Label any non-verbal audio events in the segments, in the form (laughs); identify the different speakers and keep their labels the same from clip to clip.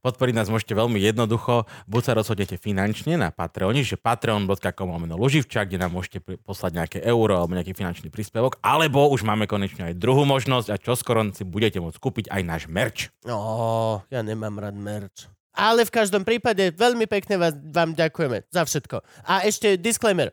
Speaker 1: Podporiť nás môžete veľmi jednoducho, buď sa rozhodnete finančne na Patreone, že patreon.com lomeno Luživčák, kde nám môžete pri- poslať nejaké euro alebo nejaký finančný príspevok, alebo už máme konečne aj druhú možnosť a čoskoro si budete môcť kúpiť aj náš merch.
Speaker 2: No, ja nemám rád merch. Ale v každom prípade veľmi pekne vás, vám ďakujeme za všetko. A ešte disclaimer.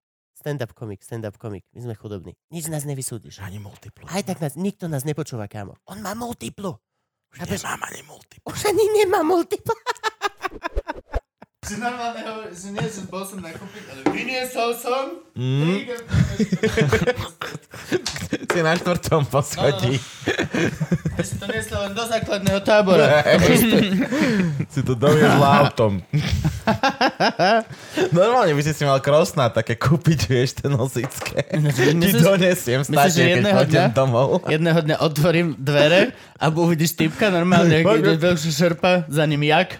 Speaker 2: Stand-up komik, stand-up komik. My sme chudobní. Nič nás nevysúdiš.
Speaker 1: Ani multiplu.
Speaker 2: Aj tak nás, nikto nás nepočúva, kámo. On má multiplu.
Speaker 1: Už nemám ani
Speaker 3: (laughs)
Speaker 1: multiplu.
Speaker 2: Už ani nemá multiplu.
Speaker 4: (laughs) Si normálne hovorí, že nie, že bol som nakúpiť, ale vyniesol som.
Speaker 1: Mm, si na štvrtom poschodí.
Speaker 2: No,
Speaker 4: Ja si to niesol len do základného
Speaker 2: no.
Speaker 4: tábora.
Speaker 3: Si to
Speaker 2: (laughs)
Speaker 3: doviezla autom. Normálne by si si mal krosná také kúpiť, vieš, ten nosické. Ti
Speaker 4: Myslíš-
Speaker 3: donesiem
Speaker 4: myslíš, že
Speaker 3: státe, keď
Speaker 4: jedného
Speaker 3: pôjdem
Speaker 4: dňa?
Speaker 3: domov. (laughs)
Speaker 4: Jedného dňa otvorím dvere a uvidíš typka normálne, ako ide veľký šerpa, za ním
Speaker 3: (laughs)
Speaker 4: jak.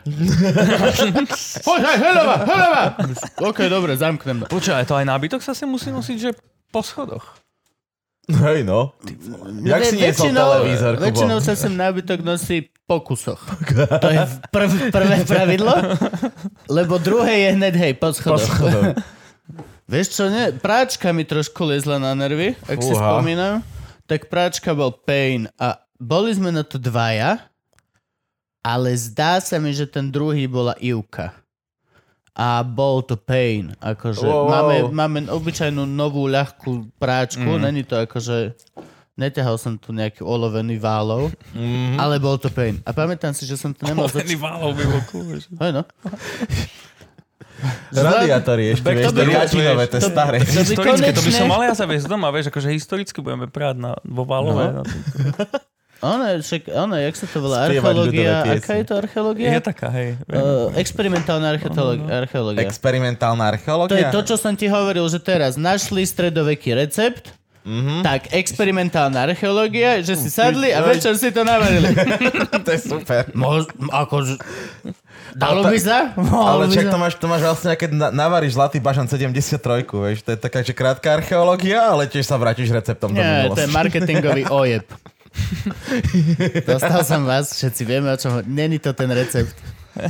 Speaker 4: Poďaj, helava, helava! OK, dobre, zamknem.
Speaker 5: Počúvaj, to aj nábytok sa si musí nosiť, že po schodoch.
Speaker 3: Hej no. Jak si niesol televízor, Kubo?
Speaker 4: Väčšinou sa sem nábytok nosí po
Speaker 3: (laughs)
Speaker 4: kusoch. To je prv, prvé pravidlo. Lebo druhé je hned, hej, po schodoch.
Speaker 3: Poschodom.
Speaker 4: (laughs) Vieš čo, nie? Práčka mi trošku liezla na nervy, ak si
Speaker 3: Fúha.
Speaker 4: spomínam. Tak práčka bol pain a boli sme na to dvaja, ale zdá sa mi, že ten druhý bola Ivka. A bol to pain. Akože
Speaker 3: Wow, wow.
Speaker 4: máme, máme obyčajnú novú ľahkú práčku, mm. není to akože... Neťahal som tu nejaký olovený válov, mm.
Speaker 3: Mhm.
Speaker 4: ale bol to pain. A pamätám si, že som to nemal...
Speaker 5: Len válov by bol cool, že-
Speaker 4: Hej, no.
Speaker 3: Radiátory ešte,
Speaker 5: Tak to by
Speaker 3: vieš, to
Speaker 5: bolo,
Speaker 3: riadinové,
Speaker 5: vieš,
Speaker 3: to je staré.
Speaker 5: Historické, to by som
Speaker 4: konečne-
Speaker 5: mal ja zaviesť doma, vieš, akože historicky budeme práť na, vo válové. No.
Speaker 4: Ono, je však, ono, jak sa to volá,
Speaker 3: Spievať
Speaker 4: archeológia,
Speaker 3: ľudové piesne.
Speaker 4: aká je to archeológia?
Speaker 5: Je taká, hej.
Speaker 4: Uh, experimentálna archeológia. archeológia.
Speaker 3: Experimentálna
Speaker 4: To je
Speaker 3: archeológia?
Speaker 4: to, čo som ti hovoril, že teraz našli stredoveký recept,
Speaker 3: Mhm.
Speaker 4: mm-hmm. tak experimentálna archeológia, že si sadli a večer si to (laughs) navarili.
Speaker 3: (laughs) to je super.
Speaker 5: No,
Speaker 4: Mož, akože, dalo
Speaker 3: Ale
Speaker 4: by
Speaker 3: to-
Speaker 4: sa? Mohlo
Speaker 3: Ale
Speaker 4: by
Speaker 3: čak
Speaker 4: sa.
Speaker 3: to máš, to máš vlastne, keď na, navaríš Zlatý bažan 73, vieš, to je taká, že krátka archeológia, ale tiež sa vrátiš receptom do
Speaker 4: Nie, to je
Speaker 3: minulosti.
Speaker 4: marketingový ojeb. Dostal som vás, všetci vieme o čom. ho- Není to ten recept.
Speaker 3: (laughs)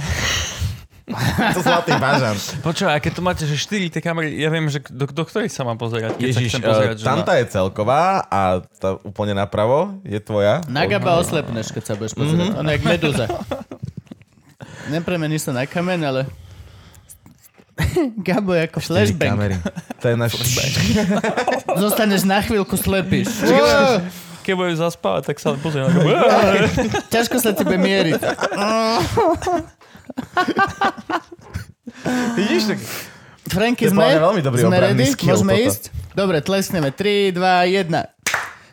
Speaker 3: To Zlatý bažan.
Speaker 5: Počúvaj, a keď tu máte, že 4 tie kamery, ja viem, že do, do ktorej sa mám pozerať, (laughs) keď sa
Speaker 3: Ježiš,
Speaker 5: chcem pozerať.
Speaker 3: eh,
Speaker 5: že na-
Speaker 3: tamta je celková a tá úplne napravo je tvoja.
Speaker 4: Na gaba oslepneš, keď sa budeš pozerať. Mm-hmm. Ono je jak medúza. Nepremeníš sa na kamen, ale... Gabo je ako
Speaker 3: Štyri
Speaker 4: flashbang.
Speaker 3: kamery. To je náš... (laughs)
Speaker 4: Zostaneš na chvíľku slepý.
Speaker 5: Keď budem zaspávať, tak sa pozriem. Ako,
Speaker 4: Ťažko sa tebe mieriť.
Speaker 3: Vidíš, tak
Speaker 4: Franky,
Speaker 3: To je podľa
Speaker 4: sme,
Speaker 3: mňa veľmi dobrý
Speaker 4: sme
Speaker 3: obranný
Speaker 4: ready?
Speaker 3: skill
Speaker 4: Môžeme
Speaker 3: toto.
Speaker 4: ísť? Dobre, tlesneme. 3, 2, 1.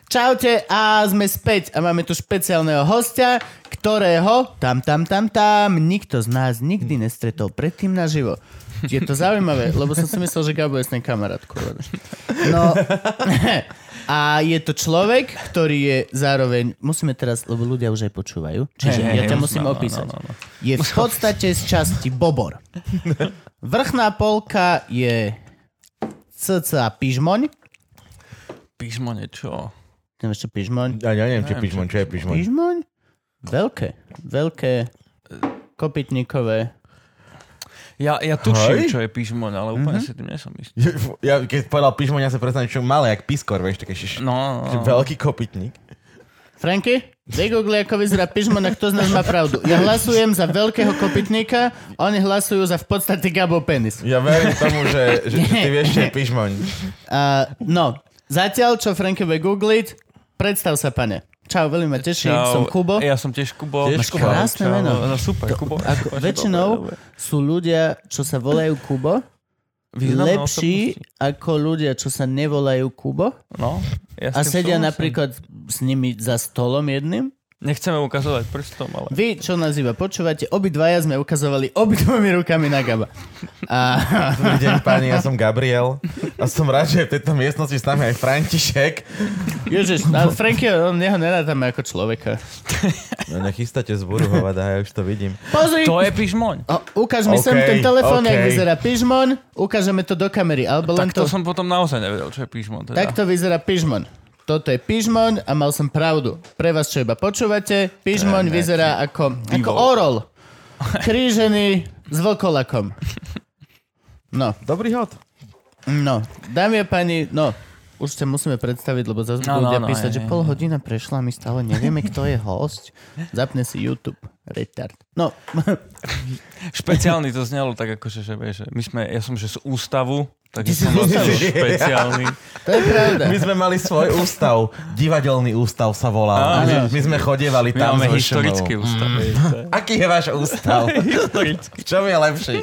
Speaker 4: Čaute a sme späť a máme tu špeciálneho hostia, ktorého tam, tam, tam, tam nikto z nás nikdy nestretol predtým naživo. Je to zaujímavé, lebo som si myslel, že Gabo je s ním kamarát. kurva. No (laughs) a je to človek, ktorý je zároveň, musíme teraz, lebo ľudia už aj počúvajú, čiže
Speaker 5: Hej,
Speaker 4: ja ťa
Speaker 5: hej,
Speaker 4: musím
Speaker 5: no, no,
Speaker 4: opísať.
Speaker 5: no, no.
Speaker 4: Je v podstate z časti bobor. Vrchná polka je cca pižmoň.
Speaker 5: Píšmo niečo.
Speaker 4: Nevieš, čo pižmoň?
Speaker 3: Ja neviem,
Speaker 5: No,
Speaker 3: či pižmon, čo je pižmon.
Speaker 4: Pižmoň? Veľké, veľké, kopytníkové.
Speaker 5: Ja, ja tuším,
Speaker 3: Hej.
Speaker 5: čo je píšmoň, ale úplne si tým nesom istý.
Speaker 3: Ja, keď povedal pižmon, ja sa predstavím, čo malé, jak piskor, vieš, také šiš...
Speaker 5: No, no,
Speaker 3: že
Speaker 5: no.
Speaker 3: Veľký kopytník.
Speaker 4: Franky, vygoogli, ako vyzerá pižmoň a kto z nás má pravdu. Ja hlasujem za veľkého kopytníka, oni hlasujú za v podstate Gabo penis.
Speaker 3: Ja verím tomu, že, že, že ty vieš, čo je pižmon.
Speaker 4: Uh, no, zatiaľ, čo Franky bude googliť, predstav sa, pane. Čau, veľmi ma teší,
Speaker 5: Čau.
Speaker 4: som Kubo.
Speaker 5: Ja som tiež Kubo.
Speaker 3: Tiež
Speaker 5: Máš
Speaker 3: Kubo.
Speaker 4: Krásne meno.
Speaker 5: No super, Kubo.
Speaker 4: Ako, väčšinou sú ľudia, čo sa volajú Kubo,
Speaker 5: Významná
Speaker 4: lepší
Speaker 5: osobnosť.
Speaker 4: ako ľudia, čo sa nevolajú Kubo
Speaker 5: No, ja s
Speaker 4: a
Speaker 5: tým
Speaker 4: sedia
Speaker 5: súhlasím.
Speaker 4: napríklad s nimi za stolom jedným.
Speaker 5: Nechceme ukazovať prstom, ale...
Speaker 4: Vy, čo nás iba počúvate, obidvaja sme ukazovali obidvomi rukami na Gaba.
Speaker 5: (laughs)
Speaker 4: A,
Speaker 3: Dobrý deň, páni, ja som Gabriel a som rád, že je v tejto miestnosti s nami aj František.
Speaker 4: Ježiš, ale
Speaker 5: no.
Speaker 4: Franky, on jeho nenátame ako človeka.
Speaker 3: No nechystáte zboru hovada, ja už to vidím.
Speaker 4: Pozri!
Speaker 5: To je pižmoň.
Speaker 4: O, ukáž mi
Speaker 3: OK,
Speaker 4: sem ten telefón, okay. jak
Speaker 3: OK.
Speaker 4: vyzerá pižmon, ukážeme to do kamery, alebo len
Speaker 5: Tak
Speaker 4: to...
Speaker 5: to som potom naozaj nevedel, čo je pižmoň. Teda.
Speaker 4: Takto vyzerá pižmon. Toto je pižmon a mal som pravdu. Pre vás, čo iba počúvate, pižmon vyzerá ako, ako orol. Krížený s vlkolakom. No,
Speaker 3: Dobrý hod.
Speaker 4: no. Dámy a páni, no. Už sa musíme predstaviť, lebo zase budú
Speaker 5: No, no,
Speaker 4: ľudia
Speaker 5: no,
Speaker 4: písať,
Speaker 5: hej,
Speaker 4: že
Speaker 5: hej,
Speaker 4: pol hodina prešla a my stále nevieme, kto je host. Zapne si YouTube. Retard. No,
Speaker 5: Špeciálny to znelo tak akože, že vieš, že my sme, ja som že z ústavu,
Speaker 4: Ty
Speaker 5: takže
Speaker 4: si z
Speaker 5: som vlastne
Speaker 4: ústavu? (laughs)
Speaker 5: špeciálny.
Speaker 4: to je pravda.
Speaker 3: My sme mali svoj ústav, divadelný ústav sa volal.
Speaker 5: Áno.
Speaker 3: My sme chodievali
Speaker 5: My
Speaker 3: tam
Speaker 5: máme
Speaker 3: so
Speaker 4: Mm.
Speaker 5: historický
Speaker 3: ženou.
Speaker 5: ústav. vieš, to je-
Speaker 3: Aký je váš ústav?
Speaker 5: (laughs) Historický.
Speaker 3: V čom je lepší?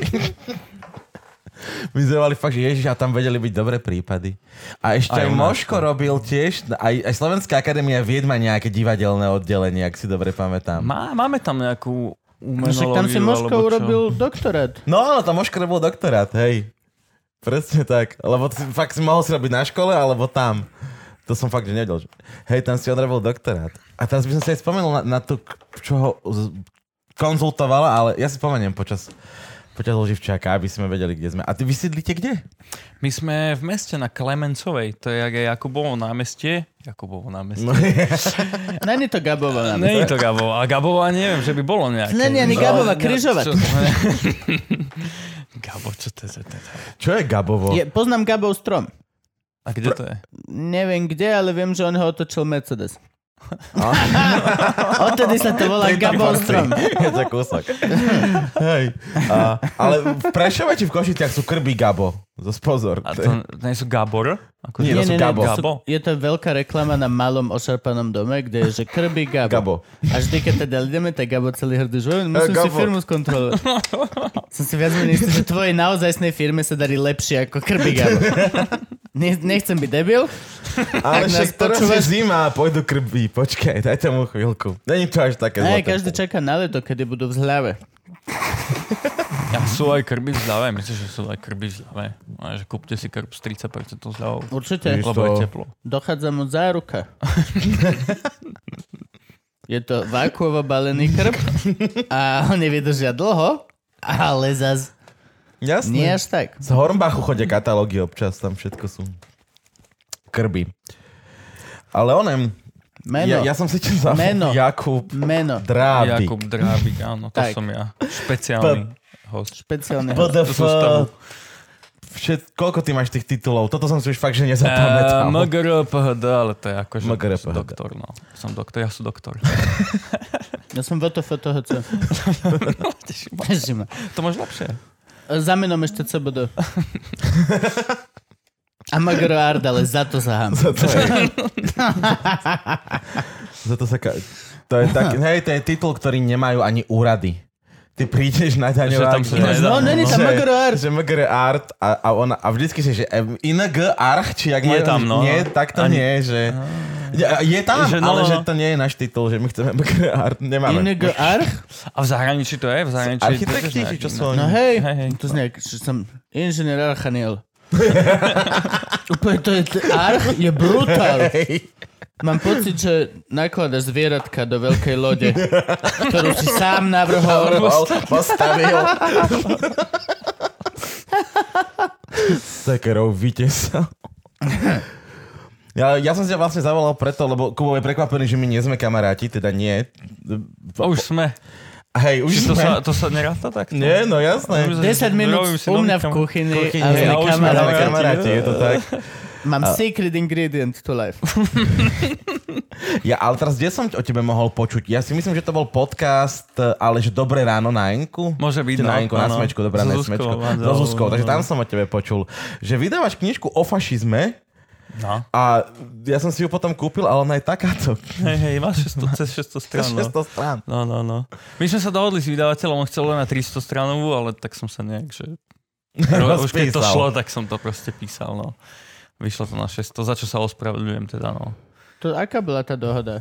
Speaker 3: My sme mali fakt, že Ježiš, a tam vedeli byť dobré prípady. A ešte aj,
Speaker 5: Aj u nás, no.
Speaker 3: Moško robil tiež, aj, aj Slovenská akadémia vied má nejaké divadelné oddelenie, ak si dobre pamätám.
Speaker 5: Má, máme tam nejakú
Speaker 4: No Však
Speaker 5: umenológiu,
Speaker 4: tam si Moško
Speaker 5: alebo čo?
Speaker 4: urobil doktorát.
Speaker 3: No, ale tam Moško robil doktorát, hej. Presne tak. Lebo si, fakt si mohol si robiť na škole, alebo tam. To som fakt, že nevedel. že- Hej, tam si on robil doktorát. A teraz by som si aj spomenul na, na tú, k- čo ho z- konzultovala, ale ja si spomeniem počas počas Loživčáka, aby sme vedeli, kde sme. A ty vysídlite
Speaker 4: (laughs)
Speaker 3: kde?
Speaker 5: My sme v meste na Klemencovej, to je jak je Jakubovo námestie. Jakubovo námestie.
Speaker 4: Není to Gabová.
Speaker 5: No, Není to Gabova. A Gabova neviem, že by bolo nejaké.
Speaker 4: Není ani
Speaker 5: No,
Speaker 4: Gabova,
Speaker 5: ne-
Speaker 4: Kryžova.
Speaker 5: čo- (laughs) Gabo, čo to je? to je-
Speaker 3: Čo je Gabovo?
Speaker 4: Je, poznám Gabov strom.
Speaker 5: A kde to je?
Speaker 4: Neviem kde, ale viem, že on ho otočil Mercedes. (laughs) Odtedy sa to volá Gabov strom.
Speaker 3: (laughs) Je to kúsok. Hej. A, ale v Prešove či v Košiciach sú krby Gabo. Zos pozor.
Speaker 5: A to, to nie sú Gabor? Ako
Speaker 3: Nie, to sú Gabo.
Speaker 4: to sú- Je to veľká reklama na malom ošarpanom dome, kde je, že krby Gabo. Eh,
Speaker 3: Gabo.
Speaker 4: A vždy, keď teda ideme, tak Gabo celý hrdý žujem, musím si
Speaker 3: Gabo.
Speaker 4: firmu (laughs) skontrolovať. Som si viac menej istý, že tvojej naozajstnej firme sa darí lepšie ako krby (laughs) Gabo. Ne, nechcem byť debil.
Speaker 3: Ale
Speaker 4: Ak nás
Speaker 3: však teraz je
Speaker 4: počúvaš-
Speaker 3: zima a pôjdu krby. Počkaj, daj tomu chvíľku. Není to až také
Speaker 4: Aj,
Speaker 3: zlaté.
Speaker 4: každý čaká na leto, kedy budú v zľave.
Speaker 5: Ja sú aj krby v zľave, myslím, že sú aj krby v zľave. A že kúpte si krb s 30% zľavou,
Speaker 4: Určite.
Speaker 5: lebo je
Speaker 3: to-
Speaker 5: teplo.
Speaker 4: Dochádza mu záruka. Je to vákuovo balený krb a ho nevydržia dlho, ale zas
Speaker 3: Jasné.
Speaker 4: nie až tak.
Speaker 3: Z Hornbachu chodia katalógy občas, tam všetko sú krby. Ale onem,
Speaker 4: Meno.
Speaker 3: ja, ja, som si (laughs) tiež zavol.
Speaker 4: Meno.
Speaker 3: Jakub
Speaker 4: Meno.
Speaker 3: Drábik.
Speaker 5: Jakub Drábik, áno, to
Speaker 4: Tak.
Speaker 5: som ja. Špeciálny host.
Speaker 4: Špeciálne.
Speaker 5: To
Speaker 3: PDF.
Speaker 5: sú stavu.
Speaker 3: Všet, koľko ty máš tých titulov? Toto som si už fakt, že nezapamätal.
Speaker 5: Uh, MGR, PHD, ale to je akože
Speaker 3: MGR,
Speaker 5: som
Speaker 3: PHD.
Speaker 5: doktor, no. Som doktor, ja som
Speaker 3: (laughs)
Speaker 5: doktor.
Speaker 4: Ja som VTF toho, co...
Speaker 5: Teším ma.
Speaker 4: Ježi ma.
Speaker 5: to máš lepšie.
Speaker 4: Za menom ešte CBD. A Magro Ard, ale za to sa hám.
Speaker 3: Za to, je... (laughs) Za to sa... Ka... To je tak... Hej, to je titul, ktorý nemajú ani úrady. Ty prídeš na
Speaker 5: Že
Speaker 3: daňovák...
Speaker 5: tam sa
Speaker 3: že-
Speaker 5: nedá.
Speaker 4: No, není tam
Speaker 3: že-
Speaker 4: Magro Ard.
Speaker 3: Že MGR art a, a, ona, a vždycky si, že em, ING arch, či jak
Speaker 5: Je
Speaker 3: majú-
Speaker 5: tam, no.
Speaker 3: Nie, tak to
Speaker 5: Ani-
Speaker 3: nie, že... Ja, Je tam,
Speaker 5: Že no,
Speaker 3: ale
Speaker 5: no,
Speaker 3: že
Speaker 5: no.
Speaker 3: to nie je náš titul, že my chceme MGR art, nemáme.
Speaker 4: Inego Arch?
Speaker 5: A v zahraničí to je? V zahraničí
Speaker 3: Architekti,
Speaker 5: to
Speaker 3: či
Speaker 5: je
Speaker 3: čo
Speaker 5: tiež
Speaker 3: sú
Speaker 5: nejaký-
Speaker 3: oni?
Speaker 4: No hej,
Speaker 5: Hej, hej.
Speaker 4: to znie, že som inžinier Archaniel. Úplne to je, t- Arch je brutál.
Speaker 3: Hej.
Speaker 4: Mám pocit, že nakladaš zvieratka do veľkej lode, ktorú si sám navrhol.
Speaker 3: Postavil. Sekerou vytesal. Ja, ja som ťa vlastne zavolal preto, lebo Kubo je prekvapený, že my nie sme kamaráti, teda nie.
Speaker 5: A Už sme.
Speaker 3: Hej, už
Speaker 5: Či
Speaker 3: sme.
Speaker 5: to sa, to sa neráta tak?
Speaker 3: Nie, no jasné.
Speaker 4: 10 minút
Speaker 5: Robím si
Speaker 4: u mňa v
Speaker 5: nový kam-
Speaker 4: kuchyni
Speaker 5: kuchyni,
Speaker 4: a sme
Speaker 5: a už
Speaker 3: My sme
Speaker 5: kamaráti. no.
Speaker 4: kamaráti.
Speaker 3: kamaráti, je to tak.
Speaker 4: Mám secret ingredient to life.
Speaker 3: Ja, ale teraz kde som o tebe mohol počuť? Ja si myslím, že to bol podcast, ale že Dobré ráno na Enku.
Speaker 5: Môže byť,
Speaker 3: Či na
Speaker 5: no,
Speaker 3: Enku, na
Speaker 5: áno.
Speaker 3: Smečku, Dobré ráno na
Speaker 5: So Zuzkou, no.
Speaker 3: Smečku.
Speaker 5: áno.
Speaker 3: So Zuzkou, takže tam som o tebe počul. Že vydávaš knižku o fašizme,
Speaker 5: No.
Speaker 3: A ja som si ju potom kúpil, ale ona je takáto. (laughs)
Speaker 5: Hej, hej, má 600, cez 600 strán. no.
Speaker 3: 600 strán.
Speaker 5: No,
Speaker 4: (laughs)
Speaker 5: no, no. My sme sa dohodli s vydavateľom, on chcel len na 300 stranovú, ale tak som sa nejak, že Ro- už keď to
Speaker 3: Rozpísal.
Speaker 5: šlo, tak som to proste písal, no. Vyšlo to na 600, za čo sa ospravedlňujem teda, no.
Speaker 4: To, aká bola tá dohoda?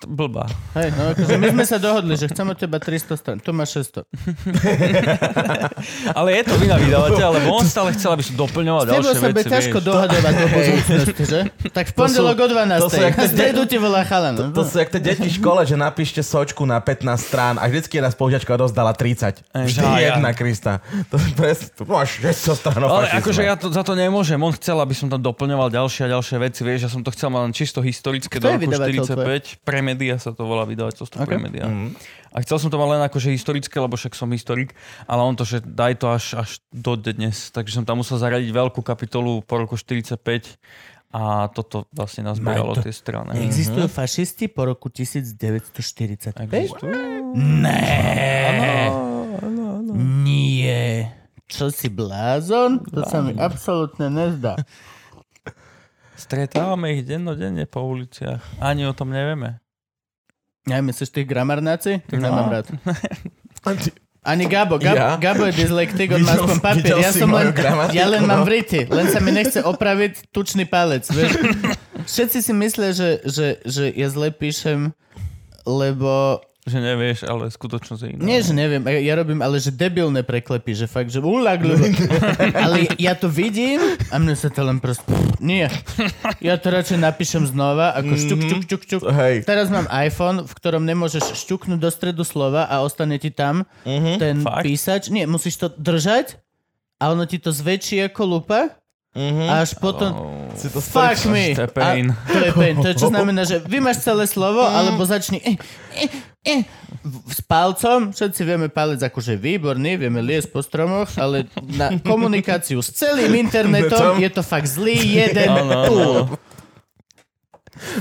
Speaker 5: T- Blbá.
Speaker 4: Hej, no, akože my sme sa dohodli, že chcem od teba 300 strán. Tu máš 600.
Speaker 5: Ale je to vina vydavateľa, lebo on stále chcel, aby som doplňoval
Speaker 4: S tebou
Speaker 5: ďalšie
Speaker 4: sa
Speaker 5: veci,
Speaker 4: bude ťažko
Speaker 5: vieš.
Speaker 4: dohadovať do budúcnosti, že? Tak v pondelok o 12.
Speaker 3: to sú
Speaker 4: A
Speaker 3: jak
Speaker 4: (laughs)
Speaker 3: tie-
Speaker 4: v stredu ti volá chalan. no.
Speaker 3: To
Speaker 5: No.
Speaker 3: sú jak tie deti v škole, že napíšte sočku na 15 strán a vždycky jedna spolužiačka rozdala 30.
Speaker 5: Ej,
Speaker 3: Vždy
Speaker 5: žája.
Speaker 3: jedna, Krista. To je presne, tu máš 600 stránov
Speaker 5: Ale
Speaker 3: fašizmu.
Speaker 5: akože ja to, za to nemôžem. On chcel, aby som tam doplňoval ďalšie a ďalšie veci. Vieš, ja som to chcel mať len čisto historické
Speaker 4: Kto
Speaker 5: do
Speaker 4: je
Speaker 5: roku
Speaker 4: vydavateľ
Speaker 5: 45. Premedia sa to volá vydavateľstvo okay. Premedia.
Speaker 4: Mhm.
Speaker 5: Mm. A chcel som to mať len akože historické, lebo však som historik, ale on to, že daj to až, až do dnes. Takže som tam musel zaradiť veľkú kapitolu po roku 45 a toto vlastne nazbieralo tie strany.
Speaker 3: Mhm.
Speaker 4: Existujú fašisti po roku 1945? Nie. Čo si blázon? To sa mi absolútne nezdá.
Speaker 5: Stretávame ich dennodenne po uliciach. Ani o tom nevieme.
Speaker 4: Ja myslíš tých gramarnáci? To
Speaker 5: No.
Speaker 4: nemám rád. Ani Gabo. Gabo,
Speaker 3: Ja?
Speaker 4: Gabo je dyslektik, on má
Speaker 3: Videl-
Speaker 4: aspoň papier.
Speaker 3: videl
Speaker 4: Ja,
Speaker 3: si
Speaker 4: som
Speaker 3: moju
Speaker 4: len,
Speaker 3: gramatiku,
Speaker 4: ja len mám
Speaker 3: no?
Speaker 4: vriti. Len sa mi nechce opraviť tučný palec. Vieš? Všetci si myslia, že, že, že ja zle píšem, lebo...
Speaker 5: Že nevieš, ale skutočnosť je iná.
Speaker 4: Nie, že neviem, ja- ja robím, ale že debilné preklepy, že fakt, že ulaglu. Ale ja to vidím a mne sa to len proste... Nie. Ja to radšej napíšem znova, ako šťuk, šťuk, šťuk, šťuk.
Speaker 3: Hej.
Speaker 4: Teraz mám iPhone, v ktorom nemôžeš šťuknúť do stredu slova a ostane ti tam ten
Speaker 5: Mhm, Fakt?
Speaker 4: písač. Nie, musíš to držať a ono ti to zväčší ako lupa
Speaker 3: Mhm.
Speaker 4: a až potom...
Speaker 5: Oh,
Speaker 3: Si to
Speaker 4: Fuck
Speaker 3: strčíš.
Speaker 4: me.
Speaker 5: to je pain.
Speaker 4: A to je pain. To je
Speaker 5: (laughs)
Speaker 4: čo znamená, že vy máš celé slovo,
Speaker 5: Mhm.
Speaker 4: alebo začni eh, eh, eh, v- s palcom. Všetci vieme palec akože výborný, vieme liesť po stromoch, ale
Speaker 5: (laughs)
Speaker 4: na komunikáciu s celým internetom
Speaker 3: Internetom.
Speaker 4: je to fakt zlý jeden
Speaker 5: Áno, áno.
Speaker 4: púl.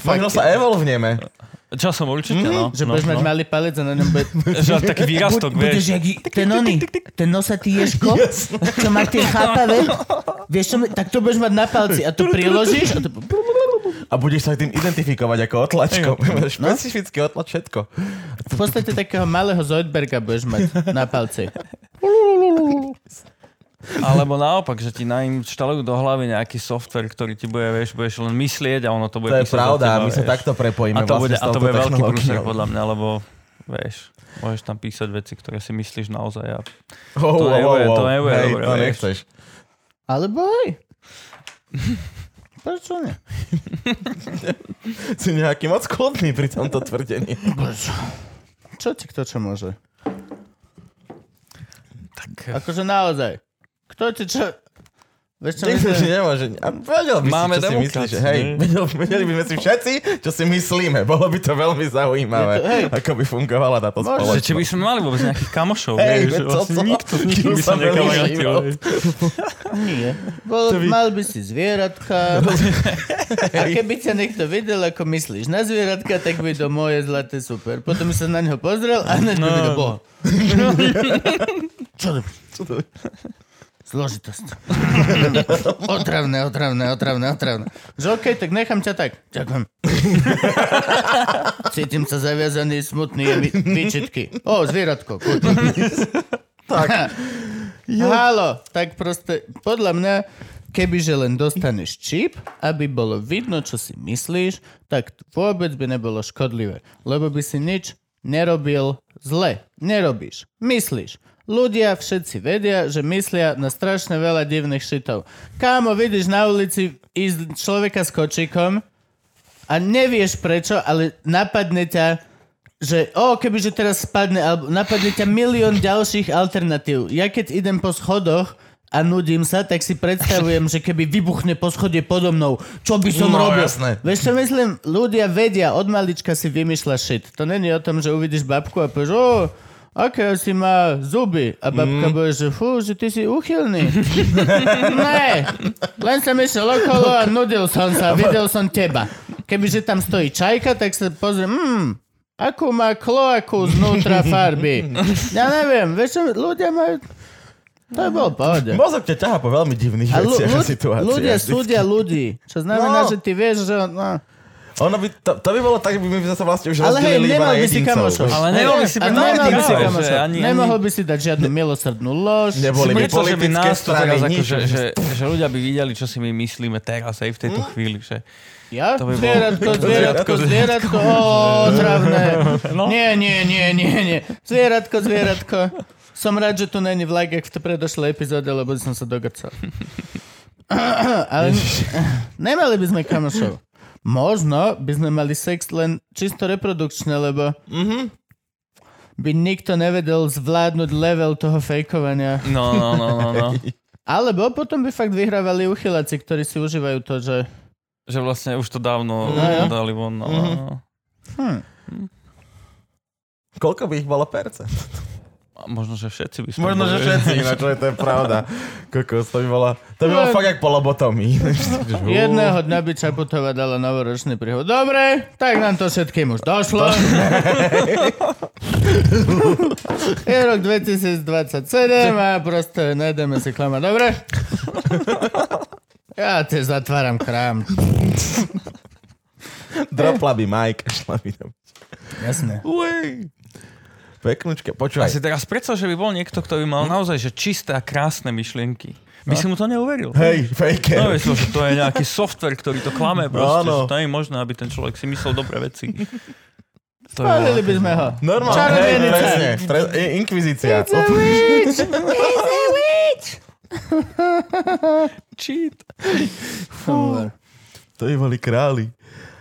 Speaker 3: Možno sa evolvneme.
Speaker 5: Časom určite,
Speaker 3: Mhm,
Speaker 5: no.
Speaker 4: Že
Speaker 5: no,
Speaker 4: budeš
Speaker 5: no.
Speaker 3: (laughs)
Speaker 4: mať malý palec a na ňom bude...
Speaker 5: Že až taký výrastok,
Speaker 4: Budeš
Speaker 5: vieš.
Speaker 4: jak i- ten oný, ten nosatý ješko, čo má tie chápavé. Vieš, čo, tak to budeš mať na palci a to priložíš a to...
Speaker 3: A budeš sa aj tým identifikovať ako (laughs) otlačkom.
Speaker 5: no.
Speaker 3: Špecificky otlač všetko.
Speaker 4: V podstate takého malého Zoidberga budeš mať na palci.
Speaker 5: Alebo naopak, že ti nainštalujú do hlavy nejaký software, ktorý ti bude, vieš, budeš len myslieť a ono to
Speaker 3: To
Speaker 5: bude
Speaker 3: je
Speaker 5: písať za
Speaker 3: pravda,
Speaker 5: teba,
Speaker 3: my sa
Speaker 5: vieš.
Speaker 3: takto prepojíme
Speaker 5: a to, bude,
Speaker 3: vlastne s
Speaker 5: a to
Speaker 3: touto
Speaker 5: bude veľký prúser
Speaker 3: technológiou.
Speaker 5: podľa mňa, lebo vieš, môžeš tam písať veci, ktoré si myslíš naozaj a
Speaker 3: Ho, ho,
Speaker 5: To
Speaker 3: ho,
Speaker 5: nebude-
Speaker 3: ho.
Speaker 5: to nebude
Speaker 3: Hej,
Speaker 5: dobre,
Speaker 3: to
Speaker 5: vieš.
Speaker 3: nechceš.
Speaker 4: Alebo aj. Prečo nie?
Speaker 3: Si nejaký moc kľudný pri tomto tvrdení.
Speaker 4: Čo ti kto čo môže? Tak... Akože naozaj. Kto ti čo... Vieš čo
Speaker 3: Nechceš, že
Speaker 4: myslím?
Speaker 3: nemôže. A vedel by
Speaker 5: Máme
Speaker 3: si, čo si
Speaker 5: demokraciu,
Speaker 3: myslíš. Hej,
Speaker 5: ne?
Speaker 3: vedel, vedeli by sme si všetci, čo si myslíme. Bolo by to veľmi zaujímavé,
Speaker 4: Je to- hej.
Speaker 3: ako by fungovala táto
Speaker 5: že či
Speaker 3: spoločnosť.
Speaker 5: by sme mali vôbec nejakých kamošov,
Speaker 3: Hej,
Speaker 5: vieš,
Speaker 3: veď
Speaker 5: že
Speaker 3: to
Speaker 5: vlastne
Speaker 3: som-
Speaker 5: nikto s nikým
Speaker 3: (laughs) tým
Speaker 5: by sa
Speaker 3: som
Speaker 5: nekamarátil.
Speaker 3: rozmýšľal.
Speaker 5: vieš.
Speaker 4: Nie. Bol,
Speaker 3: To by-
Speaker 4: Mal by si (laughs) zvieratka. A keby ťa niekto videl, ako myslíš na zvieratka, tak by to moje zlaté super. Potom by sa na neho pozrel a hneď by to (laughs) boha. Čo to? Zložitosť. (laughs) otravné, otravné, otravné, otravné. Že okej, tak nechám ťa tak. (laughs) Ďakujem. Cítim sa zaviazaný, smutný, je mi výčitky. O, zvieratko, kurva. (laughs) tak. Halo, tak proste, podľa mňa, kebyže len dostaneš čip, aby bolo vidno, čo si myslíš, tak t- vôbec by nebolo škodlivé, lebo by si nič nerobil zle. Nerobíš, myslíš. Ľudia všetci vedia, že myslia na strašne veľa divných šitov. Kámo, vidíš na ulici ísť človeka s kočíkom, a nevieš prečo, ale napadne ťa, že o, kebyže teraz spadne, alebo napadne ťa milión ďalších alternatív. Ja keď idem po schodoch a nudím sa, tak si predstavujem, že keby vybuchne po schode podo mnou, čo by som
Speaker 3: No,
Speaker 4: robil?
Speaker 3: jasné.
Speaker 4: Vieš čo myslím? Ľudia vedia, od malička si vymýšľa shit. To není o tom, že uvidíš babku a povieš, o, aké si má zuby. A babka mm. bude, že fú, že ty si uchylný. Ne, len som išiel okolo a nudil som sa, videl som teba. Kebyže tam stojí čajka, tak sa pozriem, mm, akú má kloaku znútra farby. Ja neviem, vieš čo, ľudia majú... To je bol pohode.
Speaker 3: Mozog ťa ťaha po veľmi divných
Speaker 4: A ľu-
Speaker 3: veciach a
Speaker 4: ľud-
Speaker 3: situáciách.
Speaker 4: ľudia súdia ľudí, čo znamená,
Speaker 3: No.
Speaker 4: že ty vieš, že... on- No,
Speaker 3: Ono by, to, to by bolo tak, že by my zase vlastne už
Speaker 4: Ale hej,
Speaker 3: rozdelili iba na
Speaker 4: nemal by si
Speaker 3: jedincov.
Speaker 4: kamošov.
Speaker 5: Ale nemal by si
Speaker 4: A
Speaker 5: byť
Speaker 4: nemal by si
Speaker 5: najedinca, že
Speaker 4: kamošov.
Speaker 5: ani-
Speaker 4: Nemohol by si dať žiadnu milosrdnú lož.
Speaker 3: Neboli by
Speaker 5: Preto, že by
Speaker 3: politické
Speaker 5: nás to
Speaker 3: strany,
Speaker 5: teraz ako,
Speaker 3: nič.
Speaker 5: že, že, že ľudia by videli, čo si my myslíme teraz aj v tejto
Speaker 3: Mm.
Speaker 5: chvíli. Že...
Speaker 4: Ja?
Speaker 5: To by bolo- (laughs)
Speaker 4: Zvieratko,
Speaker 5: To by-
Speaker 4: zvieratko,
Speaker 5: to by-
Speaker 4: zvieratko, ó, otravné.
Speaker 5: No.
Speaker 4: Nie, nie, nie, nie, nie. Zvieratko, zvieratko. Som rád, že tu není vlajk, jak v tej predošlej epizóde, lebo som sa dogrcal. (coughs) Ale (coughs) nemali by sme kamošov. Možno by sme mali sex len čisto reprodukčne, lebo
Speaker 5: Mhm.
Speaker 4: by nikto nevedel zvládnuť level toho fejkovania.
Speaker 5: No, no, no, no,
Speaker 3: (laughs)
Speaker 5: no.
Speaker 4: Alebo potom by fakt vyhrávali uchyláci, ktorí si užívajú to, že...
Speaker 5: Že vlastne už to dávno
Speaker 4: No, jo.
Speaker 5: dali von. No,
Speaker 3: Mhm.
Speaker 5: no.
Speaker 4: Hm.
Speaker 3: Koľko by ich bolo percent?
Speaker 5: A možno, že všetci by sme...
Speaker 3: Možno, že
Speaker 5: boli-
Speaker 3: všetci, ináč to je, to je pravda. Kokos, to by bolo, to by bolo
Speaker 4: No.
Speaker 3: fakt jak po lobotomii. (laughs)
Speaker 4: Jedného dňa by Čaputová dala novoročný príhod. Dobre, tak nám to všetkým už došlo. je rok 2027 a proste nejdeme si klamať. Dobre? Ja te zatváram krám.
Speaker 3: Dropla by Mike, šla by tam.
Speaker 4: Jasné.
Speaker 3: Uej. Peknúčke,
Speaker 5: (laughs)
Speaker 3: počúvaj.
Speaker 5: Asi teraz predstav, že by bol niekto, kto by mal
Speaker 3: Mhm.
Speaker 5: naozaj že čisté a krásne myšlienky. By si mu to neuveril.
Speaker 3: No. Hej, faker.
Speaker 5: No, vieš, že to je nejaký software, ktorý to klame proste.
Speaker 3: No, Áno.
Speaker 5: Že to nie je možné, aby ten človek si myslel dobré veci. To je
Speaker 4: Spálili by sme ho.
Speaker 3: Normálne, hej,
Speaker 4: Čarodejnica.
Speaker 3: presne. Pre- i- inkvizícia.
Speaker 5: cheat.
Speaker 3: To je boli králi.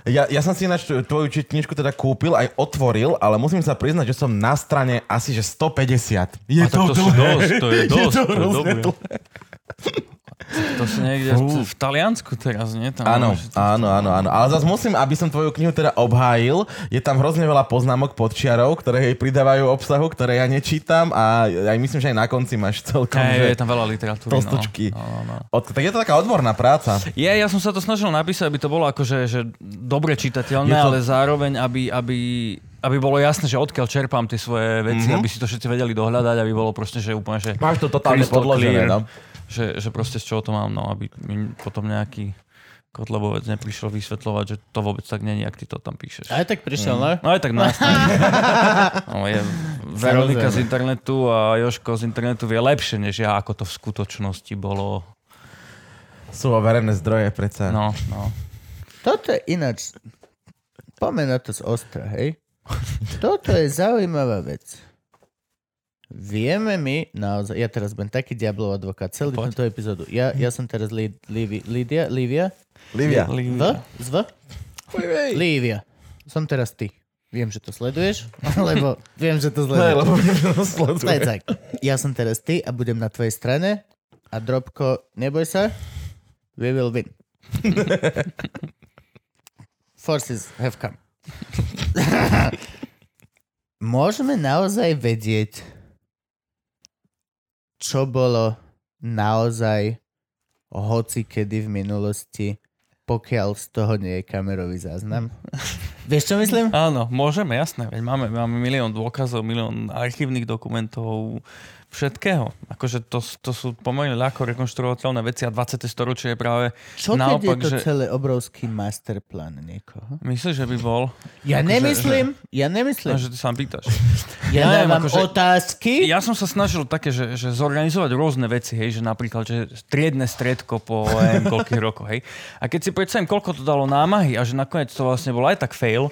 Speaker 3: Ja, ja som si ináč tvoju- tvoju četničku teda kúpil, aj otvoril, ale musím sa priznať, že som na strane asi že 150. Je
Speaker 5: A tak to sú
Speaker 3: (laughs)
Speaker 5: dosť, to je dosť, to je
Speaker 3: hrozne
Speaker 5: dobré.
Speaker 3: dlhé.
Speaker 5: To sú niekde v, v Taliansku teraz, nie? Tam
Speaker 3: Áno,
Speaker 5: že to-
Speaker 3: áno, áno, áno. Ale zase musím, aby som tvoju knihu teda obhájil, je tam hrozne veľa poznámok pod čiarou, ktoré jej pridávajú obsahu, ktoré ja nečítam a aj myslím, že aj na konci máš celkom... že...
Speaker 5: Hej, je tam veľa literatúry. no.
Speaker 3: Tolstočky.
Speaker 5: No, no, no.
Speaker 3: Od, tak je to taká odborná práca.
Speaker 5: Je, ja som sa to snažil napísať, aby to bolo akože že dobre čitateľné,
Speaker 3: Je to-
Speaker 5: to... ale zároveň, aby, aby, aby bolo jasné, že odkiaľ čerpám tie svoje veci,
Speaker 3: Mhm.
Speaker 5: mm-hmm. aby si to všetci vedeli dohľadať, aby bolo proste, že úplne, že,
Speaker 3: Máš to totálne
Speaker 5: Crystal
Speaker 3: podložené.
Speaker 5: clear.
Speaker 3: No.
Speaker 5: že, že proste z čoho to mám, no, aby mi potom nejaký kotlebovec neprišiel vysvetľovať, že to vôbec tak není, ak ty to tam píšeš.
Speaker 4: Aj tak prišiel, no?
Speaker 5: No aj tak nás.
Speaker 3: (laughs)
Speaker 5: no, je Veronika z internetu a Joško z internetu vie lepšie, než ja, ako to v skutočnosti bolo.
Speaker 3: Sú overené zdroje, predsa. No.
Speaker 5: No, no.
Speaker 4: Toto je ináč... Poďme na to z ostra, hej? Toto je zaujímavá vec. Vieme my, naozaj, ja teraz budem taký diablov advokát celý
Speaker 5: Poď.
Speaker 4: túto epizódu. Ja, ja som teraz Li, Livi, Lidia, Livia,
Speaker 3: Livia. No,
Speaker 4: V, z V? Lívia. Som teraz ty. Viem, že to sleduješ, (laughs) lebo viem, že to
Speaker 3: Ne,
Speaker 4: sleduješ.
Speaker 3: lebo
Speaker 4: To je
Speaker 3: sleduje.
Speaker 4: tak. Ja som teraz ty a budem na tvojej strane. A Drobko, neboj sa. We will (laughs) win. Forces have come. (laughs) Môžeme naozaj vedieť, čo bolo naozaj hoci kedy v minulosti, pokiaľ z toho nie je kamerový (laughs) záznam. Vieš, čo myslím?
Speaker 5: Áno, môžeme, jasné. Veď máme, máme milión dôkazov, milión archívnych dokumentov, všetkého. Akože to, to sú pomerne ľahko rekonštruovateľné veci a 20. storočie je práve...
Speaker 4: Čo keď je
Speaker 5: Naopak,
Speaker 4: to
Speaker 5: že-
Speaker 4: celé obrovský masterplan niekoho?
Speaker 5: Myslíš, že by bol?
Speaker 4: Ja
Speaker 5: Akože-
Speaker 4: nemyslím, ja nemyslím.
Speaker 5: No, že ty sa ma pýtaš.
Speaker 4: ja
Speaker 5: neviem,
Speaker 4: dávam
Speaker 5: akože-
Speaker 4: otázky.
Speaker 5: Ja som sa snažil také, že, že zorganizovať rôzne veci, hej, že napríklad, že triedne stredko po neviem, koľkých rokoch, hej. A keď si predstavím, koľko to dalo námahy a že nakoniec to vlastne bolo aj tak fail,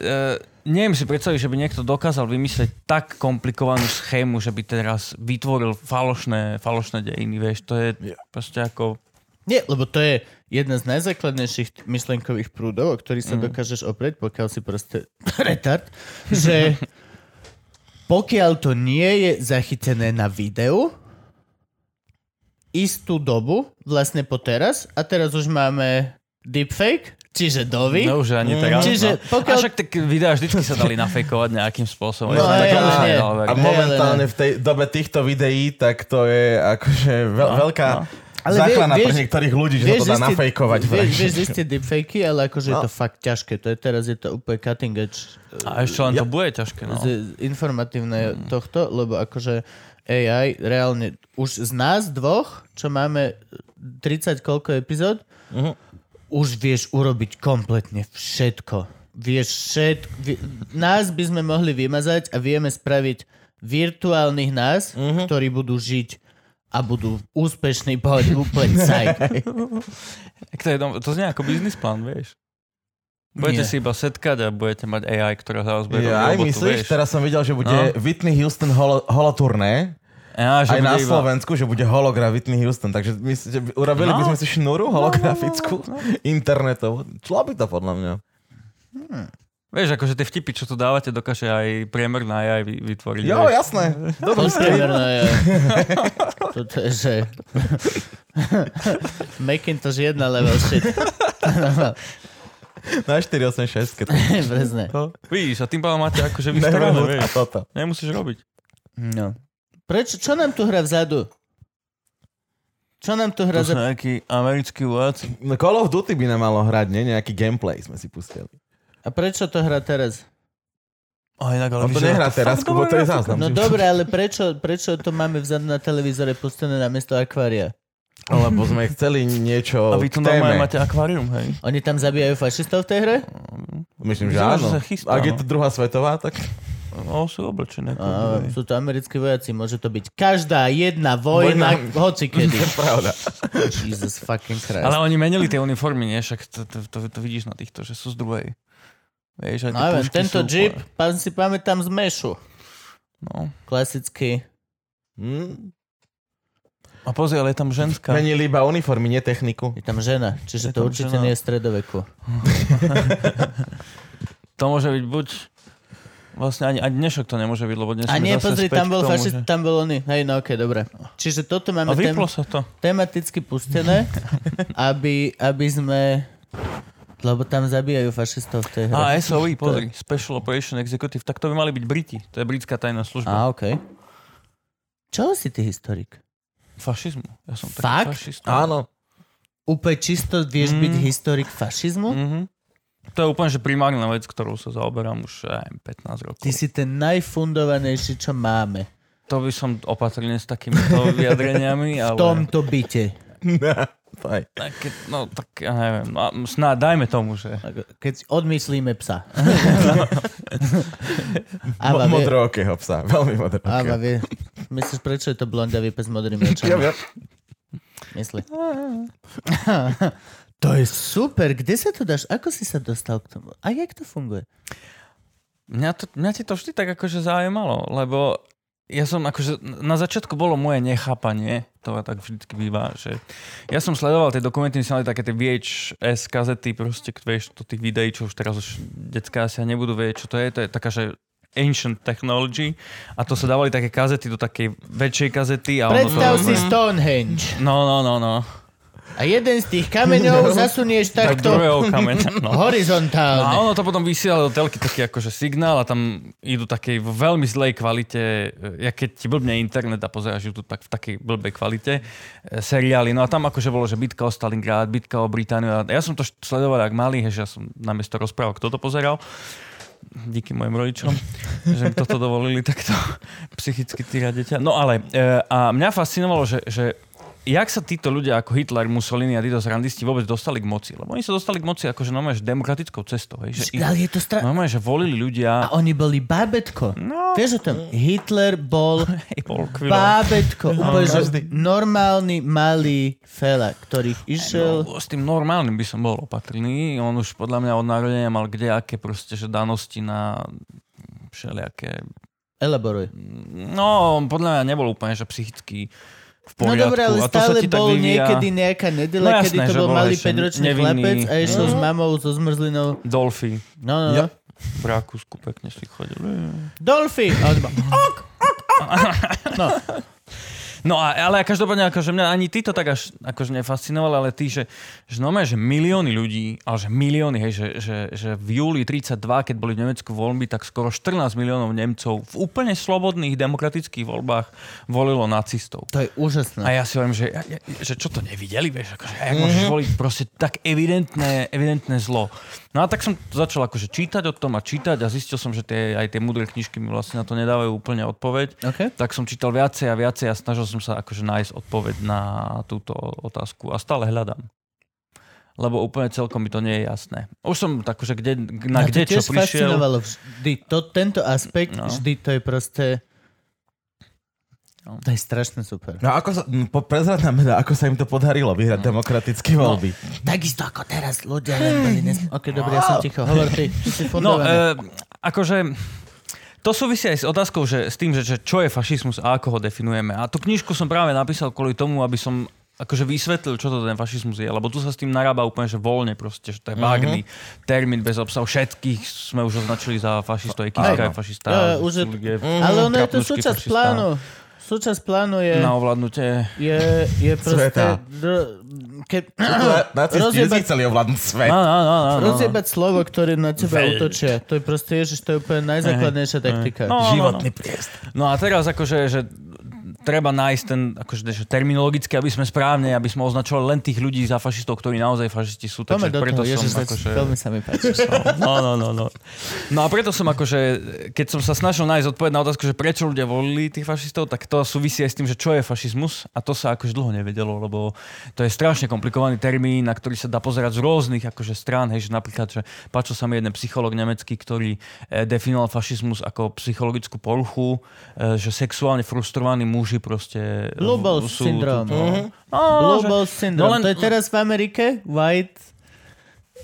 Speaker 5: e, neviem si predstaviť, že by niekto dokázal vymyslieť tak komplikovanú schému, že by teraz vytvoril falošné, falošné dejiny, vieš, to je proste ako...
Speaker 4: Nie, lebo to je jedna z najzákladnejších t- myšlenkových prúdov, o ktorý sa dokážeš oprieť, pokiaľ si proste (laughs) retard, že pokiaľ to nie je zachytené na videu, istú dobu, vlastne po teraz, a teraz už máme deepfake, čiže dovi.
Speaker 5: No už ani teraz.
Speaker 4: Čiže
Speaker 5: no.
Speaker 4: pokiaľ-
Speaker 5: A však tak videá vždycky sa dali nafejkovať nejakým spôsobom. Ja
Speaker 3: No,
Speaker 5: som
Speaker 3: aj,
Speaker 5: takému
Speaker 3: aj,
Speaker 5: už
Speaker 3: aj.
Speaker 5: nedal
Speaker 3: A
Speaker 5: veriť.
Speaker 3: momentálne v tej dobe týchto videí, tak to je akože veľ, veľká
Speaker 4: No, Ale vie-
Speaker 3: záchrana pre
Speaker 4: vieš-
Speaker 3: niektorých ľudí, že sa to dá
Speaker 4: isté-
Speaker 3: nafejkovať.
Speaker 4: Vieš,
Speaker 3: vraj.
Speaker 4: vieš isté deepfakey, ale akože no. je
Speaker 3: No.
Speaker 4: to fakt ťažké. To je teraz, je to úplne cutting edge
Speaker 5: A ešte len to bude ťažké, no.
Speaker 4: z, z informatívne tohto, lebo akože AI reálne už z nás dvoch, čo máme 30 koľko epizód, už vieš urobiť kompletne všetko. Vieš všetko. Vi- nás by sme mohli vymazať a vieme spraviť virtuálnych nás, mm-hmm. ktorí budú žiť a budú úspešní, poď úplne sajk.
Speaker 5: Tak To, je, dom- to znie ako biznis plán, vieš. Budete
Speaker 4: Nie.
Speaker 5: si iba setkať a budete mať AI, ktorá za vás bude
Speaker 3: Ja,
Speaker 5: robiť
Speaker 3: aj
Speaker 5: robotu,
Speaker 3: myslíš,
Speaker 5: vieš.
Speaker 3: teraz som videl, že bude
Speaker 5: No.
Speaker 3: Whitney Houston holo, holoturné,
Speaker 5: Ja, že
Speaker 3: aj
Speaker 5: bude
Speaker 3: na
Speaker 5: iba-
Speaker 3: Slovensku, že bude hologram Whitney Houston, takže my, si- že by- urobili by
Speaker 5: No.
Speaker 3: sme si šnúru holografickú,
Speaker 4: No.
Speaker 3: internetovú. Šlo by to podľa mňa.
Speaker 5: Vieš, akože tie vtipy, čo tu dávate, dokáže aj priemerná AI vy- vytvoriť.
Speaker 3: Jo,
Speaker 5: vieš.
Speaker 3: jasné. Dobre,
Speaker 4: To je Toto je, že... (laughs) Macintosh 1 level shit. (laughs)
Speaker 3: na
Speaker 4: (laughs)
Speaker 3: 486, keď
Speaker 4: Prezne.
Speaker 5: Vidíš, a tým pádom máte akože vy starané,
Speaker 3: Neurohud a
Speaker 5: vieš.
Speaker 3: toto.
Speaker 5: Nemusíš robiť.
Speaker 4: No. Prečo, čo nám tu hra vzadu? Čo nám tu
Speaker 5: To
Speaker 4: hra za...
Speaker 5: sú nejakí americkí vojaci.
Speaker 3: No Call of Duty by nám malo hrať, nie? Nejaký gameplay sme si pustili.
Speaker 4: A prečo to hra teraz?
Speaker 5: A inak, ale
Speaker 3: On to
Speaker 5: vyzerá
Speaker 3: nehrá
Speaker 5: fakt
Speaker 3: teraz,
Speaker 5: dobre
Speaker 3: Kubo, to je
Speaker 5: na
Speaker 3: záznam.
Speaker 4: No
Speaker 3: že-
Speaker 4: dobre, ale prečo, prečo to máme vzadu na televízore pustené namiesto akvária?
Speaker 3: (laughs) Lebo sme chceli niečo
Speaker 5: A vy tu
Speaker 3: k
Speaker 5: normálne
Speaker 3: téme.
Speaker 5: máte akvárium, hej.
Speaker 4: Oni tam zabíjajú fašistov v tej hre?
Speaker 3: Myslím, že
Speaker 5: Vyzerá,
Speaker 3: áno.
Speaker 5: že sa chystá,
Speaker 3: Ak je
Speaker 5: no.
Speaker 3: to druhá svetová, tak... (laughs)
Speaker 5: No, sú oblečené. ako
Speaker 4: A,
Speaker 5: hej.
Speaker 4: sú to americkí vojaci, môže to byť každá jedna vojna,
Speaker 3: Vojna.
Speaker 4: hoci kedy. (laughs)
Speaker 3: Pravda.
Speaker 4: Jesus fucking Christ.
Speaker 5: Ale oni menili tie uniformy, nie? Však to, to, to, to vidíš na týchto, že sú z druhej. Vieš, aj
Speaker 4: No,
Speaker 5: tie
Speaker 4: neviem,
Speaker 5: pušky
Speaker 4: tento
Speaker 5: sú
Speaker 4: Jeep,
Speaker 5: úplne-
Speaker 4: pán si pamätám z Mešu.
Speaker 5: No.
Speaker 4: Klasický.
Speaker 3: Hm?
Speaker 5: A pozri, ale je tam ženská.
Speaker 3: Menili iba uniformy, nie techniku.
Speaker 4: Je tam žena, čiže
Speaker 5: Je
Speaker 4: to
Speaker 5: tam
Speaker 4: určite nie
Speaker 5: žena.
Speaker 4: je stredoveku.
Speaker 5: To môže byť buď... Vlastne ani, ani dnešok to nemôže byť, lebo dnes
Speaker 4: A
Speaker 5: sme
Speaker 4: nie,
Speaker 5: zase
Speaker 4: pozri,
Speaker 5: späť
Speaker 4: tam
Speaker 5: k
Speaker 4: bol
Speaker 5: tomu,
Speaker 4: fašist,
Speaker 5: že-
Speaker 4: tam bol oný. Hej, no okej, dobre. Čiže toto
Speaker 5: A
Speaker 4: máme tém,
Speaker 5: vyplo sa to.
Speaker 4: tematicky
Speaker 5: (laughs)
Speaker 4: pustené, aby, aby sme... Lebo tam zabíjajú fašistov v tej hre.
Speaker 5: A SOE, pozri, Special Operation Executive, tak to by mali byť Briti. To je britská tajná služba.
Speaker 4: A okej. Čo si ty historik?
Speaker 5: Fašizmu. Ja som taký
Speaker 4: Fakt?
Speaker 5: fašista.
Speaker 3: Áno. (laughs)
Speaker 4: Úplne čisto vieš byť
Speaker 5: Mm.
Speaker 4: historik fašizmu?
Speaker 5: Mhm. To je úplne že primárna vec, ktorou sa zaoberám už ja neviem, 15 rokov.
Speaker 4: Ty si ten najfundovanejší, čo máme.
Speaker 5: To by som opatrne s takýmito vyjadreniami, ale...
Speaker 4: (laughs) V tomto byte.
Speaker 3: Faj.
Speaker 5: Tak, keď- no tak ja neviem, no, a snáď dajme tomu, že...
Speaker 4: Keď odmyslíme
Speaker 5: (laughs)
Speaker 4: psa.
Speaker 3: Mo-
Speaker 4: Ava vie,
Speaker 3: Modrookého psa, veľmi
Speaker 4: Ava
Speaker 3: modrookého.
Speaker 4: vie. Myslíš, prečo je to blondavý pes s modrými
Speaker 3: Ja,
Speaker 4: očami?
Speaker 3: ja.
Speaker 4: Myslí. (laughs) To je super. Kde sa to dáš? Ako si sa dostal k tomu? A jak to funguje?
Speaker 5: Mňa, to, mňa ti to vždy tak akože zaujímalo, lebo ja som akože, na začiatku bolo moje nechápanie, to tak vždycky býva, že ja som sledoval tie dokumenty, my sme mali také tie VHS kazety, proste, k- vieš, to tých videí, čo už teraz už detská asi ani nebudú vedieť, čo to je, to je taká, že ancient technology a to sa dávali také kazety do takej väčšej kazety a ono to...
Speaker 4: Predstav si Stonehenge.
Speaker 5: No, no, no, no.
Speaker 4: A jeden z tých
Speaker 5: (laughs)
Speaker 4: kameňov zasunieš
Speaker 5: Tak
Speaker 4: takto
Speaker 5: druhého kameňa, no. No a
Speaker 4: horizontálne.
Speaker 5: ono to potom vysiela do telky taký akože signál a tam idú také v veľmi zlej kvalite, e, jak keď ti blbne internet a pozeráš YouTube tak v takej blbej kvalite e, seriály. No a tam akože bolo, že bitka o Stalingrad, bitka o Britániu. A ja som to št- sledoval ak malý, hej, že ja som namiesto rozprávok toto pozeral. Díky mojim rodičom, (laughs) že mi toto dovolili takto (laughs) psychicky týrať dieťa. No ale, e, a mňa fascinovalo, že, že jak sa títo ľudia ako Hitler, Mussolini a títo zrandisti vôbec dostali k moci? Lebo oni sa dostali k moci akože normálne že demokratickou cestou. Hej, že ich,
Speaker 4: Ale je to strašné.
Speaker 5: normálne, že volili
Speaker 4: A
Speaker 5: ľudia...
Speaker 4: oni boli bábetko.
Speaker 5: No.
Speaker 4: Vieš o tom? Hitler
Speaker 5: (laughs)
Speaker 4: bol
Speaker 5: Hej, bol kviro.
Speaker 4: bábetko. Úplne, že
Speaker 3: každý.
Speaker 4: normálny malý fela, ktorý išiel...
Speaker 5: No, s tým normálnym by som bol opatrný. On už podľa mňa od narodenia mal kde aké proste, že danosti na všelijaké...
Speaker 4: Elaboruj.
Speaker 5: No, on podľa mňa nebol úplne, že psychicky v
Speaker 4: No
Speaker 5: poriadku.
Speaker 4: dobre, ale
Speaker 5: A to sa
Speaker 4: stále
Speaker 5: ti tak
Speaker 4: bol
Speaker 5: vyvíja
Speaker 4: niekedy nejaká nedela,
Speaker 5: No jasné,
Speaker 4: kedy to
Speaker 5: že
Speaker 4: bol
Speaker 5: bol
Speaker 4: malý
Speaker 5: ešte
Speaker 4: 5-ročný
Speaker 5: nevinný. No.
Speaker 4: chlapec a išiel s mamou so zmrzlinou.
Speaker 5: Dolfy
Speaker 4: No, no, no.
Speaker 3: Ja.
Speaker 5: v Rakúsku pekne si chodil.
Speaker 4: Dolfy! A on iba, ok!
Speaker 5: No a, ale každopádne, akože mňa ani ty to tak až akože nefascinovali, ale ty, že, že normálne, že milióny ľudí, ale že milióny, hej, že, že, že v júli 32, keď boli v Nemecku voľby, tak skoro 14 miliónov Nemcov v úplne slobodných demokratických voľbách volilo nacistov.
Speaker 4: To je úžasné.
Speaker 5: A ja si hovorím, že, ja- ja- že čo to nevideli, vieš, akože, jak môžeš voliť proste tak evidentné, evidentné zlo. No a tak som to začal akože čítať o tom a čítať a zistil som, že tie, aj tie múdre knižky mi vlastne na to nedávajú úplne odpoveď.
Speaker 4: OK.
Speaker 5: Tak som čítal viacej a viacej a snažil som sa akože nájsť odpoveď na túto otázku a stále hľadám. lebo úplne celkom mi to nie je jasné. Už som tak, že kde,
Speaker 4: Mňa
Speaker 5: na
Speaker 4: to
Speaker 5: kde čo
Speaker 4: tiež
Speaker 5: prišiel.
Speaker 4: fascinovalo vždy. To, tento aspekt,
Speaker 5: No.
Speaker 4: vždy to je proste...
Speaker 5: No.
Speaker 4: To je strašne super.
Speaker 3: No ako sa, m, po- prezrad nám, teda, ako sa im to podarilo vyhrať demokratické voľby.
Speaker 4: Takisto ako teraz ľudia len boli nes... Ok, dobre, ja som ticho. Hovor ty, ty si
Speaker 5: Hmm. No,
Speaker 4: fundovaný.
Speaker 5: e, akože to súvisí aj s otázkou, že s tým, že, že čo je fašizmus a ako ho definujeme. A tú knižku som práve napísal kvôli tomu, aby som akože vysvetlil, čo to ten fašizmus je, lebo tu sa s tým narába úplne, že voľne proste, že to je vágný
Speaker 4: Mhm.
Speaker 5: mm-hmm. termín bez obsahu. Všetkých sme už označili za fašistov, je Kiska, je fašista.
Speaker 4: E, už je-
Speaker 5: Sulík je
Speaker 4: Ale ono je to
Speaker 5: Kapnušky
Speaker 4: súčasť
Speaker 5: fašista.
Speaker 4: plánu. Súčasť plánu je...
Speaker 5: Na ovládnutie
Speaker 4: Je, je proste...
Speaker 3: Sveta.
Speaker 4: dr- Ke,
Speaker 3: No. Nacisti
Speaker 4: rozjebať,
Speaker 3: vždy chceli ovládnuť svet.
Speaker 5: Áno, áno, áno, áno.
Speaker 4: rozjebať slovo, ktoré na teba útočia. To je proste, ježiš, to je úplne najzákladnejšia taktika.
Speaker 5: No, no, no.
Speaker 3: Životný priest.
Speaker 5: No a teraz akože, že treba nájsť ten, akože že terminologicky, aby sme správne, aby sme označovali len tých ľudí za fašistov, ktorí naozaj fašisti sú.
Speaker 4: Tome
Speaker 5: Takže
Speaker 4: do
Speaker 5: preto
Speaker 4: toho,
Speaker 5: som
Speaker 4: ježiš,
Speaker 5: akože...
Speaker 4: veľmi sa mi
Speaker 5: (laughs)
Speaker 4: páči.
Speaker 5: No, no, no, no. No a preto som akože, keď som sa snažil nájsť odpoveď na otázku, že prečo ľudia volili tých fašistov, tak to súvisí aj s tým, že čo je fašizmus a to sa akože dlho nevedelo, lebo to je strašne komplikovaný termín, na ktorý sa dá pozerať z rôznych akože strán, hej, že napríklad, že páčil sa mi jeden psychológ nemecký, ktorý eh, definoval fašizmus ako psychologickú poruchu, eh, že sexuálne frustrovaní muži proste... eh,
Speaker 4: Blue balls
Speaker 5: sú-
Speaker 4: syndrome.
Speaker 5: No, no,
Speaker 4: Blue
Speaker 5: že-
Speaker 4: balls syndrome.
Speaker 5: No len-
Speaker 4: To je teraz v Amerike, white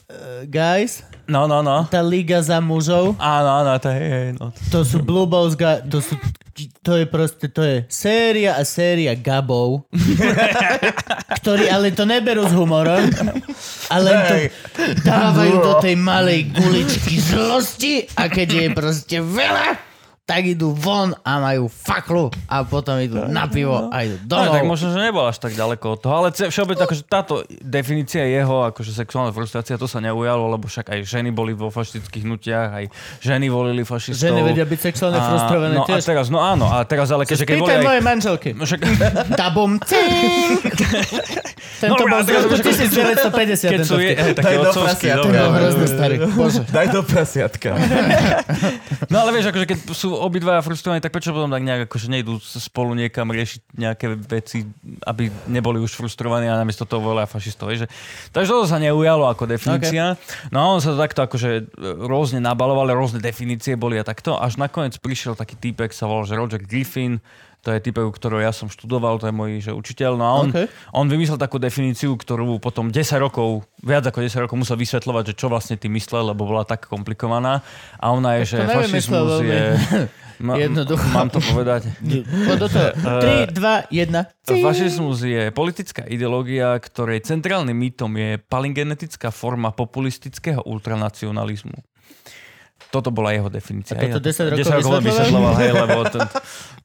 Speaker 4: eh, guys,
Speaker 5: no, no, no.
Speaker 4: tá liga za mužov,
Speaker 5: Áno, áno, to je, je, no,
Speaker 4: to sú blue balls, ga- to sú to je proste, to je séria a séria gabov, (laughs) ktorí ale to neberú s humorom, ale to dávajú do tej malej guličky zlosti a keď je proste veľa, tak idú von a majú faklu a potom idú na pivo a idú
Speaker 5: No,
Speaker 4: domov.
Speaker 5: tak možno, že nebol až tak ďaleko od toho, ale ce- všeobecne akože táto definícia jeho, akože sexuálna frustrácia, to sa neujalo, lebo však aj ženy boli vo fašistických hnutiach, aj ženy volili fašistov.
Speaker 4: Ženy vedia byť sexuálne
Speaker 5: A-
Speaker 4: frustrované
Speaker 5: no,
Speaker 4: tiež.
Speaker 5: A teraz, no áno, a teraz ale keďže keď boli
Speaker 4: Pýtaj moje
Speaker 5: aj...
Speaker 4: manželky. (laughs)
Speaker 5: Však,
Speaker 4: Tabum,
Speaker 5: (laughs)
Speaker 4: cink! Tento
Speaker 5: Dobre,
Speaker 4: bol
Speaker 5: No, a
Speaker 4: z
Speaker 5: teraz
Speaker 4: roku
Speaker 5: už ako-
Speaker 4: 1950.
Speaker 5: keď
Speaker 4: tento
Speaker 5: sú je,
Speaker 4: vtip.
Speaker 5: hej,
Speaker 3: Daj
Speaker 5: také
Speaker 3: do
Speaker 5: otcovský,
Speaker 4: To
Speaker 3: prasiatka.
Speaker 5: dobre.
Speaker 4: bol hrozný starý. Bože.
Speaker 3: Daj do (laughs) prasiatka.
Speaker 5: No ale vieš, akože keď sú obidvaja frustrovaní, tak prečo potom tak nejak akože nejdú spolu niekam riešiť nejaké veci, aby neboli už frustrovaní a namiesto toho volia fašistov. Vieš? že- Takže toto sa neujalo ako definícia. Okay. No a on sa to takto akože rôzne nabalovali, rôzne definície boli a takto. Až nakoniec prišiel taký týpek, sa volal, že Roger Griffin, to je typ, ktorého ja som študoval, to je môj že učiteľ. No a on,
Speaker 4: Okay.
Speaker 5: okay. on vymyslel takú definíciu, ktorú potom 10 rokov, viac ako 10 rokov musel vysvetľovať, že čo vlastne ty myslel, lebo bola tak komplikovaná. A ona je, že
Speaker 4: To nevymyslel
Speaker 5: fašizmus
Speaker 4: veľmi.
Speaker 5: je...
Speaker 4: (laughs)
Speaker 5: Ma-
Speaker 4: Jednoducho.
Speaker 5: no, Mám to
Speaker 4: (laughs)
Speaker 5: povedať.
Speaker 4: Poď do
Speaker 5: (laughs)
Speaker 4: toho. 3, 2, 1.
Speaker 5: Fašizmus je politická ideológia, ktorej centrálnym mýtom je palingenetická forma populistického ultranacionalizmu. Toto bola jeho definícia.
Speaker 4: A toto 10 rokov
Speaker 5: Ja- len
Speaker 4: vysvetľoval?
Speaker 5: vysvetľoval, hej, lebo ten,
Speaker 4: (laughs)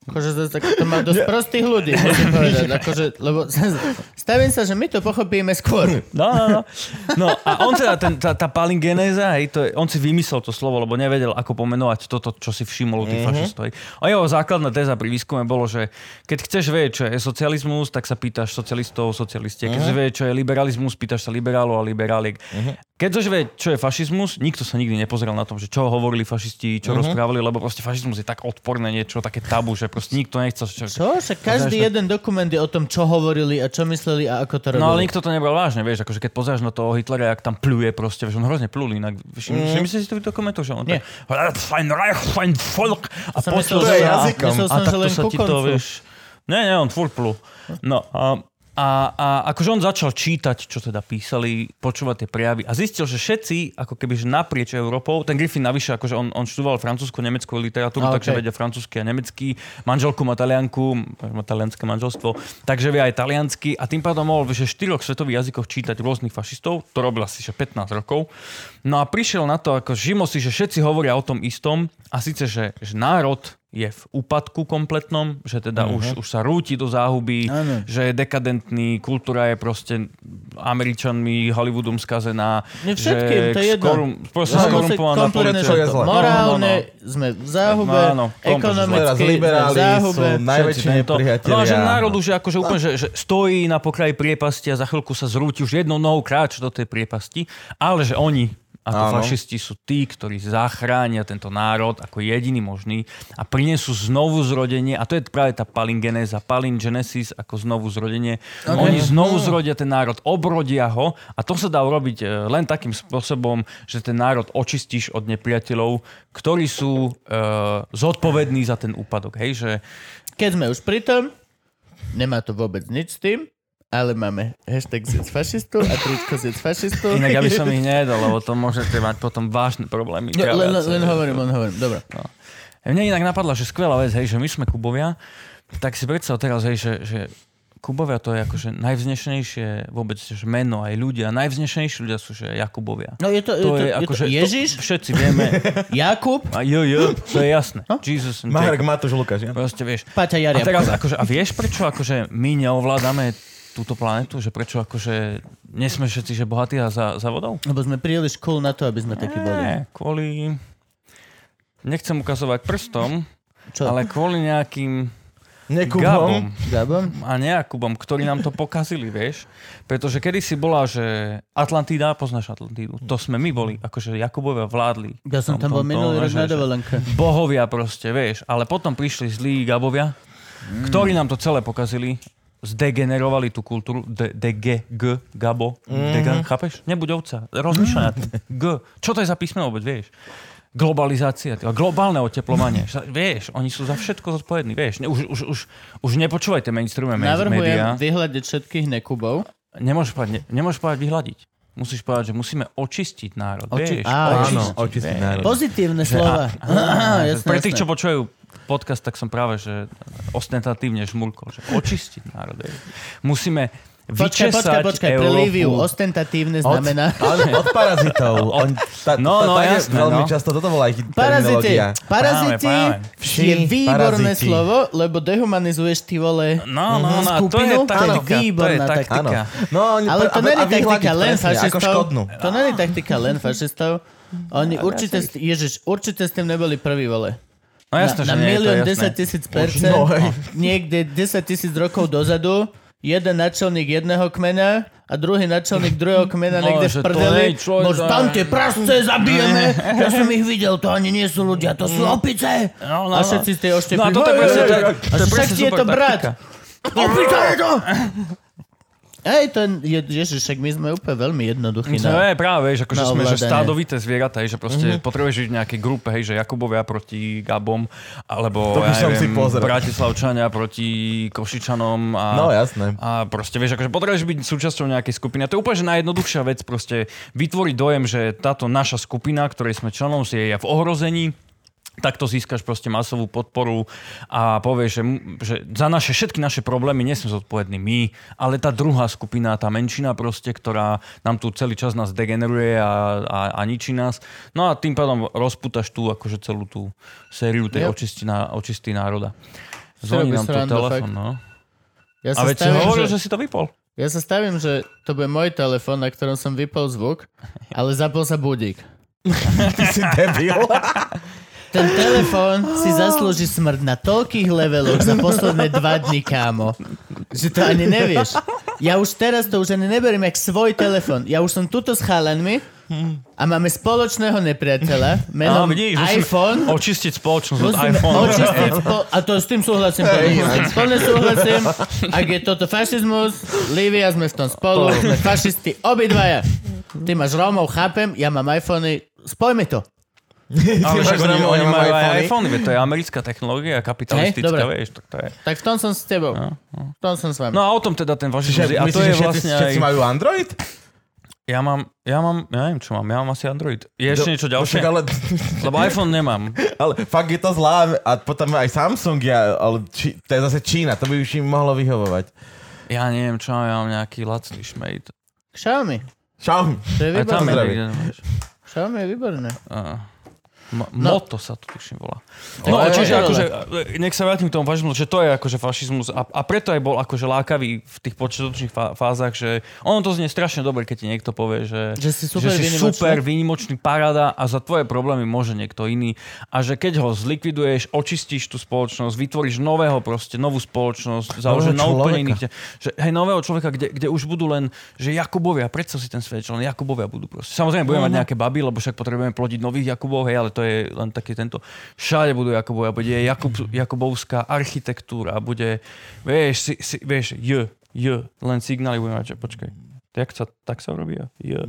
Speaker 4: Akože to, tak, to má dosť prostých ľudí,
Speaker 5: (laughs)
Speaker 4: musím povedať. Akože, lebo (laughs) stavím sa, že my to pochopíme skôr.
Speaker 5: No, no, no. no a on teda, ten, tá, tá palingenéza, hej, to je, on si vymyslel to slovo, lebo nevedel, ako pomenovať toto, čo si všimol u tých mm-hmm. fašistov. hej. A jeho základná téza pri výskume bolo, že keď chceš vedieť, čo je socializmus, tak sa pýtaš socialistov, socialistiek. Keď chceš vedieť, čo je liberalizmus, pýtaš sa liberálov a liberáliek. Keď chceš vedieť, čo je fašizmus, nikto sa nikdy nepozrel na tom, že čo hovorili fašisti, čo rozprávali, lebo proste fašizmus je tak odporné niečo, také tabu, že proste nikto nechce... Čo,
Speaker 4: Čo? Však každý jeden dokument je o tom, čo hovorili a čo mysleli a ako to robili.
Speaker 5: No ale nikto to nebral vážne, vieš, akože keď pozeráš na toho Hitlera, jak tam pluje proste, vieš, on hrozne plul inak. Všim, mm. Myslíš si to v dokumentoch, že on
Speaker 4: Nie.
Speaker 5: tak... Fein Reich, fein Volk! A
Speaker 4: Som
Speaker 5: potom...
Speaker 4: myslel,
Speaker 3: to je
Speaker 4: že-
Speaker 3: jazykom.
Speaker 4: Myslel
Speaker 5: A
Speaker 4: som, že
Speaker 5: takto
Speaker 4: len
Speaker 5: sa
Speaker 4: ku
Speaker 5: ti to,
Speaker 4: koncu.
Speaker 5: vieš... Nie, nie, on furt plul. No a, a, a akože on začal čítať, čo teda písali, počúvať tie prejavy a zistil, že všetci, ako keby že naprieč Európou, ten Griffin navyše, akože on, on študoval francúzsku, nemeckú
Speaker 4: A,
Speaker 5: literatúru, okay. takže
Speaker 4: okej.
Speaker 5: vedia francúzsky a nemecký, manželku má talianku, má talianské manželstvo, takže vie aj taliansky a tým pádom mohol v že štyroch svetových jazykoch čítať rôznych fašistov, to robil asi že 15 rokov. No a prišiel na to, ako žimo si, že všetci hovoria o tom istom a síce, že, že národ je v úpadku kompletnom, že teda už, už sa rúti do záhuby,
Speaker 4: Mhm. Áno.
Speaker 5: že je dekadentný, kultúra je proste Američanmi, Hollywoodom skazená.
Speaker 4: Nie všetkým,
Speaker 5: že
Speaker 4: to je jedno.
Speaker 5: skorum- Proste
Speaker 4: No,
Speaker 5: skorumpovaná
Speaker 4: kompletne
Speaker 3: politika.
Speaker 4: je zle.
Speaker 3: No, no, no.
Speaker 4: Morálne sme v záhube,
Speaker 5: Áno, kompletne
Speaker 3: Teraz
Speaker 4: ekonomicky sme v
Speaker 3: liberáli sú
Speaker 4: záhube.
Speaker 3: najväčší
Speaker 5: tento-
Speaker 3: nepriatelia.
Speaker 5: No a že národ už je akože úplne, že, že stojí na pokraji priepasti a za chvíľku sa zrúti už jednou nohou kráč do tej priepasti, ale že oni Ako
Speaker 3: Áno.
Speaker 5: fašisti sú tí, ktorí zachránia tento národ ako jediný možný a prinesú znovu zrodenie, a to je práve tá palingenéza, palingenesis ako znovu zrodenie. Okay. Oni znovu zrodia ten národ, obrodia ho a to sa dá urobiť e, len takým spôsobom, že ten národ očistíš od nepriateľov, ktorí sú e, zodpovední za ten úpadok. Hej, že
Speaker 4: Keď sme už pri tom, nemá to vôbec nič s tým, ale máme hashtag zjed fašistu a tričko zjed fašistu.
Speaker 5: inak ja by som
Speaker 4: (laughs)
Speaker 5: ich nejedol, lebo to môžete mať potom vážne problémy.
Speaker 4: No, len,
Speaker 5: Kraviace.
Speaker 4: len hovorím, len hovorím. Dobre.
Speaker 5: Mne inak napadla, že skvelá vec, hej, že my sme Kubovia, tak si predstav teraz, hej, že, že Kubovia to je akože najvznešenejšie vôbec že meno, aj ľudia, najvznešenejší ľudia sú, že Jakubovia.
Speaker 4: No je to, je to,
Speaker 5: To
Speaker 4: je
Speaker 5: je,
Speaker 4: to,
Speaker 5: akože...
Speaker 4: Ježiš,
Speaker 5: To všetci vieme.
Speaker 4: Jakub,
Speaker 5: A jo, jo, to je jasné.
Speaker 4: No.
Speaker 5: Jesus and Jacob.
Speaker 3: Marek Matúš Lukáš, ja?
Speaker 5: Proste vieš.
Speaker 4: Paťa
Speaker 5: A
Speaker 4: Jaria.
Speaker 5: teraz akože, a vieš prečo akože my neovládame túto planetu, že prečo akože nesme všetci, že bohatí a za, za vodou?
Speaker 4: Lebo sme príliš cool na to, aby sme takí boli.
Speaker 5: Nie, kvôli... Nechcem ukazovať prstom,
Speaker 4: Čo?
Speaker 5: ale kvôli nejakým
Speaker 3: Nekubom.
Speaker 5: Gabom
Speaker 4: Gabom?
Speaker 5: a nejakubom, ktorí nám to pokazili, vieš. Pretože kedysi bola, že Atlantída, poznáš Atlantídu, to sme my boli, akože Jakubovia vládli.
Speaker 4: Ja som tam bol minulý rok
Speaker 5: že-
Speaker 4: na
Speaker 5: že
Speaker 4: dovolenke.
Speaker 5: Bohovia proste, vieš. Ale potom prišli zlí Gabovia,
Speaker 4: Mm.
Speaker 5: ktorí nám to celé pokazili, zdegenerovali tú kultúru, de, de g, g, gabo,
Speaker 4: Mhm.
Speaker 5: dega, chápeš? Nebuď ovca, rozmýšľaj nad
Speaker 4: (laughs)
Speaker 5: tým. G. Čo to je za písmeno vôbec, vieš? Globalizácia, ty- globálne oteplovanie. Ša- Vieš, oni sú za všetko zodpovední, vieš. Ne- Už, už, už, už nepočúvajte mainstreamové médiá.
Speaker 4: Navrhujem vyhľadiť všetkých nekubov.
Speaker 5: Nemôžeš povedať, ne, nemôžeš povedať vyhľadiť. Musíš povedať, že musíme očistiť národ.
Speaker 4: Oči-
Speaker 5: vieš,
Speaker 4: Á,
Speaker 3: Áno,
Speaker 4: Ježiš.
Speaker 3: očistý národ.
Speaker 4: Pozitívne slova. Aha, jasné,
Speaker 5: Pre tých,
Speaker 4: jasné.
Speaker 5: čo počujú podcast, tak som práve že ostentatívne žmurkol, že očistiť národ. vieš. Musíme
Speaker 4: Počkaj,
Speaker 5: vyčesať
Speaker 4: počkaj, počkaj, pre
Speaker 5: Európu. No
Speaker 4: Liviu ostentatívne znamená...
Speaker 3: Ale od parazitov. On, tá,
Speaker 5: No,
Speaker 3: tá,
Speaker 5: no,
Speaker 3: tá je
Speaker 5: jasné,
Speaker 3: veľmi
Speaker 5: no.
Speaker 3: často toto bola ich
Speaker 4: Parazity,
Speaker 3: terminológia.
Speaker 4: parazity
Speaker 5: Práve,
Speaker 3: práve.
Speaker 4: je výborné
Speaker 3: Paraziti.
Speaker 4: slovo, lebo dehumanizuješ ty vole
Speaker 5: No, no, no, to je
Speaker 4: skupinu.
Speaker 5: taktika. to je
Speaker 4: výborná taktika.
Speaker 3: Áno.
Speaker 5: taktika.
Speaker 3: No, oni
Speaker 4: Ale
Speaker 3: pr-
Speaker 4: to
Speaker 3: a-
Speaker 4: není
Speaker 3: a vyhľadiť
Speaker 4: taktika len
Speaker 3: presne, Ako
Speaker 4: fašistov.
Speaker 3: škodnú.
Speaker 4: To není taktika len fašistov. Oni určite, s- ježiš, určite s tým neboli prví, vole.
Speaker 5: No jasné, že
Speaker 4: na, na
Speaker 5: nie, je to
Speaker 4: milión
Speaker 5: jasné.
Speaker 4: 10 tisíc percent,
Speaker 3: No, hej.
Speaker 4: niekde 10 tisíc rokov dozadu, jeden načelník jedného kmeňa a druhý načelník druhého kmeňa
Speaker 5: No,
Speaker 4: niekde v
Speaker 5: že to
Speaker 4: prdeli.
Speaker 5: nie je človek,
Speaker 4: Mož
Speaker 5: ale-
Speaker 4: tam tie prasce
Speaker 5: (laughs)
Speaker 4: zabijeme. Ja som ich videl, to ani nie sú ľudia, to sú opice.
Speaker 5: No, no,
Speaker 4: A
Speaker 5: no.
Speaker 4: všetci ste oštepili.
Speaker 5: No a toto je presne, to je-
Speaker 4: A
Speaker 5: to je
Speaker 4: však
Speaker 5: presne
Speaker 4: ti je
Speaker 5: super
Speaker 4: to brat.
Speaker 5: taktika.
Speaker 4: Opica je to! Ej, to je, ježiš, však my sme úplne veľmi jednoduchí.
Speaker 5: No
Speaker 4: na-
Speaker 5: je práve, vieš,
Speaker 4: na
Speaker 5: akože sme že
Speaker 4: ovládanie. Mhm.
Speaker 5: stádovité zvieratá, hej, že proste mm-hmm. potrebuješ žiť v nejakej grupe, hej, že Jakubovia proti Gabom, alebo
Speaker 3: To by
Speaker 5: ja
Speaker 3: som si
Speaker 5: neviem,
Speaker 3: pozrel.
Speaker 5: Bratislavčania proti Košičanom a,
Speaker 3: No, jasné.
Speaker 5: a proste vieš, akože potrebuješ byť súčasťou nejakej skupiny. A to je úplne že najjednoduchšia vec, proste vytvoriť dojem, že táto naša skupina, ktorej sme členom, je v ohrození, takto získaš proste masovú podporu a povieš, že, m- že za naše, všetky naše problémy nie sme zodpovední my, ale tá druhá skupina, tá menšina proste, ktorá nám tu celý čas nás degeneruje a, a, a ničí nás. No a tým pádom rozputaš tú, akože celú tú sériu
Speaker 4: Jo.
Speaker 5: tej očistí, na, očistí národa.
Speaker 4: Si
Speaker 5: Zvoní
Speaker 4: robíš
Speaker 5: nám tu
Speaker 4: srandu,
Speaker 5: telefon,
Speaker 4: fakt.
Speaker 5: no.
Speaker 4: Ja
Speaker 5: A
Speaker 4: sa
Speaker 5: veď si
Speaker 4: stavím,
Speaker 5: hovoril, že... si to vypol.
Speaker 4: Ja sa stavím, že to bude môj telefón, na ktorom som vypol zvuk, ale zapol sa budík.
Speaker 3: (laughs) Ty si debil.
Speaker 4: (laughs) Ten telefón si zaslúži smrť na toľkých leveloch za posledné dva dni, kámo. Že to ani nevieš. Ja už teraz to už ani neberiem jak svoj telefón. Ja už som tuto s chalanmi a máme spoločného nepriateľa
Speaker 5: Á,
Speaker 4: menom
Speaker 5: vidíš, musíme
Speaker 4: iPhone.
Speaker 5: Očistiť spoločnosť od
Speaker 4: Musíme
Speaker 5: iPhone.
Speaker 4: očistiť po- a to s tým súhlasím. Hey, s tým plne súhlasím. Ak je toto fašizmus, Lívia sme v tom spolu, sme fašisti, obidvaja. Ty máš Rómov, chápem, ja mám iPhony, spojme to.
Speaker 5: Ale
Speaker 3: (laughs) Ty
Speaker 5: však
Speaker 3: máš
Speaker 5: oni,
Speaker 3: Romeo,
Speaker 5: oni
Speaker 3: ja mám
Speaker 5: majú aj
Speaker 3: iPhony.
Speaker 5: iPhony, veď to je americká technológia, kapitalistická,
Speaker 4: dobre.
Speaker 5: vieš, tak to je.
Speaker 4: Tak v tom som s tebou. V tom som s vami.
Speaker 5: No a o tom teda ten váš
Speaker 3: Že
Speaker 5: a to
Speaker 3: myslíš,
Speaker 5: je
Speaker 3: že všetci,
Speaker 5: vlastne aj...
Speaker 3: všetci majú Android?
Speaker 5: Ja mám, ja mám, ja neviem čo mám, ja mám asi Android. Je ešte niečo
Speaker 3: No
Speaker 5: ďalšie?
Speaker 3: však Ale, (laughs)
Speaker 5: Lebo iPhone nemám.
Speaker 3: ale fakt je to zlá. A potom aj Samsung, je, ale či, to je zase Čína, to by už im mohlo vyhovovať.
Speaker 5: Ja neviem čo mám, ja mám nejaký lacný šmejt.
Speaker 4: Xiaomi.
Speaker 3: Xiaomi.
Speaker 4: To je
Speaker 5: Aj tam je
Speaker 4: výborné.
Speaker 3: zdraví.
Speaker 5: niekde, nemáš.
Speaker 4: Xiaomi je výborné.
Speaker 5: Á. M- no. Moto sa to tuším volá. No,
Speaker 6: je-
Speaker 5: čiže
Speaker 6: je-
Speaker 5: akože, e, nech sa vrátim k tomu fašizmu, že to je akože fašizmus a, a preto aj bol akože lákavý v tých počiatočných fá- fázach, že ono to znie strašne dobre, keď ti niekto povie, že,
Speaker 4: Že si super
Speaker 5: že si
Speaker 4: výnimočný.
Speaker 5: super výnimočný paráda a za tvoje problémy môže niekto iný a že keď ho zlikviduješ, očistíš tú spoločnosť, vytvoríš nového proste, novú spoločnosť, založenú na úplne iných, te- že hej, nového človeka, kde, kde už budú len, že Jakubovia, predstav si ten svet, že len Jakubovia budú proste. Samozrejme, budeme mať nejaké baby, lebo však potrebujeme plodiť nových Jakubov, hej, ale to je len taký tento, všade budú Jakubovia, bude Jakub, Jakubovská architektúra, bude, vieš, si, si, vieš, j, j, len signály budeme mať, že počkaj. Tak sa, tak sa robí? J.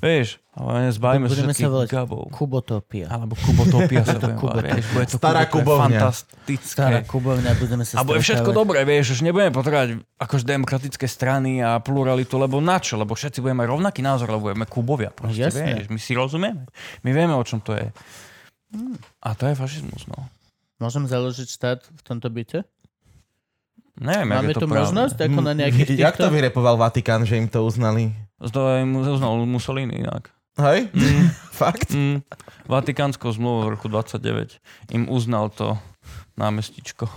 Speaker 5: Vieš, ale zbavíme sa
Speaker 4: Budeme sa
Speaker 5: všetkých
Speaker 4: volať
Speaker 5: Gabov.
Speaker 4: Kubotopia.
Speaker 5: Alebo
Speaker 4: (laughs)
Speaker 5: Kubotopia sa
Speaker 4: Kubotopia.
Speaker 5: budem volať, vieš, bude to
Speaker 3: Stará
Speaker 5: Kubotopia,
Speaker 3: Kubovňa.
Speaker 5: Fantastické.
Speaker 4: Stará Kubovňa, budeme sa
Speaker 5: a bude všetko
Speaker 4: stretávať.
Speaker 5: dobré, vieš, už nebudeme potrebovať akože demokratické strany a pluralitu, lebo na čo? Lebo všetci budeme mať rovnaký názor, lebo budeme Kubovia. Proste,
Speaker 4: Jasné.
Speaker 5: vieš, my si rozumieme. My vieme, o čom to je. Hmm. A to je fašizmus, no.
Speaker 4: Môžem založiť štát v tomto byte?
Speaker 5: Neviem,
Speaker 4: Máme
Speaker 5: jak je to Mm,
Speaker 4: tu
Speaker 5: právne.
Speaker 4: možnosť? Ako na
Speaker 5: (laughs)
Speaker 4: nejakých
Speaker 3: (laughs) Jak to
Speaker 4: týchto?
Speaker 3: vyrepoval Vatikán, že im to uznali?
Speaker 5: To je mu uznal Mussolini inak.
Speaker 3: Hej? (laughs) Fakt?
Speaker 5: Mm, Vatikánskou zmluvou v roku 29 im uznal to námestičko.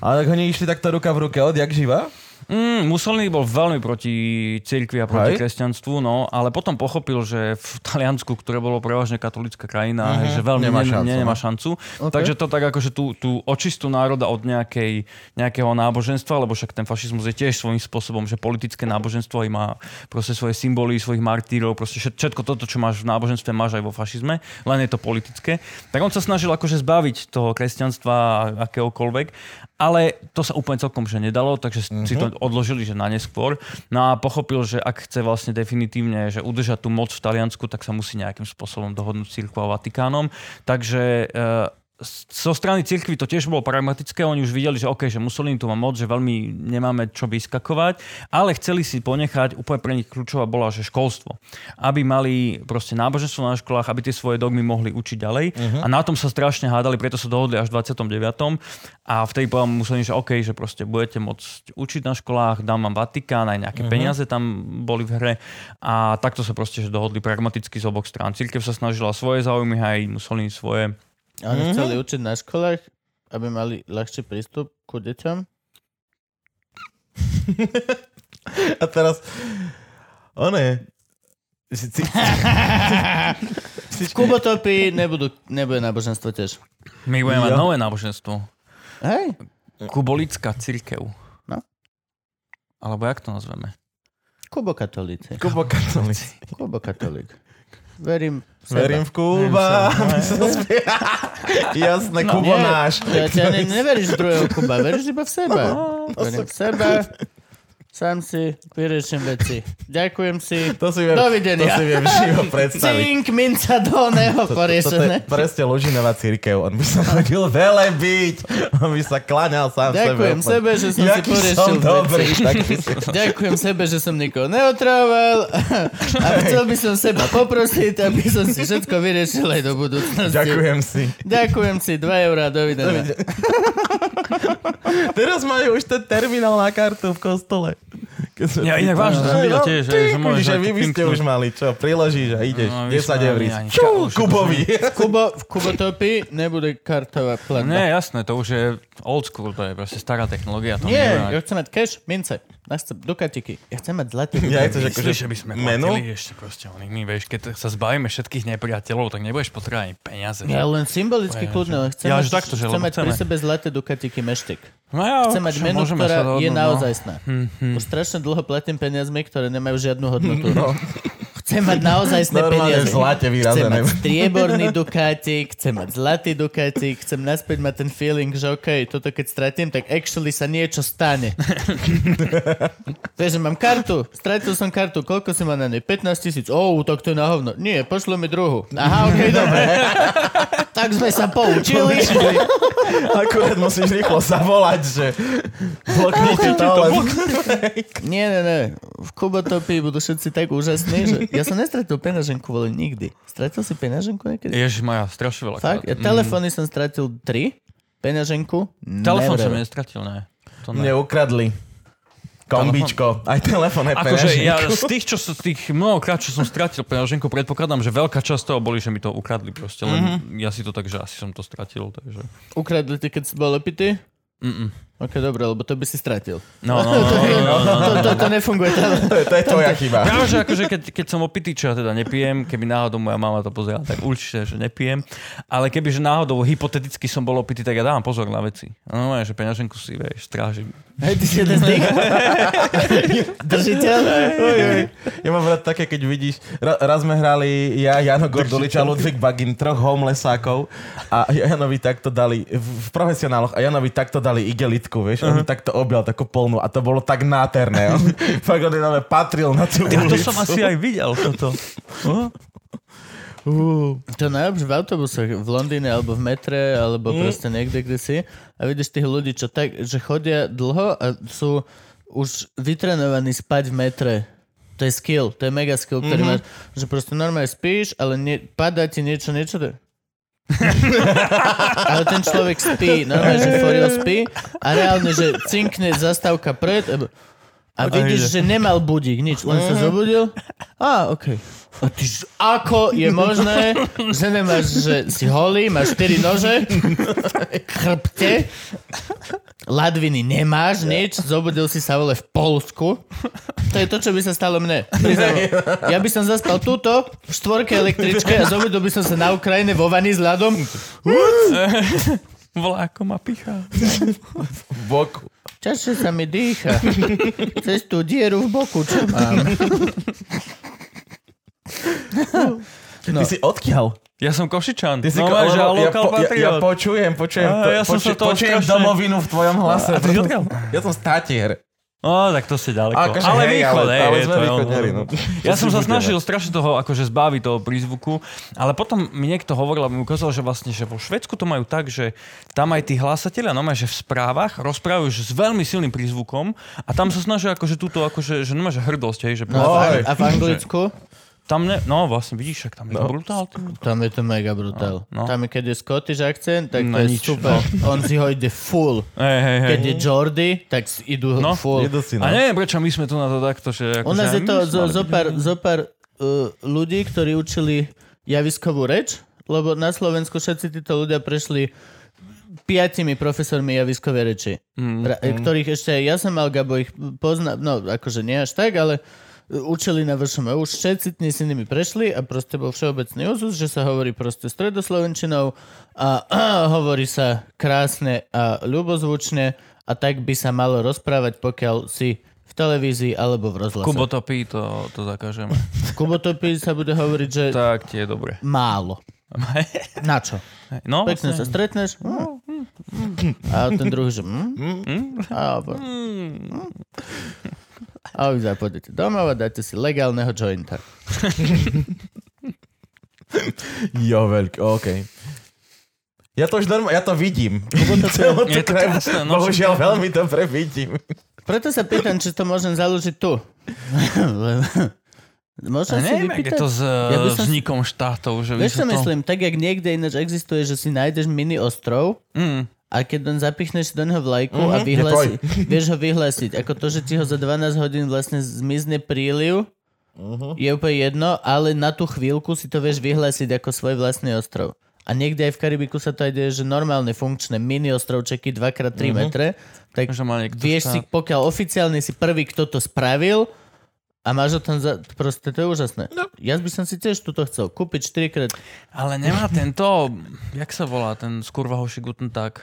Speaker 3: Ale tak oni išli takto ruka v ruke od jak živa?
Speaker 5: Mm, Mussolini bol veľmi proti cirkvi a proti
Speaker 3: Hej.
Speaker 5: kresťanstvu, no, ale potom pochopil, že v Taliansku, ktoré bolo prevažne katolická krajina, mm-hmm. že veľmi
Speaker 3: Mhm. Nemá
Speaker 5: nemá šancu.
Speaker 3: šancu,
Speaker 5: Ne, nemá
Speaker 3: no.
Speaker 5: šancu. Okay. Takže to tak akože tú, tú očistu národa od nejakej, nejakého náboženstva, lebo však ten fašizmus je tiež svojím spôsobom, že politické náboženstvo aj má proste svoje symboly, svojich martírov, proste všet- všetko toto, čo máš v náboženstve, máš aj vo fašizme, len je to politické. Tak on sa snažil akože zbaviť toho kresťanstva a akéhokoľvek, ale to sa úplne celkom že nedalo, takže mm-hmm. si to odložili že na neskôr. No a pochopil, že ak chce vlastne definitívne že udržať tú moc v Taliansku, tak sa musí nejakým spôsobom dohodnúť s církvou a Vatikánom. Takže e, s- zo strany cirkvi to tiež bolo pragmatické, oni už videli, že OK, že Mussolini tu má moc, že veľmi nemáme čo vyskakovať, ale chceli si ponechať, úplne pre nich kľúčová bola, že školstvo. Aby mali proste náboženstvo na školách, aby tie svoje dogmy mohli učiť ďalej. Uh-huh. A
Speaker 4: Mhm.
Speaker 5: na tom sa strašne hádali, preto sa dohodli až v 29. A vtedy povedal Mussolini, že OK, že proste budete môcť učiť na školách, dám vám Vatikán, aj nejaké uh-huh. peniaze tam boli v hre. A takto sa proste že dohodli pragmaticky z oboch strán. Cirkev sa snažila svoje záujmy, aj Mussolini svoje.
Speaker 4: A Oni chceli učiť na školách, aby mali ľahší prístup ku deťom.
Speaker 3: A teraz... Ono je... Si-
Speaker 4: (laughs)
Speaker 3: si-
Speaker 4: V Kubotopii nebudú, nebude náboženstvo tiež.
Speaker 5: My budeme mať
Speaker 3: Jo.
Speaker 5: nové náboženstvo.
Speaker 4: Hej,
Speaker 5: Kubolická církev.
Speaker 4: No.
Speaker 5: Alebo jak to nazveme?
Speaker 4: kubokatolíci.
Speaker 3: Kubo katolíci.
Speaker 4: Kubokatolík. Verím v seba.
Speaker 3: Verím v Kuba. (laughs) By sa spie- Jasné, Kubo
Speaker 4: No, Nie,
Speaker 3: náš.
Speaker 4: Ja, ja ne, neveríš v druhého Kuba, veríš iba v seba. Verím v seba. Sám si vyriešim veci. Ďakujem si.
Speaker 3: To si viem,
Speaker 4: Dovidenia.
Speaker 3: To si viem
Speaker 4: (laughs)
Speaker 3: živo predstaviť.
Speaker 4: Cink, minca (laughs) do neho
Speaker 3: Toto je
Speaker 4: poriešené.
Speaker 3: presne Lužinová církev. On by sa chodil veľa byť. On by sa klaňal sám
Speaker 4: Ďakujem
Speaker 3: sebe.
Speaker 4: sebe, že som si
Speaker 3: Jaký
Speaker 4: poriešil
Speaker 3: som dobrý.
Speaker 4: veci.
Speaker 3: Tak by
Speaker 4: (laughs)
Speaker 3: si...
Speaker 4: Ďakujem sebe, že som nikoho neotrával a chcel by som seba poprosiť, aby som si všetko vyriešil aj do budúcnosti.
Speaker 3: Ďakujem si.
Speaker 4: Ďakujem si, 2 eurá, dovidenia.
Speaker 3: Teraz majú už ten terminál na kartu v kostole. Keď sme
Speaker 5: Ja
Speaker 3: pri
Speaker 5: inak
Speaker 3: tom-
Speaker 5: vážne som videl
Speaker 3: No,
Speaker 5: tiež,
Speaker 3: ty,
Speaker 5: že môžeš
Speaker 3: že
Speaker 5: aj
Speaker 3: vy by ste
Speaker 5: kliknúť.
Speaker 3: už mali, čo, priložíš a ideš.
Speaker 5: No, my
Speaker 3: 10
Speaker 5: sme
Speaker 3: eur.
Speaker 5: ani- ani-
Speaker 3: Čau,
Speaker 5: už-
Speaker 3: Kubovi.
Speaker 4: Kubo, v Kubotopii nebude kartová platba.
Speaker 5: Nie, jasné, to už je old school, to je proste stará technológia. To
Speaker 4: Nie, ja
Speaker 5: nebude mať-
Speaker 4: chcem mať cash, mince, nástab, dukatiky. Ja chcem mať zlaté
Speaker 3: (laughs) Ja
Speaker 4: dukatiky.
Speaker 3: chceš akože
Speaker 5: Myslíš, že by sme
Speaker 3: menu?
Speaker 5: platili ešte proste onými, vieš, keď sa zbavíme všetkých nepriateľov, tak nebudeš potrebovať ani peniaze.
Speaker 4: Ja len symbolicky
Speaker 5: Ja,
Speaker 4: kľudne, ale chcem,
Speaker 5: ja,
Speaker 4: mať,
Speaker 5: že takto, že
Speaker 4: chcem
Speaker 5: lebo
Speaker 4: mať pri
Speaker 5: chceme.
Speaker 4: sebe zlaté dukatiky meštek.
Speaker 5: No ja,
Speaker 4: Chcem mať
Speaker 5: že
Speaker 4: menu,
Speaker 5: môžeme sa
Speaker 4: ktorá je
Speaker 5: dohodnúť, no.
Speaker 4: naozajstná. Už strašne dlho platím peniazmi, ktoré nemajú žiadnu hodnotu. Chcem mať naozajstné
Speaker 3: No. Normálne v
Speaker 4: peniaze.
Speaker 3: zlate
Speaker 4: Chcem
Speaker 3: vyrazené.
Speaker 4: mať strieborný dukátik, chcem mať zlatý dukátik, chcem naspäť mať ten feeling, že OK, toto keď stratím, tak actually sa niečo stane. Takže mám kartu, stratil som kartu, koľko si má na nej? 15 tisíc. Ó, tak to je na hovno. Nie, pošlo mi druhú. Aha, OK, dobre. tak sme sa poučili.
Speaker 3: (laughs) Akurát musíš rýchlo zavolať, že bloknite to, lebo
Speaker 4: Nie, nie, nie. V Kubotopii budú všetci tak úžasní, že ja som nestratil peňaženku, vole, nikdy. Stratil si peňaženku niekedy?
Speaker 5: Ježiš moja, strašne veľa.
Speaker 4: Fakt? Ja telefóny som stratil tri, peňaženku,
Speaker 5: Telefón som
Speaker 4: nevrelo.
Speaker 5: nestratil, ne. To ne.
Speaker 3: mne ukradli. Kombíčko, aj telefon, aj
Speaker 5: Akože ja
Speaker 3: peňaženku.
Speaker 5: z tých, čo, z tých mnohokrát, čo som stratil peňaženku, predpokladám, že veľká časť toho boli, že mi to ukradli proste. Len mm-hmm. ja si to tak, že asi som to stratil. Takže...
Speaker 4: Ukradli ti, keď si bol opitý?
Speaker 5: Mm-mm.
Speaker 4: Ok, dobre, lebo to by si stratil. (laughs)
Speaker 5: No, (laughs) no, no, no, no, no.
Speaker 4: To, to, to nefunguje. tam.
Speaker 3: (laughs) To je, to je tvoja chyba.
Speaker 5: Práve, že akože keď, keď som opitý, čo ja teda nepijem, keby náhodou moja mama to pozerala, tak určite, že nepijem. Ale keby, že náhodou hypoteticky som bol opitý, tak ja dávam pozor na veci. No, že peňaženku si, vieš, strážim.
Speaker 4: Hej, ty si jeden z tých. Držiteľ. Uj, uj.
Speaker 3: Ja mám rád také, keď vidíš, ra- raz sme hrali ja, Jano Gordulič a Ludvík Bagin, troch homelesákov a Janovi takto dali, v, v profesionáloch, a Janovi takto dali igelitku, vieš, uh-huh. on ju
Speaker 5: Mhm.
Speaker 3: takto objal takú polnú a to bolo tak náterné.
Speaker 5: (laughs)
Speaker 3: On, fakt on jenom patril na tú
Speaker 5: Ja to
Speaker 3: ulicu.
Speaker 5: som asi aj videl, toto. Uh,
Speaker 4: To najlepšie v autobusoch, v Londýne alebo v metre, alebo mm. proste niekde, kde si. A vidíš tých ľudí, čo tak, že chodia dlho a sú už vytrenovaní spať v metre. To je skill, to je mega skill, ktorý mm-hmm. máš, že proste normálne spíš, ale nie, padá ti niečo, niečo. (laughs) to- ale ten človek spí, normálne, že for real spí a reálne, že cinkne zastávka pred a, a Mhm. vidíš, že nemal budík, nič, len sa zobudil. Á, okej. A ty, že ako je možné, že nemáš, že si holý, máš 4 nože, chrbte, ladviny nemáš, nič, zobudil si sa vole v Polsku. To je to, čo by sa stalo mne. Priznám. Ja by som zaspal túto, v štvorke električke a zobudil by som sa na Ukrajine vo vani s ľadom.
Speaker 5: volá, ako ma pichá.
Speaker 3: v boku.
Speaker 4: Čašie sa mi dýcha. Cez tú dieru v boku, čo mám?
Speaker 3: Ty si odkiaľ?
Speaker 5: Ja som Košičan.
Speaker 3: Ty si
Speaker 5: no,
Speaker 3: ko-
Speaker 5: máš, že
Speaker 3: lebo
Speaker 5: lokal
Speaker 3: ja, ja, ja
Speaker 5: patriot.
Speaker 3: počujem, počujem,
Speaker 5: Á,
Speaker 3: to,
Speaker 5: ja som sa
Speaker 3: počujem,
Speaker 5: toho
Speaker 3: počujem
Speaker 5: strašne-
Speaker 3: domovinu v tvojom hlase.
Speaker 5: A ty si odkiaľ?
Speaker 3: Ja som statier.
Speaker 5: No, tak to ste ďaleko.
Speaker 3: Akože
Speaker 5: ale
Speaker 3: hej,
Speaker 5: východ,
Speaker 3: ale-
Speaker 5: hej,
Speaker 3: ale
Speaker 5: je
Speaker 3: sme
Speaker 5: to, jo.
Speaker 3: východňari, no.
Speaker 5: Ja som sa
Speaker 3: budeme.
Speaker 5: snažil strašne toho, akože zbaviť toho prízvuku, ale potom mi niekto hovoril, aby mi ukázal, že vlastne, že vo Švedsku to majú tak, že tam aj tí hlasatelia, no že v správach rozprávajú že s veľmi silným prízvukom a tam sa snažia akože túto, akože, že nemáš hrdosť, hej, že
Speaker 4: A v,
Speaker 3: No.
Speaker 4: a v Anglicku?
Speaker 5: tam ne, no vlastne vidíš, však tam je no. brutál. ty.
Speaker 4: Tam je to mega brutál. No, no.
Speaker 5: No.
Speaker 4: Tam, keď je Scottish akcent, tak to
Speaker 5: No
Speaker 4: je
Speaker 5: nič,
Speaker 4: super. No. On si ho ide full.
Speaker 5: Hej, hej, hej.
Speaker 4: Keď je Jordy, tak si idú
Speaker 5: No,
Speaker 4: no, full.
Speaker 3: Jedu si,
Speaker 5: A
Speaker 3: no.
Speaker 5: neviem, prečo my sme tu na to takto, že...
Speaker 4: U
Speaker 5: akože
Speaker 4: nás
Speaker 5: aj
Speaker 4: je
Speaker 5: my
Speaker 4: to
Speaker 5: sme
Speaker 4: zo,
Speaker 5: mali
Speaker 4: zo
Speaker 5: byť-
Speaker 4: pár, zo pár uh, ľudí, ktorí učili javiskovú reč, lebo na Slovensku všetci títo ľudia prešli piatimi profesormi javiskovej reči, mm, ra- ktorých ešte aj ja som mal, Gabo ich pozná, no akože nie až tak, ale uh, učili na vršom už všetci dní s nimi prešli a proste bol všeobecný úzus, že sa hovorí proste stredoslovenčinou a (clears throat) hovorí sa krásne a ľubozvučne a tak by sa malo rozprávať, pokiaľ si v televízii alebo v rozhlase.
Speaker 5: Kubo to pí, to, to
Speaker 4: (laughs)
Speaker 5: zakažeme.
Speaker 4: Kubotopy sa bude hovoriť, že
Speaker 5: tak, tie je dobre.
Speaker 4: málo. Na čo?
Speaker 5: No,
Speaker 4: Pekne sa
Speaker 5: vlastne.
Speaker 4: stretneš mm, mm, a ten druhý, že mm, a, po- a vy sa pôjdete domov a dáte si legálneho jointa.
Speaker 3: Jo, veľký, OK. Ja to už normálne, ja to vidím. (laughs) Celú tú
Speaker 5: Je to
Speaker 3: krajinu
Speaker 5: krásne, no,
Speaker 3: Bohužiaľ veľmi dobre vidím.
Speaker 4: Preto sa pýtam, či to môžem založiť tu.
Speaker 5: Ja
Speaker 4: Môžem si
Speaker 5: neviem,
Speaker 4: vypýtať?
Speaker 5: ak je to s
Speaker 4: Ja
Speaker 5: ja
Speaker 4: by som-
Speaker 5: vznikom štátov, že by
Speaker 4: Vieš, čo
Speaker 5: sa to...
Speaker 4: myslím? Tak, jak niekde ináč existuje, že si nájdeš mini ostrov,
Speaker 5: Mm.
Speaker 4: A keď on zapichneš do neho vlajku mm-hmm. a
Speaker 3: Mhm.
Speaker 4: vyhlási,
Speaker 3: Je
Speaker 4: (laughs) vieš ho vyhlásiť. Ako to, že ti ho za 12 hodín vlastne zmizne príliv, uh-huh. je úplne jedno, ale na tú chvíľku si to vieš vyhlásiť ako svoj vlastný ostrov. A niekde aj v Karibiku sa to aj deje, že normálne funkčné mini ostrovčeky 2x3 mm-hmm. metre, tak
Speaker 5: Že má niekto
Speaker 4: vieš si,
Speaker 5: štát.
Speaker 4: pokiaľ oficiálne si prvý, kto to spravil, a máš ho tam za... Proste to je úžasné. No. Ja by som si tiež túto chcel kúpiť 4 krát.
Speaker 5: Ale nemá tento, jak sa volá ten skurvahoši Guten Tag?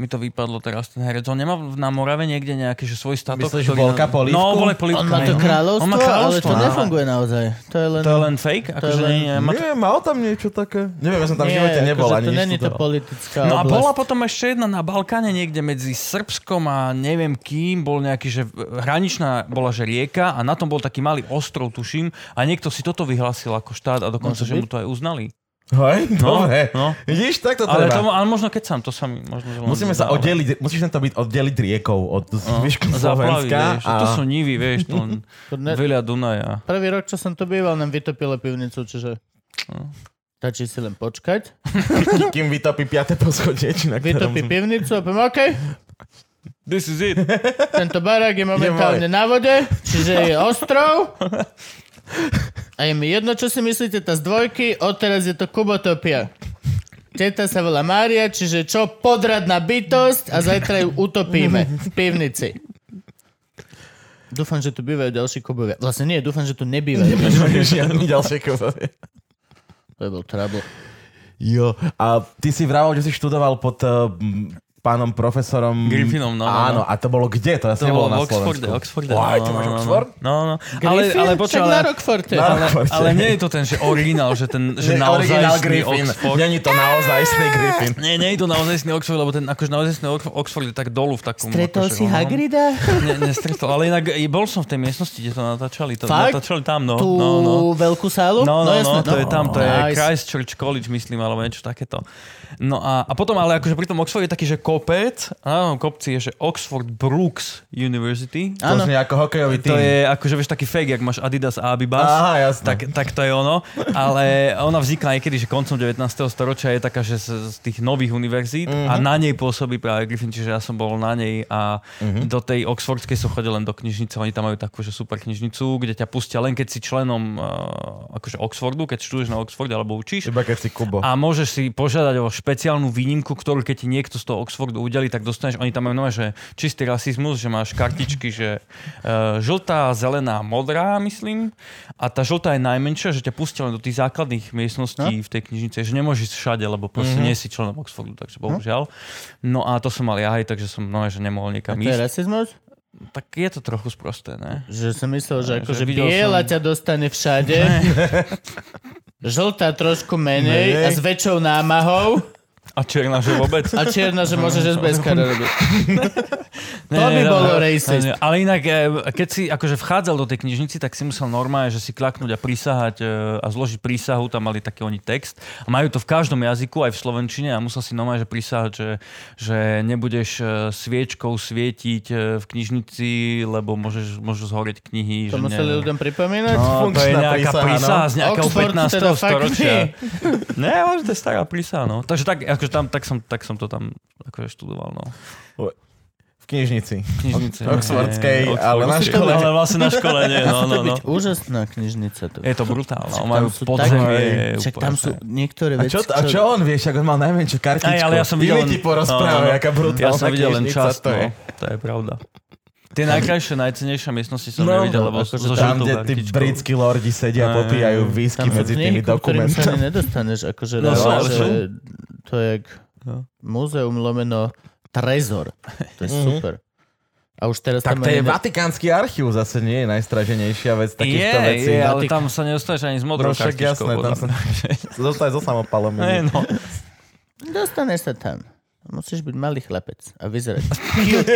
Speaker 5: Mi to vypadlo teraz ten herec. On nemá na Morave niekde nejaký, že svoj statok,
Speaker 3: Myslíš,
Speaker 5: ktorý...
Speaker 3: Volka Polívku?
Speaker 5: No, bole polívka.
Speaker 4: On má to
Speaker 5: hej, no.
Speaker 4: kráľovstvo,
Speaker 5: On má
Speaker 4: ale
Speaker 5: kráľovstvo,
Speaker 4: to
Speaker 5: áno.
Speaker 4: nefunguje naozaj. To je len...
Speaker 5: To je len fake? Akože
Speaker 4: len-
Speaker 5: nie, nie, má to...
Speaker 3: Nie, mal tam niečo také. Neviem, ja som tam v živote nebol
Speaker 4: akože
Speaker 3: ani
Speaker 4: to
Speaker 3: nič
Speaker 4: není to
Speaker 3: študoval.
Speaker 4: politická
Speaker 5: No a
Speaker 4: oblasť.
Speaker 5: bola potom ešte jedna na Balkáne niekde medzi Srbskom a neviem kým, bol nejaký, že hraničná bola, že rieka a na tom bol taký malý ostrov, tuším, a niekto si toto vyhlásil ako štát a dokonca, že mu to aj uznali.
Speaker 3: Hej,
Speaker 5: No,
Speaker 3: dobre.
Speaker 5: no.
Speaker 3: Vidíš, tak to
Speaker 5: Ale,
Speaker 3: treba.
Speaker 5: to, ale možno keď sám, to sa mi možno... že len
Speaker 3: Musíme sa
Speaker 5: zdáva.
Speaker 3: oddeliť, musíš tento byt oddeliť riekou od zvyšku
Speaker 5: Zaplavy,
Speaker 3: Slovenska.
Speaker 5: No, vieš, a... to
Speaker 3: A... (laughs)
Speaker 5: sú nivy, vieš, to len
Speaker 4: To ne...
Speaker 5: veľa Dunaja.
Speaker 4: Prvý rok, čo som tu býval, nám vytopilo pivnicu, čiže... Stačí si len počkať.
Speaker 3: Kým vytopí piaté poschodie, či na ktorom
Speaker 4: Vytopí
Speaker 3: sme.
Speaker 4: pivnicu a poviem, OK,
Speaker 5: This is it.
Speaker 4: Tento barák je momentálne na vode, čiže je ostrov. A je mi jedno, čo si myslíte, tá z dvojky, odteraz je to Kubotopia. Teta sa volá Mária, čiže čo podradná bytosť a zajtra ju utopíme v pivnici. Dúfam, že tu bývajú ďalší kubovia. Vlastne nie, dúfam, že tu nebývajú.
Speaker 3: (laughs) Žiadny ďalšie kovovie.
Speaker 4: To je bol trouble.
Speaker 3: Jo, a ty si vraval, že si študoval pod uh, m, pánom profesorom...
Speaker 5: Griffinom, no, no,
Speaker 3: Áno,
Speaker 5: no.
Speaker 3: a to bolo kde? To asi
Speaker 5: To
Speaker 3: nebolo
Speaker 5: bolo
Speaker 3: na
Speaker 5: v Oxforde,
Speaker 3: Slovensku.
Speaker 5: Oxforde.
Speaker 3: Aj,
Speaker 5: no,
Speaker 3: ty máš
Speaker 5: no, no,
Speaker 3: Oxford?
Speaker 5: No, no. Ale, ale počkaj,
Speaker 4: na
Speaker 5: ale,
Speaker 4: Rockforte.
Speaker 3: Na (laughs)
Speaker 5: ale,
Speaker 3: Oxforde.
Speaker 5: ale nie je to ten, že originál, že ten, že
Speaker 3: Nie, originál
Speaker 5: naozaj
Speaker 3: Griffin.
Speaker 5: Oxford.
Speaker 3: Není to
Speaker 5: (laughs)
Speaker 3: naozajstný Griffin.
Speaker 5: Nie, nie je to naozajstný Oxford, lebo ten akože naozajstný Ox- Oxford je tak dolu v takom...
Speaker 4: Stretol
Speaker 5: akože,
Speaker 4: si
Speaker 5: onom.
Speaker 4: Hagrida?
Speaker 5: Ne, nestretol, ale inak e, bol som v tej miestnosti, kde to natáčali. To,
Speaker 4: Fakt?
Speaker 5: Natáčali tam, no.
Speaker 4: Tú
Speaker 5: no, no.
Speaker 4: veľkú sálu?
Speaker 5: No, no, no,
Speaker 4: jasné,
Speaker 5: to je tam, to je
Speaker 4: Nice.
Speaker 5: Christchurch College, myslím, alebo niečo takéto. No a, a potom, ale akože pri tom Oxforde je taký, že kopec, a na tom kopci je, že Oxford Brooks University.
Speaker 3: To znie ako hokejový tým.
Speaker 5: To je akože, vieš, taký fake, jak máš Adidas a Abibas.
Speaker 3: Aha, jasné.
Speaker 5: Tak, tak to je ono. Ale ona vznikla niekedy, že koncom 19. storočia je taká, že z, z tých nových univerzít mm-hmm. a na nej pôsobí práve Griffin, čiže ja som bol na nej a mm-hmm. do tej oxfordskej som chodil len do knižnice. Oni tam majú takú, že super knižnicu, kde ťa pustia len keď si členom uh, akože Oxfordu, keď študuješ na Oxforde alebo učíš.
Speaker 3: Iba keď si Kubo.
Speaker 5: A môžeš si požiadať o špeciálnu výnimku, ktorú keď ti niekto z toho Oxfordu udeli, tak dostaneš, oni tam majú nové, že čistý rasizmus, že máš kartičky, že uh, žltá, zelená, modrá, myslím. A tá žltá je najmenšia, že ťa pustia len do tých základných miestností no? v tej knižnici, že nemôžeš ísť všade, lebo proste
Speaker 4: Mhm.
Speaker 5: mm-hmm. nie si členom Oxfordu, takže bohužiaľ. No a to som mal ja aj, takže som nové, že nemohol
Speaker 4: A
Speaker 5: niekam
Speaker 4: to je
Speaker 5: ísť.
Speaker 4: rasizmus?
Speaker 5: Tak je to trochu sprosté, ne?
Speaker 4: Že som myslel, že
Speaker 5: Ne,
Speaker 4: akože
Speaker 5: že videl
Speaker 4: biela
Speaker 5: som-
Speaker 4: ťa dostane všade. (laughs) Žltá trošku menej
Speaker 3: Menej.
Speaker 4: a s väčšou námahou
Speaker 5: A černá, že
Speaker 4: (laughs)
Speaker 5: vôbec.
Speaker 4: a čierna, že môže
Speaker 5: (laughs)
Speaker 4: že bez
Speaker 5: No,
Speaker 4: robiť.
Speaker 5: Ne,
Speaker 4: To by
Speaker 5: ne,
Speaker 4: bolo
Speaker 5: dobre.
Speaker 4: racist.
Speaker 5: Ne, Ale inak, e, keď si akože vchádzal do tej knižnici, tak si musel normálne, že si klaknúť a prisahať e, a zložiť prísahu, tam mali taký oni text. A majú to v každom jazyku, aj v slovenčine a musel si normálne, že prisahať, že, že nebudeš e, sviečkou svietiť e, v knižnici, lebo môžeš, môžu zhorieť knihy.
Speaker 4: To
Speaker 5: že
Speaker 4: museli
Speaker 5: ne-
Speaker 4: ľuďom pripomínať?
Speaker 5: No, to je
Speaker 3: Funkčná
Speaker 5: nejaká
Speaker 3: prísaha, no.
Speaker 5: prísaha z nejakého
Speaker 4: Oxford
Speaker 5: 15.
Speaker 4: teda fakt
Speaker 5: storočia.
Speaker 4: nie.
Speaker 5: Ne, ale to je stará prísaha, no. Takže tak, akože tam, tak, som, tak som to tam akože študoval, no.
Speaker 3: V knižnici.
Speaker 5: knižnice.
Speaker 3: Oxfordskej, ale na škole.
Speaker 5: Ale vlastne na škole nie, no, no, no.
Speaker 4: Úžasná knižnica to.
Speaker 5: (laughs) Je to brutálne.
Speaker 4: Však
Speaker 5: Majú
Speaker 4: tam sú
Speaker 5: podzemie.
Speaker 4: Však
Speaker 5: úplne
Speaker 4: tam sú
Speaker 5: fajn.
Speaker 4: niektoré
Speaker 3: A
Speaker 4: veci,
Speaker 3: čo, a čo on, vieš, ako on mal najmenšiu kartičku?
Speaker 5: Aj, ale ja som videl
Speaker 3: Iný ti
Speaker 5: no,
Speaker 3: porozpráva,
Speaker 5: no, no.
Speaker 3: jaká brutálna
Speaker 5: Ja som videl len
Speaker 3: knižnica
Speaker 5: časť,
Speaker 3: to je.
Speaker 5: no. To je pravda. Tie najkrajšie, najcenejšie miestnosti som
Speaker 3: No,
Speaker 5: nevidel, lebo
Speaker 4: akože
Speaker 5: so
Speaker 3: Tam,
Speaker 5: žltou
Speaker 3: kde tí
Speaker 5: kartičkou.
Speaker 3: britskí lordi sedia a
Speaker 5: Aj,
Speaker 3: popíjajú whisky
Speaker 4: tam sú
Speaker 3: medzi tými
Speaker 4: knihy, ku ktorým sa
Speaker 3: dokumentami.
Speaker 4: ani nedostaneš. Akože
Speaker 5: No,
Speaker 4: no,
Speaker 5: sú, ale
Speaker 4: že
Speaker 5: sú.
Speaker 4: Ovaj, to je jak
Speaker 5: No.
Speaker 4: múzeum lomeno trezor. To je super. A už teraz
Speaker 3: Tak
Speaker 4: tam
Speaker 3: to je
Speaker 4: ani ne-
Speaker 3: Vatikánsky archív, zase nie je najstraženejšia vec
Speaker 5: Je,
Speaker 3: takýchto vecí.
Speaker 5: je, ale tam
Speaker 3: Vatikán-
Speaker 5: sa nedostaneš ani s modrou
Speaker 3: No však
Speaker 5: kartičkou.
Speaker 3: jasné, tam
Speaker 5: podľa
Speaker 3: sa
Speaker 5: mňa.
Speaker 3: (laughs)
Speaker 5: (laughs)
Speaker 3: dostali so samopalom.
Speaker 5: Hej, no.
Speaker 4: Dostaneš sa tam. Musíš byť malý chlapec a
Speaker 3: (laughs)
Speaker 4: (laughs) vyzerať cute.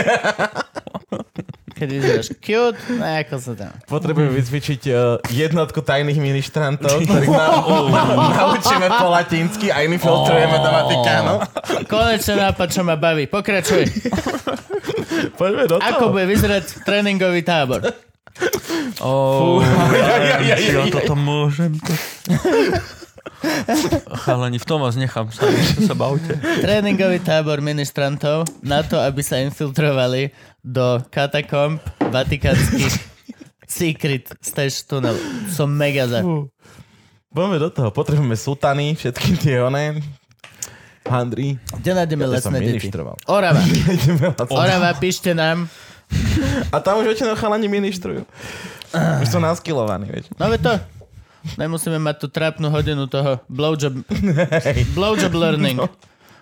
Speaker 4: Keď vyzeráš cute, no ako sa tam.
Speaker 3: (laughs) Potrebujem vycvičiť eh, jednotku tajných ministrantov, (laughs) ktorých na, na, naučíme po latinsky a iní filtrujeme do Vatikánu.
Speaker 4: Konečne nápad, čo ma baví. Pokračuj.
Speaker 3: (laughs) Poďme do toho.
Speaker 4: Ako bude vyzerať tréningový tábor?
Speaker 5: Oh,
Speaker 3: (laughs) ja, ja,
Speaker 5: či
Speaker 3: ja,
Speaker 5: ja
Speaker 3: ja.
Speaker 5: toto
Speaker 3: (laughs)
Speaker 5: môžem. To... Chalani, v tom vás nechám sami, čo sa bavte.
Speaker 4: Tréningový tábor ministrantov na to, aby sa infiltrovali do katakomb vatikánskych secret stage tunel. Som mega za.
Speaker 3: Poďme do toho. Potrebujeme sutany, všetky tie one. Handry.
Speaker 4: Kde nájdeme
Speaker 3: Ja to som
Speaker 4: lesné deti?
Speaker 3: ministroval. (laughs)
Speaker 4: Orava.
Speaker 3: Ideme lacno.
Speaker 4: Orava, píšte nám.
Speaker 3: A tam už väčšinou chalani ministrujú. Už sú naskilovaní, vieš.
Speaker 4: No ve to. Nemusíme mať tú trápnu hodinu toho blowjob, blowjob learning.
Speaker 5: No.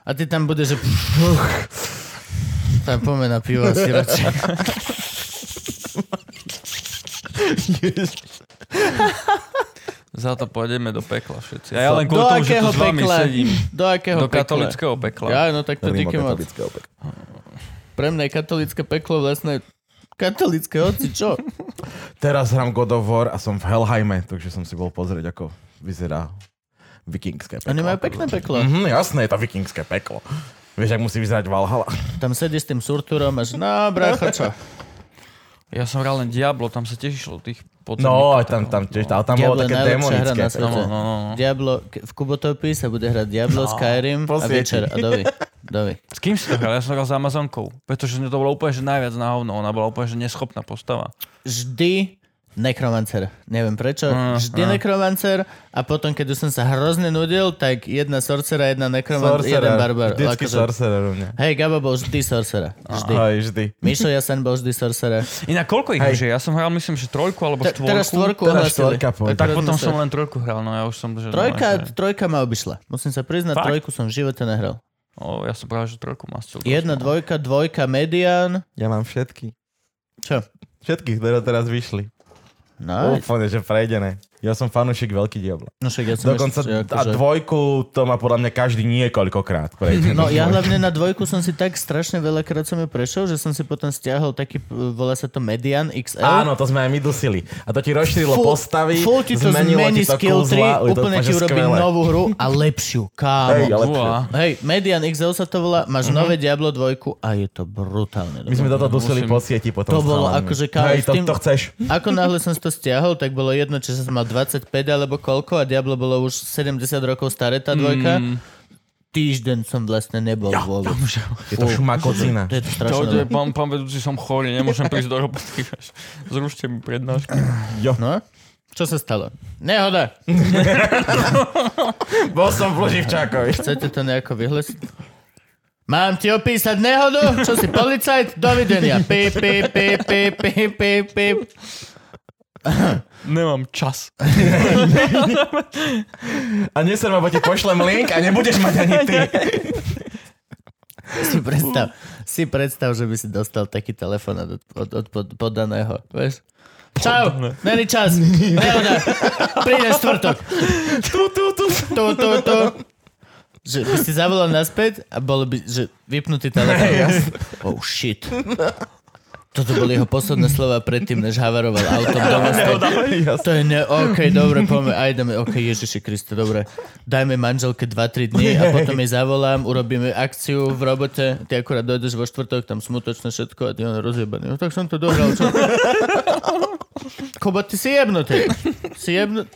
Speaker 4: A ty tam budeš, že... Tam poďme na pivo asi radšej.
Speaker 5: Za to pôjdeme do pekla všetci. A ja len
Speaker 4: Do
Speaker 5: kvôli tomu, že tu
Speaker 4: akého
Speaker 5: s vami
Speaker 4: pekla?
Speaker 5: sedím.
Speaker 4: Do akého
Speaker 5: Do
Speaker 4: pekla?
Speaker 5: katolického pekla.
Speaker 4: Ja, no tak to díky moc.
Speaker 3: Rímokatolické opäť.
Speaker 4: Pre mňa je katolické peklo vlastne katolické hoci, čo?
Speaker 3: Teraz hrám God of War a som v Helheime, takže som si bol pozrieť, ako vyzerá vikingské peklo.
Speaker 4: Oni majú pekné peklo.
Speaker 3: Mhm, jasné, je to vikingské peklo. Vieš, ak musí vyzerať
Speaker 4: (laughs)
Speaker 3: Valhalla.
Speaker 4: Tam sedíš s tým surturom a že, no bracho, čo?
Speaker 5: Ja som hral len Diablo, tam sa tiež išlo tých podzemných
Speaker 3: No, aj
Speaker 5: katakomb,
Speaker 3: tam, tam tiež,
Speaker 5: no.
Speaker 3: ale tam
Speaker 4: Diablo
Speaker 3: bolo
Speaker 4: je
Speaker 3: také
Speaker 4: najlepšia hra na
Speaker 3: demonické.
Speaker 5: No,
Speaker 4: svete.
Speaker 5: no, no, no.
Speaker 3: No,
Speaker 4: Diablo, ke- v Kubotopii sa bude hrať Diablo, Skyrim a
Speaker 3: posvieti.
Speaker 4: Witcher a dovi. Dovi.
Speaker 5: S kým si to hral? Ja som hral s Amazonkou, pretože to bolo úplne že najviac na hovno. Ona bola úplne že neschopná postava.
Speaker 4: Vždy Necromancer. Neviem prečo.
Speaker 5: Mm,
Speaker 4: Vždy
Speaker 5: mm.
Speaker 4: Necromancer a potom, keď už som sa hrozne nudil, tak jedna Sorcera, jedna Necromancer, jeden Barbar.
Speaker 3: Vždycky
Speaker 4: Akože-
Speaker 3: sorcerer u mňa.
Speaker 4: Hej, Gabo bol vždy Sorcera. Vždy.
Speaker 3: Hej, vždy.
Speaker 4: Mišo Jasen bol vždy Sorcera.
Speaker 5: Inak koľko ich
Speaker 3: Hej.
Speaker 5: už je? Ja som hral myslím, že trojku alebo
Speaker 4: Te-
Speaker 5: štvorku.
Speaker 4: teraz štvorku
Speaker 3: Teraz
Speaker 4: ohlasili.
Speaker 3: štvorka pôjde.
Speaker 5: Tak
Speaker 4: Teraz
Speaker 5: potom
Speaker 4: sme sa-
Speaker 5: som len trojku hral, no ja už som... Že,
Speaker 4: Trojka,
Speaker 5: No, že,
Speaker 4: trojka ma obišla. Musím sa priznať,
Speaker 5: Fakt?
Speaker 4: trojku som v živote nehral.
Speaker 5: o, ja som práve, že trojku mastil.
Speaker 4: Jedna, dvojka, dvojka, median.
Speaker 3: Ja mám všetky.
Speaker 4: Čo?
Speaker 3: Všetky, ktoré teraz vyšli.
Speaker 4: No,
Speaker 3: Úplne, že prejdené. Ja som fanúšik Veľký diabla.
Speaker 4: no však ja som akože-
Speaker 3: Dokonca
Speaker 4: ešte,
Speaker 3: a dvojku to má podľa mňa každý niekoľkokrát prejdené.
Speaker 4: No ja hlavne na dvojku som si tak strašne veľakrát som ju prešiel, že som si potom stiahol taký, p- volá sa to Median XL.
Speaker 3: Áno, to sme aj my dusili. A to ti rozšírilo
Speaker 4: Full-
Speaker 3: postavy,
Speaker 4: Full ti to
Speaker 3: zmenilo
Speaker 4: zmení
Speaker 3: ti to
Speaker 4: skill 3,
Speaker 3: kúzla, je to
Speaker 4: úplne
Speaker 3: fakt,
Speaker 4: ti
Speaker 3: že
Speaker 4: urobí
Speaker 3: skvelé.
Speaker 4: novú hru a lepšiu,
Speaker 3: Hej,
Speaker 4: kámo.
Speaker 3: ale
Speaker 5: Uá.
Speaker 4: Hej, Median XL sa to volá, máš nové Diablo 2 a je to brutálne.
Speaker 3: my sme
Speaker 4: dobré.
Speaker 3: toto dusili
Speaker 5: Musím-
Speaker 3: po sieti
Speaker 4: To
Speaker 3: potom. s
Speaker 4: bolo
Speaker 3: chalami.
Speaker 4: akože kámo,
Speaker 3: Hej,
Speaker 4: s
Speaker 3: to,
Speaker 4: tým-
Speaker 3: to chceš.
Speaker 4: Ako náhle som si to stiahol, tak bolo jedno, či som mal 25 alebo koľko a Diablo bolo už 70 rokov staré tá dvojka. Mm. Týždeň som vlastne nebol ja, vôbec.
Speaker 3: Je to
Speaker 4: (laughs)
Speaker 3: šumakocina.
Speaker 4: To je to strašné.
Speaker 5: Čaute, pán, pán vedúci, som chorý, nemôžem prísť do roboty. (laughs) Zrušte mi prednášku.
Speaker 4: No? Čo sa stalo? Nehoda.
Speaker 3: Bol som v Loživčákovi.
Speaker 4: Chcete to nejako vyhlasiť? Mám ti opísať nehodu? Čo si policajt? Dovidenia. Pip, pip, pip, pip, pip, pip, pip.
Speaker 5: Nemám čas.
Speaker 3: A neser ma, bo ti pošlem link a nebudeš mať ani
Speaker 4: (laughs)
Speaker 3: ty.
Speaker 4: Si predstav, si predstav, že by si dostal taký telefon od, od, od pod, podaného. Vieš? Čau, není čas. Nehoda. Príde štvrtok.
Speaker 3: Tu, tu, tu.
Speaker 4: To, to, to. Že by si zavolal naspäť a bolo by, že vypnutý
Speaker 3: (laughs)
Speaker 4: telefón. Oh shit. Toto boli jeho posledné slova predtým, než havaroval
Speaker 3: (laughs)
Speaker 4: autom do mesta. To je ne... OK, pa dobre, poďme, aj ideme. OK, Ježiši Kriste, dobre. Dajme manželke 2-3 dní a potom jej zavolám, urobíme akciu v robote. Ty akurát dojdeš vo štvrtok, tam smutočné všetko a ty on rozjebaný. No tak som to dohral, čo? Kubo, ty si jebnutý. Si jebnutý.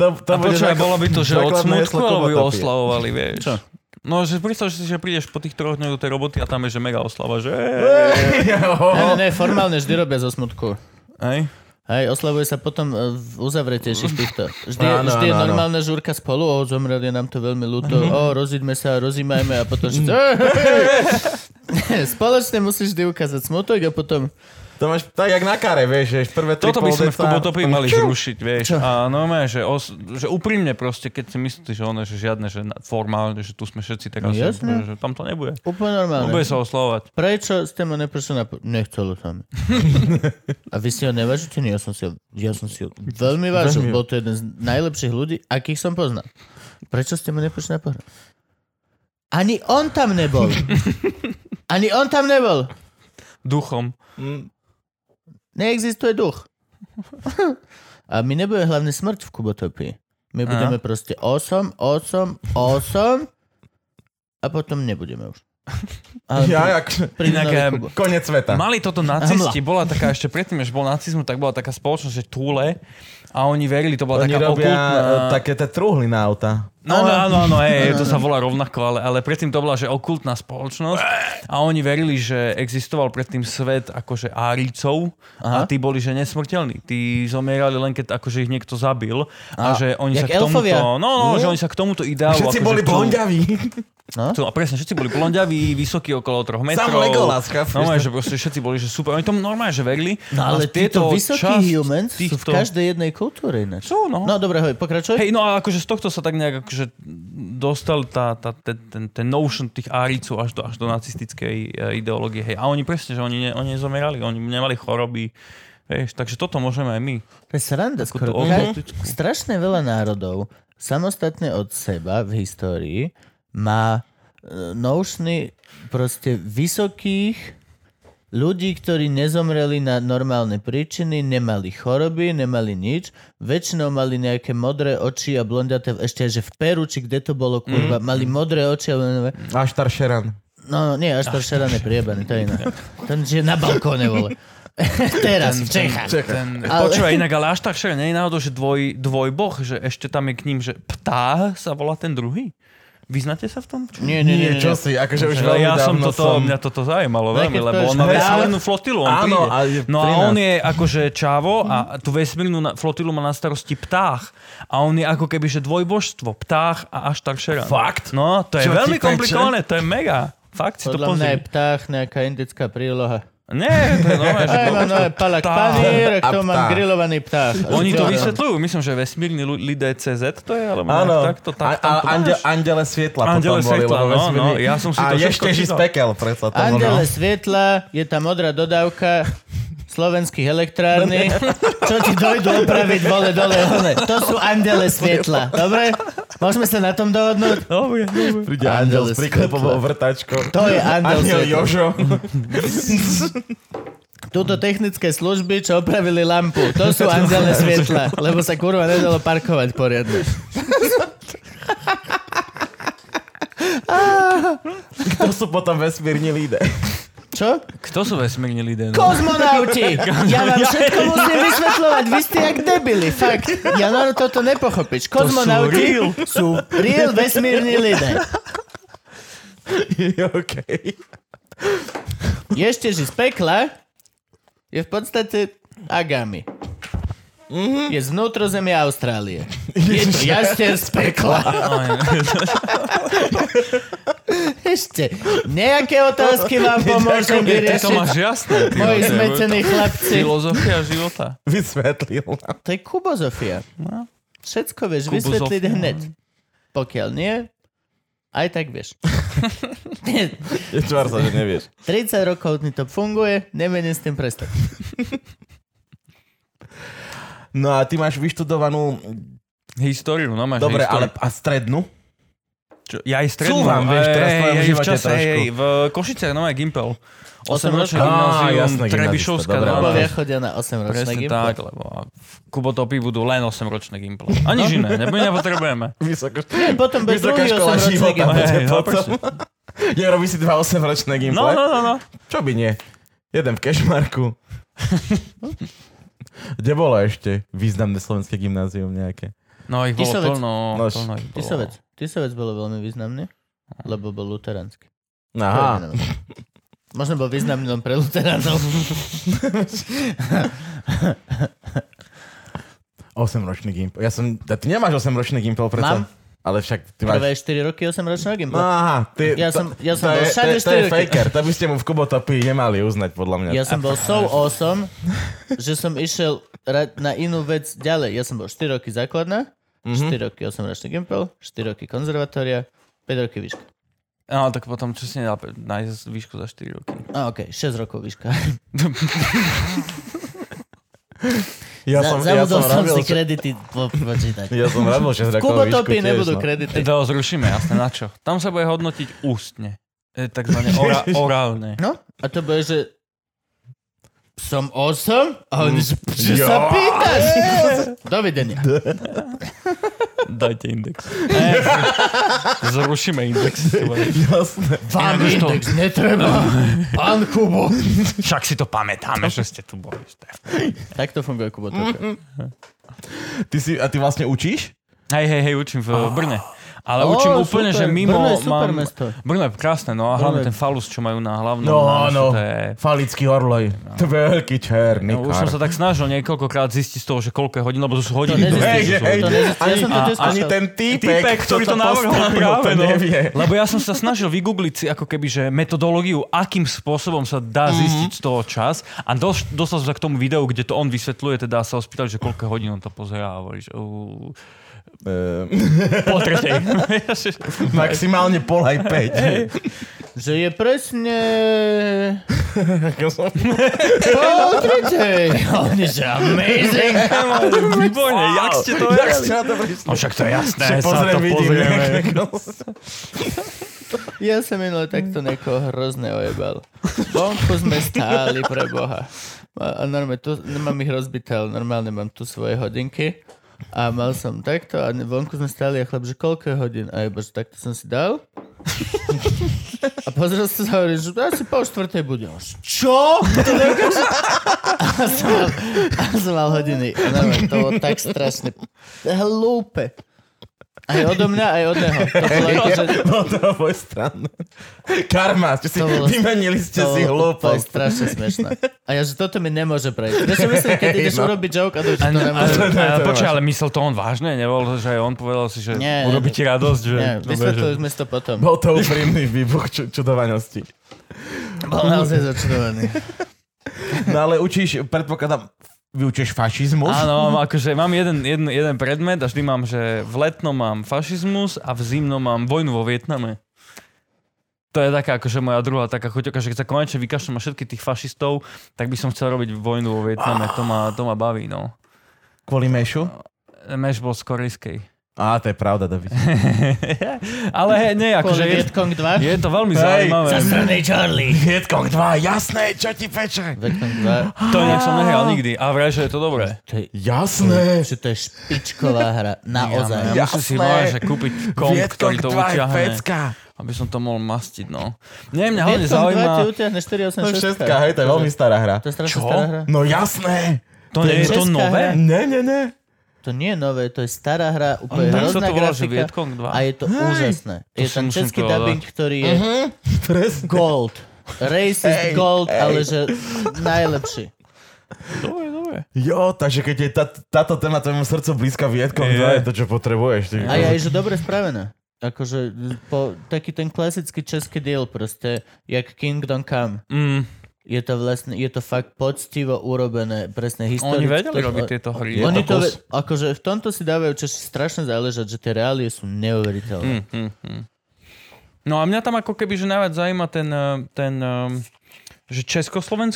Speaker 3: To, to
Speaker 5: A
Speaker 3: bude
Speaker 5: počkaj,
Speaker 3: ako-
Speaker 5: bolo by to, že od
Speaker 3: základné
Speaker 5: smutku,
Speaker 3: heslo
Speaker 5: alebo by
Speaker 3: Kubotopie.
Speaker 5: oslavovali, vieš.
Speaker 4: Čo?
Speaker 5: No, že predstav si, že prídeš po tých troch dňoch do tej roboty a tam je, že mega oslava, že...
Speaker 4: Ne, ne, ne, formálne vždy robia zo smutku.
Speaker 5: Hej.
Speaker 4: Hej, oslavuje sa potom e, v uzavretejších
Speaker 3: (laughs)
Speaker 4: týchto. Vždy,
Speaker 3: Áno,
Speaker 4: vždy je
Speaker 3: áno, Mhm. áno.
Speaker 4: normálna žúrka spolu, o, zomrel je nám to veľmi ľúto, o, rozídme sa, rozímajme a potom...
Speaker 3: (laughs)
Speaker 4: všetci, (laughs) Spoločne musíš vždy ukázať smutok a potom...
Speaker 3: (laughs) To máš tak, jak na kare, vieš, že prvé tri
Speaker 5: Toto by sme v
Speaker 3: poldeca-
Speaker 5: Kubotopi mali zrušiť, vieš.
Speaker 4: Čo?
Speaker 5: A normálne, že, os, že úprimne proste, keď si myslíš, že ono, že žiadne, že na- formálne, že tu sme všetci
Speaker 4: No
Speaker 5: teraz,
Speaker 4: jasne.
Speaker 5: že tam to nebude.
Speaker 4: Úplne
Speaker 5: No,
Speaker 4: normálne.
Speaker 5: bude sa oslavovať.
Speaker 4: Prečo ste ma neprišli na... po- Nechcelo sa
Speaker 3: (laughs)
Speaker 4: mi. A vy si ho nevážite? Nie, ja som si ho, ja som si ho veľmi vážil. Bol to jeden z najlepších ľudí, akých som poznal. Prečo ste ma neprišli na pohľad? Ani on tam
Speaker 3: (laughs)
Speaker 4: nebol. Ani on tam nebol.
Speaker 5: Duchom.
Speaker 3: Mm.
Speaker 4: Neexistuje duch. A my nebude hlavne smrť v Kubotopii. My budeme proste 8, 8, 8 a potom nebudeme už. Ale
Speaker 3: Ja,
Speaker 4: ja, ja.
Speaker 3: jak...
Speaker 4: Príde
Speaker 5: Inak,
Speaker 4: nový
Speaker 5: ehm,
Speaker 4: Kubo.
Speaker 3: Konec sveta.
Speaker 5: Mali toto nacisti, bola taká ešte predtým, než bol nacizmus, tak bola taká spoločnosť, že túle a oni verili, to bola
Speaker 3: Oni
Speaker 5: taká
Speaker 3: robia
Speaker 5: okultná...
Speaker 3: e, také tie truhly na auta.
Speaker 5: No, áno, áno, áno, hej, to sa volá rovnako, ale, ale predtým to bola, že okultná spoločnosť a oni verili, že existoval predtým svet akože áricov a tí boli, že nesmrteľní. Tí zomierali len, keď akože ich niekto zabil a,
Speaker 4: A,
Speaker 5: že oni sa
Speaker 4: jak
Speaker 5: k tomuto...
Speaker 4: elfovia.
Speaker 5: No, no, že oni sa k tomuto ideálu...
Speaker 3: Všetci
Speaker 5: akože
Speaker 3: boli
Speaker 5: chcú-
Speaker 3: blondiaví.
Speaker 5: chcú- A presne, všetci boli blondiaví, vysokí okolo troch metrov.
Speaker 3: Legolas, chápeš?
Speaker 5: Normálne, že proste všetci boli, že super. Oni tomu normálne, že verili.
Speaker 4: No ale
Speaker 5: a
Speaker 4: tieto
Speaker 5: tieto
Speaker 4: vysokí
Speaker 5: časť
Speaker 4: humans sú v
Speaker 5: týchto-
Speaker 4: každej jednej kultúre ináč.
Speaker 5: Sú, no.
Speaker 4: No dobre, hoj, pokračuj.
Speaker 5: Hej, no a akože z tohto sa tak nejak akože dostal tá, tá, ten, ten, ten notion tých áricu až do, až do nacistickej e, ideológie. Hej. A oni presne, že oni, ne, oni nezomierali, oni nemali choroby. Vieš, takže toto môžeme aj my.
Speaker 4: To je sranda skoro.
Speaker 5: to
Speaker 4: Ka- strašne veľa národov samostatne od seba v histórii má e, nočný proste vysokých ľudí, ktorí nezomreli na normálne príčiny, nemali choroby, nemali nič. Väčšinou mali nejaké modré oči a blondiaté, ešte aj, že v Peru, či kde to bolo, kurva,
Speaker 5: Mhm.
Speaker 4: mali modré oči a blondiaté.
Speaker 3: Až Taršeran.
Speaker 4: No, no, nie, až to šerané priebané, to je iné. To je na balkóne,
Speaker 5: (laughs)
Speaker 4: vole. Teraz, v Čechách.
Speaker 5: Ten,
Speaker 4: Ale-
Speaker 5: ale... Počúvaj, inak, ale až tak šer, nie je náhodou, že dvoj, dvojboh, že ešte tam je k ním, že ptá sa volá ten druhý. Vyznáte sa v tom? Čo?
Speaker 4: Nie, nie, nie.
Speaker 3: Nie,
Speaker 4: nie,
Speaker 3: čo si, akože už
Speaker 5: Ale
Speaker 3: veľmi
Speaker 5: ja som
Speaker 3: dávno
Speaker 5: toto, mňa toto zaujímalo veľmi,
Speaker 4: keď
Speaker 5: lebo
Speaker 4: to
Speaker 5: on má
Speaker 4: je-
Speaker 5: vesmírnu flotilu, on
Speaker 3: Áno, a je
Speaker 5: príde. No a
Speaker 3: 13.
Speaker 5: on je akože čavo a tú vesmírnu na- flotilu má na starosti ptách. A on je ako keby, že dvojbožstvo, ptách a až tak šeran.
Speaker 3: Fakt?
Speaker 5: No, to je
Speaker 3: Čo ti
Speaker 5: veľmi
Speaker 3: peče?
Speaker 5: komplikované, to je mega. Fakt si to
Speaker 4: Podľa mňa je
Speaker 5: pozri.
Speaker 4: ptách nejaká indická príloha.
Speaker 5: Nie, to je normálne,
Speaker 4: (laughs)
Speaker 5: že
Speaker 4: Aj mám nové palak
Speaker 5: Ptá.
Speaker 4: panír, k tomu
Speaker 3: A
Speaker 4: mám
Speaker 3: ptá.
Speaker 4: grillovaný pták.
Speaker 5: Oni to
Speaker 4: Rozdielne.
Speaker 5: vysvetľujú, myslím, že vesmírny lu- lidé CZ to je, alebo
Speaker 3: Áno,
Speaker 5: nejak takto, tak, tam
Speaker 3: a,
Speaker 5: to
Speaker 3: a andele,
Speaker 5: máš.
Speaker 3: andele svietla
Speaker 5: Andele
Speaker 3: potom boli,
Speaker 5: svietla,
Speaker 3: lebo
Speaker 5: no,
Speaker 3: vesmírny-
Speaker 5: no, ja som si
Speaker 3: a
Speaker 5: to všetko
Speaker 3: ješteži z
Speaker 5: čítal.
Speaker 3: pekel, predsa to bolo, no.
Speaker 4: Andele svietla, je tá modrá dodávka slovenských elektrární,
Speaker 5: (laughs)
Speaker 4: čo ti dojdu opraviť vole dole hole. To sú andele svietla, dobre? Môžeme sa na tom dohodnúť?
Speaker 5: Dobre, dobre.
Speaker 3: Príde andel s priklepovou vrtačkou.
Speaker 4: To je andel
Speaker 3: Aniel
Speaker 4: svietla.
Speaker 3: (laughs) Jožo.
Speaker 4: Tuto technické služby, čo opravili lampu, to sú andele svietla, lebo sa kurva nedalo parkovať poriadne.
Speaker 3: To sú potom vesmírni líde. (laughs)
Speaker 4: Čo?
Speaker 5: Kto sú vesmírni lidé? No?
Speaker 4: Kozmonauti! Ja vám všetko musím vysvetľovať, vy ste jak debili, fakt. Ja no, toto nepochopíš. Kozmonauti
Speaker 5: real.
Speaker 4: sú real vesmírni lidé.
Speaker 3: okay.
Speaker 4: Ešte, že z pekla je v podstate Agami. Mm-hmm. Je z vnútrozemia Austrálie. Je to jastier z (laughs) pekla.
Speaker 3: No, (laughs)
Speaker 4: Ešte, nejaké otázky vám pomôžem
Speaker 5: Ty to máš
Speaker 4: vyriešiť.
Speaker 5: jasné. ty
Speaker 4: Moji
Speaker 5: no, to je-
Speaker 4: zmetení chlapci.
Speaker 5: Filozofia života.
Speaker 3: Vysvetlil nám.
Speaker 4: To je kubozofia.
Speaker 5: No.
Speaker 4: Všetko vieš
Speaker 5: Kubozofia.
Speaker 4: vysvetliť hneď. Pokiaľ nie, aj tak vieš.
Speaker 3: Je čvar sa, že nevieš.
Speaker 4: 30 rokov mi to funguje, nemením s tým prestať.
Speaker 3: No a ty máš vyštudovanú...
Speaker 5: Históriu, no máš
Speaker 3: Dobre,
Speaker 5: históriu.
Speaker 3: ale a strednú?
Speaker 5: Čo, ja aj strednú.
Speaker 3: Cúvam, vieš, teraz v tvojom živote trošku.
Speaker 5: v Košiciach, no aj Gimpel. 8-ročné
Speaker 4: Osemročné.
Speaker 3: Á, Ah, jasné,
Speaker 5: gymnázium,
Speaker 3: gymnázista,
Speaker 5: Trebišovská
Speaker 3: dobre,
Speaker 5: no,
Speaker 4: Kubovia chodia na 8 ročné
Speaker 5: Presne tak, lebo a v Kubotopy budú len 8-ročné Gimpel. A
Speaker 3: No.
Speaker 5: nič iné, nebo
Speaker 3: (laughs)
Speaker 5: nepotrebujeme.
Speaker 3: Vysoko...
Speaker 4: Potom bez
Speaker 3: Vysoká
Speaker 4: druhý 8
Speaker 3: škola
Speaker 4: ročné
Speaker 3: života.
Speaker 4: gimple.
Speaker 3: Hej,
Speaker 5: no,
Speaker 3: potom.
Speaker 5: presne.
Speaker 3: Ja robí si dva 8-ročné gimple.
Speaker 5: no, no, no, no.
Speaker 3: Čo by nie? Jeden v Kešmarku. Kde bolo ešte významné slovenské gymnázium nejaké?
Speaker 5: No ich bolo
Speaker 4: Tisovec.
Speaker 5: plno,
Speaker 3: Nož.
Speaker 5: plno ich bolo.
Speaker 4: Tisovec. Tisovec bolo veľmi významné, lebo bol luteránsky.
Speaker 3: Aha.
Speaker 4: Možno bol významný len pre luteránov.
Speaker 3: 8-ročný gimpel. Ja som... a Ty nemáš 8-ročný gimpel, predsa?
Speaker 4: Mám.
Speaker 3: Ale však ty máš...
Speaker 4: Prvé 4 roky 8 ročného
Speaker 3: No
Speaker 4: gimpla.
Speaker 3: aha, ty,
Speaker 4: Ja
Speaker 3: to-
Speaker 4: som- ja som
Speaker 3: to,
Speaker 4: bol
Speaker 3: je, to,
Speaker 4: všade
Speaker 3: je, to je
Speaker 4: štyrky.
Speaker 3: faker, to by ste mu v Kubotopi nemali uznať, podľa mňa.
Speaker 4: Ja som bol so awesome, že som išiel ra- na inú vec ďalej. Ja som bol 4 roky základná,
Speaker 3: Mhm.
Speaker 4: 4 roky 8 ročný gimpel, 4 roky konzervatória, 5 roky výška.
Speaker 5: No, tak potom čo si nedal pe- nájsť výšku za 4 roky.
Speaker 4: A okej, 6 rokov výška.
Speaker 3: ja
Speaker 4: Ja
Speaker 3: som,
Speaker 4: som,
Speaker 3: ja
Speaker 4: Zabudol
Speaker 3: som,
Speaker 4: som,
Speaker 3: robil,
Speaker 4: si kredity po- počítať.
Speaker 3: (laughs) ja som robil
Speaker 4: (laughs)
Speaker 3: 6 rokov
Speaker 4: Kubotopy nebudú
Speaker 3: kredit.
Speaker 4: kredity.
Speaker 5: To ho zrušíme, jasne, na čo? Tam sa bude hodnotiť ústne. E, takzvané ora, orálne.
Speaker 4: No, a to bude, že som 8? A oni, že čo sa pýtaš? Dovidenia.
Speaker 5: Dajte index. Zrušíme index. to bude.
Speaker 3: Jasné.
Speaker 4: Vám
Speaker 5: Inak už to-
Speaker 4: index netreba. Pán Kubo.
Speaker 5: Však si to pamätáme, že ste tu boli.
Speaker 4: Tak to funguje Kubotopia.
Speaker 3: Ty si, a ty vlastne učíš?
Speaker 5: Hej, hej, hej, učím v Brne. Ale
Speaker 4: Ó,
Speaker 5: učím úplne,
Speaker 4: super.
Speaker 5: že mimo...
Speaker 4: Brno je super
Speaker 5: mám-
Speaker 4: mesto.
Speaker 5: Brno je krásne, no a hlavne
Speaker 4: Brno je-
Speaker 5: ten falus, čo majú na hlavnom.
Speaker 3: No,
Speaker 5: na našu,
Speaker 3: áno.
Speaker 5: To je...
Speaker 3: Falický orloj.
Speaker 4: No.
Speaker 3: To veľký černý
Speaker 5: No, už som
Speaker 3: kar.
Speaker 5: sa tak snažil niekoľkokrát zistiť z toho, že koľko je hodín, lebo to sú
Speaker 4: To
Speaker 5: hodiny.
Speaker 4: nezistíš.
Speaker 3: Hej,
Speaker 5: to sú-
Speaker 3: hej,
Speaker 4: To nezistíš. Ja
Speaker 3: ani-
Speaker 4: som to
Speaker 5: a-
Speaker 4: tiež
Speaker 3: Ani
Speaker 4: skúšal.
Speaker 3: ten týpek,
Speaker 5: Týpek, ktorý to navrhol
Speaker 3: postavil,
Speaker 5: práve,
Speaker 3: to
Speaker 5: no.
Speaker 3: nevie.
Speaker 5: Lebo ja som sa snažil vygoogliť si ako keby, že metodológiu, akým spôsobom sa dá zistiť z toho čas a dos, dostal som sa k tomu videu, kde to on vysvetľuje, teda sa ho spýtali, že koľko hodín on to pozerá a hovorí, že uh,
Speaker 3: Ehm,
Speaker 5: po tretej.
Speaker 3: Maximálne pol aj 5.
Speaker 4: Že je presne...
Speaker 3: som...
Speaker 4: Pol (laughs) tretej. Oni, že amazing.
Speaker 5: Výborne, jak ste to
Speaker 3: Jak
Speaker 5: vedeli?
Speaker 3: ste na to prišli?
Speaker 5: No však to je jasné,
Speaker 3: Že
Speaker 5: sa
Speaker 3: pozriem,
Speaker 5: to
Speaker 3: vidím.
Speaker 5: (laughs) pozrieme.
Speaker 3: (laughs)
Speaker 4: Ja som minule takto niekoho hrozne ojebal. Vonku sme stáli pre Boha. A a normálne, tu, nemám ich rozbité, ale normálne mám tu svoje hodinky. A mal som takto a ne- vonku sme stáli a chlap, že koľko je hodín? A jebo, že takto som si dal. A pozrel som sa a hovorím, že asi po štvrtej budem. A že, Čo? To neukáže- A som mal, a som mal hodiny. A normálne, to bolo tak strašne hlúpe. Aj odo mňa, aj od neho. To bolo
Speaker 3: (laughs)
Speaker 4: akože...
Speaker 3: Bolo No, to oboj strany. Karma, ste si,
Speaker 4: To bolo-
Speaker 3: vymenili ste
Speaker 4: To je
Speaker 3: si hlúposť.
Speaker 4: strašne smiešné. A ja, že toto mi nemôže prejsť. Ja si myslím,
Speaker 3: (laughs)
Speaker 4: keď ideš
Speaker 3: no.
Speaker 4: urobiť joke a to, že
Speaker 5: A,
Speaker 4: to
Speaker 5: a,
Speaker 4: nemôže.
Speaker 5: (laughs) a,
Speaker 3: to je
Speaker 5: počkaj, ale myslel to on vážne? Nebol, že aj on povedal si, že
Speaker 4: Nie,
Speaker 5: urobí ti radosť? Že,
Speaker 3: No,
Speaker 4: Nie,
Speaker 5: Dobre,
Speaker 4: vysvetlili
Speaker 5: že-
Speaker 4: sme si to potom.
Speaker 3: Bol to úprimný výbuch ču- čudovanosti.
Speaker 4: Bol naozaj začudovaný.
Speaker 3: No ale učíš, predpokladám, vyučíš fašizmus?
Speaker 5: Áno, mám, akože mám jeden, jeden, jeden predmet a vždy mám, že v letnom mám fašizmus a v zimnom mám vojnu vo Vietname. To je taká akože moja druhá taká chuťoka, že keď sa konečne vykašľam na všetkých tých fašistov, tak by som chcel robiť vojnu vo Vietname. To ma, to ma baví, no.
Speaker 3: Kvôli mešu?
Speaker 5: Meš bol z korejskej.
Speaker 3: Á, to je pravda, David.
Speaker 5: (laughs) Ale hej, nie, akože
Speaker 4: Kvôli
Speaker 5: je,
Speaker 4: Vietkong 2?
Speaker 5: je to veľmi
Speaker 3: Hej,
Speaker 5: zaujímavé.
Speaker 4: Zasranej Charlie.
Speaker 3: Vietkong 2, jasné, čo ti peče?
Speaker 4: Vietkong 2.
Speaker 5: To inak som nehral nikdy. A vraj, že je to dobré.
Speaker 3: Jasné.
Speaker 4: Že to je špičková hra. Naozaj.
Speaker 5: Ja, ja musím si
Speaker 3: Jasné.
Speaker 5: mať, že kúpiť komp, ktorý
Speaker 3: Vietkong
Speaker 5: to
Speaker 3: 2 je
Speaker 5: utiahne.
Speaker 3: pecka.
Speaker 5: Aby som to mohol mastiť, no. Nie, mňa
Speaker 4: Vietkong 2 ti
Speaker 5: hlavne zaujíma...
Speaker 4: utiahne
Speaker 3: To je
Speaker 4: 486.
Speaker 3: šestka, hej, to je veľmi stará hra.
Speaker 4: To je strašne
Speaker 5: Čo?
Speaker 4: stará hra.
Speaker 3: No jasné.
Speaker 5: To nie je to
Speaker 4: česká
Speaker 5: nové?
Speaker 4: hra.
Speaker 3: Ne, ne, ne.
Speaker 4: To nie je nové, to je stará hra, úplne
Speaker 5: tak sa
Speaker 4: hrozná
Speaker 5: to volá, že
Speaker 4: grafika.
Speaker 5: Vietkong 2.
Speaker 4: A je to úžasné. Je
Speaker 5: si
Speaker 4: tam
Speaker 5: musím
Speaker 4: český
Speaker 5: to
Speaker 4: dubbing, ktorý je
Speaker 3: Mhm, Presne.
Speaker 4: gold. Racist
Speaker 3: Hej,
Speaker 4: gold,
Speaker 3: hej.
Speaker 4: ale že najlepší.
Speaker 5: Dobre, dobre.
Speaker 3: Jo, takže keď je tá, táto téma tvojmu srdcu blízka Vietkom, to
Speaker 5: Je.
Speaker 3: je to, čo potrebuješ. Ty.
Speaker 4: A je aj, že dobre spravené. Akože po, taký ten klasický český deal proste, jak Kingdom Come.
Speaker 5: Mm,
Speaker 4: Je to vlastne, je to fakt poctivo urobené, presne historicky.
Speaker 5: oni vedeli
Speaker 4: to-
Speaker 5: robiť tieto hry.
Speaker 4: Oni to,
Speaker 3: to kus.
Speaker 4: ve- akože v tomto si dávajú Češi strašne záležať, že tie reálie sú neuveriteľné.
Speaker 5: Mm, mm, mm. No a mňa tam ako keby, že najviac zaujíma ten, eh, ten ehm, že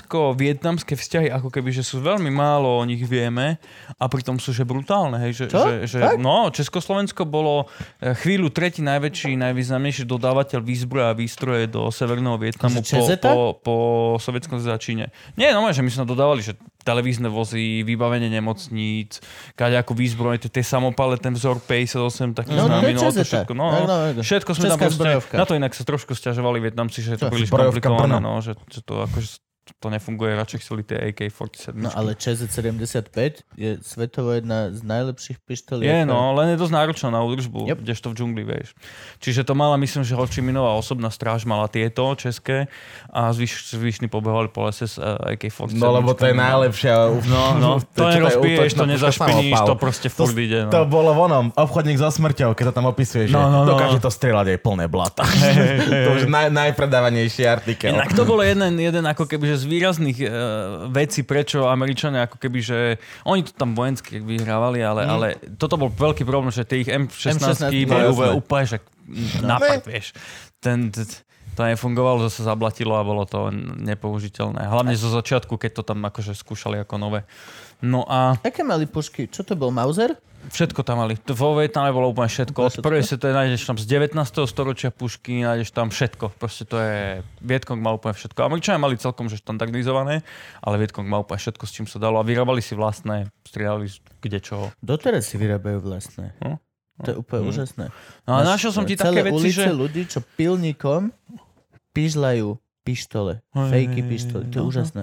Speaker 5: československo-vietnamské vzťahy ako keby, že sú veľmi málo o nich vieme a pritom sú že brutálne. Hej, že,
Speaker 4: Čo?
Speaker 5: Že, že,
Speaker 4: Fakt?
Speaker 5: no, Československo bolo eh, chvíľu tretí najväčší, najvýznamnejší dodávateľ výzbroja a výstroje do Severného Vietnamu
Speaker 4: Akože
Speaker 5: po,
Speaker 4: ČZ-a?
Speaker 5: po, po sovietskom začíne. Nie, no že my sme dodávali, že televízne vozy, vybavenie nemocníc, kaďakú výzbroj, tie, tie samopale, ten vzor 58, taký
Speaker 4: No, to
Speaker 5: známy,
Speaker 4: je
Speaker 5: no, to
Speaker 4: ČZ-a.
Speaker 5: všetko. No,
Speaker 4: Tak,
Speaker 5: no,
Speaker 4: no,
Speaker 3: Teda
Speaker 4: tak.
Speaker 5: Všetko sme tam
Speaker 4: Česká
Speaker 5: proste,
Speaker 4: zbrojovka.
Speaker 5: na to inak sa trošku stiažovali Vietnamci, že je to
Speaker 4: Čo?
Speaker 5: príliš
Speaker 3: Zbrojovka
Speaker 5: komplikované,
Speaker 3: Brno.
Speaker 5: no, že, že to akože to nefunguje, radšej chceli tie AK-47.
Speaker 4: No ale ČZ-75 je svetovo jedna z najlepších pištoliek.
Speaker 5: je, no, len je dosť náročná na údržbu,
Speaker 4: Yep.
Speaker 5: yep. kdežto v džungli, vieš. Čiže to mala, myslím, že Hočiminová osobná stráž mala tieto české a zvyš, zvyšní pobehovali po lese s eh, AK-47.
Speaker 3: No lebo to je najlepšia...
Speaker 5: No,
Speaker 3: (laughs)
Speaker 5: no,
Speaker 3: čo
Speaker 5: to
Speaker 3: je
Speaker 5: nerozbiješ,
Speaker 3: útočná
Speaker 5: to
Speaker 3: puška
Speaker 5: nezašpiníš,
Speaker 3: samopal.
Speaker 5: to proste furt ide. No.
Speaker 3: To bolo vonom, obchodník so smrťou, keď to tam opisuje, že
Speaker 5: No, no, no.
Speaker 3: dokáže to strieľať aj plné blata. to už naj, najpredávanejší artikel.
Speaker 5: Inak to bol jeden, jeden ako keby že z výrazných uh, vecí, prečo Američania ako keby, že oni to tam vojensky vyhrávali, ale, mm. ale toto bol veľký problém, že tie ich M16,
Speaker 4: M16, no
Speaker 5: M16 boli
Speaker 3: jasné.
Speaker 5: úplne, úplne že na prd, vieš. Ten, t- t- to nefungovalo, zase zablatilo a bolo to nepoužiteľné. Hlavne zo začiatku, keď to tam akože skúšali ako nové. No a
Speaker 4: Aké mali pušky? Čo to bol, Mauser?
Speaker 5: všetko tam mali. To Vo Vietname bolo úplne všetko. Od
Speaker 4: Úplne
Speaker 5: prvej sa to nájdeš tam z 19. storočia pušky, nájdeš tam všetko. Proste to je... Vietkong mal úplne všetko. Američania mali celkom že štandardizované, ale Vietkong mal úplne všetko, s čím sa dalo. A vyrábali si vlastné, strieľali z- kde čoho.
Speaker 4: Doteraz si vyrábajú vlastné.
Speaker 5: Hm?
Speaker 4: To je úplne úžasné.
Speaker 5: No
Speaker 4: Máš
Speaker 5: a našiel som ti
Speaker 4: celé
Speaker 5: také veci,
Speaker 4: ulice
Speaker 5: že...
Speaker 4: ľudí, čo pilníkom pižľajú pištole.
Speaker 5: Hej,
Speaker 4: Fejky
Speaker 5: hej,
Speaker 4: pištole. To je
Speaker 5: no.
Speaker 4: úžasné.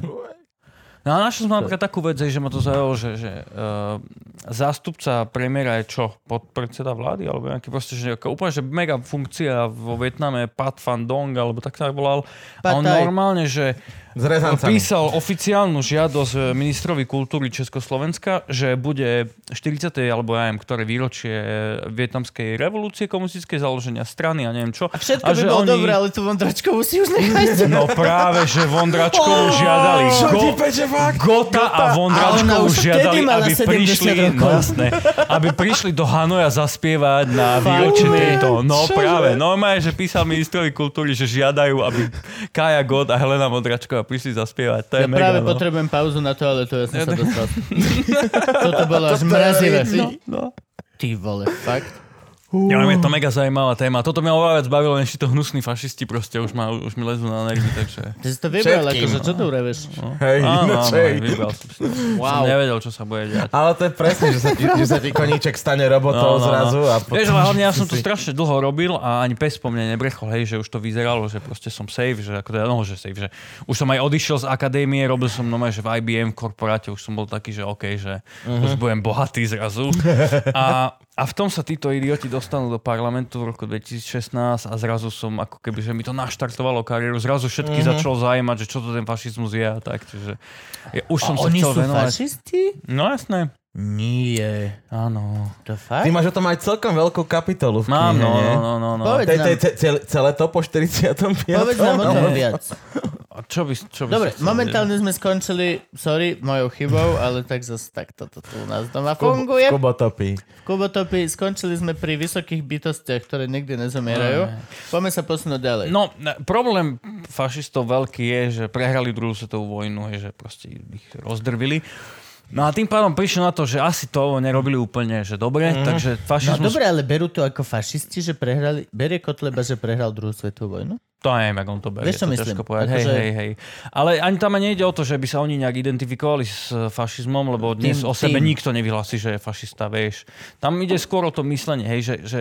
Speaker 5: No a našiel som napríklad takú vec, že ma to zaujalo, že, že uh, zástupca premiéra je čo? Podpredseda vlády? Alebo nejaký proste, že ako, úplne, že mega funkcia vo Vietname, Pat Van Dong, alebo tak sa volal. A on
Speaker 4: Pataj.
Speaker 5: normálne, že
Speaker 3: S rezancami.
Speaker 5: písal oficiálnu žiadosť eh, ministrovi kultúry Československa, že bude 40. alebo ja neviem, ktoré výročie eh, vietnamskej revolúcie komunistickej založenia strany a neviem čo.
Speaker 4: A všetko
Speaker 5: a
Speaker 4: by bolo dobré, ale tú vondračkovú si už
Speaker 5: (laughs)
Speaker 4: nechajte.
Speaker 5: No práve,
Speaker 4: (laughs)
Speaker 5: že Vondračkovú žiadali.
Speaker 3: Čo ti
Speaker 5: Go,
Speaker 3: peče fakt?
Speaker 5: Gota a
Speaker 4: A ona
Speaker 5: Vondračkovú
Speaker 4: už vtedy
Speaker 5: žiadali,
Speaker 4: mala
Speaker 5: aby
Speaker 4: 70
Speaker 5: prišli,
Speaker 4: rokov.
Speaker 5: no, jasné, aby prišli do Hanoja zaspievať na výročie tejto. No práve, normálne, že písal ministrovi kultúry, že žiadajú, aby Kaja God a Helena Vondračková prišli zaspievať. To je
Speaker 4: Ja
Speaker 5: mega,
Speaker 4: práve
Speaker 5: no.
Speaker 4: potrebujem pauzu na toaletu, ja som sa
Speaker 5: (laughs)
Speaker 4: dostal. Toto bolo až mrazivé.
Speaker 5: no.
Speaker 4: Ty vole, fakt.
Speaker 5: Ja viem, je to mega zaujímavá téma. Toto mňa oveľa viac bavilo, než títo hnusní fašisti proste už, ma, už mi lezú na nervy, takže...
Speaker 4: Ty si to vybral,
Speaker 3: Všetkým. no.
Speaker 4: akože čo tu ureveš?
Speaker 5: No.
Speaker 3: Hej,
Speaker 5: Áno, áno,
Speaker 3: hej.
Speaker 5: aj vybral som si. to. Som nevedel, čo sa bude diať.
Speaker 3: Ale to je presne, že sa
Speaker 4: (laughs)
Speaker 3: ti, že sa ti koníček stane robotou zrazu. A potom...
Speaker 5: No, Vieš, ale
Speaker 3: (laughs)
Speaker 5: hlavne ja som to strašne dlho robil a ani pes po mne nebrechol, hej, že už to vyzeralo, že proste som safe, že ako teda, no, že safe, že už som aj odišiel z akadémie, robil som normálne, že v
Speaker 3: Mhm. (laughs)
Speaker 5: IBM korporáte, už som bol taký, že OK, že už budem bohatý zrazu. A A v tom sa títo idioti dostanú do parlamentu v roku 2016 a zrazu som ako keby, že mi to naštartovalo kariéru, zrazu všetky
Speaker 3: Mhm.
Speaker 5: mm-hmm. začalo zaujímať, že čo to ten fašizmus je a tak, čiže ja už som sa
Speaker 4: Oni
Speaker 5: chcel
Speaker 4: sú
Speaker 5: venovať.
Speaker 4: fašisti?
Speaker 5: No jasné,
Speaker 4: Nie.
Speaker 5: áno.
Speaker 4: To
Speaker 3: Ty
Speaker 4: fakt?
Speaker 3: máš o tom aj celkom veľkú kapitolu v
Speaker 5: Mám,
Speaker 3: knihe,
Speaker 5: no,
Speaker 3: nie?
Speaker 5: no, no, no, no.
Speaker 4: Povedz
Speaker 3: Tej-
Speaker 4: nám,
Speaker 3: tej- ce- cel- Celé to po 45.
Speaker 4: povedz nám o tom
Speaker 3: No.
Speaker 4: viac.
Speaker 5: A čo by, čo by
Speaker 4: Dobre,
Speaker 5: si chcel
Speaker 4: momentálne sme skončili, sorry, mojou chybou, ale tak zase takto to tu u nás doma
Speaker 3: Kubo-
Speaker 4: funguje.
Speaker 3: Kubo topí.
Speaker 4: Kubotopi, skončili sme pri vysokých bytostiach, ktoré nikdy nezomierajú. Poďme sa posunúť ďalej.
Speaker 5: No, ne- problém fašistov veľký je, že prehrali druhú svetovú vojnu, je, že proste ich rozdrvili. No a tým pádom prišlo na to, že asi to nerobili úplne, že dobre, mm. takže
Speaker 4: No
Speaker 5: fašizmus...
Speaker 4: dobre, ale berú to ako fašisti, že prehrali, berie Kotleba, že prehral druhú svetovú vojnu? No,
Speaker 5: To ja neviem, ako on to berie,
Speaker 4: Vieš, čo
Speaker 5: to
Speaker 4: myslím?
Speaker 5: ťažko povedať. Hej,
Speaker 4: Akože-
Speaker 5: hej, hej. Ale ani tam ani nejde o to, že by sa oni nejak identifikovali s e, fašizmom, lebo dnes
Speaker 4: Tým-
Speaker 5: o sebe
Speaker 4: tým.
Speaker 5: nikto nevyhlási, že je fašista, vieš. Tam ide skôr o to myslenie, hej, že, že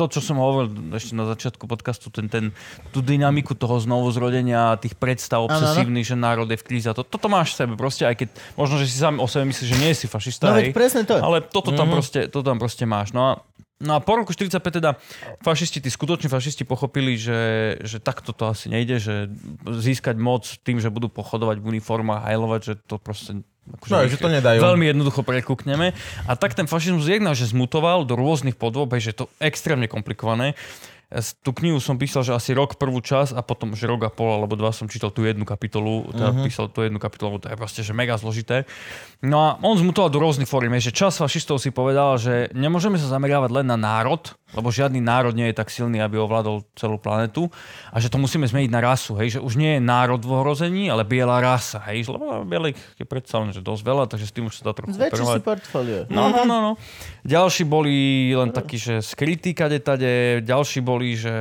Speaker 5: to, čo som hovoril ešte na začiatku podcastu, ten, ten, tú dynamiku toho znovuzrodenia, tých predstav obsesívnych, že národ je v kríze, a to, toto máš v sebe proste, aj keď možno, že si sám o sebe myslíš, že nie si
Speaker 4: No
Speaker 5: fašista,
Speaker 4: veď
Speaker 5: hej.
Speaker 4: presne to.
Speaker 5: Ale toto tam,
Speaker 3: Mhm.
Speaker 5: proste, to tam proste máš. No a, no a po roku 45 teda fašisti, tí skutoční fašisti pochopili, že, že takto to asi nejde, že získať moc tým, že budú pochodovať v uniformách, hajlovať, že to proste akože
Speaker 3: No,
Speaker 5: ich
Speaker 3: že to nedajú.
Speaker 5: Veľmi jednoducho prekúkneme. A tak ten fašizmus jednak, že zmutoval do rôznych podôb, hej, že je to extrémne komplikované. Ja s- Tú knihu som písal, že asi rok prvú čas a potom že rok a pol alebo dva som čítal tú jednu kapitolu, teda
Speaker 3: Mhm.
Speaker 5: uh-huh. písal tú jednu kapitolu, lebo to je proste že mega zložité. No a on zmutoval do rôznych fóriem, hej, že čas fašistov si povedal, že nemôžeme sa zameriavať len na národ, lebo žiadny národ nie je tak silný, aby ovládol celú planetu a že to musíme zmeniť na rasu, hej, že už nie je národ v ohrození, ale biela rasa, hej, lebo bielých je predsa len, že dosť veľa, takže s tým už sa dá trochu
Speaker 4: Zväčši si
Speaker 5: operovať.
Speaker 4: portfólio.
Speaker 5: No, no, no, no. Ďalší boli len takí, že skrytí kadetade, ďalší boli, že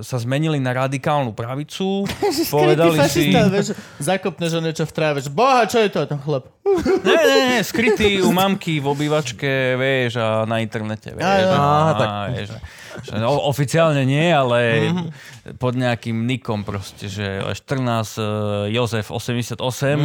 Speaker 5: sa zmenili na radikálnu pravicu, povedali si...
Speaker 4: fašista, vieš, zakopneš o niečo v tráve, že boha, čo je to ten chlap?
Speaker 5: Nie, nie, nie, skrytí u mamky v obývačke, vieš, a na internete, vieš.
Speaker 4: Áno.
Speaker 5: a-
Speaker 3: Á, tak.
Speaker 5: vieš, a- že, no, oficiálne nie, ale
Speaker 3: Mhm.
Speaker 5: pod nejakým nikom proste, že 14 eh, Jozef 88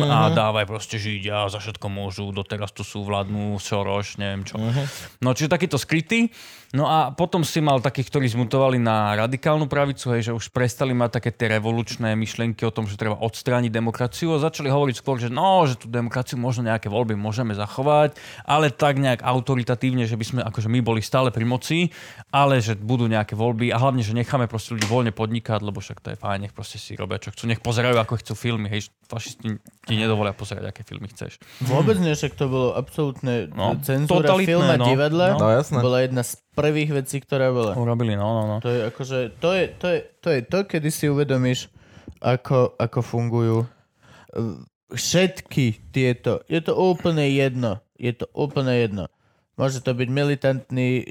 Speaker 5: a
Speaker 3: Mhm.
Speaker 5: dávaj proste židia, za všetko môžu, doteraz tu sú vládnu, Soros, neviem čo.
Speaker 3: Mhm.
Speaker 5: No, čiže takýto skrytý. No a potom si mal takých, ktorí zmutovali na radikálnu pravicu, hej, že už prestali mať také tie revolučné myšlienky o tom, že treba odstrániť demokraciu a začali hovoriť skôr, že no, že tú demokraciu možno nejaké voľby môžeme zachovať, ale tak nejak autoritatívne, že by sme akože my boli stále pri moci, ale že budú nejaké voľby a hlavne, že necháme proste ľudí voľne podnikať, lebo však to je fajn, nech proste si robia čo chcú, nech pozerajú ako chcú filmy, hej, že fašisti ti nedovolia pozerať, aké filmy chceš.
Speaker 4: Vôbec nie, však to bolo absolútne
Speaker 5: No,
Speaker 4: cenzúra
Speaker 5: totalitné,
Speaker 4: filma,
Speaker 5: no.
Speaker 4: divadla.
Speaker 3: No, jasné.
Speaker 4: Bola jedna z prvých vecí, ktorá bola.
Speaker 5: Urobili, no, no, no.
Speaker 4: To je akože, to je to, je, to, je to kedy si uvedomíš, ako, ako fungujú eh, všetky tieto. Je to úplne jedno. Je to úplne jedno. Môže to byť militantný eh,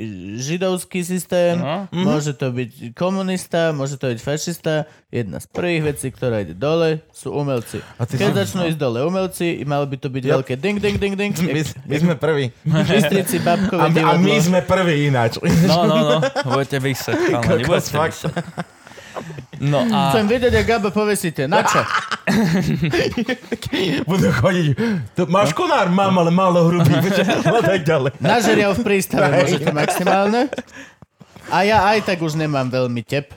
Speaker 4: židovský systém,
Speaker 5: No.
Speaker 3: Mhm.
Speaker 4: môže to byť komunista, môže to byť fašista. Jedna z prvých vecí, ktorá ide dole, sú umelci.
Speaker 3: A ty
Speaker 4: Keď
Speaker 3: si-
Speaker 4: začnú ísť dole umelci, malo by to byť
Speaker 3: Ja-
Speaker 4: veľké ding, ding, ding, ding.
Speaker 3: My, my sme prví.
Speaker 4: Bystrici, babkové
Speaker 3: A my, a my
Speaker 4: divadlo.
Speaker 3: sme prví ináč. (laughs)
Speaker 5: No, no, no, budete vysať, chalani,
Speaker 3: Kokos,
Speaker 5: budete
Speaker 3: fakt.
Speaker 5: vysať. No a...
Speaker 4: Chcem vedieť, ak Gabo povesíte. Na
Speaker 3: (laughs)
Speaker 4: čo?
Speaker 3: Budú chodiť. To,
Speaker 5: No.
Speaker 3: máš konár? Mám, ale málo
Speaker 5: (laughs)
Speaker 3: hrubý. Hľadaj ďalej.
Speaker 4: Na žeriav v prístave môžete maximálne. A ja aj tak už nemám veľmi tep.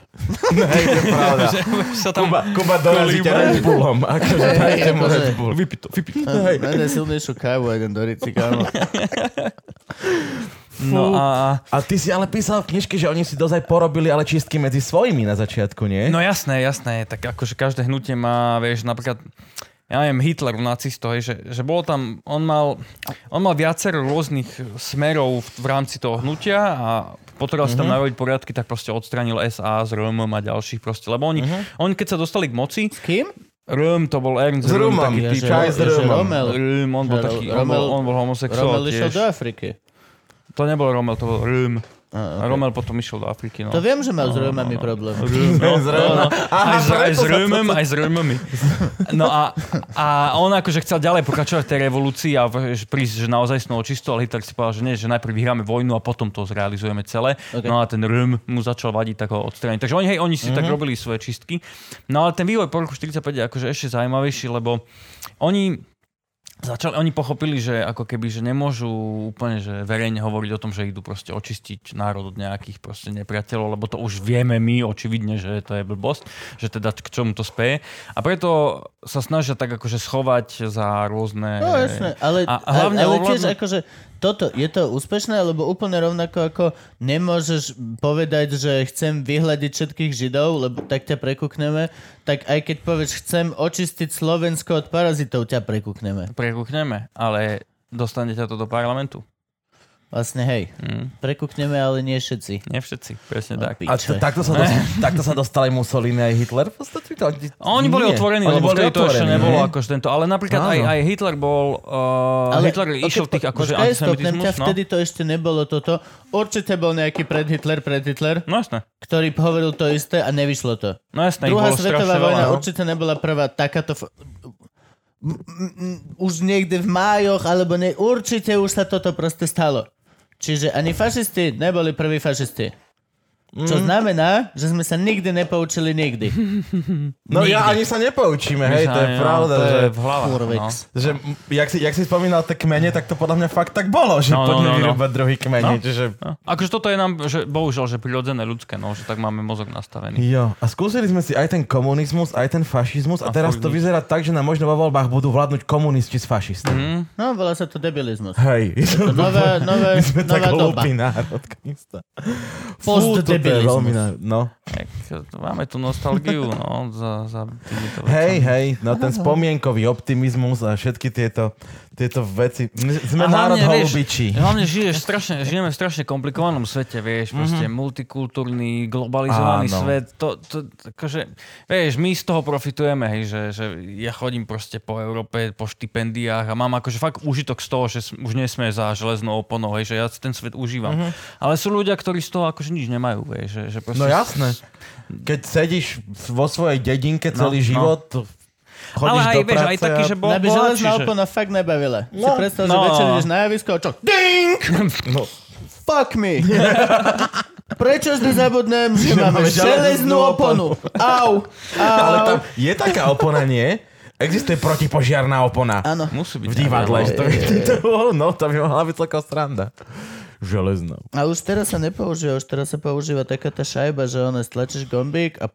Speaker 3: Hej, to je pravda.
Speaker 5: (laughs) sa tam...
Speaker 3: Kuba, (laughs) Kuba dorazí ťa Red
Speaker 5: (laughs)
Speaker 3: Bullom. Akože dajte mu
Speaker 4: akože.
Speaker 3: Red Bull.
Speaker 5: Vypi to, vypi to.
Speaker 3: Hej.
Speaker 4: Mene silnejšiu kávu, jeden do rici kávu.
Speaker 5: No a...
Speaker 3: A ty si ale písal v knižke, že oni si dozaj porobili ale čistky medzi svojimi na začiatku, nie?
Speaker 5: No jasné, jasné, tak akože každé hnutie má, vieš, napríklad ja neviem, Hitler u nacistov, hej, že, že bolo tam, on mal, on mal viacero rôznych smerov v, v rámci toho hnutia a potreboval
Speaker 4: Mhm.
Speaker 5: si tam narobiť poriadky, tak proste odstranil SA z Römom a ďalších proste, lebo oni,
Speaker 4: Mhm.
Speaker 5: oni keď sa dostali k moci,
Speaker 4: Kým?
Speaker 5: Röm to bol Ernst
Speaker 3: S
Speaker 5: Röhm,
Speaker 3: Röhmom,
Speaker 5: taký
Speaker 3: jaže,
Speaker 5: typ,
Speaker 3: čaj s Röhmom.
Speaker 4: Romel.
Speaker 5: Röhm, on bol
Speaker 4: Že
Speaker 5: taký, on bol,
Speaker 4: Rommel-
Speaker 5: on bol homosexuál
Speaker 4: Romel išiel
Speaker 5: tiež.
Speaker 4: do Afriky.
Speaker 5: To nebol Rommel, to bol Röhm.
Speaker 4: A,
Speaker 5: A Rommel potom išiel do Afriky, no.
Speaker 4: To viem, že mal s
Speaker 5: No, no,
Speaker 4: Romami
Speaker 5: no.
Speaker 4: problém.
Speaker 5: Röhm, (laughs) no.
Speaker 3: S Röhmom.
Speaker 5: No, no. Aj s, aj
Speaker 3: preto
Speaker 5: s
Speaker 3: sa to-
Speaker 5: Röhmom, aj s Röhmami. No a, a on akože chcel ďalej pokračovať v tej revolúcii a v- že prísť, že naozaj snou čisto, ale Hitler si povedal, že nie, že najprv vyhráme vojnu a potom to zrealizujeme celé.
Speaker 4: Ok.
Speaker 5: No a ten Röhm mu začal vadiť, tak ho odstrániť. Takže oni, hej, oni si
Speaker 4: Mhm.
Speaker 5: tak robili svoje čistky. No ale ten vývoj po roku 45 je akože ešte zaujímavejší, lebo oni Začali, oni pochopili, že ako keby, že nemôžu úplne že verejne hovoriť o tom, že idú proste očistiť národ od nejakých proste nepriateľov, lebo to už vieme my očividne, že to je blbosť, že teda k čomu to speje. A preto sa snažia tak akože schovať za rôzne...
Speaker 4: No jasné, ale,
Speaker 5: a, a hlavne
Speaker 4: ale
Speaker 5: ovládnu-
Speaker 4: tiež akože toto, je to úspešné, lebo úplne rovnako ako nemôžeš povedať, že chcem vyhľadiť všetkých Židov, lebo tak ťa prekukneme, tak aj keď povieš, chcem očistiť Slovensko od parazitov, ťa prekukneme.
Speaker 5: prekúkneme, ale dostane ťa to do parlamentu.
Speaker 4: Vlastne hej,
Speaker 5: Mm.
Speaker 4: prekukneme, ale nie všetci.
Speaker 5: Nie všetci, presne tak.
Speaker 3: A t- takto, sa
Speaker 4: (laughs)
Speaker 3: dostal, takto sa dostali Mussolini aj Hitler v podstate? To oni-
Speaker 5: Oni boli
Speaker 3: Nie.
Speaker 5: otvorení,
Speaker 3: Oni
Speaker 5: lebo
Speaker 3: boli
Speaker 5: vtedy to ešte
Speaker 3: otvorení,
Speaker 5: nebolo
Speaker 3: hej?
Speaker 5: akože tento, ale napríklad aj,
Speaker 3: Áno.
Speaker 5: aj Hitler bol, uh, ale, Hitler išiel
Speaker 4: ok,
Speaker 5: v tých akože
Speaker 4: počkaj, stopnem ťa,
Speaker 5: antisemitizmus, no.
Speaker 4: Vtedy to ešte nebolo toto. Určite bol nejaký pred Hitler, pred Hitler,
Speaker 5: No jasné,
Speaker 4: ktorý hovoril to isté a nevyšlo to.
Speaker 5: no jasné, ich
Speaker 4: Druhá
Speaker 5: bolo strašne
Speaker 4: svetová
Speaker 5: veľa.
Speaker 4: vojna
Speaker 5: no.
Speaker 4: určite nebola prvá takáto... F- m- m- m- už niekde v májoch, alebo ne, určite už sa toto proste stalo. Čiže ani fašisti neboli prví fašisti.
Speaker 5: Mm.
Speaker 4: Čo znamená, že sme sa nikdy nepoučili
Speaker 5: (laughs)
Speaker 4: nikdy.
Speaker 3: No ja ani sa nepoučíme, hej, to je
Speaker 5: Aj, no,
Speaker 3: pravda,
Speaker 5: to
Speaker 3: že...
Speaker 5: je v hlavách, no.
Speaker 4: Kurvex.
Speaker 3: Že, m, jak si, jak si spomínal tie kmene, tak to podľa mňa fakt tak bolo, že
Speaker 5: No, no,
Speaker 3: poďme
Speaker 5: no, no.
Speaker 3: vyrúbať druhý kmeň,
Speaker 5: No.
Speaker 3: čiže...
Speaker 5: No. Akože toto je nám, že bohužiaľ, že prirodzené ľudské, no, že tak máme mozog nastavený.
Speaker 3: Jo, a skúsili sme si aj ten komunizmus, aj ten fašizmus
Speaker 5: A
Speaker 3: a, teraz
Speaker 5: furt
Speaker 3: to
Speaker 5: nič.
Speaker 3: vyzerá tak, že nám možno vo voľbách budú vládnuť komunisti s fašistami.
Speaker 5: Mm.
Speaker 4: No, volá sa to debilizmus.
Speaker 3: Hej, (laughs)
Speaker 4: To nové, nové,
Speaker 3: my sme tak
Speaker 4: nová doba.
Speaker 3: hlúpi národ, Krista.
Speaker 4: Post
Speaker 3: Fú, toto je
Speaker 4: debilizmus.
Speaker 3: veľmi ná- No,
Speaker 5: Tak, máme tu nostalgiu, no, za, za týmito
Speaker 3: hej,
Speaker 5: vecami.
Speaker 3: hej, no ten spomienkový optimizmus a všetky tieto, tieto veci. My Sme
Speaker 5: A
Speaker 3: národ
Speaker 5: hlavne, vieš,
Speaker 3: holubičí.
Speaker 5: Hlavne žiješ strašne, žijeme v strašne komplikovanom svete, vieš, proste multikultúrny, globalizovaný
Speaker 3: Mhm. Áno.
Speaker 5: svet, to, to, akože, vieš, my z toho profitujeme, hej, že, že ja chodím proste po Európe, po štipendiách a mám akože fakt užitok z toho, že s- už nie sme za železnou oponou, hej, že ja si ten svet užívam.
Speaker 3: Mhm.
Speaker 5: Ale sú ľudia, ktorí z toho akože nič nemajú, vieš, že, že proste...
Speaker 3: No jasné. Keď sedíš vo svojej dedinke celý
Speaker 5: No, no.
Speaker 3: život, chodíš
Speaker 5: Ale aj,
Speaker 3: do
Speaker 5: vieš,
Speaker 3: práce
Speaker 5: aj taký,
Speaker 3: a-
Speaker 5: že bol,
Speaker 4: Mňa by železná
Speaker 5: No, bohatší, že-
Speaker 4: opona fakt nebavila. No, si
Speaker 3: No,
Speaker 4: predstav, že
Speaker 5: no.
Speaker 4: večer ideš na javisko a čo? Ding!
Speaker 3: No.
Speaker 4: Fuck me! Prečo zde zabudnem, že máme
Speaker 3: máme železnú
Speaker 4: železnú oponu? Au!
Speaker 3: Ale tam
Speaker 4: Au!
Speaker 3: je taká opona, nie? Existuje protipožiarná opona.
Speaker 4: Áno.
Speaker 5: Musí byť.
Speaker 3: V divadle.
Speaker 5: áno.
Speaker 3: že To by, to, no, to by mohla byť celkom sranda. Železná.
Speaker 4: A už teraz sa nepoužíva, už teraz sa používa taká tá šajba, že ona stlačíš gombík a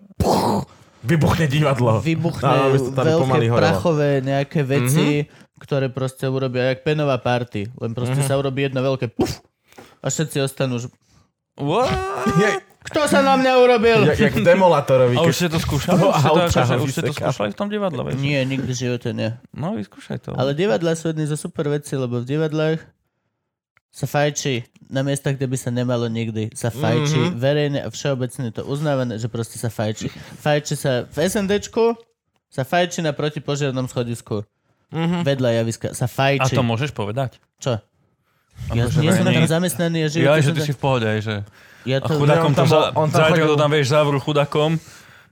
Speaker 3: Vybuchne divadlo.
Speaker 4: vybuchne
Speaker 3: my sme to tam
Speaker 4: veľké
Speaker 3: pomaly horelo. Mhm.
Speaker 4: prachové nejaké veci, ktoré proste urobia jak penová party. Len proste
Speaker 3: Mhm.
Speaker 4: sa urobí jedno veľké puf a všetci ostanú, že
Speaker 5: What?
Speaker 3: Jak,
Speaker 4: kto sa na mňa urobil?
Speaker 3: jak, jak v Demolatorovi.
Speaker 5: A už
Speaker 3: Keď,
Speaker 5: ste to skúšali?
Speaker 3: toho
Speaker 5: Už ste to,
Speaker 3: auta
Speaker 5: akože, už ste to
Speaker 3: vyseká.
Speaker 5: skúšali v tom divadle, vieš?
Speaker 4: Nie, nikdy v živote nie.
Speaker 5: No, vyskúšaj to.
Speaker 4: Ale divadla sú jedny zo super veci, lebo v divadlách sa fajčí na miestach, kde by sa nemalo nikdy. Sa fajčí mm-hmm. verejne a všeobecne je to uznávané, že proste sa fajčí. Fajčí sa v SNDčku, sa fajčí na protipožiarnom schodisku. Mm-hmm. Vedľa javiska. Sa
Speaker 5: A
Speaker 4: fajčí.
Speaker 5: to môžeš povedať?
Speaker 4: Čo? Ja
Speaker 5: Akože
Speaker 4: nie som
Speaker 5: verejný-
Speaker 4: tam zamestnaný, ja žijem.
Speaker 5: Ja,
Speaker 4: ja
Speaker 5: že
Speaker 4: som
Speaker 5: ty
Speaker 4: tam-
Speaker 5: si v pohode, aj, že...
Speaker 4: ja
Speaker 5: A
Speaker 4: to...
Speaker 5: chudakom
Speaker 3: on tam
Speaker 5: to
Speaker 3: bol-
Speaker 5: za...
Speaker 3: on tam
Speaker 5: Zajtra
Speaker 3: chodil-
Speaker 5: to tam, vieš, zavrú chudakom.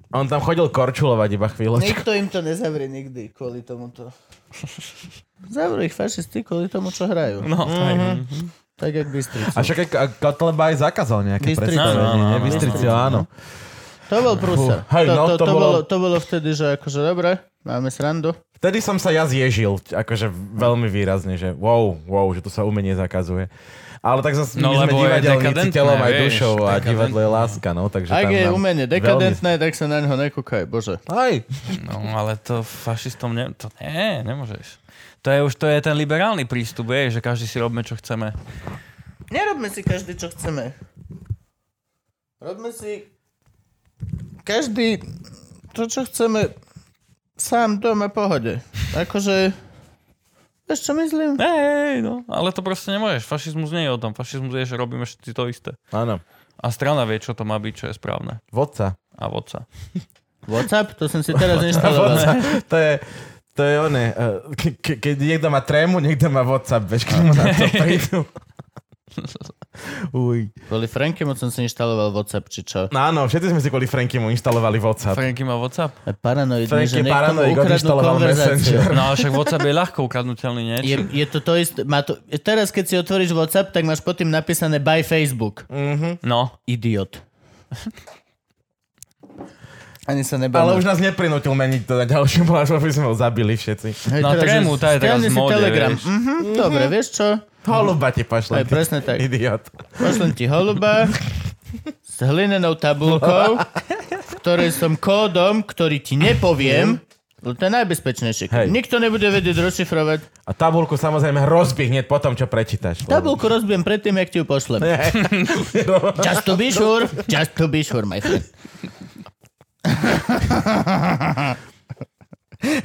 Speaker 3: on tam chodil korčulovať iba chvíľočku.
Speaker 4: Nikto im to nezavrie nikdy kvôli tomuto. Zavrú ich fašisti kvôli tomu, čo hrajú.
Speaker 5: No,
Speaker 3: Mhm.
Speaker 5: hej.
Speaker 4: Tak jak Bystrica.
Speaker 3: A však aj K- Kotleba aj zakázal nejaké
Speaker 4: Bystrica.
Speaker 5: Áno, áno,
Speaker 3: predstavenie.
Speaker 5: áno.
Speaker 3: Bystrici, áno.
Speaker 4: To bol prúser.
Speaker 3: Hej,
Speaker 4: to,
Speaker 3: no,
Speaker 4: to, to,
Speaker 3: to bolo-
Speaker 4: bolo... to bolo vtedy, že akože dobre, máme srandu.
Speaker 3: Vtedy som sa ja zježil, akože veľmi výrazne, že wow, wow, že to sa umenie zakazuje. Ale tak zase
Speaker 5: No,
Speaker 3: my sme
Speaker 5: lebo je
Speaker 3: divadelníci
Speaker 5: dekadentné,
Speaker 3: telom aj
Speaker 5: vieš,
Speaker 3: dušou a
Speaker 5: dekadentné.
Speaker 3: divadlo je láska, no, takže
Speaker 4: Ak
Speaker 3: tam
Speaker 4: je
Speaker 3: nám
Speaker 4: umenie dekadentné, tak sa na ňo nekúkaj, bože.
Speaker 3: Veľmi... Aj,
Speaker 5: No, ale to fašistom ne... To nie, nemôžeš. To je už to je ten liberálny prístup, je, že každý si robme, čo chceme.
Speaker 4: Nerobme si každý, čo chceme. Robme si každý to, čo chceme sám doma pohode. Akože... Vieš, čo myslím?
Speaker 5: Hej, no, ale to proste nemôžeš. Fašizmus nie je o tom. Fašizmus je, že robíme všetci to isté.
Speaker 3: áno,
Speaker 5: A strana vie, čo to má byť, čo je správne.
Speaker 3: vodca.
Speaker 5: A vodca.
Speaker 4: WhatsApp? To som si
Speaker 3: (laughs)
Speaker 4: teraz inštaloval.
Speaker 3: To je, to je one, eh, ke- ke- keď niekto má trému, niekto má WhatsApp, vieš, keď mu na to
Speaker 5: (laughs)
Speaker 3: prídu. Uj.
Speaker 4: Kvôli Frankimu som si inštaloval WhatsApp, či čo.
Speaker 3: No áno, všetci sme si kvôli Frankymu inštalovali WhatsApp.
Speaker 5: Franky má WhatsApp?
Speaker 4: Je Paranoidný,
Speaker 3: Frank
Speaker 4: že
Speaker 3: je
Speaker 4: niekto
Speaker 3: paranoik,
Speaker 4: ukradnú
Speaker 3: odinštaloval
Speaker 4: konverzáciu.
Speaker 3: Messenger.
Speaker 5: No, ale však WhatsApp je ľahko ukradnutelný, nie?
Speaker 4: Je, je to to isté. Má to, teraz, keď si otvoríš WhatsApp, tak máš pod tým napísané by Facebook.
Speaker 5: No.
Speaker 4: Idiot. Ani sa
Speaker 3: Ale
Speaker 4: nebavím.
Speaker 3: už nás neprinútil meniť to na ďalšiu pláž, aby sme ho zabili všetci.
Speaker 4: Hej,
Speaker 5: No,
Speaker 4: teraz,
Speaker 5: Tremu,
Speaker 4: že
Speaker 5: tá je teraz
Speaker 4: stiahni
Speaker 5: v
Speaker 4: si
Speaker 5: móde,
Speaker 4: Telegram.
Speaker 5: vieš.
Speaker 4: Mhm, Dobre, vieš čo?
Speaker 3: Holuba ti pašle.
Speaker 4: Aj presne tak.
Speaker 3: Idiot.
Speaker 4: Pošlem ti holuba s hlinenou tabulkou, v ktorej som kódom, ktorý ti nepoviem,
Speaker 5: Mhm.
Speaker 4: lebo to je najbezpečnejšie.
Speaker 3: Hej.
Speaker 4: Nikto nebude vedieť rozšifrovať.
Speaker 3: A tabulku samozrejme rozbih hneď potom, čo prečítaš.
Speaker 4: Tabulku rozbijem predtým, jak ti ju pošlem. (laughs) Just to be sure, just to be sure, my
Speaker 3: (laughs)
Speaker 4: friend.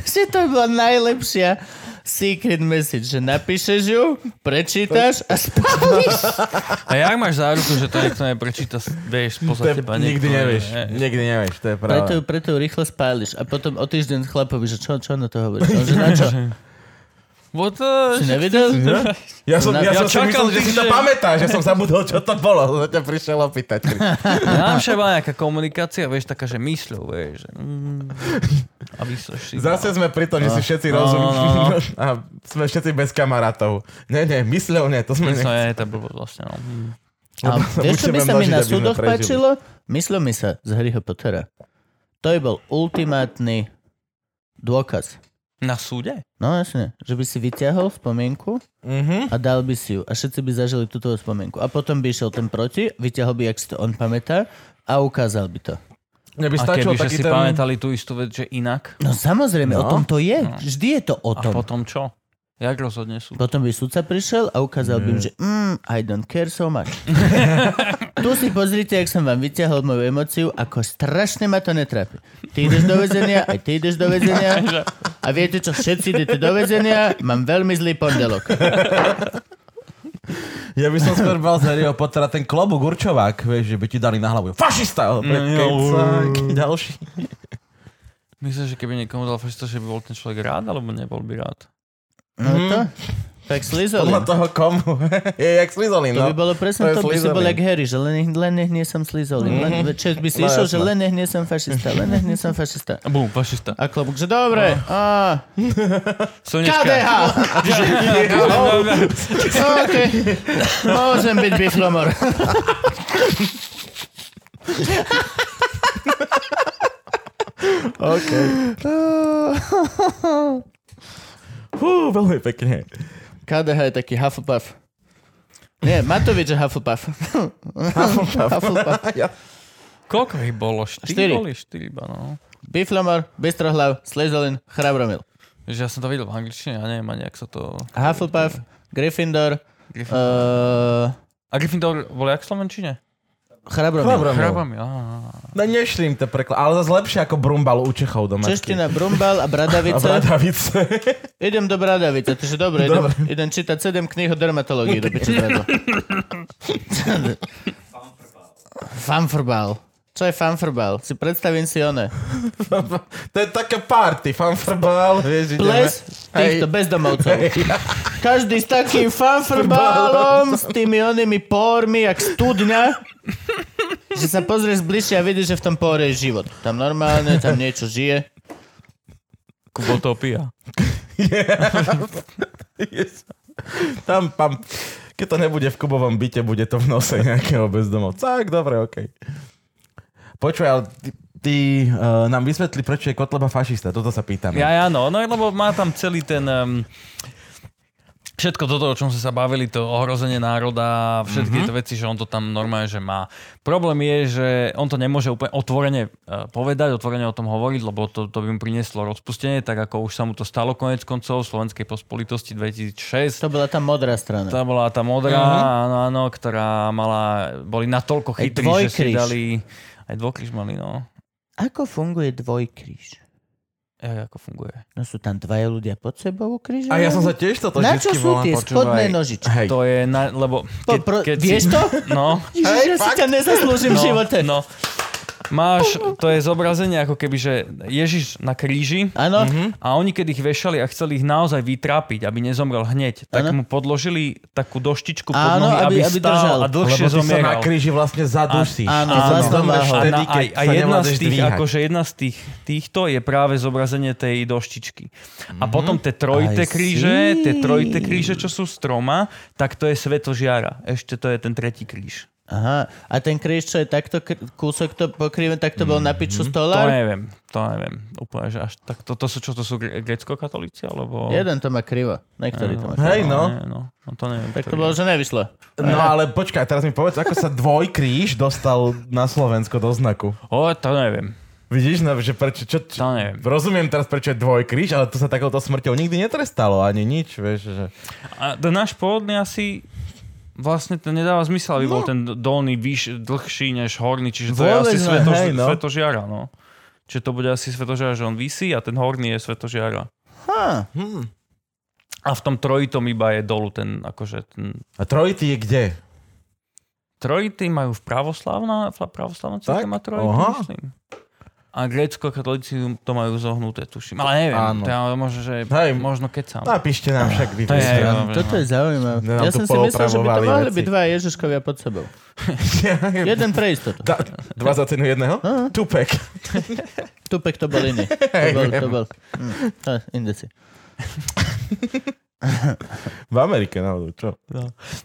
Speaker 4: Že to bola najlepšia secret message, že napíšeš ju, prečítaš a spálíš.
Speaker 5: A jak máš záruku, že to nikto neprečíta, vieš,
Speaker 3: To je,
Speaker 5: poza teba
Speaker 3: nikdy
Speaker 5: niekto-
Speaker 3: nevieš.
Speaker 5: Ne.
Speaker 3: Nikdy nevieš, to je
Speaker 4: Preto, ju-
Speaker 3: pravda.
Speaker 4: preto ju rýchlo spáliš. A potom o týždeň chlapovi, že čo, čo na to hovoríš? On, že na
Speaker 3: (laughs)
Speaker 4: čo?
Speaker 5: What the...
Speaker 4: Si nevidel?
Speaker 3: Hm? Ja som, ja
Speaker 5: Ja
Speaker 3: som si
Speaker 5: čakal,
Speaker 3: myslel, že si to
Speaker 5: že-
Speaker 3: pamätáš, ja som zabudol, čo to bolo. Som ťa prišiel
Speaker 5: (laughs)
Speaker 3: opýtať.
Speaker 5: Nám šeba nejaká komunikácia, vieš, taká, že mysľou, vieš. Že, mm, a myslíš si. no.
Speaker 3: Zase sme pri tom, že si všetci rozumí. (laughs) A sme všetci bez kamarátov. Nie, nie, mysľou nie, to sme
Speaker 5: No,
Speaker 3: nechceli.
Speaker 5: je to blbosť, vlastne, no.
Speaker 4: A vieš, čo by
Speaker 3: budeme
Speaker 4: sa mi
Speaker 3: mlažiť,
Speaker 4: na
Speaker 3: aby sme
Speaker 4: súdoch
Speaker 3: prežili.
Speaker 4: páčilo? Myslel mi sa z Harryho Pottera. To je bol ultimátny dôkaz.
Speaker 5: Na súde?
Speaker 4: No jasne, že by si vyťahol spomienku
Speaker 3: Mhm.
Speaker 4: a dal by si ju a všetci by zažili túto spomienku. A potom by išiel ten proti, vyťahol by, jak si to on pamätá a ukázal by to.
Speaker 3: Mne by
Speaker 5: A
Speaker 3: stačil
Speaker 5: keby, že
Speaker 3: taký
Speaker 5: si
Speaker 3: ten...
Speaker 5: pamätali tú istú vec, že inak?
Speaker 4: No samozrejme, no. o
Speaker 3: No.
Speaker 4: tom to je. Vždy je to o
Speaker 5: A
Speaker 4: tom.
Speaker 5: potom čo? Jak rozhodne súd?
Speaker 4: Potom by sudca prišiel a ukázal by im, že mm, I don't care so much. tu si pozrite, jak som vám vyťahol moju emociu, ako strašne ma to netrápi. Ty ideš do väzenia, aj ty ideš do väzenia. A viete čo, všetci idete do väzenia, mám veľmi zlý pondelok.
Speaker 3: Ja by som skôr bal z Harryho Pottera ten klobúk určovák, vieš, že by ti dali na hlavu. Fašista!
Speaker 4: Mm,
Speaker 3: Pre Kejca, ďalší.
Speaker 5: Myslíš, že keby niekomu dal fašista, že by bol ten človek rád, alebo nebol by rád?
Speaker 4: No je to? Tak slizolin.
Speaker 3: Podľa toho komu. (laughs) Je jak slizolín,
Speaker 4: To by
Speaker 3: no.
Speaker 4: bolo presne
Speaker 3: to je
Speaker 4: to, by si bol
Speaker 3: slizolin.
Speaker 4: jak Harry, že len, len nech nie som slizolin. Len, čo by si
Speaker 3: No
Speaker 4: išiel, že
Speaker 3: jasné.
Speaker 4: len nech nie som fašista, len nech nie som fašista. No.
Speaker 5: A bum, fašista.
Speaker 4: A klobúk, že dobre, á,
Speaker 5: Slnečka.
Speaker 4: KDH! OK. Môžem byť biflomor.
Speaker 3: OK. Fú, veľmi pekne.
Speaker 4: KDH je taký Hufflepuff. Nie, Matovič je Hufflepuff. Hufflepuff.
Speaker 5: (laughs) Koľko ich bolo? Štyri?
Speaker 4: Štyri.
Speaker 5: Boli štyri iba, no.
Speaker 4: Biflomor, Bystrohlav, Slezolin, Chrabromil.
Speaker 5: Že ja som to videl v angličtine, ja neviem ani, jak sa to...
Speaker 4: Hufflepuff, Gryffindor,
Speaker 5: Gryffindor.
Speaker 4: uh,
Speaker 5: A Gryffindor bol jak v slovenčine?
Speaker 4: Chrabromil.
Speaker 5: Hrabami, aha.
Speaker 3: No nešli im to preklad, ale zase lepšie ako brumbal u Čechov doma.
Speaker 4: Čeština, Brumbal a
Speaker 3: A
Speaker 4: Bradavice.
Speaker 3: bradavice. (laughs)
Speaker 4: Idem do Bradavice, takže dobre, idem, idem čítať 7 kníh o dermatológii do piče zrazu. Fanfrbal. Čo je fanfrbal? Si predstavím si one.
Speaker 3: to je také party, fanfrbal. Vieš,
Speaker 4: ples týchto bezdomovcov. Každý s takým fanfrbálom, s tými onými pórmi, jak studňa, že sa pozrieš bližšie a vidíš, že v tom pore je život. Tam normálne, tam niečo žije.
Speaker 5: Kubotopia.
Speaker 3: Yes. (laughs) Tam, pam. Keď to nebude v kubovom byte, bude to v nose nejakého bezdomov. Tak, dobre, okej. Počuj, ale ty, ty uh, nám vysvetli, prečo je Kotleba fašista. Toto sa pýtame.
Speaker 5: Ja, ja, no, no, lebo má tam celý ten... Um, všetko toto, o čom sme sa bavili, to ohrozenie národa,
Speaker 4: Mhm.
Speaker 5: všetky mm-hmm. tieto veci, že on to tam normálne, že má. Problém je, že on to nemôže úplne otvorene eh, povedať, otvorene o tom hovoriť, lebo to, to by mu prinieslo rozpustenie, tak ako už sa mu to stalo konec koncov v Slovenskej pospolitosti 2006.
Speaker 4: To bola tá modrá strana.
Speaker 5: Tá bola tá modrá,
Speaker 4: Mhm.
Speaker 5: uh-huh. áno, áno, ktorá mala, boli natoľko chytrí, že si
Speaker 4: dvojkríž.
Speaker 5: dali... Aj dvokríž mali, no.
Speaker 4: Ako funguje dvojkríž?
Speaker 5: Jak ako funguje?
Speaker 4: No sú tam dvaja ľudia pod sebou ukrižovaní?
Speaker 3: A ja som sa tiež toto
Speaker 4: Na čo
Speaker 3: vždycky
Speaker 4: sú
Speaker 3: volám,
Speaker 4: tie
Speaker 3: počúvaj.
Speaker 4: spodné nožičky?
Speaker 3: Hej,
Speaker 5: To je, na, lebo...
Speaker 4: Po, pro,
Speaker 5: si-
Speaker 4: vieš to?
Speaker 5: (laughs) No.
Speaker 4: Ježiš, ja si ťa nezaslúžim (laughs) v živote.
Speaker 5: No. Máš, to je zobrazenie ako keby, že Ježiš na kríži
Speaker 4: Áno,
Speaker 5: a oni keď ich vešali a chceli ich naozaj vytrápiť, aby nezomrel hneď, tak
Speaker 4: Áno.
Speaker 5: mu podložili takú doštičku pod
Speaker 4: Áno,
Speaker 5: nohy, aby,
Speaker 4: aby- aby držal.
Speaker 5: stál a
Speaker 3: lebo
Speaker 5: dlhšie
Speaker 3: ty sa na
Speaker 5: zomieral.
Speaker 3: kríži vlastne zadusíš.
Speaker 4: Áno,
Speaker 3: Ty sa
Speaker 4: áno.
Speaker 3: zomreš
Speaker 5: A,
Speaker 3: vtedy,
Speaker 5: na,
Speaker 3: keď
Speaker 5: aj, a
Speaker 3: sa
Speaker 5: jedna,
Speaker 3: nevládzeš
Speaker 5: z tých,
Speaker 3: dvíhať.
Speaker 5: akože jedna z tých týchto je práve zobrazenie tej doštičky. A potom tie trojité
Speaker 4: Mhm. I
Speaker 5: kríže, tie
Speaker 4: see.
Speaker 5: trojité kríže, čo sú stroma, tak to je svetlo žiara. Ešte to je ten tretí kríž.
Speaker 4: Aha, a ten kríž, čo je takto kr- kúsok to pokriven, tak to bol na piču
Speaker 5: To
Speaker 4: stola?
Speaker 5: neviem, to neviem. Úplne, že až tak, to, to sú čo, to sú gre- grecko-katolíci, alebo...
Speaker 4: Jeden to má krivo, niektorý to má krivo.
Speaker 3: Hej, no.
Speaker 5: Nie, no. no. to neviem.
Speaker 4: Tak to
Speaker 5: ktorý.
Speaker 4: bolo, že nevyšlo.
Speaker 3: No ale počkaj, teraz mi povedz, ako sa dvojkríž dostal na Slovensko do znaku.
Speaker 5: O, to neviem,
Speaker 3: Vidíš, no, že prečo, čo,
Speaker 5: to
Speaker 3: čo,
Speaker 5: neviem.
Speaker 3: Rozumiem teraz, prečo je dvojkríž, ale to sa takouto smrťou nikdy netrestalo, ani nič, vieš, že...
Speaker 5: A ten náš pôvodný asi vlastne to nedáva zmysel, aby no. bol ten dolný výš, dlhší než horný, čiže to
Speaker 3: Vôbec
Speaker 5: je asi
Speaker 3: ne,
Speaker 5: sveto,
Speaker 3: hej, no.
Speaker 5: svetožiara, no. Čiže to bude asi svetožiara, že on vysí a ten horný je svetožiara.
Speaker 4: Ha,
Speaker 5: A v tom trojitom iba je dolu ten, akože ten...
Speaker 3: A trojitý je kde?
Speaker 5: Trojity majú v pravoslávna, v pravoslavnom cirkvi
Speaker 3: Tak?
Speaker 5: má trojity,
Speaker 3: Aha.
Speaker 5: myslím. A grécko-katolíci to majú zohnuté, tuším. Ale neviem,
Speaker 3: Áno.
Speaker 5: to ja možno, že...
Speaker 3: Hej.
Speaker 5: možno kecám.
Speaker 3: Napíšte nám však vy.
Speaker 5: To je,
Speaker 3: vy- (laughs)
Speaker 5: no. Dobre,
Speaker 4: toto je zaujímavé.
Speaker 3: Nám
Speaker 4: Ja
Speaker 3: tu
Speaker 4: som si myslel, že by to
Speaker 3: poopravovali
Speaker 4: mohli byť
Speaker 3: veci.
Speaker 4: dva Ježiškovia pod sebou. Jeden pre istotu.
Speaker 3: Da, dva za cenu jedného? Tupek.
Speaker 4: Tupek to bol iný. To bol, to bol. Hm, to je Indeci.
Speaker 3: V Amerike, náhodou, čo?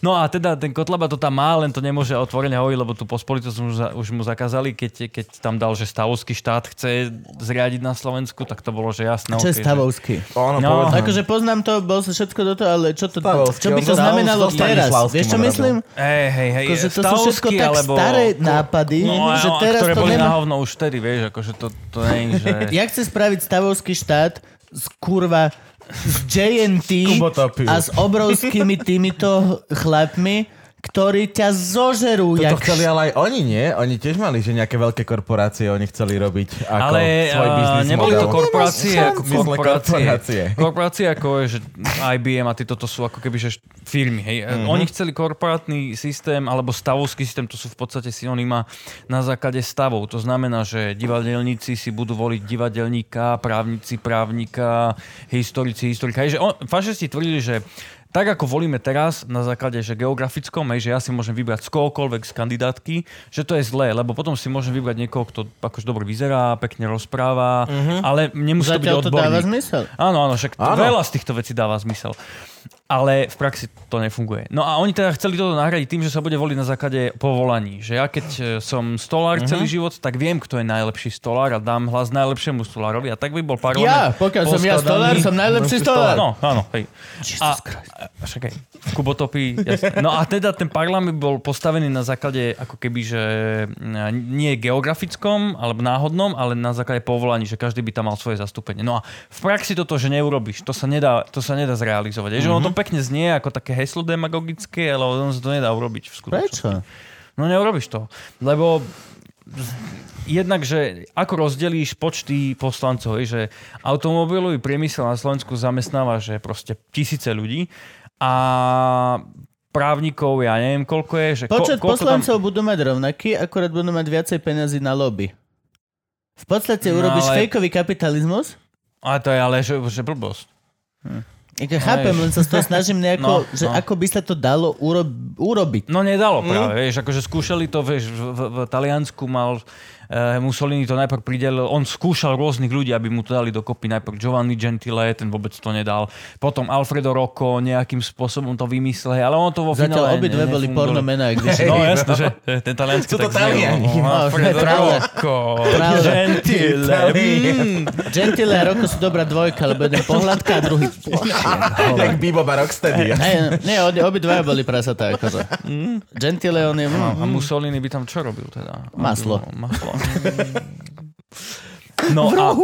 Speaker 5: No a teda ten Kotleba to tam má, len to nemôže otvorene hovoriť, lebo tú pospolitosť mu, za- už mu zakázali, keď, keď tam dal, že stavovský štát chce zriadiť na Slovensku, tak to bolo, že jasné.
Speaker 4: Čo je
Speaker 5: okej, že-
Speaker 4: stavovský?
Speaker 3: Ono
Speaker 5: No.
Speaker 3: povedz nám.
Speaker 4: Akože poznám to, bol sa všetko do toho, ale čo, to,
Speaker 3: Stavovský,
Speaker 4: čo by
Speaker 3: on
Speaker 4: to
Speaker 3: sa
Speaker 4: znamenalo
Speaker 3: Stavovský
Speaker 4: teraz?
Speaker 3: Stanislavský
Speaker 4: Vieš, čo
Speaker 3: mu robil.
Speaker 4: myslím?
Speaker 5: Hej, hej, hej.
Speaker 4: Akože to sú všetko
Speaker 5: stavovský
Speaker 4: tak
Speaker 5: alebo-
Speaker 4: staré nápady,
Speaker 5: No,
Speaker 4: že
Speaker 5: a-
Speaker 4: teraz
Speaker 5: ktoré
Speaker 4: to
Speaker 5: boli
Speaker 4: nemá...
Speaker 5: na hovno už vtedy, vieš, akože to, to nie je, že...
Speaker 4: (laughs) Ja chcem spraviť stavovský štát z kurva z JNT
Speaker 3: Kubotopiu.
Speaker 4: a s obrovskými týmito chlapmi, ktorí ťa zožerú. jak
Speaker 3: To chceli ale aj oni, nie? Oni tiež mali, že nejaké veľké korporácie oni chceli robiť ako
Speaker 5: Ale
Speaker 3: svoj
Speaker 5: a,
Speaker 3: biznis
Speaker 5: neboli
Speaker 3: model.
Speaker 5: to korporácie ako
Speaker 3: Myslel
Speaker 5: korporácie.
Speaker 3: korporácie.
Speaker 5: Korporácie ako je, že IBM a tieto to sú ako keby že št- firmy. Hej.
Speaker 4: Mhm.
Speaker 5: Mm-hmm. Oni chceli korporátny systém alebo stavovský systém, to sú v podstate synonyma na základe stavov. To znamená, že divadelníci si budú voliť divadelníka, právnici právnika, historici historika. Hej, že on, fašisti tvrdili, že tak ako volíme teraz na základe že geografickom, hej, že ja si môžem vybrať z kohokoľvek z kandidátky, že to je zlé, lebo potom si môžem vybrať niekoho, kto akože dobre vyzerá, pekne rozpráva, mm-hmm. ale nemusí
Speaker 4: Mhm. Zatiaľ
Speaker 5: to byť
Speaker 4: to
Speaker 5: odborník.
Speaker 4: dáva zmysel.
Speaker 5: Áno, áno, však áno.
Speaker 3: Áno.
Speaker 5: veľa z týchto vecí dáva zmysel. Ale v praxi to nefunguje. No a oni teda chceli toto nahradiť tým, že sa bude voliť na základe povolaní. Že ja keď e,
Speaker 4: Mhm.
Speaker 5: som stolár celý život, tak viem, kto je najlepší stolár a dám hlas najlepšemu stolárovi. A tak by
Speaker 4: Ja,
Speaker 5: bol parlament.
Speaker 4: pokiaľ som ja
Speaker 5: poskladaný.
Speaker 4: stolár, som najlepší stolár.
Speaker 5: No, áno, hej. A, a- však aj, v Kubotopi, jasne. No a teda ten parlament bol postavený na základe ako keby, že mm, nie geografickom alebo náhodnom, ale na základe povolaní, že každý by tam mal svoje zastúpenie. No a v praxi toto, že neurobiš, to sa nedá, to sa nedá zrealizovať. Mm-hmm. Že ono to pekne znie ako také heslo demagogické, ale ono sa to nedá urobiť v
Speaker 4: Prečo?
Speaker 5: skutočnosti. No neurobiš to, lebo jednak, že ako rozdelíš počty poslancov, hej, že automobilový priemysel na Slovensku zamestnáva, že proste tisíce ľudí a právnikov, ja neviem koľko je, že
Speaker 4: Počet
Speaker 5: ko, koľko
Speaker 4: poslancov budú mať rovnaký, akurát budú mať viacej peniazy na lobby. V podstate
Speaker 5: No,
Speaker 4: urobíš
Speaker 5: ale-
Speaker 4: fejkový kapitalizmus.
Speaker 5: Tam, a to je ale, že, že blbosť.
Speaker 4: Ja chápem,
Speaker 5: Hej.
Speaker 4: len sa z toho snažím nejako,
Speaker 5: No,
Speaker 4: že
Speaker 5: no.
Speaker 4: ako by sa to dalo urob- urobiť.
Speaker 5: No nedalo
Speaker 4: Mm.
Speaker 5: práve, vieš, akože skúšali to, vieš, v, v, v Taliansku mal e, Mussolini to najprv pridelil, on skúšal rôznych ľudí, aby mu to dali dokopy, najprv Giovanni Gentile, ten vôbec to nedal, potom Alfredo Rocco nejakým spôsobom to vymyslel, hej, ale on to vo
Speaker 4: Zatiaľ
Speaker 5: finále
Speaker 4: obidve
Speaker 5: ne-
Speaker 4: boli
Speaker 5: nefungovalo.
Speaker 4: porno mená, kde si...
Speaker 5: No jasné, že ten talianský
Speaker 3: Sú to
Speaker 5: tak znie,
Speaker 3: Taliani.
Speaker 5: no. Alfredo
Speaker 4: Pravda.
Speaker 5: Rocco,
Speaker 4: Pravda.
Speaker 5: Gentile, (laughs) mm.
Speaker 4: Gentile a Rocco sú dobrá dvojka, lebo jeden pohľadka a druhý...
Speaker 3: (laughs) Jak Bebop a Rocksteady.
Speaker 4: Hej, nie, oni- obidvaja boli prasatá, akože. Gentile, on je... Mm,
Speaker 5: A Mussolini by tam čo robil teda?
Speaker 4: Maslo.
Speaker 5: No,
Speaker 4: (laughs)
Speaker 5: Maslo. No a,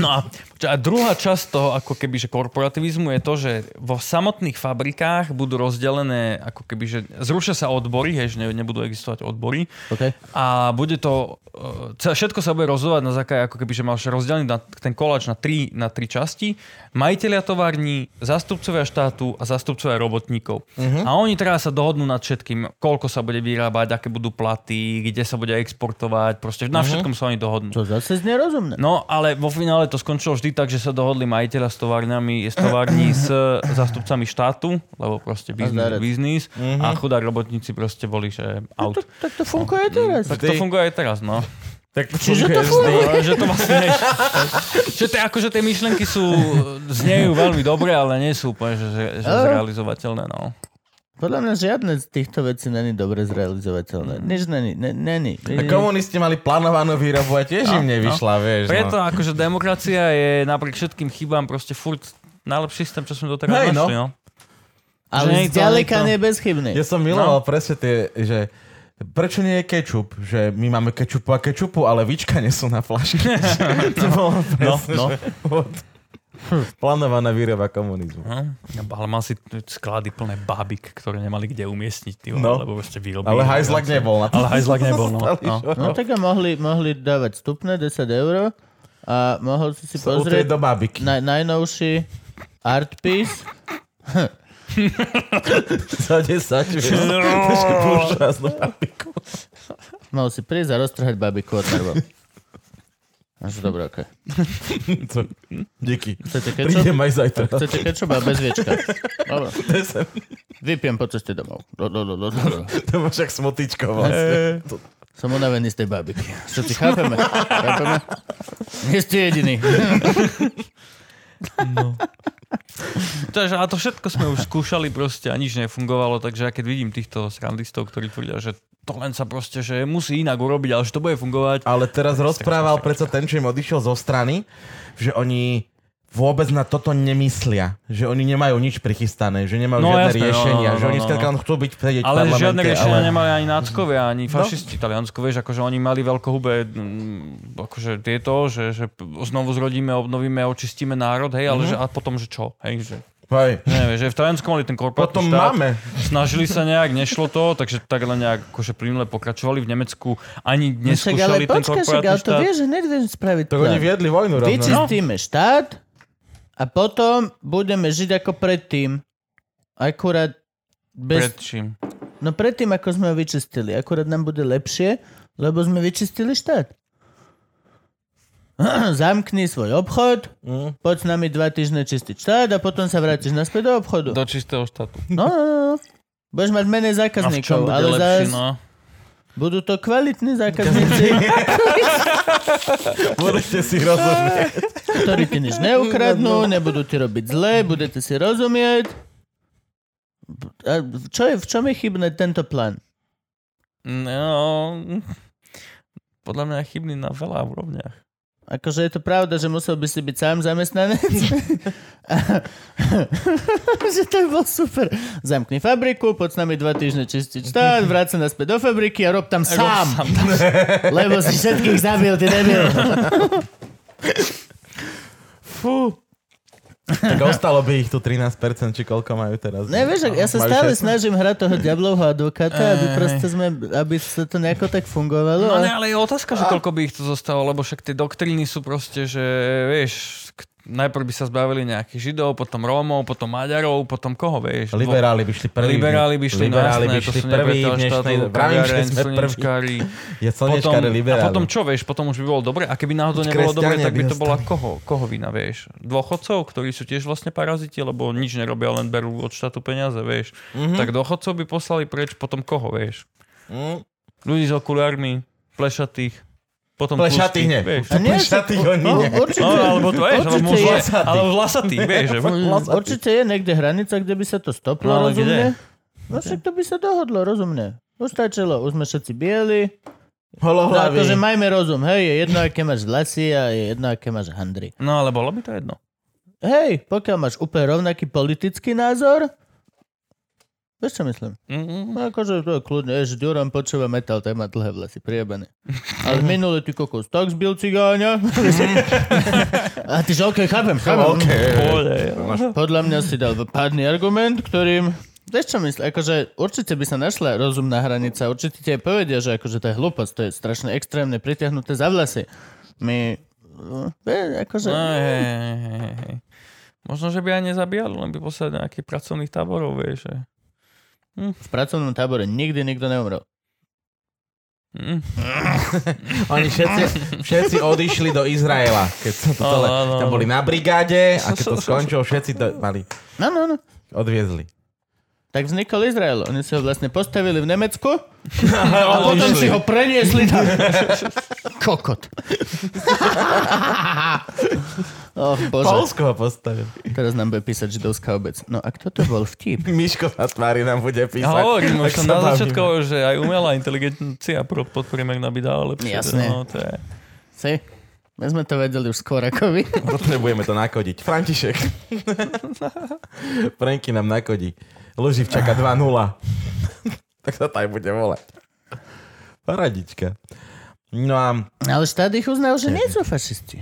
Speaker 5: no a, a druhá časť toho ako keby, že korporativizmu je to, že vo samotných fabrikách budú rozdelené ako keby, že zrušia sa odbory, hej, že ne, nebudú existovať odbory
Speaker 4: OK.
Speaker 5: a bude to, e, ce- všetko sa bude rozhodovať na základe, ako keby, že máš rozdelený na, ten koláč na tri, na tri časti, majiteľia tovární, zastupcovia štátu a zastupcovia robotníkov. Uh-huh. A oni teraz sa dohodnú nad všetkým, koľko sa bude vyrábať, aké budú platy, kde sa bude exportovať, proste na všetkom sa oni dohodnú.
Speaker 4: To zase znie rozumné.
Speaker 5: No, ale vo finále to skončilo vždy tak, že sa dohodli majiteľa s továrňami, s tovární s zastupcami štátu, lebo proste biznis,
Speaker 4: zdarec.
Speaker 5: biznis
Speaker 3: Mhm.
Speaker 5: a chudá robotníci proste boli, že
Speaker 3: No
Speaker 5: out.
Speaker 4: Tak to funguje teraz.
Speaker 5: No. Tak to funguje aj teraz, no.
Speaker 3: Tak to
Speaker 4: Čiže to
Speaker 3: funguje.
Speaker 4: funguje.
Speaker 5: No, že to vlastne nie, že tie, akože tie myšlenky sú, znejú veľmi dobre, ale nie sú úplne že, že, že
Speaker 4: Áno.
Speaker 5: zrealizovateľné, no.
Speaker 4: Podľa mňa žiadne z týchto vecí není dobre zrealizovateľné. Nič není, ne- není.
Speaker 5: Mm.
Speaker 3: A komunisti mali plánovanú výrobu a tiež
Speaker 5: No,
Speaker 3: im nevyšla, vieš.
Speaker 5: Preto
Speaker 3: No.
Speaker 5: akože demokracia je napriek všetkým chybám proste furt najlepší systém, čo sme doteraz
Speaker 3: Hej, no.
Speaker 5: našli, no. Že nie
Speaker 4: Ale
Speaker 5: je to-
Speaker 4: zďaleka
Speaker 5: nie je to-
Speaker 4: nie je bezchybný.
Speaker 3: Ja
Speaker 5: no.
Speaker 3: som miloval presne tie, že prečo nie je kečup? Že my máme kečupu a kečupu, ale víčka nie sú na
Speaker 5: (laughs)
Speaker 3: flaši. to bolo presne, no, no. Plánovaná výroba komunizmu.
Speaker 5: Hm? Ale mal si t- sklady plné bábik, ktoré nemali kde umiestniť, ty,
Speaker 3: No.
Speaker 5: no. lebo proste výrobí.
Speaker 3: Ale hajzlak nebol na to.
Speaker 5: Ale hajzlak nebol, no.
Speaker 3: Zostali,
Speaker 5: no.
Speaker 3: čo?
Speaker 4: No tak a mohli, mohli dávať vstupné 10 eur a mohol si si
Speaker 3: U tej
Speaker 4: pozrieť
Speaker 3: do babiky.
Speaker 5: No.
Speaker 3: (laughs)
Speaker 4: naj, najnovší art piece.
Speaker 3: Za 10,
Speaker 5: No.
Speaker 3: vieš. Ešte božáznú babiku.
Speaker 4: Mohol si prísť a roztrhať babiku od nervov. Až dobré, okej.
Speaker 3: To- Díky.
Speaker 4: Chcete kečup?
Speaker 3: Prídem aj zajtra.
Speaker 4: Chcete kečup a bez viečka. Dobre,
Speaker 3: To je sem.
Speaker 4: vypijem po ceste domov. Do, do, do, do, do.
Speaker 3: To máš jak smotičko vlastne. To-
Speaker 4: Som unavený z tej babiky. Všetci chápeme. chápeme? Nie ste jediný.
Speaker 5: Takže, a to všetko sme už skúšali proste a nič nefungovalo, takže ja keď vidím týchto srandistov, ktorí tvrdia, že to len sa proste, že musí inak urobiť, ale že to bude fungovať.
Speaker 3: Ale teraz rozprával predsa ten, čo im odišiel zo strany, že oni vôbec na toto nemyslia. Že oni nemajú nič prichystané, že nemajú
Speaker 5: No,
Speaker 3: žiadne
Speaker 5: jasné, no,
Speaker 3: riešenia,
Speaker 5: no, no,
Speaker 3: že oni
Speaker 5: no,
Speaker 3: skrátka
Speaker 5: no.
Speaker 3: len chcú byť vedieť v
Speaker 5: Ale
Speaker 3: parlamente.
Speaker 5: žiadne riešenia
Speaker 3: ale-
Speaker 5: nemali ani náckovia, ani fašisti no. Taliansko, vieš, akože oni mali veľkohubé mm, akože tieto, že, že znovu zrodíme, obnovíme, očistíme národ, hej,
Speaker 4: Mhm.
Speaker 5: ale že, a potom, že čo? Hej, že,
Speaker 3: Hej.
Speaker 5: neviem, že v Taliansku mali ten korporátny
Speaker 3: Potom
Speaker 5: štát.
Speaker 3: máme.
Speaker 5: Snažili sa nejak, nešlo to, takže tak len nejak akože plynule pokračovali. V Nemecku ani
Speaker 4: No Však ale
Speaker 5: neskúšali ten
Speaker 4: počkaj, však ale
Speaker 5: korporátny
Speaker 4: to
Speaker 5: štát.
Speaker 4: vieš, že neviem spraviť
Speaker 3: Tak oni
Speaker 4: plán.
Speaker 3: viedli vojnu rovno. no.
Speaker 4: Vyčistíme štát a potom budeme žiť ako predtým. Akurát bez...
Speaker 5: Pred čím?
Speaker 4: No predtým, ako sme ho vyčistili. Akurát nám bude lepšie, lebo sme vyčistili štát. (clears throat) Zamkni svoj obchod,
Speaker 5: Mm.
Speaker 4: poď s nami dva týždne čistiť štát a potom sa vrátiš naspäť do obchodu.
Speaker 5: Do čistého štátu.
Speaker 4: No, no, no. Budeš mať menej
Speaker 5: A v čom
Speaker 4: zákazníkov,
Speaker 5: bude
Speaker 4: ale
Speaker 5: lepší,
Speaker 4: zás
Speaker 5: no?
Speaker 4: budú to kvalitní
Speaker 5: (laughs)
Speaker 4: zákazníci,
Speaker 3: Budete si rozumieť.
Speaker 4: ktorí ti nič neukradnú, nebudú ti robiť zle, budete si rozumieť. A čo je, v čom je chybné tento plán?
Speaker 5: No, podľa mňa je chybný na veľa úrovniach.
Speaker 4: Akože je to pravda, že musel by si byť sám zamestnanec. A- (laughs) že to by bol super. Zamkni fabriku, poď s nami dva týždne čistiť štát, vráť sa naspäť do fabriky a rob tam sám, (laughs) lebo si všetkých zabil, ty debil.
Speaker 3: Fú. Tak ostalo by ich tu 13%, či koľko majú teraz.
Speaker 4: Ne, vieš, ja sa
Speaker 3: Majú
Speaker 4: stále
Speaker 3: 16?
Speaker 4: snažím hrať toho diablovho advokáta, aby proste sme, aby sa to nejako tak fungovalo.
Speaker 5: No
Speaker 4: ale-
Speaker 5: ne, ale je otázka, že koľko by ich to zostalo, lebo však tie doktríny sú proste, že vieš, k- najprv by sa zbavili nejakých Židov, potom Rómov, potom Maďarov, potom koho, vieš?
Speaker 3: Liberáli by šli prvý.
Speaker 5: Liberáli by šli,
Speaker 3: liberáli
Speaker 5: no
Speaker 3: by
Speaker 5: jasné, to
Speaker 3: šli
Speaker 5: sú
Speaker 3: prvý v
Speaker 5: nepriateľ štátu,
Speaker 3: dnešnej... Pravím, že
Speaker 5: kaviareň,
Speaker 3: sme prvý.
Speaker 5: slnečkári.
Speaker 3: Je
Speaker 5: Potom,
Speaker 3: slnečkári
Speaker 5: a
Speaker 3: liberáli.
Speaker 5: potom čo, vieš, potom už by bolo dobre. A keby náhodou
Speaker 3: Buď
Speaker 5: nebolo dobre,
Speaker 3: kresťania
Speaker 5: tak by
Speaker 3: by
Speaker 5: to bola
Speaker 3: ostali.
Speaker 5: koho, koho vina, vieš? Dôchodcov, ktorí sú tiež vlastne paraziti, lebo nič nerobia, len berú od štátu peniaze, vieš? Tak dôchodcov by poslali preč, potom koho, vieš?
Speaker 3: Mm.
Speaker 5: Ľudí s okulármi, plešatých, potom
Speaker 3: Plešatých
Speaker 5: tlustých,
Speaker 3: nie.
Speaker 5: vieš.
Speaker 4: A nie,
Speaker 3: Plešatých
Speaker 4: že-
Speaker 3: oni
Speaker 4: o-
Speaker 3: nie.
Speaker 4: Určite,
Speaker 5: No, alebo to, vieš, alebo
Speaker 4: určite,
Speaker 5: možno,
Speaker 4: je,
Speaker 3: vlasatý.
Speaker 5: ale vlasatý, vieš, (laughs) že
Speaker 3: Vlasatý.
Speaker 4: určite je niekde hranica, kde by sa to stoplo
Speaker 5: No, ale
Speaker 4: rozumne. No však to by sa dohodlo rozumne. Už stačilo, už sme všetci bieli. No,
Speaker 3: Holohlavy.
Speaker 4: akože majme rozum, hej, je jedno, aké máš vlasy a je jedno, aké máš handry.
Speaker 5: No, ale bolo by to jedno.
Speaker 4: Hej, pokiaľ máš úplne rovnaký politický názor, vieš čo myslím?
Speaker 5: Mm, mm.
Speaker 4: No akože to je kľudne, vieš, Duran počúva metal, tak má dlhé vlasy, priebené.
Speaker 5: (laughs)
Speaker 4: Ale minulý ty kokos tak zbil cigáňa. A ty že okej, chápem, chápem.
Speaker 5: Pohode, jo.
Speaker 4: Podľa mňa si dal pádny argument, ktorým... Vieš čo myslím, akože určite by sa našla rozumná hranica, určite ti aj povedia, že akože to je hlúposť, to je strašne extrémne pritiahnuté za vlasy. My... no, vie, Akože...
Speaker 5: No, hej, hej, hej, hej, hej. Možno, že by aj nezabíjali, len by poslali do nejakých pracovných táborov, vieš. Že...
Speaker 4: V pracovnom tábore nikdy nikto neumrel.
Speaker 5: Mm.
Speaker 3: Oni všetci, všetci odišli do Izraela. Keď sa to
Speaker 5: Áno,
Speaker 3: celé,
Speaker 5: áno,
Speaker 3: tam
Speaker 5: áno.
Speaker 3: boli na brigáde a keď to skončilo, všetci to mali,
Speaker 4: No, no, no.
Speaker 3: odviezli.
Speaker 4: tak vznikol Izrael. Oni si ho vlastne postavili v Nemecku a potom
Speaker 5: išli.
Speaker 4: si ho preniesli tam. (laughs)
Speaker 5: (laughs)
Speaker 4: Kokot. oh, bože.
Speaker 3: Polsko ho postavil.
Speaker 4: Teraz nám bude písať židovská obec. No a kto to bol vtip?
Speaker 3: Miško na tvári nám
Speaker 5: Ja
Speaker 3: bude písať.
Speaker 5: hovorím,
Speaker 3: ak
Speaker 5: už som
Speaker 3: sa
Speaker 5: na
Speaker 3: bavíme.
Speaker 5: začiatku, hovoril, že aj umelá inteligencia pro- podporíme, ak nám by dala lepšie.
Speaker 4: Jasné.
Speaker 5: No, to je...
Speaker 4: Si? My sme to vedeli už skôr ako vy.
Speaker 3: Potrebujeme to nakodiť. František. Franky nám nakodí. Luživčaka 2-0. tak sa to aj bude volať. Paradička. No a...
Speaker 4: Ale štát ich uznal, že nie sú fašisti.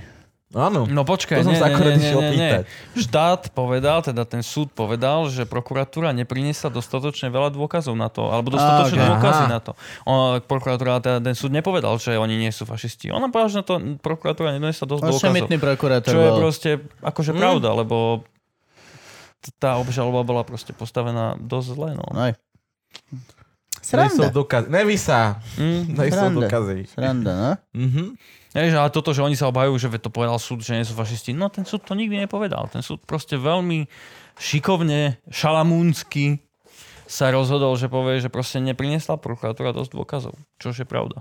Speaker 3: Áno.
Speaker 5: No počkaj,
Speaker 3: To som
Speaker 5: nie,
Speaker 3: sa akorát
Speaker 5: nie, nie,
Speaker 3: išiel
Speaker 5: nie, nie.
Speaker 3: pýtať.
Speaker 5: Štát povedal, teda ten súd povedal, že prokuratúra nepriniesla dostatočne veľa dôkazov na to, alebo dostatočné
Speaker 3: ok.
Speaker 5: dôkazy
Speaker 3: Aha.
Speaker 5: na to. O, prokuratúra, teda ten súd nepovedal, že oni nie sú fašisti. Ona povedala, že na to prokuratúra nedoniesla dosť dôkazov.
Speaker 4: Ošemitný prokurátor
Speaker 5: Čo je
Speaker 4: bol.
Speaker 5: proste akože
Speaker 3: Mm.
Speaker 5: pravda, lebo t- tá obžaloba bola proste postavená dosť zle. No.
Speaker 4: Aj.
Speaker 3: Nie sú
Speaker 4: Sranda.
Speaker 3: dokazy. Neví sa.
Speaker 5: Mm.
Speaker 3: Nie sú
Speaker 4: Sranda.
Speaker 3: dokazy.
Speaker 4: Sranda, no.
Speaker 3: Mhm.
Speaker 5: Vieš, ale toto, že oni sa obhajujú, že veď to povedal súd, že nie sú fašisti, no ten súd to nikdy nepovedal. Ten súd proste veľmi šikovne, šalamúnsky sa rozhodol, že povie, že proste neprinesla prokuratúra dosť dôkazov, čo je pravda.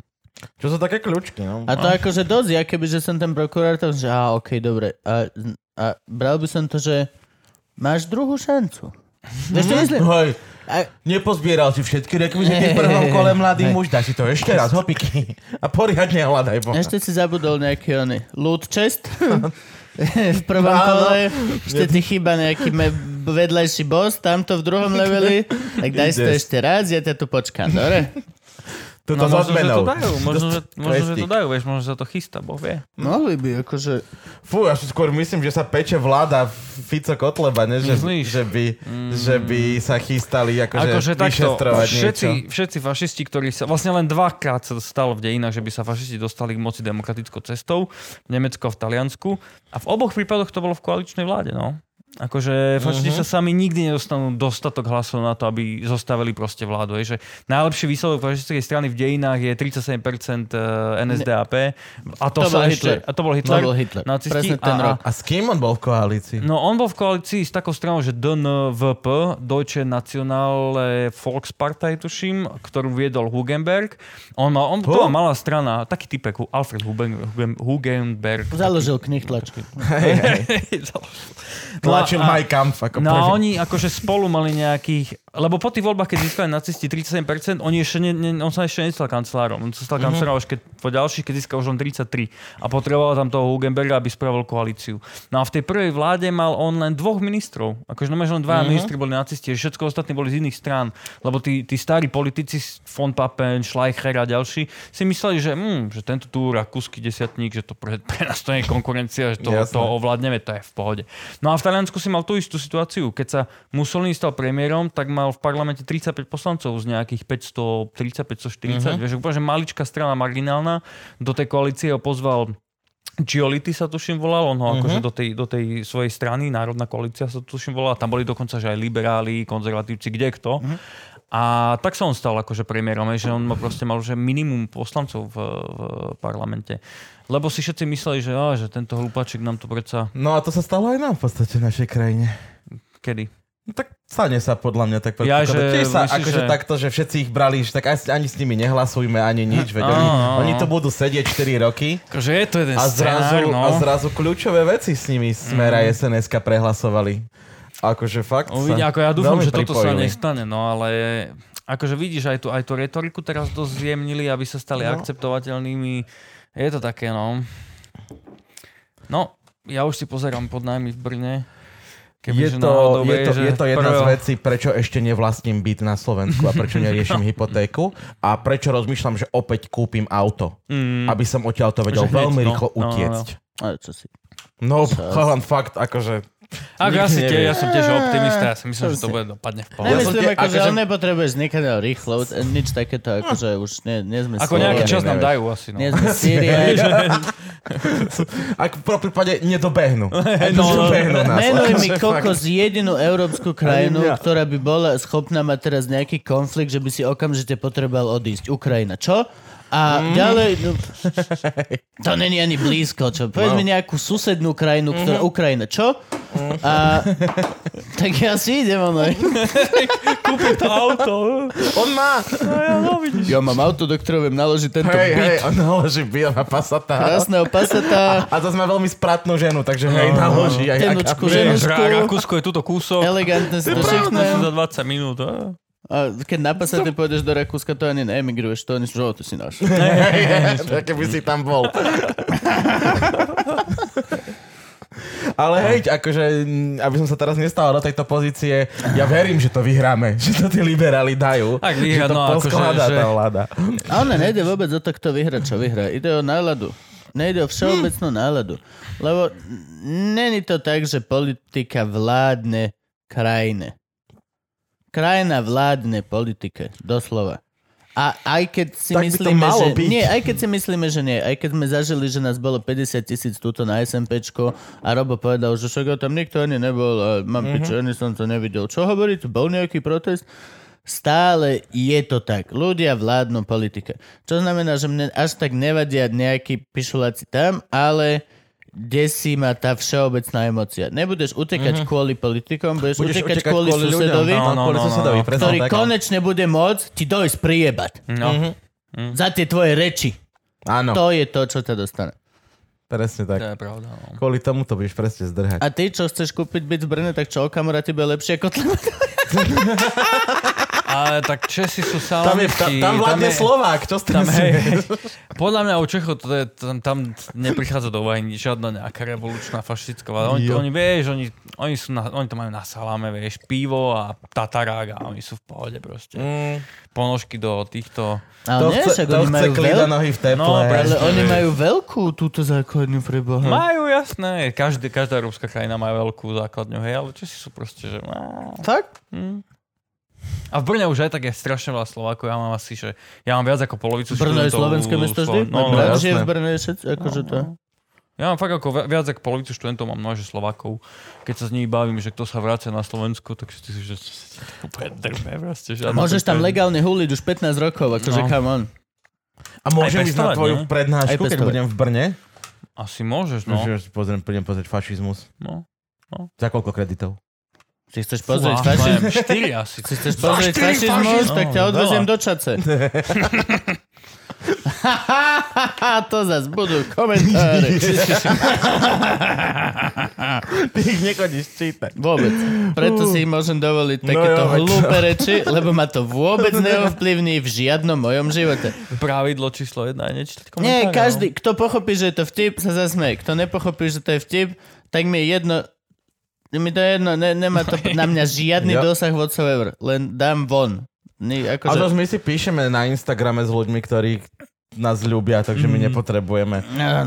Speaker 3: Čo sú také kľúčky, no?
Speaker 4: A to akože dosť, ja keby, že som ten prokurátor, že a okej, dobre. A, a bral by som to, že máš druhú šancu. Vieš,
Speaker 3: Mhm.
Speaker 4: čo myslím?
Speaker 3: Hm? Hej,
Speaker 4: A-
Speaker 3: nepozbieral si všetky rekvizity
Speaker 4: (laughs)
Speaker 3: v prvom kole mladý muž, daj si to ešte raz, hopiky. A poriadne hľadaj Boha.
Speaker 4: Ešte si zabudol nejaký oný loot chest v prvom
Speaker 3: Áno.
Speaker 4: kole, ešte ti chýba nejaký me- vedľajší boss, tamto v druhom leveli, tak daj si to
Speaker 3: Ideš.
Speaker 4: ešte raz, ja ťa tu počkám, dobre?
Speaker 3: Tuto
Speaker 5: No, možno,
Speaker 3: s
Speaker 5: že
Speaker 3: odmenou.
Speaker 5: to dajú, možno, že, možno, že to
Speaker 3: Questík.
Speaker 5: dajú, vieš, možno, že sa to chystá, boh vie.
Speaker 4: Mohli by, akože...
Speaker 3: Fú, ja si skôr myslím, že sa peče vláda Fico Kotleba, ne? Že,
Speaker 5: Myslíš? Mm.
Speaker 3: že, by, že by sa chystali akože,
Speaker 5: Akože takto,
Speaker 3: vyšetrovať niečo.
Speaker 5: všetci, všetci fašisti, ktorí sa... Vlastne len dvakrát sa stalo v dejinách, že by sa fašisti dostali k moci demokratickou cestou, v Nemecku a v Taliansku. A v oboch prípadoch to bolo v koaličnej vláde, no. Akože fašisti
Speaker 4: Mhm.
Speaker 5: uh-huh. sa sami nikdy nedostanú dostatok hlasov na to, aby zostavili proste vládu. Je, že najlepší výsledok fašistickej strany v dejinách je eh, 37% NSDAP. A
Speaker 4: To
Speaker 5: to, sa
Speaker 4: bol
Speaker 5: ešte...
Speaker 4: Hitler.
Speaker 5: A to
Speaker 4: To
Speaker 5: bol Hitler.
Speaker 4: bol Hitler.
Speaker 5: Nacisti
Speaker 4: Presne ten
Speaker 5: a- a-
Speaker 4: rok.
Speaker 3: A s kým on bol v koalícii?
Speaker 5: No on bol v koalícii s takou stranou, že DNVP, Deutsche Nationale Volkspartei, tuším, ktorú viedol Hugenberg. On mal, on, to
Speaker 3: Huh?
Speaker 5: bola malá strana, taký typek, Alfred Hugen, Hugen, Hugenberg.
Speaker 4: Založil knihľač.
Speaker 5: (laughs)
Speaker 3: Tlačil
Speaker 5: No a-
Speaker 3: Mein Kampf ako
Speaker 5: No a
Speaker 3: prvý.
Speaker 5: oni akože spolu mali nejakých... Lebo po tých voľbách, keď získali nacisti 37%, on, ešte ne, ne, on sa ešte nestal kancelárom. On sa stal
Speaker 3: Mhm.
Speaker 5: kancelárom až keď, po ďalších, keď získal už len 33. A potreboval tam toho Hugenberga, aby spravil koalíciu. No a v tej prvej vláde mal on len dvoch ministrov. Akože no, len
Speaker 3: Mhm.
Speaker 5: dvaja ministri boli nacisti, všetko ostatní boli z iných strán. Lebo tí, tí starí politici, von Papen, Schleicher a ďalší, si mysleli, že, hm, že tento tu rakúsky desiatník, že to pre, pre nás to nie je konkurencia, že to,
Speaker 3: Jasné.
Speaker 5: to ovládneme, to je v pohode. No a v Taliansku si mal tú istú situáciu. Keď sa Mussolini stal premiérom, tak mal v parlamente 35 poslancov z nejakých 530, 540. Mm-hmm. Vieš, úplne, že maličká strana marginálna. Do tej koalície ho pozval Giolitti sa tuším volal, on ho akože do tej, do tej svojej strany, Národná koalícia sa tuším volala, tam boli dokonca že aj liberáli, konzervatívci, kde kto. A tak sa on stal akože premiérom, hej, že on ma proste mal že minimum poslancov v, v parlamente. Lebo si všetci mysleli, že, á, že tento hlupáčik nám to predsa...
Speaker 3: No a to sa stalo aj nám v podstate v našej krajine.
Speaker 5: Kedy?
Speaker 3: No tak stane sa podľa mňa tak
Speaker 5: Ja, že
Speaker 3: predpokladať. Tiež sa
Speaker 5: myslíš,
Speaker 3: akože
Speaker 5: že-
Speaker 3: takto, že všetci ich brali, že tak asi- ani s nimi nehlasujme, ani nič. Veď oni,
Speaker 5: Áno, áno.
Speaker 3: oni tu budú sedieť 4 roky.
Speaker 5: Akože je to jeden
Speaker 3: A zrazu,
Speaker 5: scenár, no. Mhm.
Speaker 3: a zrazu kľúčové veci s nimi smera mm. SNSK prehlasovali. Akože fakt
Speaker 5: Uvidia,
Speaker 3: sa
Speaker 5: ako ja dúfam, že
Speaker 3: veľmi
Speaker 5: toto sa
Speaker 3: pripojili.
Speaker 5: nestane, no ale akože vidíš, aj tú, aj tú retoriku teraz dosť zjemnili, aby sa stali no. akceptovateľnými. Je to také, no. No, ja už si pozerám pod nami v Brne.
Speaker 3: Je
Speaker 5: Kebyže
Speaker 3: to,
Speaker 5: náhodou
Speaker 3: je,
Speaker 5: vie,
Speaker 3: to,
Speaker 5: že
Speaker 3: je to jedna z
Speaker 5: prvého-
Speaker 3: vecí, prečo ešte nevlastním byt na Slovensku a prečo
Speaker 5: (laughs)
Speaker 3: neriešim hypotéku a prečo rozmýšľam, že opäť kúpim auto,
Speaker 5: Mm,
Speaker 3: aby som odtiaľ to
Speaker 5: Že
Speaker 3: vedel
Speaker 5: hneď,
Speaker 3: veľmi
Speaker 5: no.
Speaker 3: rýchlo
Speaker 5: No, no, no.
Speaker 3: utiecť.
Speaker 4: Ale čo si...
Speaker 3: No, (laughs) chalán, fakt, akože...
Speaker 5: ako ja,
Speaker 3: nikdy
Speaker 5: si tie,
Speaker 3: nevie.
Speaker 5: ja som tiež optimista, ja si myslím, že to
Speaker 4: si-
Speaker 5: bude dopadne v pohode.
Speaker 3: Nemysl-
Speaker 4: Nemyslím,
Speaker 3: tie-
Speaker 4: ako, že
Speaker 3: akože-
Speaker 4: on nepotrebuje znikať rýchlo, nič takéto, akože už nie, nie sme
Speaker 5: Ako nejaký
Speaker 4: Slovania,
Speaker 5: čas nám
Speaker 3: nevieš.
Speaker 5: dajú asi, no.
Speaker 4: Nie sme (laughs) Syria,
Speaker 3: Ak v prvom prípade
Speaker 5: (laughs)
Speaker 3: nedobehnú.
Speaker 5: no,
Speaker 3: Nedobehnú nás. (laughs)
Speaker 4: Menuj mi
Speaker 3: Akože fakt.
Speaker 4: kokos jedinú európsku krajinu,
Speaker 3: Ani mňa.
Speaker 4: ktorá by bola schopná mať teraz nejaký konflikt, že by si okamžite potreboval odísť. Ukrajina, čo? A mm. ďalej, (laughs) no, Mhm. to není ani blízko, čo? Povedz mi nejakú susednú krajinu, ktorá... Ukrajina, čo? A, (laughs) tak ja si idem, ono.
Speaker 5: Kúpim to auto.
Speaker 3: On má!
Speaker 4: Ja mám auto, do ktorého viem naložiť tento
Speaker 3: Hej,
Speaker 4: byt.
Speaker 3: hej, on naloží bio na pasatá.
Speaker 4: Krásneho (laughs) pasata,
Speaker 3: A zase má veľmi spratnú ženu, takže hej,
Speaker 5: No.
Speaker 3: naloží aj
Speaker 4: tenučku
Speaker 3: aká- (laughs)
Speaker 5: Vieš, Ra-
Speaker 4: ženušku,
Speaker 5: Rakúsko je tuto kúsok.
Speaker 4: elegantné si to
Speaker 5: Všechno
Speaker 4: všechno.
Speaker 5: sú za 20 minút. a?
Speaker 4: A keď na pasate pôjdeš do Rakúska, to ani neemigruješ, to ani že "O, to si náš.
Speaker 3: Hej, hej, to keby si
Speaker 5: (laughs)
Speaker 3: tam bol. Ale hej, akože, mm, aby som sa teraz nestal do tejto pozície, ja verím, že to vyhráme, (laughs) že to tí liberáli dajú.
Speaker 5: Ak vyhrá,
Speaker 3: že to
Speaker 5: no, akože,
Speaker 3: poskladá
Speaker 5: že-
Speaker 3: tá vláda.
Speaker 4: A ona nejde vôbec o to, kto vyhra, čo vyhra. Ide o náladu. Nejde o všeobecnú
Speaker 3: Hm.
Speaker 4: náladu. Lebo n- není to tak, že politika vládne krajine. Krajina vládne politike, doslova. A aj keď si
Speaker 3: Tak by to
Speaker 4: myslíme,
Speaker 3: malo
Speaker 4: že...
Speaker 3: byť.
Speaker 4: Nie, aj keď si myslíme, že nie. Aj keď sme zažili, že nás bolo 50 tisíc túto na SMPčko a Robo povedal, že však ja tam nikto ani nebol a mám mm-hmm.
Speaker 3: Mhm.
Speaker 4: piču, ani som to nevidel. Čo hovoríte? Bol nejaký protest? Stále je to tak. Ľudia vládnu politike. Čo znamená, že mne až tak nevadia nejakí pišuláci tam, ale desí ma tá všeobecná emocia. Nebudeš utekať mm-hmm. kvôli politikom, budeš, budeš utekať, utekať kvôli, kvôli susedovi,
Speaker 5: No,
Speaker 3: no,
Speaker 5: no,
Speaker 3: kvôli
Speaker 5: no, no,
Speaker 3: susedovi,
Speaker 5: no.
Speaker 3: presne
Speaker 4: ktorý
Speaker 3: tak.
Speaker 4: konečne bude môcť ti dojsť prijebať.
Speaker 5: No.
Speaker 4: Za tie tvoje reči.
Speaker 3: Áno,
Speaker 4: To je to, čo ťa dostane.
Speaker 3: presne tak.
Speaker 5: To je pravda. No.
Speaker 3: Kvôli tomu to budeš presne zdrhať.
Speaker 4: A ty, čo chceš kúpiť byt v Brne, tak čo, kamera tebe je lepšie ako tleba?
Speaker 5: Ale tak Česi sú
Speaker 3: Tam, je,
Speaker 5: salamisti.
Speaker 3: tam, tam vládne
Speaker 5: je-
Speaker 3: Slovák, čo ste
Speaker 5: Tam, hej,
Speaker 3: myslíte?
Speaker 5: hej. (laughs) Podľa mňa u Čechov to je, tam, tam neprichádza do úvahy nič, žiadna nejaká revolučná fašistická vláda. Oni, to, oni, vieš, oni, oni, sú na, oni to majú na saláme, vieš, pivo a tatarák a oni sú v pohode proste. Mm. Ponožky do týchto...
Speaker 4: Ale
Speaker 3: To
Speaker 4: nie,
Speaker 3: chce,
Speaker 4: však
Speaker 3: to
Speaker 4: oni
Speaker 3: chce
Speaker 4: majú
Speaker 3: klida
Speaker 4: veľ-
Speaker 3: nohy v teple.
Speaker 5: No,
Speaker 4: Ale
Speaker 5: presne.
Speaker 4: oni majú veľkú túto základňu pre Boha.
Speaker 5: Majú, jasné. Každý, každá európska krajina má veľkú základňu, hej, ale Česi sú proste, že... hm.
Speaker 4: Tak?
Speaker 5: A v Brne už aj tak je strašne veľa Slovákov, ja mám asi, že... Ja mám viac ako polovicu
Speaker 4: Brno je
Speaker 5: študentov
Speaker 4: slovenské
Speaker 5: u-
Speaker 4: mesto
Speaker 5: Slo-
Speaker 4: vždy?
Speaker 5: No, no,
Speaker 4: Brat
Speaker 5: ja,
Speaker 4: žije v
Speaker 3: jasné.
Speaker 4: Brne je všetci, akože to.
Speaker 5: ja mám fakt ako vi- viac ako polovicu študentov mám mnoho, že Slovákov. Keď sa s nimi bavím, že kto sa vrácia na Slovensku, tak si ty si, že... Úplne drbe, proste, žiadna
Speaker 4: Môžeš tam
Speaker 5: prípadne.
Speaker 4: legálne huliť už 15 rokov, akože
Speaker 5: No.
Speaker 4: come on.
Speaker 3: A
Speaker 5: Aj
Speaker 3: môžem ísť na
Speaker 5: pestovať,
Speaker 3: tvoju
Speaker 5: nie?
Speaker 3: prednášku,
Speaker 4: Aj
Speaker 3: keď
Speaker 4: pestovať.
Speaker 3: budem v Brne?
Speaker 5: Asi môžeš,
Speaker 3: No.
Speaker 5: no.
Speaker 3: Že pozriem, pôjdem pozrieť fašizmus.
Speaker 5: no.
Speaker 3: Za koľko kreditov?
Speaker 4: Si chceš pozrieť
Speaker 5: Fú,
Speaker 4: fašizmus?
Speaker 5: neviem, Štyri asi.
Speaker 4: (laughs) Si chceš pozrieť fašizmus, tak ťa
Speaker 5: No,
Speaker 4: odveziem
Speaker 5: veľa.
Speaker 4: do Čace. (laughs) to zas budú komentáre.
Speaker 3: Ty ich nechodíš čítať.
Speaker 4: Vôbec. Preto si môžem dovoliť
Speaker 5: No
Speaker 4: takéto
Speaker 3: jo, veď to-
Speaker 4: hlúpe reči, lebo ma to vôbec neovplyvní v žiadnom mojom živote.
Speaker 5: Pravidlo číslo jedna je nečítať komentáre.
Speaker 4: Nie, každý, kto pochopí, že je to vtip, sa zasmeje. Kto nepochopí, že to je vtip, tak mi je jedno... Mi to je jedno, ne, nemá
Speaker 3: (laughs)
Speaker 4: to na mňa žiadny
Speaker 3: Jo.
Speaker 4: dosah whatsoever. Len dám von. Ni,
Speaker 3: A to
Speaker 4: akože...
Speaker 3: my si píšeme na Instagrame s ľuďmi, ktorí nás ľúbia, takže my nepotrebujeme.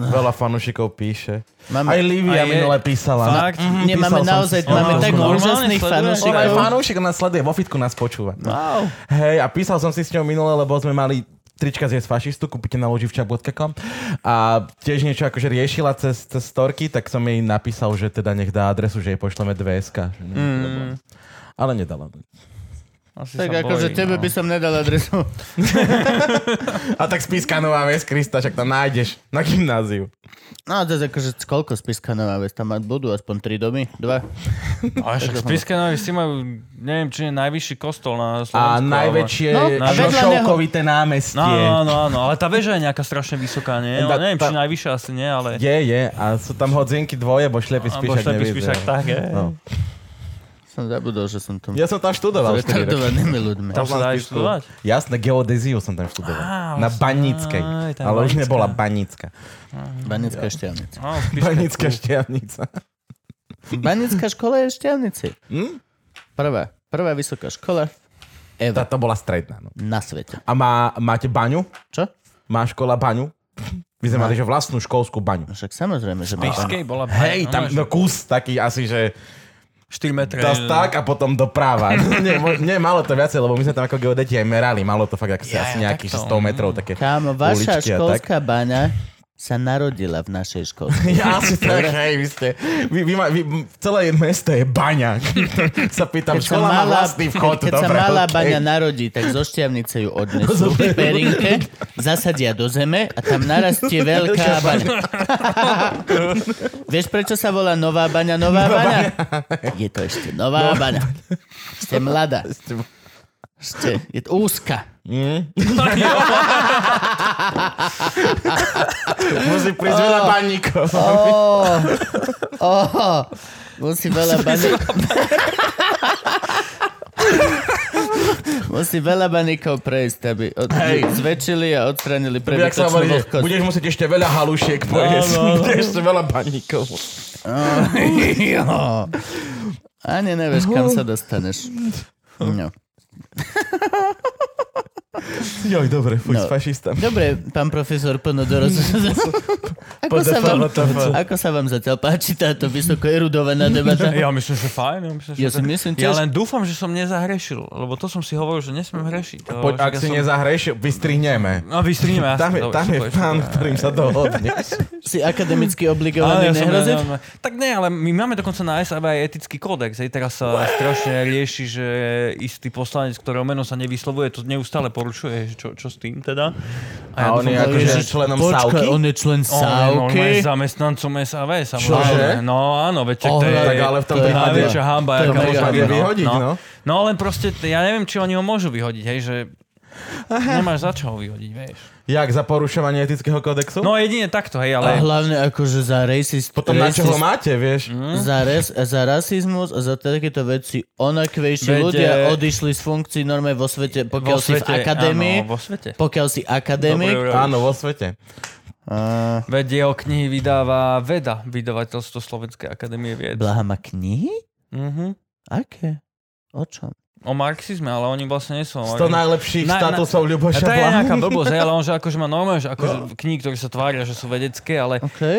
Speaker 3: Veľa fanúšikov píše.
Speaker 4: No, Máme,
Speaker 3: Aj Lívia
Speaker 5: A je-
Speaker 3: minule písala.
Speaker 5: Fakt?
Speaker 4: nie,
Speaker 3: písal
Speaker 4: máme
Speaker 3: som
Speaker 4: naozaj,
Speaker 3: si-
Speaker 4: máme
Speaker 5: Ona
Speaker 4: tak
Speaker 5: už normálne
Speaker 4: úžasných
Speaker 5: sleduje?
Speaker 3: On aj
Speaker 4: fanúšikov.
Speaker 3: fanúšik nás sleduje, vo fitku nás počúva.
Speaker 5: Wow.
Speaker 3: Hej, a písal som si s ňou minule, lebo sme mali trička z Yes fašistu, kúpite na loživčak.com a tiež niečo akože riešila cez, cez storky, tak som jej napísal, že teda nech dá adresu, že jej pošleme dvs mm. Ale nedala.
Speaker 5: Asi
Speaker 4: Tak
Speaker 5: sa
Speaker 4: akože
Speaker 5: bojí,
Speaker 4: tebe
Speaker 5: no.
Speaker 4: by som nedal adresu.
Speaker 3: A tak spíska nová vec, Krista, však tam nájdeš na gymnáziu.
Speaker 4: No a to je akože koľko spiska nová vec tam mať budú? Aspoň tri domy? Dva?
Speaker 5: Ale však Spiske Novy si majú, neviem, či je najvyšší kostol na Slovensku.
Speaker 3: A
Speaker 5: ale-
Speaker 3: najväčšie
Speaker 4: No,
Speaker 5: a vedľa neho-
Speaker 3: šošovkovité
Speaker 5: No,
Speaker 3: námestie.
Speaker 5: áno, áno, áno, ale tá väža je nejaká strašne vysoká, nie?
Speaker 3: Da-
Speaker 5: Ale neviem, či
Speaker 3: tá-
Speaker 5: najvyššia asi nie, ale...
Speaker 3: Je, je, a sú tam hodzinky dvoje, bo šlepy
Speaker 5: Alebo
Speaker 3: spíšak
Speaker 5: šlepý
Speaker 3: nevyzerá.
Speaker 5: spíšak, tak, je.
Speaker 3: No.
Speaker 4: Som zabudol, že som tam
Speaker 3: Ja som tam študoval.
Speaker 4: s
Speaker 3: štyri roky.
Speaker 4: retardovanými ľuďmi.
Speaker 5: Tam sa dá aj
Speaker 3: Spíšku.
Speaker 5: študovať. No,
Speaker 3: Jasné, geodéziu som tam študoval.
Speaker 5: Á,
Speaker 3: na
Speaker 5: vlastne,
Speaker 3: Banickej.
Speaker 5: aj tá
Speaker 3: Ale už
Speaker 5: Banická.
Speaker 3: nebola Banická.
Speaker 4: Banická šťavnica.
Speaker 5: Áno, v Spiške.
Speaker 3: Banická šťavnica.
Speaker 4: Banická škola je v Šťavnici.
Speaker 3: Hm?
Speaker 4: Prvá, prvá vysoká škola
Speaker 3: Tá,
Speaker 4: ever
Speaker 3: to bola stredná. No.
Speaker 4: na svete.
Speaker 3: A má, máte baňu?
Speaker 4: Čo?
Speaker 3: Má škola baňu? Vy sme mali, že vlastnú školskú baňu.
Speaker 4: No Však samozrejme, že má
Speaker 5: Spišskej bola...
Speaker 3: Hej, tam
Speaker 5: no,
Speaker 3: no, kus taký asi, že
Speaker 5: 4 metre.
Speaker 3: das tak a potom doprava. nie, mo- nie, malo to viacej, lebo my sme tam ako geodeti aj merali. Malo to fakt ako si
Speaker 5: Ja,
Speaker 3: asi
Speaker 5: ja,
Speaker 3: nejakých
Speaker 5: takto.
Speaker 3: 100 metrov. Také
Speaker 4: Kámo, vaša
Speaker 3: uličky a tak.
Speaker 4: školská baňa sa narodila v našej škole.
Speaker 3: (laughs) Ja asi tak, hej, vy ste... Vy, vy, ma- vy, celé mesto je baňa. (laughs) sa pýtam, škola má vlastný vchod.
Speaker 4: keď sa
Speaker 3: dobre,
Speaker 4: malá
Speaker 3: okej.
Speaker 4: baňa narodí, tak zo šťavnice ju odnesú v perinke, zasadia do zeme a tam (laughs) narastie veľká baňa. Vieš, prečo sa volá nová baňa, nová baňa? Je to ešte nová baňa. Ešte mladá. Ešte je to úzka.
Speaker 3: (laughs) Musí prísť veľa baníkov.
Speaker 4: Oh, oh, musí veľa baníkov. musí veľa baníkov prejsť, aby od, zväčšili a odstranili
Speaker 3: Jak sa
Speaker 4: prebytočnú
Speaker 3: hovorí,
Speaker 4: vlhkosť.
Speaker 3: budeš musieť ešte veľa halušiek pojesť. No, no, no. ešte veľa baníkov.
Speaker 4: (laughs) Jo. Ani nevieš, kam sa dostaneš. No.
Speaker 3: Joj, dobre, fuj,
Speaker 4: No.
Speaker 3: no. s fašistami.
Speaker 4: Dobre, pán profesor Ponodoro. ako, sa vám, ako sa vám zatiaľ páči táto vysoko erudovaná debata?
Speaker 5: Ja myslím, že fajn. Ja, myslím,
Speaker 4: Ja
Speaker 5: že
Speaker 4: si
Speaker 5: fajn.
Speaker 4: myslím
Speaker 5: ja
Speaker 4: tiež-
Speaker 5: len dúfam, že som nezahrešil, lebo to som si hovoril, že nesmiem hrešiť. To,
Speaker 3: No, Poď,
Speaker 5: že
Speaker 3: ak
Speaker 5: ja
Speaker 3: si
Speaker 5: som-
Speaker 3: nezahrešil, vystrihneme.
Speaker 5: No, vystrníme.
Speaker 3: Tam je, tam je pán, ktorým sa
Speaker 5: (laughs)
Speaker 3: dohodneš.
Speaker 4: Si akademicky obligovaný nehrozí?
Speaker 5: ja, tak ne, ale my máme dokonca na SAB aj etický kódex. Aj teraz sa strašne rieši, že istý poslanec, ktorého meno sa nevyslovuje, to neustále porušuje, že čo, čo s tým teda.
Speaker 3: A on je akože
Speaker 4: Ježiš,
Speaker 3: členom
Speaker 4: Počkaj,
Speaker 3: Sávky.
Speaker 4: on je člen
Speaker 5: On je normálne
Speaker 4: Sávky.
Speaker 5: zamestnancom SAV, samozrejme.
Speaker 3: Čože?
Speaker 5: No áno, veď čak to je...
Speaker 3: Tak ale v tom
Speaker 5: to je
Speaker 3: prípade...
Speaker 5: najväčšia hamba,
Speaker 4: To je
Speaker 5: aká
Speaker 4: mega
Speaker 5: môže
Speaker 3: hamba.
Speaker 5: byť.
Speaker 3: Vyhodiť, no.
Speaker 5: no len proste, t- ja neviem, či oni ho môžu vyhodiť, hej, že nemáš za čo ho vyhodiť, vieš.
Speaker 3: Jak, za porušovanie etického kodexu?
Speaker 5: No jedine takto,
Speaker 4: A
Speaker 5: hej, ale...
Speaker 4: hlavne akože za racist.
Speaker 3: Potom na čo ho
Speaker 4: racist-
Speaker 3: máte, vieš?
Speaker 5: No. Hm?
Speaker 4: Za, res, za rasizmus a za takéto veci onakvejší
Speaker 5: Veď,
Speaker 4: ľudia
Speaker 5: eh,
Speaker 4: odišli z funkcií norme vo svete, pokiaľ
Speaker 5: vo
Speaker 4: si
Speaker 5: svete,
Speaker 4: v akadémii.
Speaker 5: Áno, vo svete.
Speaker 4: Pokiaľ si akadémik.
Speaker 5: Dobre,
Speaker 3: Áno, vo svete.
Speaker 4: A
Speaker 5: Veď jeho knihy vydáva Veda, vydavateľstvo Slovenskej akadémie vied.
Speaker 4: Blaha má knihy?
Speaker 5: Mhm.
Speaker 4: Aké? O čom?
Speaker 5: O marxizme, ale oni vlastne nie sú. o
Speaker 3: 100
Speaker 5: marxizme.
Speaker 3: najlepších
Speaker 5: Na- na-
Speaker 3: statusov
Speaker 5: A
Speaker 3: Ľuboša
Speaker 5: to je
Speaker 3: Blahu.
Speaker 5: nejaká blbosť, hej, ale on že akože má normálne, že akože knihy, ktoré sa tvária, že sú vedecké, ale
Speaker 4: OK.
Speaker 5: E,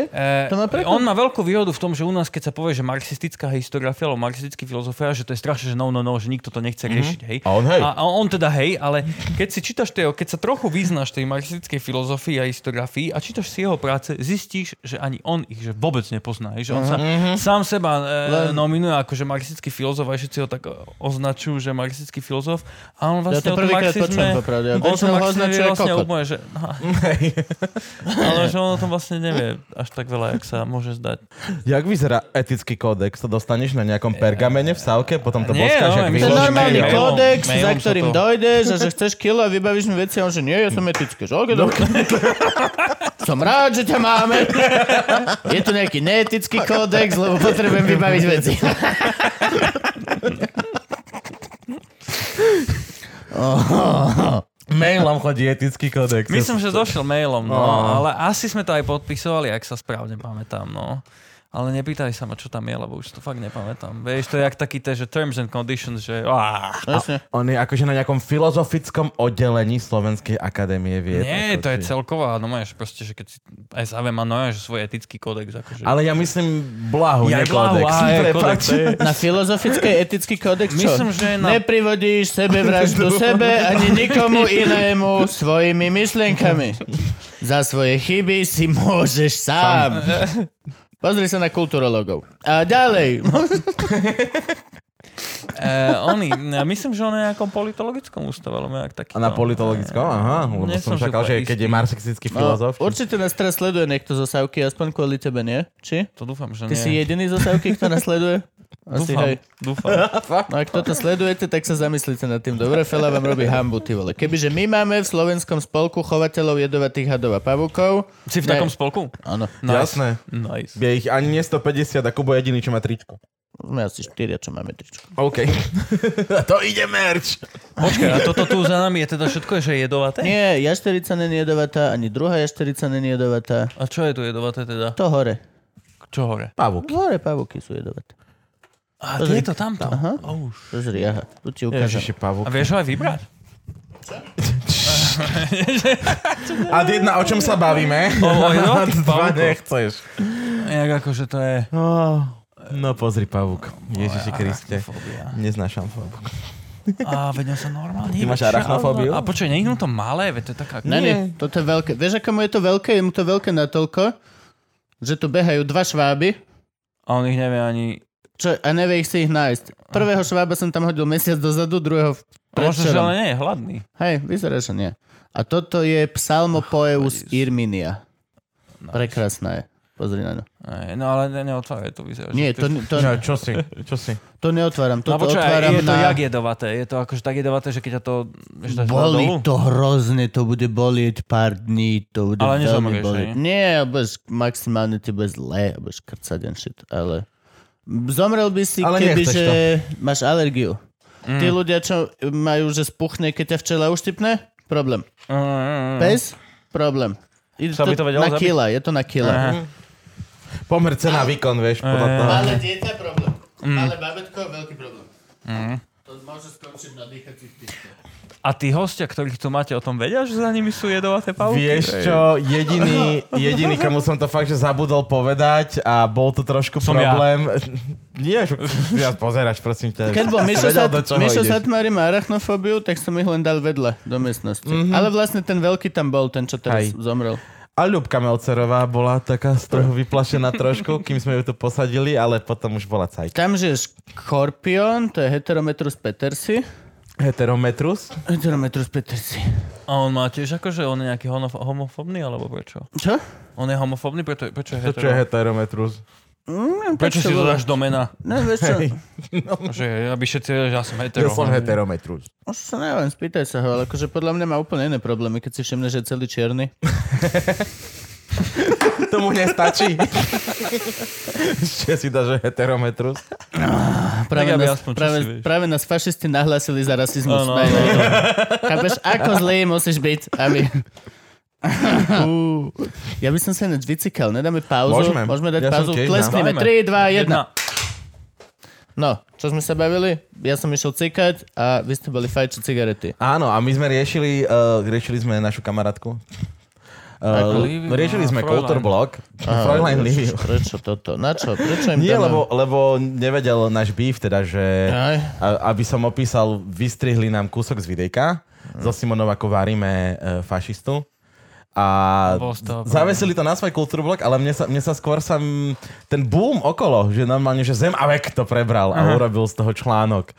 Speaker 4: To ma prekvap-
Speaker 5: on má veľkú výhodu v tom, že u nás, keď sa povie, že marxistická historiografia alebo marxistická filozofia, že to je strašne, že no, no, no, že nikto to nechce riešiť, hej.
Speaker 3: A on hej.
Speaker 5: A, a on teda hej, ale keď si čítaš tie, keď sa trochu vyznáš tej marxistickej filozofii a historiografii a čítaš si jeho práce, zistíš, že ani on ich že vôbec nepozná. Hej, že on sa
Speaker 4: Mhm.
Speaker 5: sám seba e, nominuje ako že marxistický filozof a všetci ho tak e, označujú, že marxistický filozof. A on
Speaker 4: Ja to
Speaker 5: vlastne o tom
Speaker 4: prvýkrát
Speaker 5: marxizme...
Speaker 4: počujem popravde. Ja
Speaker 5: on o tom
Speaker 4: väčšinou ho
Speaker 5: marxizme vie
Speaker 4: označuje
Speaker 5: vlastne
Speaker 4: kokot.
Speaker 5: úplne, že...
Speaker 4: (laughs)
Speaker 5: (laughs) aha.
Speaker 3: Hej.
Speaker 5: Ale že on o tom vlastne nevie až tak veľa, jak sa môže zdať.
Speaker 3: Jak vyzerá etický kódex? To dostaneš na nejakom pergamene v sávke, potom to
Speaker 5: Nie,
Speaker 3: boskáš,
Speaker 5: no, my-
Speaker 3: jak
Speaker 4: To je
Speaker 5: Vyložíme
Speaker 4: normálny
Speaker 5: mailom,
Speaker 4: kódex,
Speaker 5: mailom
Speaker 4: za
Speaker 5: sa
Speaker 4: ktorým
Speaker 5: to-
Speaker 4: dojdeš a že chceš kilo a vybavíš mi veci a on že nie, ja som etický. Že, okay, (laughs) dobre. som rád, že ťa máme. Je tu nejaký neetický kódex, lebo potrebujem vybaviť veci.
Speaker 3: Mailom chodí etický kódex.
Speaker 5: Myslím, že došiel mailom, no, ale asi sme to aj podpisovali, ak sa správne pamätám, no. Ale nepýtaj sa ma, čo tam je, lebo už to fakt nepamätám. Vieš, to je jak taký te, že terms and conditions, že... Á,
Speaker 4: Jasne.
Speaker 3: On je akože na nejakom filozofickom oddelení Slovenskej akadémie vied. akože.
Speaker 5: nie,
Speaker 3: ako
Speaker 5: to je
Speaker 3: či-
Speaker 5: celková, no máš proste, že keď si SAV má no, že svoj etický kódex, akože...
Speaker 3: Ale ja myslím blahu,
Speaker 5: Ja
Speaker 3: nie
Speaker 5: blahu,
Speaker 3: kódex.
Speaker 5: á, je
Speaker 3: Prepáč.
Speaker 5: kódex, to je-
Speaker 4: Na filozofickej etický kódex čo?
Speaker 5: Myslím, že na-
Speaker 4: Neprivodíš
Speaker 5: (laughs)
Speaker 4: sebevraždu sebe ani nikomu inému svojimi myšlienkami. Za svoje chyby si môžeš sám. Pozri sa na kulturologov. A ďalej.
Speaker 5: E, oni, ja myslím, že on je na nejakom politologickom ústave, alebo nejak taký.
Speaker 3: A na
Speaker 5: no.
Speaker 3: politologickom? Aha, lebo
Speaker 5: Nie som
Speaker 3: som
Speaker 5: si
Speaker 3: čakal, že
Speaker 5: úplne
Speaker 3: keď je
Speaker 5: istý.
Speaker 3: marxistický
Speaker 4: No,
Speaker 3: filozof. či-
Speaker 4: určite nás teraz sleduje niekto zo Savky, aspoň kvôli tebe, nie? Či?
Speaker 5: To dúfam, že
Speaker 4: Ty
Speaker 5: nie.
Speaker 4: si jediný zo Savky, kto nás sleduje? Asi,
Speaker 5: (laughs) Dúfam,
Speaker 4: hej.
Speaker 5: dúfam.
Speaker 4: No ak toto sledujete, tak sa zamyslíte nad tým. Dobre, Fela vám robí hambu, ty vole. Kebyže my máme v Slovenskom spolku chovateľov jedovatých hadov a pavúkov...
Speaker 5: Si v
Speaker 4: Ne.
Speaker 5: takom spolku?
Speaker 4: Áno,
Speaker 5: Nice.
Speaker 3: Jasné.
Speaker 5: Nice.
Speaker 3: Je ich ani nie 150 a Kubo je jediný, čo má tričko.
Speaker 4: sme asi štyria, čo máme tričko.
Speaker 3: (laughs) OK. to ide merch.
Speaker 5: Počkaj, a toto tu za nami je teda všetko, že je jedovaté?
Speaker 4: Nie, jašterica není jedovatá, ani druhá jašterica není jedovatá.
Speaker 5: A čo je tu jedovaté teda?
Speaker 4: To hore.
Speaker 5: Čo hore?
Speaker 3: Pavúk.
Speaker 4: Hore pavúky sú jedovaté.
Speaker 5: A to je to tamto. Aha. Oh,
Speaker 4: Pozri, aha, tu ti ukážem.
Speaker 3: Ježiši, pavúk.
Speaker 5: A vieš ho aj vybrať?
Speaker 3: A jedna, o čom sa bavíme?
Speaker 5: O, o no,
Speaker 3: A
Speaker 5: jednotých
Speaker 3: dva
Speaker 5: pavúkoch.
Speaker 3: nechceš.
Speaker 5: Jak akože to je... no,
Speaker 3: Oh, no pozri, pavúk. Ježiši Kriste. Neznášam pavúk.
Speaker 5: A veď on sa normálne...
Speaker 3: Ty máš
Speaker 5: čo-
Speaker 3: arachnofóbiu?
Speaker 5: A počkaj, nie je to malé, veď to je taká...
Speaker 4: Ne, nie, toto je veľké. Vieš, akomu je to veľké? Je mu to veľké natoľko, že tu behajú dva šváby
Speaker 5: A on ich nevie ani...
Speaker 4: čo, a nevie ich si ich nájsť. Prvého švába som tam hodil mesiac dozadu, druhého v-
Speaker 5: Možno, že ale
Speaker 4: predvčerom.
Speaker 5: nie je hladný.
Speaker 4: Hej, vyzerá, že nie. A toto je Psalmopoeus Irminia. Prekrasná je. Pozri na ňu.
Speaker 5: Aj, No ale ne, neotváraj to, vyzerá. že
Speaker 4: Nie, to, to,
Speaker 3: No, čo si? Čo si?
Speaker 4: to neotváram.
Speaker 5: No
Speaker 4: Toto
Speaker 5: počkaj,
Speaker 4: otváram
Speaker 5: je to
Speaker 4: na...
Speaker 5: jak jedovaté. Je to akože tak jedovaté, že keď ťa to... Vieš, dáš
Speaker 4: Boli
Speaker 5: dolu.
Speaker 4: to hrozne, to bude bolieť pár dní, to bude
Speaker 5: Ale
Speaker 4: veľmi
Speaker 5: nezomrieš,
Speaker 4: bolieť.
Speaker 5: hej?
Speaker 4: Nie, budeš maximálne ti bude zlé, budeš krcať and shit, ale... Zomrel by si,
Speaker 3: Ale
Speaker 4: keby,
Speaker 3: nechceš
Speaker 4: že
Speaker 3: to.
Speaker 4: máš alergiu. Mm. Tí ľudia, čo majú, že spuchne, keď ťa včela uštipne, problém.
Speaker 5: Mm,
Speaker 4: Pes, problém. Je
Speaker 5: Psa by to vedelo
Speaker 4: na
Speaker 5: zabiť?
Speaker 4: kila, je to na kila.
Speaker 5: Aha.
Speaker 3: Pomer cena, výkon, vieš, podľa
Speaker 5: Eh.
Speaker 3: toho.
Speaker 4: Mm. Ale dieťa problém.
Speaker 5: Mm.
Speaker 4: Ale babetko veľký problém. To môže skončiť na dýchacích piskách.
Speaker 5: A tí hostia, ktorých tu máte, o tom vedia, že za nimi sú jedovaté pavúky?
Speaker 3: Vieš čo, jediný, jediný, komu som to fakt, že zabudol povedať a bol to trošku
Speaker 5: Som ja.
Speaker 3: problém. Nie, že (laughs) ja pozeráš, prosím ťa.
Speaker 4: Keď bol
Speaker 3: Si
Speaker 4: Mišo,
Speaker 3: vedel,
Speaker 4: Sat,
Speaker 3: do čoho
Speaker 4: Mišo
Speaker 3: ideš.
Speaker 4: Satmári má arachnofóbiu, tak som ich len dal vedľa do miestnosti. Mm-hmm. Ale vlastne ten veľký tam bol, ten, čo teraz
Speaker 3: Hej.
Speaker 4: zomrel.
Speaker 3: A Ľubka Melcerová bola taká z toho vyplašená trošku, kým sme ju tu posadili, ale potom už bola cajka.
Speaker 4: Tam žije škorpión, to je heterometrus petersi.
Speaker 3: Heterometrus?
Speaker 4: Heterometrus petersi.
Speaker 5: A on má tiež akože, on je nejaký honof- homofobný, alebo prečo?
Speaker 4: Čo?
Speaker 5: On je homofobný, preto, prečo je
Speaker 3: To čo je
Speaker 5: hetero?
Speaker 3: heterometrus?
Speaker 5: Prečo si to dáš do mena?
Speaker 4: No, vieš čo?
Speaker 5: Že, aby všetci vedeli, že ja som hetero.
Speaker 3: Ja som heterometrus.
Speaker 4: Už sa neviem, spýtaj sa ho, ale akože podľa mňa má úplne iné problémy, keď si všimne, že je celý čierny.
Speaker 3: Tomu nestačí. (laughs) Ešte si dá, že heterometrus.
Speaker 4: A práve,
Speaker 5: aby
Speaker 4: nás,
Speaker 5: aspoň čo
Speaker 4: práve,
Speaker 5: si vieš.
Speaker 4: práve nás fašisti nahlásili za rasizmus. No,
Speaker 5: Áno,
Speaker 4: no,
Speaker 5: áno,
Speaker 4: no. Chápeš, ako zlý musíš byť, aby...
Speaker 3: (laughs)
Speaker 4: Ú. ja by som sa ináč vycikal, nedáme pauzu.
Speaker 3: Môžeme.
Speaker 4: Môžeme dať
Speaker 3: Ja som
Speaker 4: pauzu,
Speaker 3: tiež
Speaker 4: klesneme.
Speaker 5: za.
Speaker 4: 3, 2, 1.
Speaker 5: Jedna.
Speaker 4: No, čo sme sa bavili? Ja som išiel cikať a vy ste boli fajči cigarety.
Speaker 3: Áno, a my sme riešili, uh, riešili sme našu kamarátku.
Speaker 5: Ako
Speaker 3: Uh,
Speaker 5: Liviu
Speaker 3: riešili
Speaker 5: a
Speaker 3: sme
Speaker 5: Fräulein.
Speaker 3: Kulturblog. Fräulein Liviu.
Speaker 4: Prečo toto? Na čo? Prečo im
Speaker 3: No, Nie,
Speaker 4: dáme-
Speaker 3: lebo, lebo nevedel náš býv, teda, že
Speaker 4: Aj.
Speaker 3: a, aby som opísal, vystrihli nám kúsok z videjka so Simonom, ako varíme e, fašistu. A
Speaker 5: Bol z toho
Speaker 3: zavesili to na svoj kultúrblok, ale mne sa, mne sa skôr sam ten boom okolo, že normálne, že zem a vek to prebral a urobil z toho článok.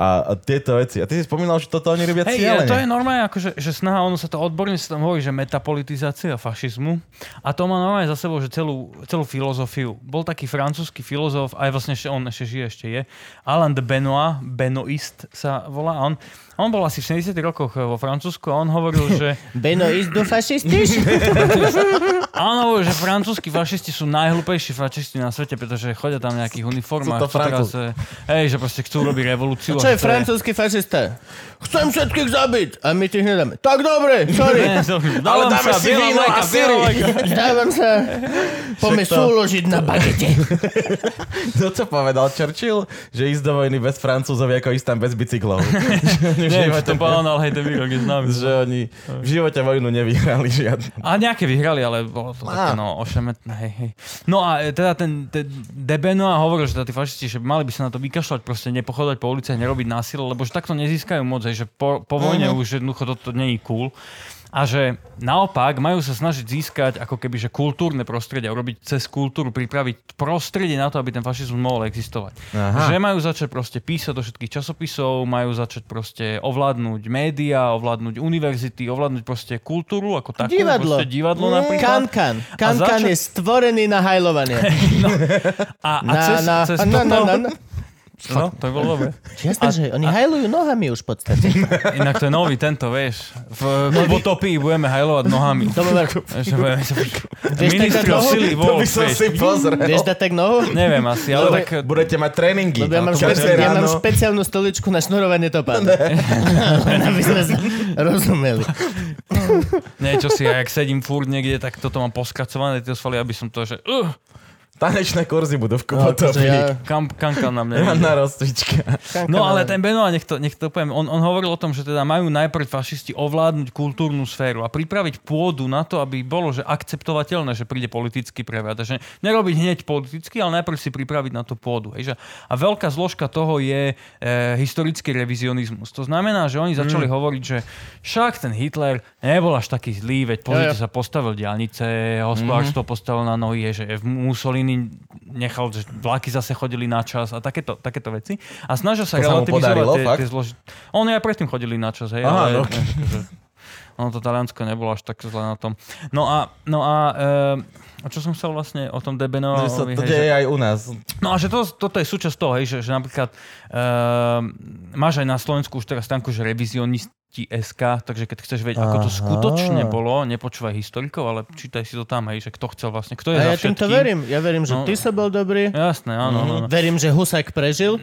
Speaker 3: A, a tieto veci. A ty si spomínal, že toto oni robia
Speaker 5: Hej,
Speaker 3: cieľene.
Speaker 5: to je normálne, akože, že snaha, ono sa to odborne sa tam hovorí, že metapolitizácia fašizmu. A to má normálne za sebou, že celú, celú filozofiu. Bol taký francúzsky filozof, aj vlastne ešte, on ešte žije, ešte je, Alain de Benoist, Benoist sa volá. A on, a on bol asi v 70 rokoch vo Francúzsku a on (laughs) hovoril, že...
Speaker 4: Beno, ísť do
Speaker 3: (laughs)
Speaker 4: fašistiš?
Speaker 5: Áno, že francúzski fašisti sú najhlúpejší fašisti na svete, pretože chodia tam v nejakých uniformách.
Speaker 3: Sú to
Speaker 5: čo teraz, eh, Hej, že proste chcú robiť revolúciu.
Speaker 4: Čo
Speaker 5: a
Speaker 4: je
Speaker 5: to
Speaker 4: francúzsky fašista? Chcem všetkých zabiť! A my ti ich nedáme. Tak dobre, sorry.
Speaker 5: Ne, to- Dávam
Speaker 3: dáme
Speaker 5: sa,
Speaker 3: si
Speaker 5: biela
Speaker 3: víno a
Speaker 5: vlajka,
Speaker 3: syry.
Speaker 5: biela vlajka.
Speaker 4: Dávam sa. Poďme
Speaker 3: Však to-
Speaker 4: súložiť na bagete.
Speaker 3: (laughs) To, čo povedal Churchill, že ísť do vojny bez Francúzov je ako ísť tam bez bicyklov. že,
Speaker 5: Nie,
Speaker 3: oni v
Speaker 5: že
Speaker 3: živote,
Speaker 5: to povedal, ale hej, ten výrok je známy.
Speaker 3: že oni v živote vojnu nevyhrali žiadnu.
Speaker 5: A nejaké vyhrali, ale bolo to také, no, ošemetné, hej, hej. No a e, teda ten, ten Debenoa hovoril, že teda tí fašisti, že mali by sa na to vykašľať, proste nepochodať po uliciach, nerobiť násilie, lebo že takto nezískajú moc, hej, že po, po
Speaker 3: Mhm.
Speaker 5: vojne už jednoducho toto není cool. A že naopak majú sa snažiť získať ako keby, že kultúrne prostredie, urobiť cez kultúru, pripraviť prostredie na to, aby ten fašizmus mohol existovať.
Speaker 3: Aha.
Speaker 5: Že majú začať proste písať do všetkých časopisov, majú začať proste ovládnuť médiá, ovládnuť univerzity, ovládnuť proste kultúru ako takú.
Speaker 4: Divadlo.
Speaker 5: Proste divadlo Mm. napríklad.
Speaker 4: Kankan. Kankan
Speaker 5: zača-
Speaker 4: je stvorený na hajlovanie.
Speaker 5: A, (laughs) a
Speaker 4: Na,
Speaker 5: cez,
Speaker 4: na,
Speaker 5: cez
Speaker 4: na, na,
Speaker 5: toto-
Speaker 4: na, na.
Speaker 5: No, to by bolo dobre.
Speaker 4: Jasné, že oni hajlujú nohami už v
Speaker 5: (laughs)
Speaker 4: podstate.
Speaker 5: Inak to je nový tento, vieš. V Kobotopii budeme hajlovať nohami.
Speaker 4: To by
Speaker 5: Vieš, že budeme sa-
Speaker 4: Vieš,
Speaker 5: Ministri
Speaker 4: taká
Speaker 5: of
Speaker 4: nohu-
Speaker 5: sily,
Speaker 3: To by
Speaker 5: Wolf,
Speaker 3: som
Speaker 5: vieš.
Speaker 3: si pozrel.
Speaker 4: Vieš dať tak nohu?
Speaker 5: Neviem asi, ale
Speaker 3: Ale
Speaker 5: tak...
Speaker 3: budete mať tréningy.
Speaker 4: Lebo
Speaker 5: No,
Speaker 4: ja mám,
Speaker 3: To bude
Speaker 4: špeciál, ja mám
Speaker 3: ráno.
Speaker 4: špeciálnu stoličku na šnurovanie topán. (laughs) Len aby sme sa rozumeli.
Speaker 5: Niečo si, ja, ak sedím furt niekde, tak toto mám poskracované, tie svaly, aby som to, že... Uh,
Speaker 3: Tanečné kurzy budú v
Speaker 4: No, akože
Speaker 3: Kubotovi.
Speaker 4: ja-
Speaker 5: Kam, kanka
Speaker 3: (laughs)
Speaker 5: na mne.
Speaker 3: Ranná rozcvička.
Speaker 5: No ale ten Benoa, nech to, nech to poviem, on, on hovoril o tom, že teda majú najprv fašisti ovládnuť kultúrnu sféru a pripraviť pôdu na to, aby bolo že akceptovateľné, že príde politický prevrat. A Že nerobiť hneď politicky, ale najprv si pripraviť na to pôdu. Hej, že? A veľká zložka toho je e, historický revizionizmus. To znamená, že oni začali hovoriť, že však ten Hitler nebol až taký zlý, veď
Speaker 4: Jo,
Speaker 5: pozrite
Speaker 4: jo.
Speaker 5: sa, postavil diálnice, hospodárstvo postavil na nohy, je, že Mussolini nechal, že vlaky zase chodili na čas a takéto, takéto veci. A snažil sa
Speaker 3: To sa mu
Speaker 5: relativizovať
Speaker 3: podarilo,
Speaker 5: tie,
Speaker 3: fakt?
Speaker 5: tie zloži... Oni aj predtým chodili na čas, hej.
Speaker 3: Aha,
Speaker 5: (laughs)
Speaker 3: no.
Speaker 5: akože, ono to Taliansko nebolo až tak zle na tom. No a, no a e, a čo som chcel vlastne o tom
Speaker 3: No,
Speaker 5: Debenovi?
Speaker 3: sa to
Speaker 5: hej, že-
Speaker 3: deje aj u (laughs) nás.
Speaker 5: No a že to, toto je súčasť toho, hej, že, že napríklad uh, máš aj na Slovensku už teraz tanku, že revizionisti SK, takže keď chceš vedieť, ako to
Speaker 4: Aha.
Speaker 5: skutočne bolo, nepočúvaj historikov, ale čítaj si to tam, hej, že kto chcel vlastne, kto je
Speaker 4: A
Speaker 5: za
Speaker 4: ja týmto
Speaker 5: všetkým.
Speaker 4: verím. Ja verím, že
Speaker 5: No.
Speaker 4: ty sa bol dobrý.
Speaker 5: Jasné, áno, áno.
Speaker 3: Mhm.
Speaker 5: áno.
Speaker 4: Verím, že Husák prežil.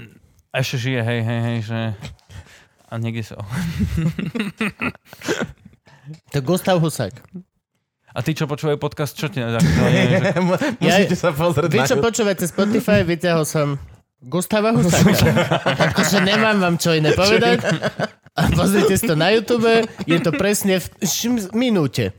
Speaker 5: A Ešte žije, hej, hej, hej, že... A niekde sa...
Speaker 4: To Gustav Husák.
Speaker 5: A ty, čo počúvajú podcast, čo ti nezakujú?
Speaker 3: Musíte sa pozrieť
Speaker 4: Vy,
Speaker 3: na...
Speaker 4: čo počúvate Spotify, vyťahol som Gustava Husáka. akože nemám vám čo iné povedať. A pozrite si to na YouTube, je to presne v šim- minúte.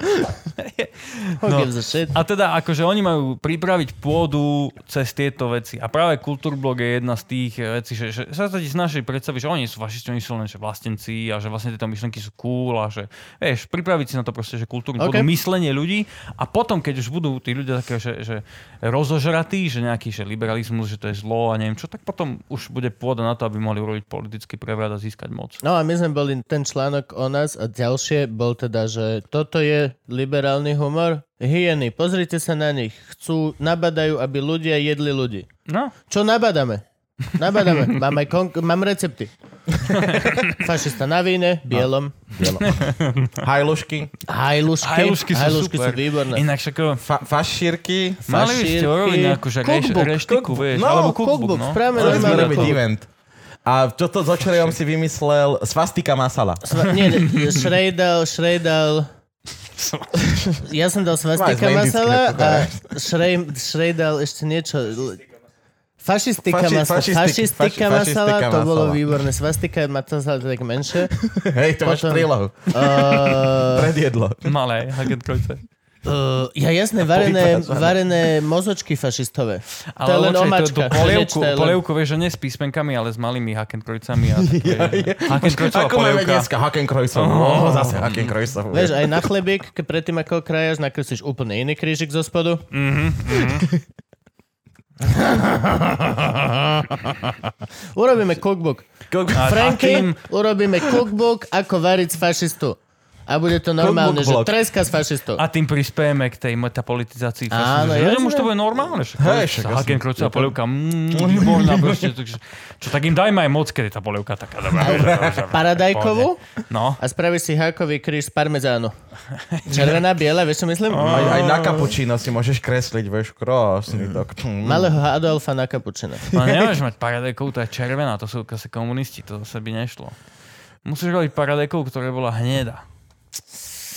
Speaker 4: Who
Speaker 5: No.
Speaker 4: gives a shit?
Speaker 5: A teda akože oni majú pripraviť pôdu cez tieto veci. A práve Kultúrblog je jedna z tých eh, vecí, že, že sa to ti snaží predstaviť, že oni sú fašisti, oni sú len že vlastenci a že vlastne tieto myšlenky sú cool a že vieš, pripraviť si na to proste, že kultúrnu
Speaker 4: OK.
Speaker 5: okay. myslenie ľudí a potom, keď už budú tí ľudia také, že, že rozožratí, že nejaký že liberalizmus, že to je zlo a neviem čo, tak potom už bude pôda na to, aby mohli urobiť politický prevrat a získať moc.
Speaker 4: No a my sme boli ten článok o nás a ďalšie bol teda, že toto je liberálny humor. Hyeny, pozrite sa na nich. Chcú, nabadajú, aby ľudia jedli ľudí.
Speaker 5: No,
Speaker 4: Čo nabadáme? Nabadáme. Mám, aj konk- mám recepty. Fašista na víne, bielom.
Speaker 3: Hajlušky,
Speaker 4: Hajlušky.
Speaker 5: hajlušky sú super.
Speaker 4: sú výborné.
Speaker 5: Inak však eh,
Speaker 3: fa- fašírky.
Speaker 5: Mali by ste
Speaker 4: Fašírky,
Speaker 5: urobiť nejakú že reš,
Speaker 4: cookbook,
Speaker 5: reštiku, vieš,
Speaker 3: No,
Speaker 5: alebo cookbook,
Speaker 4: cookbook,
Speaker 5: no.
Speaker 4: správne,
Speaker 3: Mali sme
Speaker 4: normálne
Speaker 3: robiť
Speaker 4: cookbook.
Speaker 3: event. A čo to s očerejom si vymyslel? Svastika masala.
Speaker 4: (laughs) Sva- nie, ne, Šrejdal,
Speaker 5: (laughs)
Speaker 4: Šrejdal... Ja som dal svastika
Speaker 3: Mali sme
Speaker 4: masala a
Speaker 3: indické,
Speaker 4: šrej, Šrejdal ešte niečo. L- Fašistika
Speaker 3: Faši-
Speaker 4: masala.
Speaker 3: fašistik-
Speaker 4: Fašistika
Speaker 3: faši-
Speaker 4: masala,
Speaker 3: fašistika
Speaker 4: to bolo
Speaker 3: masala.
Speaker 4: výborné. Svastika masala, to je tak menšie.
Speaker 3: (laughs) Hej, to máš
Speaker 4: Potom- (laughs)
Speaker 3: prílohu.
Speaker 4: Uh,
Speaker 3: Predjedlo.
Speaker 5: Malé hagenkrojce.
Speaker 4: uh, ja jasné, varené, varené mozočky fašistové. je len
Speaker 5: Ale počkaj,
Speaker 4: omáčka, to
Speaker 5: to, to
Speaker 4: je
Speaker 5: polievku,
Speaker 4: niečo, to je len-
Speaker 5: polievku, vieš, že nie s písmenkami, ale s malými hagenkrojcami. A
Speaker 4: (laughs)
Speaker 5: také, hagenkrojcová
Speaker 3: Ako máme
Speaker 5: polievka.
Speaker 3: dneska? Hakenkrojsov. Oh, zase Hakenkrojsov.
Speaker 4: Vieš, aj na chlebík, ke- predtým ako ho krajaš, nakreslíš úplne iný krížik zo spodu.
Speaker 3: Mhm,
Speaker 4: (laughs) Urobíme cookbook.
Speaker 3: Cookbook.
Speaker 4: Franky,
Speaker 5: akým-
Speaker 4: urobíme cookbook, ako variť z fašistu. A bude to normálne, že
Speaker 3: Cookbook blog.
Speaker 4: treska z fašistov.
Speaker 5: A tým prispiejeme k tej metapolitizácii.
Speaker 4: Áno,
Speaker 5: Áno, ja
Speaker 4: jasné.
Speaker 5: už to bude normálne. Však,
Speaker 3: Hej,
Speaker 5: hey,
Speaker 3: však
Speaker 5: však
Speaker 3: jasné.
Speaker 5: hagenkrojcová polievka. Mm, výborná, proste, takže, čo tak im dajme aj moc, keď je tá polievka taká dobrá. že- že-
Speaker 4: Paradajkovú
Speaker 5: No.
Speaker 4: a spravíš si hákový kríž z parmezánu. Červená, biela, vieš čo myslím?
Speaker 3: Aj, aj na kapučíno si môžeš kresliť, vieš, krásny tak.
Speaker 4: Malého Adolfa na kapučina. (laughs)
Speaker 5: Ale nemôžeš mať paradajkovú, tá je červená, to sú zase komunisti, to zase by nešlo. Musíš robiť paradajkovú, ktorá bola hnedá.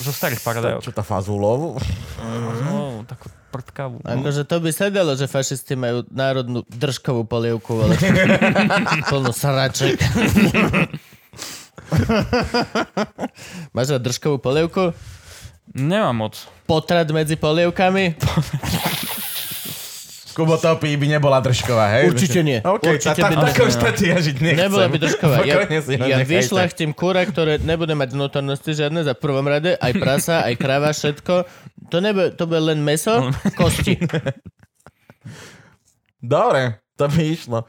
Speaker 5: Zo starých paradajok.
Speaker 3: Čo tá fazulovu?
Speaker 5: No, takú prtkavú.
Speaker 4: Akože to by sa dalo, že fašisti majú národnú držkovú polievku,
Speaker 3: (laughs)
Speaker 4: ale plnú sraček. Máš rád držkovú polievku?
Speaker 5: Nemám moc.
Speaker 4: Potrat medzi polievkami?
Speaker 3: Kubo Topí by nebola držková, hej?
Speaker 4: Určite nie.
Speaker 3: OK,
Speaker 4: Určite
Speaker 3: tá,
Speaker 4: by
Speaker 3: tá, tá,
Speaker 4: nebola.
Speaker 3: takou štáty ja žiť nechcem.
Speaker 4: Nebola by držková. Ja,
Speaker 3: Pokojne si ho
Speaker 4: ja
Speaker 3: nechajte.
Speaker 4: vyšľachtím kúra, ktoré nebude mať vnútornosti žiadne za prvom rade, aj prasa, aj kráva, všetko. To, nebude, to bude len
Speaker 3: No.
Speaker 4: meso, kosti.
Speaker 3: (laughs) Dobre, to by išlo.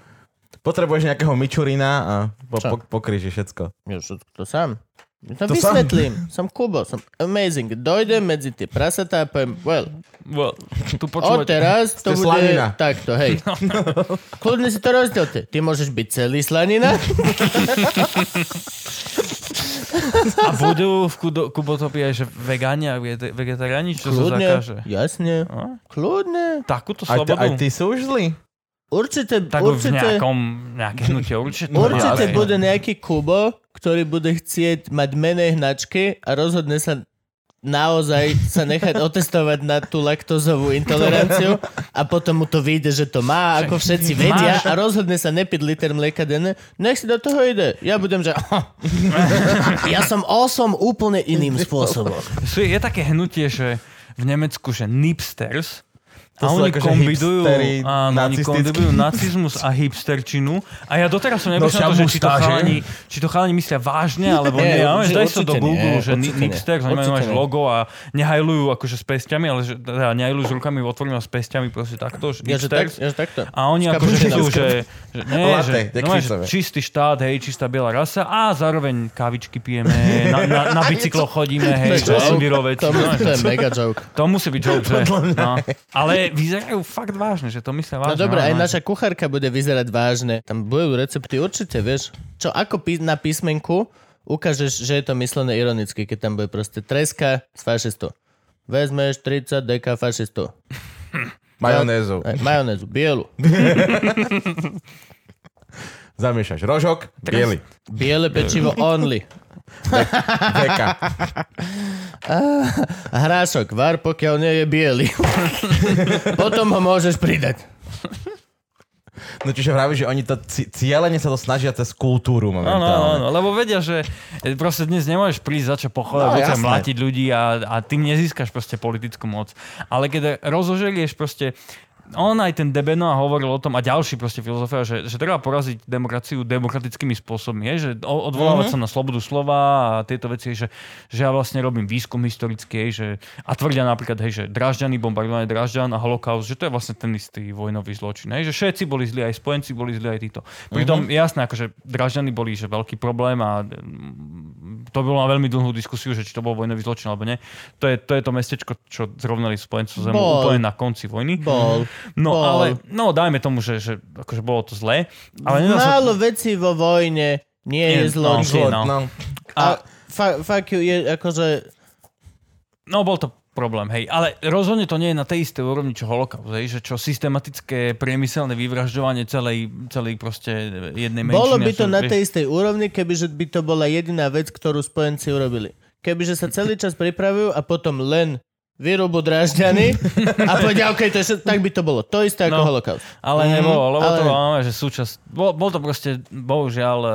Speaker 3: Potrebuješ nejakého mičurina a po,
Speaker 4: Čo?
Speaker 3: po, pokryži všetko.
Speaker 4: Ja všetko to sám. Ja to,
Speaker 3: To sám.
Speaker 4: vysvetlím. Som Kubo, som amazing. Dojdem medzi tie prasatá a poviem, well,
Speaker 5: Well, tu
Speaker 4: Od
Speaker 5: počúvať...
Speaker 4: teraz to
Speaker 3: Ste
Speaker 4: bude
Speaker 3: slanina.
Speaker 4: takto, hej.
Speaker 5: (laughs) No.
Speaker 4: Kľudne si to rozdielte. Ty môžeš byť celý slanina.
Speaker 5: A budú v Kudo- Kubotopii aj že vegáni a vege- vegetariáni, čo sa
Speaker 4: Kľudne,
Speaker 5: zakáže?
Speaker 4: jasne.
Speaker 5: No?
Speaker 4: Kľudne.
Speaker 5: Takúto
Speaker 3: Aj, ty-
Speaker 5: slobodu?
Speaker 3: aj ty sú už zlí?
Speaker 4: Určite,
Speaker 5: Tak v
Speaker 4: určite,
Speaker 5: nejakom, nejaké hnutie, určite.
Speaker 4: určite
Speaker 5: Jasné.
Speaker 4: bude nejaký Kubo, ktorý bude chcieť mať menej hnačky a rozhodne sa naozaj sa
Speaker 5: (laughs)
Speaker 4: nechať otestovať na tú laktozovú intoleranciu a potom mu to vyjde, že to má, ako všetci vedia a rozhodne sa nepiť liter mlieka denne, nech si do toho ide. Ja budem,
Speaker 5: (laughs)
Speaker 4: že ja som osom úplne iným spôsobom.
Speaker 5: Sú- Je také hnutie, že v Nemecku, že hipsters, a
Speaker 3: To sú
Speaker 5: oni
Speaker 3: akože
Speaker 5: kombinujú,
Speaker 3: hipstery
Speaker 5: áno, oni
Speaker 3: nacistickí.
Speaker 5: kombinujú nacizmus a hipsterčinu. A ja doteraz som neprišiel na to, že či to,
Speaker 3: šamustáže.
Speaker 5: chalani, či to chalani myslia vážne, alebo
Speaker 4: No
Speaker 5: nie.
Speaker 4: Nie,
Speaker 5: Ja
Speaker 4: že
Speaker 5: že daj sa do
Speaker 4: určite nie,
Speaker 5: Google, že
Speaker 4: určite nie.
Speaker 5: hipster, oni majú
Speaker 4: Určite
Speaker 5: až
Speaker 4: nie.
Speaker 5: logo a nehajlujú akože s pestiami, ale že, teda nehajlujú s rukami otvorená s pestiami, proste takto, že
Speaker 4: Ja, že, tak,
Speaker 5: hipsters.
Speaker 4: ja, že takto.
Speaker 5: A oni
Speaker 4: S
Speaker 5: akože
Speaker 4: kapučinom.
Speaker 5: chcú, že, že, nie,
Speaker 3: Latte,
Speaker 5: že,
Speaker 3: tie
Speaker 5: normálne, že
Speaker 3: kvicové.
Speaker 5: čistý štát, hej, čistá biela rasa a zároveň kávičky pijeme, na, na, na
Speaker 4: (laughs)
Speaker 5: bicyklo chodíme, hej,
Speaker 4: To je joke.
Speaker 5: Sodirovec.
Speaker 4: To, mu- to je mega joke.
Speaker 5: To musí byť joke, že? No. Ale vyzerajú fakt vážne, že to myslia
Speaker 4: No
Speaker 5: vážne.
Speaker 4: dobre, aj
Speaker 5: áno.
Speaker 4: naša kuchárka bude vyzerať vážne. Tam budú recepty určite, vieš. Čo ako pí- na písmenku ukážeš, že je to myslené ironicky, keď tam bude proste treska s fašistou. Vezmeš 30 deka fašistov.
Speaker 3: Majonézu.
Speaker 4: Aj, majonézu, bielu.
Speaker 3: Zamiešaš rožok,
Speaker 4: (laughs)
Speaker 3: biely.
Speaker 4: Biele pečivo only.
Speaker 3: Veka.
Speaker 4: Hrášok, var pokiaľ nie je biely. (laughs) Potom ho môžeš pridať.
Speaker 3: No čiže vravíš, že oni to ci- cieľene sa to snažia cez kultúru
Speaker 5: Áno, áno, áno,
Speaker 3: momentálne.
Speaker 5: lebo vedia, že e, proste dnes nemôžeš prísť začať
Speaker 3: No,
Speaker 5: pochovať, no,
Speaker 3: jasné.
Speaker 5: mlátiť ľudí a, a tým nezískaš proste politickú moc. Ale keď rozožerieš proste on aj ten Debeno a hovoril o tom a ďalší proste filozofia, že, že treba poraziť demokraciu demokratickými spôsobmi, je, že o-
Speaker 3: Mhm.
Speaker 5: odvolávať sa na slobodu slova a tieto veci, že, že ja vlastne robím výskum historický, hej, že, a tvrdia napríklad, hej, že Dražďany, bombardovanie Dražďan a holokaust, že to je vlastne ten istý vojnový zločin, hej, že všetci boli zlí, aj spojenci boli zlí, aj títo. Pritom
Speaker 4: Mhm.
Speaker 5: jasné, akože Dražďany boli že veľký problém a mm, to bolo na veľmi dlhú diskusiu, že či to bol vojnový zločin alebo nie. To je to, je to mestečko, čo zrovnali spojencu zemou
Speaker 4: Bol.
Speaker 5: úplne na konci vojny.
Speaker 4: Bol.
Speaker 5: No
Speaker 4: bol.
Speaker 5: ale, no dajme tomu, že, že akože bolo to zlé. Ale nedá sa...
Speaker 4: Málo vecí vo vojne nie je
Speaker 5: Nie, no.
Speaker 4: zločin.
Speaker 5: áno.
Speaker 3: No.
Speaker 4: A fa- fuck you, je akože...
Speaker 5: No bol to problém, hej. Ale rozhodne to nie je na tej istej úrovni, čo holokaust, hej. Že čo systematické priemyselné vyvražďovanie celej, celej proste jednej menšiny.
Speaker 4: Bolo by to
Speaker 5: Vieš,
Speaker 4: na tej istej úrovni, kebyže by to bola jediná vec, ktorú spojenci urobili. Kebyže sa celý čas pripravujú a potom len vyrobu dražďany a povedia, OK, to je, všetko, tak by to bolo. To isté ako
Speaker 5: No.
Speaker 4: holokaust.
Speaker 5: Ale nebolo, lebo ale... to
Speaker 4: Mhm, ale-
Speaker 5: máme, že súčasť... Bol, bol to proste, bohužiaľ, e,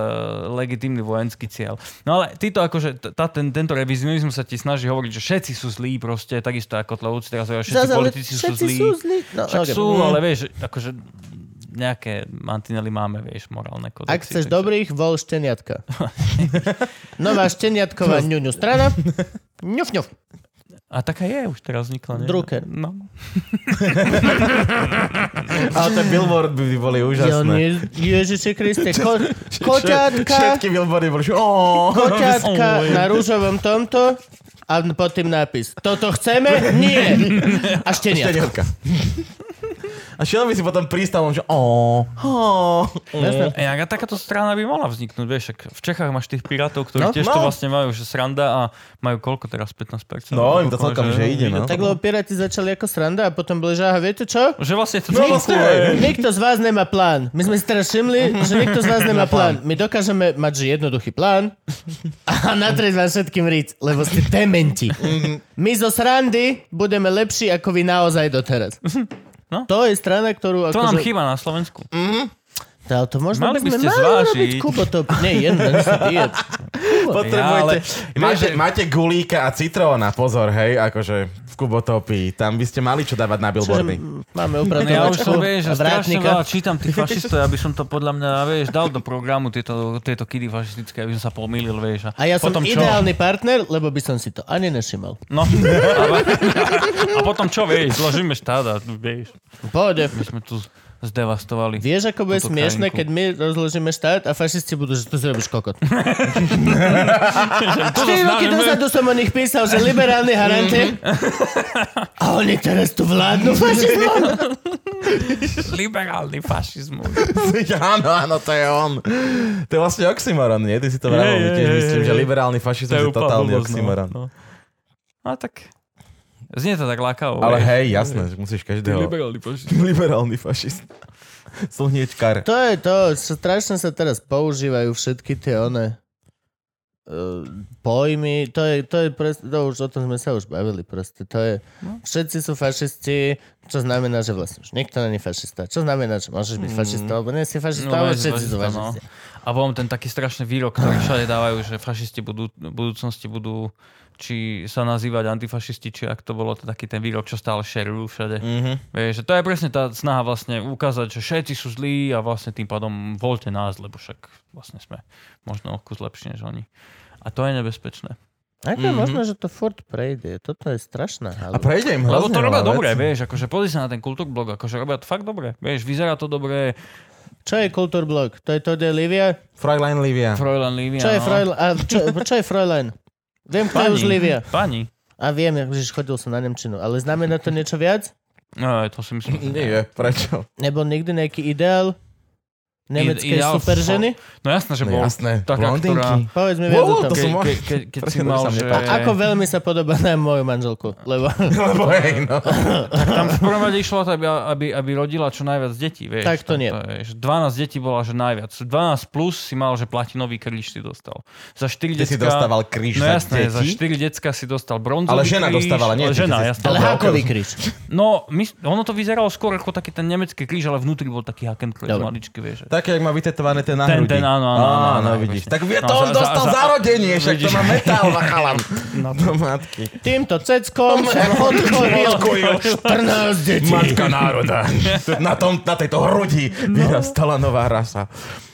Speaker 5: legitímny vojenský cieľ. No ale títo, akože, t- tá, ten, tento revizionizmus sa ti snaží hovoriť, že všetci sú zlí proste, takisto ako Tlovúci teraz hovoria, všetci
Speaker 4: Zas, ale
Speaker 5: politici sú
Speaker 4: všetci
Speaker 5: zlí.
Speaker 4: sú zlí. No,
Speaker 5: Však
Speaker 4: okay.
Speaker 5: sú,
Speaker 4: Mm.
Speaker 5: ale vieš, akože nejaké mantinely máme, vieš, morálne kodexy.
Speaker 4: Ak chceš
Speaker 5: takže-
Speaker 4: dobrých, vol šteniatka. (laughs) Nová šteniatková ňuňu strana. Ňuf, ňuf.
Speaker 5: A taká je už teraz vznikla, nie?
Speaker 4: Drucker.
Speaker 5: No.
Speaker 3: Ale ten billboard by boli
Speaker 4: Ja
Speaker 3: úžasné.
Speaker 4: nie- Ježiši
Speaker 5: (laughs)
Speaker 4: Kriste, ko, koťatka.
Speaker 3: Všetky billboardy boli, že "Ó, (laughs)
Speaker 4: koťatka na rúžovom tomto a pod tým nápis. Toto chceme? Nie. A šteniatko.
Speaker 3: šteniatka. A šiel by si potom prístavom, že ó, ó.
Speaker 4: Jasné.
Speaker 5: E, a takáto strana by mohla vzniknúť, vieš, však v Čechách máš tých pirátov, ktorí
Speaker 3: No,
Speaker 5: no, tiež
Speaker 3: no.
Speaker 5: to vlastne majú, že sranda a majú koľko teraz, 15%?
Speaker 3: No, im to
Speaker 5: Koľko,
Speaker 3: celkom, že ide, no.
Speaker 4: Tak lebo piráti začali ako sranda a potom boli, že aha, viete čo?
Speaker 5: Že vlastne to
Speaker 3: No, vlastne, hej.
Speaker 4: Nikto z vás nemá plán. My sme si teraz všimli, že nikto z vás nemá plán. My dokážeme mať že jednoduchý plán a (laughs) natrieť vám všetkým riť, lebo ste dementi. My zo srandy budeme lepší ako vy naozaj doteraz.
Speaker 5: No.
Speaker 4: To je strana, ktorú...
Speaker 5: To nám
Speaker 4: akože-
Speaker 5: chýba na Slovensku.
Speaker 4: Ale to možno
Speaker 5: Mali by ste
Speaker 4: mali urobiť,
Speaker 5: zvážiť.
Speaker 4: Kubo, to nie
Speaker 5: (laughs)
Speaker 4: je jeden si diet.
Speaker 3: Potrebujete.
Speaker 5: Ja, ale-
Speaker 3: máte,
Speaker 5: vieš, že-
Speaker 3: máte gulíka a citróna, pozor, hej, akože v Kubotopii. Tam by ste mali čo dávať na billboardy. (laughs)
Speaker 4: Máme
Speaker 5: No, ja už
Speaker 4: upratovačku
Speaker 5: som, vieš,
Speaker 4: a
Speaker 5: že strašne veľa
Speaker 4: Mm. vrátnika.
Speaker 5: čítam
Speaker 4: (laughs)
Speaker 5: tých fašistov, aby som to podľa mňa, vieš, dal do programu tieto, tieto kidy fašistické, aby som sa pomýlil, vieš.
Speaker 4: A ja som
Speaker 5: potom čo?
Speaker 4: ideálny partner, lebo by som si to ani nešimal.
Speaker 5: No. A, a potom čo, vieš, zložíme štát a vieš,
Speaker 4: Pohode.
Speaker 5: my sme tu zdevastovali.
Speaker 4: Vieš, ako bude
Speaker 5: Túto
Speaker 4: smiešne,
Speaker 5: krajinku. No,
Speaker 4: keď my rozložíme štát a fašisti budú, že to zrobíš kokot.
Speaker 5: Tu
Speaker 4: 4 roky
Speaker 5: zoznáme-
Speaker 4: dozadu som o nich písal, že liberálni harante.
Speaker 5: Mhm.
Speaker 4: A oni teraz tu vládnu
Speaker 5: (laughs)
Speaker 4: fašizmom.
Speaker 5: liberálny (laughs) fašizmus.
Speaker 3: áno, no, áno, to je on. To je vlastne oxymoron, nie? Ty si to vravel,
Speaker 5: Hej,
Speaker 3: my tiež
Speaker 5: hej,
Speaker 3: myslím,
Speaker 5: hej,
Speaker 3: že
Speaker 5: hej.
Speaker 3: liberálny fašizmus je,
Speaker 5: úplná
Speaker 3: totálny
Speaker 5: blbosť, no,
Speaker 3: oxymoron.
Speaker 5: no. No tak, znie to tak lákavo.
Speaker 3: Ale
Speaker 5: vieš. (laughs)
Speaker 3: hej, jasné, že musíš každého...
Speaker 5: liberálny fašizmus.
Speaker 3: (laughs) Liberálny fašist. Slniečkar.
Speaker 4: To je to, strašne sa teraz používajú všetky tie one eh, e, pojmy, to je, to je pres, to už o tom sme sa už bavili proste, to je,
Speaker 5: No.
Speaker 4: všetci sú fašisti, čo znamená, že vlastne už nikto není fašista, čo znamená, že môžeš byť fašista, alebo nie si fašista,
Speaker 5: Mm. No,
Speaker 4: ale
Speaker 5: je
Speaker 4: všetci sú
Speaker 5: zložitá, no.
Speaker 4: fašisti.
Speaker 5: A potom ten taký strašný výrok, ktorý všade dávajú, že fašisti budú, v budúcnosti budú či sa nazývať antifašisti, či ak to bolo to taký ten výrok, čo stále šerujú všade.
Speaker 3: Mm.
Speaker 5: Mm-hmm.
Speaker 3: Mhm.
Speaker 5: Vieš, že to je presne tá snaha vlastne ukázať, že všetci sú zlí a vlastne tým pádom voľte nás, lebo však vlastne sme možno o kus lepší než oni. A to je nebezpečné.
Speaker 4: Ako
Speaker 5: Mhm.
Speaker 4: je možné, že to furt prejde? Toto je strašná
Speaker 3: A
Speaker 4: halúza.
Speaker 3: prejde im hrozne
Speaker 5: Lebo to robia
Speaker 3: veľa
Speaker 5: dobre,
Speaker 3: vecí.
Speaker 5: vieš, akože pozri sa na ten kultúrblog, akože robia to fakt dobre, vieš, vyzerá to dobre,
Speaker 4: Čo je kultúrblok? To je to, kde je Livia?
Speaker 3: Fräulein Livia.
Speaker 5: Fräulein Livia,
Speaker 4: Čo je
Speaker 5: no.
Speaker 4: Fräulein? A čo, čo je Fräulein? Viem, kto je už Livia.
Speaker 5: Pani.
Speaker 4: A viem, že chodil som na Nemčinu. Ale znamená to niečo viac?
Speaker 5: No, to si myslím. že nie.
Speaker 3: (laughs) Nie, prečo?
Speaker 4: Nebol nikdy nejaký ideál nemeckej
Speaker 5: ideál
Speaker 4: super ženy?
Speaker 5: No jasné, že
Speaker 3: No
Speaker 5: bol. Taká,
Speaker 3: jasné,
Speaker 5: (laughs) ktorá...
Speaker 3: blondinky.
Speaker 4: Povedz mi viac o
Speaker 3: Wow,
Speaker 4: tom.
Speaker 3: to sú
Speaker 5: Ke,
Speaker 3: moje.
Speaker 5: ke, ke, keď si
Speaker 3: Presne, to
Speaker 5: mal,
Speaker 3: sa mne
Speaker 5: že...
Speaker 3: páči.
Speaker 4: Ako veľmi sa podobá na moju manželku. Lebo
Speaker 3: Lebo hej, no.
Speaker 5: Tam v prvom rade išlo, o to, aby, aby, aby rodila čo najviac detí, vieš.
Speaker 4: Tak to
Speaker 5: Tam
Speaker 4: nie.
Speaker 5: je, že 12 detí bola, že najviac. 12 plus si mal, že platinový kríž si dostal. Za 4
Speaker 3: Ty si dostával
Speaker 5: No
Speaker 3: kríž za
Speaker 5: jasné, za
Speaker 3: deti?
Speaker 5: 4 decka si dostal bronzový
Speaker 3: Ale žena
Speaker 5: kríž,
Speaker 3: dostávala, nie?
Speaker 5: ale
Speaker 3: ty
Speaker 5: Žena,
Speaker 3: si-
Speaker 5: jasné.
Speaker 4: ale
Speaker 3: Dobre,
Speaker 4: hakový
Speaker 3: ok.
Speaker 4: kríž.
Speaker 5: No, my, ono to vyzeralo skôr ako taký ten nemecký kríž, ale vnútri bol taký haken kríž
Speaker 4: Dobre.
Speaker 5: maličký, vieš. že-
Speaker 3: Také, jak má vytetované ten na
Speaker 5: Ten- ten,
Speaker 3: hrudi.
Speaker 5: áno, áno, áno, áno,
Speaker 3: vidíš.
Speaker 5: presne.
Speaker 3: Tak vie,
Speaker 5: No,
Speaker 3: to on
Speaker 5: za- za-
Speaker 3: dostal
Speaker 5: za-
Speaker 3: zarodenie, však to
Speaker 5: vidíš. No.
Speaker 3: má metál,
Speaker 5: (laughs)
Speaker 3: vachalam. Do matky.
Speaker 4: Týmto ceckom som odkoril
Speaker 3: (laughs)
Speaker 4: 14 detí.
Speaker 3: Matka národa. (laughs) Na, tom, na tejto hrudi vyrastala nová rasa.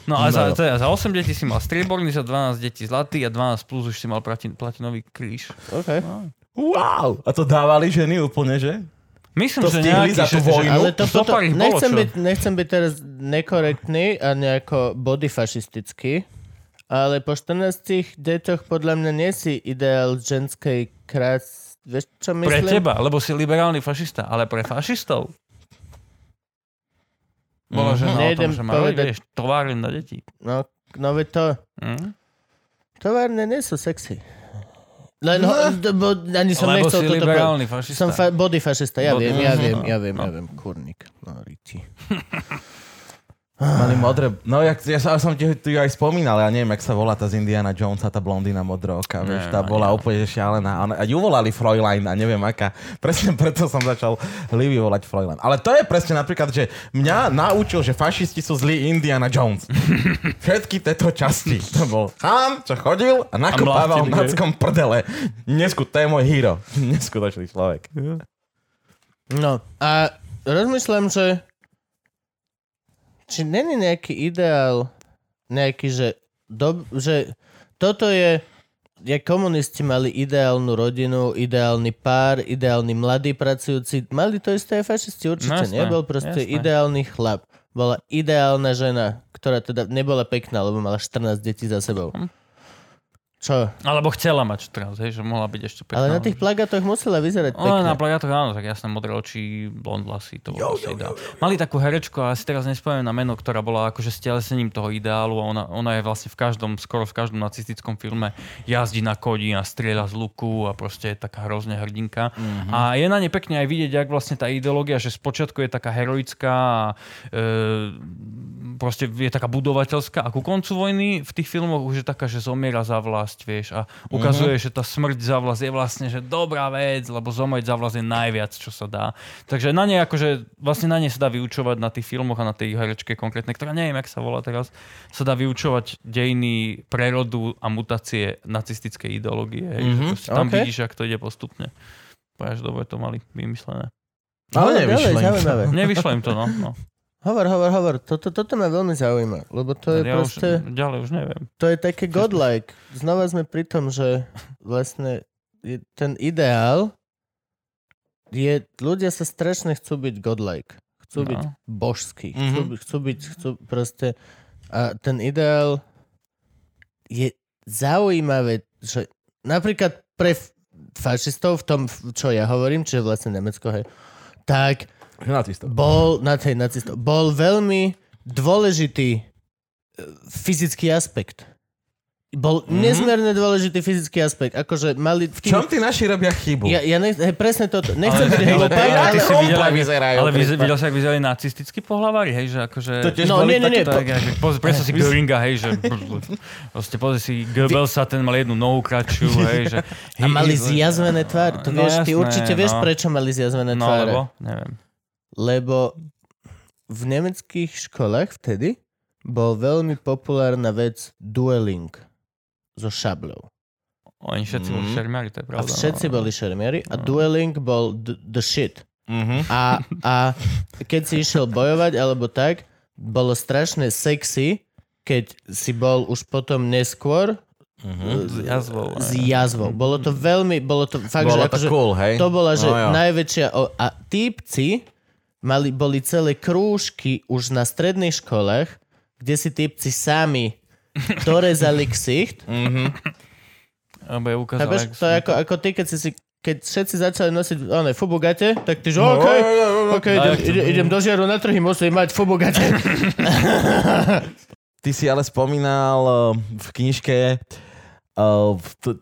Speaker 5: No a za,
Speaker 3: No.
Speaker 5: teda, za 8 detí si mal strieborný, za 12 detí zlatý a 12 plus už si mal platin, platinový kríž.
Speaker 4: Okay.
Speaker 3: Wow! A to dávali ženy úplne, že?
Speaker 5: Myslím,
Speaker 3: To
Speaker 5: že
Speaker 3: stihli
Speaker 5: nejaký,
Speaker 3: za tú
Speaker 5: že, že,
Speaker 3: vojnu?
Speaker 4: Ale to
Speaker 5: Zo
Speaker 4: potom,
Speaker 5: pár ich bolo,
Speaker 4: nechcem,
Speaker 5: čo?
Speaker 4: byť, nechcem byť teraz nekorektný a nejako bodyfašistický, ale po 14 deťoch podľa mňa nie si ideál ženskej krás... Vieš, čo
Speaker 5: pre
Speaker 4: myslím?
Speaker 5: teba, lebo si liberálny fašista, ale pre fašistov. Bolo, že na o
Speaker 4: Mhm. Nejdem
Speaker 5: tom, že mali,
Speaker 4: povedať-
Speaker 5: vieš, továren na deti.
Speaker 4: No, no veď to...
Speaker 5: Hm?
Speaker 4: Továrne nie sú sexy. Len ho, d- bo, ani som
Speaker 5: Lebo
Speaker 4: nechcel
Speaker 5: si
Speaker 4: toto povedať.
Speaker 5: liberálny fašista.
Speaker 4: Som fa- body fašista, ja
Speaker 5: Body-
Speaker 4: viem, ja
Speaker 5: Mhm.
Speaker 4: viem, ja
Speaker 5: No.
Speaker 4: viem, ja
Speaker 5: No.
Speaker 4: viem, kurník. No, riti.
Speaker 3: Mali modré... No, ja, ja, sa- ja som ti tu ju aj spomínal, ja neviem, jak sa volá tá z Indiana Jonesa, tá blondína modrooka, vieš, tá
Speaker 5: Neviem,
Speaker 3: bola úplne že šialená. A, ona- a ju volali Fräulein a neviem aká. (laughs) Presne preto som začal Livy volať Fräulein. Ale to je presne napríklad, že mňa naučil, že fašisti sú zlí Indiana Jones. Všetky tieto časti. To bol tam, čo chodil a nakopával
Speaker 5: mlátil,
Speaker 3: v náckom prdele. Nesku, to je môj hero. (laughs) Neskutočný človek.
Speaker 4: No a rozmýšľam, že či není nejaký ideál, nejaký, že, do, že toto je, jak komunisti mali ideálnu rodinu, ideálny pár, ideálny mladý pracujúci, mali to isté aj fašisti určite,
Speaker 5: No jasné,
Speaker 4: nebol proste
Speaker 5: jasné.
Speaker 4: ideálny chlap. Bola ideálna žena, ktorá teda nebola pekná, lebo mala 14 detí za sebou.
Speaker 5: Hm.
Speaker 4: Čo?
Speaker 5: Alebo chcela mať 14, hej, že mohla byť ešte pekná.
Speaker 4: Ale na tých plagátoch musela vyzerať pekná.
Speaker 5: Ona na plagátoch, áno, tak jasné, modré oči, blond vlasy, to bolo asi ideál. Mali takú herečku, ale si teraz nespomínam na meno, ktorá bola akože stelesnením toho ideálu a ona, ona je vlastne v každom, skoro v každom nacistickom filme jazdí na koni a strieľa z luku a proste je taká hrozne hrdinka. Mm-hmm. A je na nej pekne aj vidieť, jak vlastne tá ideológia, že spočiatku je taká heroická a e, proste je taká budovateľská a ku koncu vojny v tých filmoch už je taká, že zomiera za vlast, vieš,
Speaker 4: Mhm.
Speaker 5: a ukazuje, že tá smrť za vlast je vlastne, že dobrá vec, lebo zomrieť za vlast je najviac, čo sa dá. Takže na nej akože, vlastne na nej sa dá vyučovať na tých filmoch a na tej herečke konkrétne, ktorá neviem, jak sa volá teraz, sa dá vyučovať dejiny prerodu a mutácie nacistickej ideológie. hej, že
Speaker 3: Mhm,
Speaker 5: proste tam
Speaker 4: okej.
Speaker 5: vidíš, ak to ide postupne. Až dobre to mali vymyslené.
Speaker 3: Ale
Speaker 4: No,
Speaker 3: nevyšlo
Speaker 4: dobre,
Speaker 3: im to.
Speaker 4: zaujímavé.
Speaker 5: Nevyšlo im to, no. no.
Speaker 4: Hovor, hovor, hovor. Toto, toto ma veľmi zaujíma, lebo to je
Speaker 5: ja
Speaker 4: proste...
Speaker 5: už, ďalej už neviem.
Speaker 4: To je
Speaker 5: (laughs)
Speaker 4: také godlike. Znova sme pri tom, že vlastne je- ten ideál je, ľudia sa strašne chcú byť godlike. Chcú
Speaker 5: No.
Speaker 4: byť božskí.
Speaker 3: Mhm.
Speaker 4: Chcú, by- chcú byť, chcú proste... A ten ideál je zaujímavé, že napríklad pre f- fašistov v tom, v- čo ja hovorím, čiže vlastne Nemecko, hej, tak
Speaker 3: Nacistov.
Speaker 4: bol na tej nacistov, bol veľmi dôležitý e, fyzický aspekt. Bol
Speaker 5: Mhm.
Speaker 4: mm-hmm. nezmerne dôležitý fyzický aspekt. Akože mali... V
Speaker 3: V čom tí naši robia chybu?
Speaker 4: Ja, ja nech, hej, presne toto. Nechcem byť hlupák,
Speaker 5: ale
Speaker 4: ale...
Speaker 5: ty si videl,
Speaker 3: úplne vyzerajú,
Speaker 5: ale vyz,
Speaker 3: prípad.
Speaker 5: videl si, ak vyzerali nacistickí pohlavári, hej, že akože...
Speaker 3: To tiež
Speaker 4: No,
Speaker 3: boli
Speaker 4: nie, nie, nie.
Speaker 3: takíto-
Speaker 4: po-
Speaker 5: Tak, akože, poz, predstav si (laughs) Göringa, hej, že proste pozri si Goebbelsa, ten mal jednu nohu (laughs) kratšiu, hej, že...
Speaker 4: A mali zjazvené tvár. To
Speaker 5: No
Speaker 4: vieš, ty
Speaker 5: jasné,
Speaker 4: určite vieš,
Speaker 5: no.
Speaker 4: prečo mali zjazvené
Speaker 5: No,
Speaker 4: tváre.
Speaker 5: lebo, neviem.
Speaker 4: lebo v nemeckých školách vtedy bol veľmi populárna vec dueling so šabľou.
Speaker 5: Oni všetci boli šermiari, to je
Speaker 4: Mhm. A
Speaker 5: pravda.
Speaker 4: všetci
Speaker 5: no.
Speaker 4: boli šermieri a dueling bol d- the shit.
Speaker 3: Mhm.
Speaker 4: A, a keď si išiel bojovať alebo tak, bolo strašne sexy, keď si bol už potom neskôr
Speaker 3: Mhm.
Speaker 4: eh,
Speaker 5: S jazvou.
Speaker 4: s
Speaker 5: aj.
Speaker 4: jazvou. Bolo to veľmi, bolo to fakt, že
Speaker 3: Bolo to
Speaker 4: akože,
Speaker 3: cool, hej?
Speaker 4: To bola, že
Speaker 3: No jo.
Speaker 4: no, najväčšia... O, a týpci mali, boli celé krúžky už na stredných školách, kde si týpci
Speaker 3: (laughs)
Speaker 4: sami dorezali ksicht.
Speaker 3: No,
Speaker 5: Alebo je ukázal,
Speaker 4: Chápeš?
Speaker 5: jak
Speaker 4: To je ako, ako ty, keď si si keď všetci začali nosiť one, fubugate, tak ty že No,
Speaker 3: No,
Speaker 4: OK, OK, idem, ide, idem do žiaru na trhy, musím mať fubugate.
Speaker 3: Ty si ale spomínal eh, v knižke, eh, v t-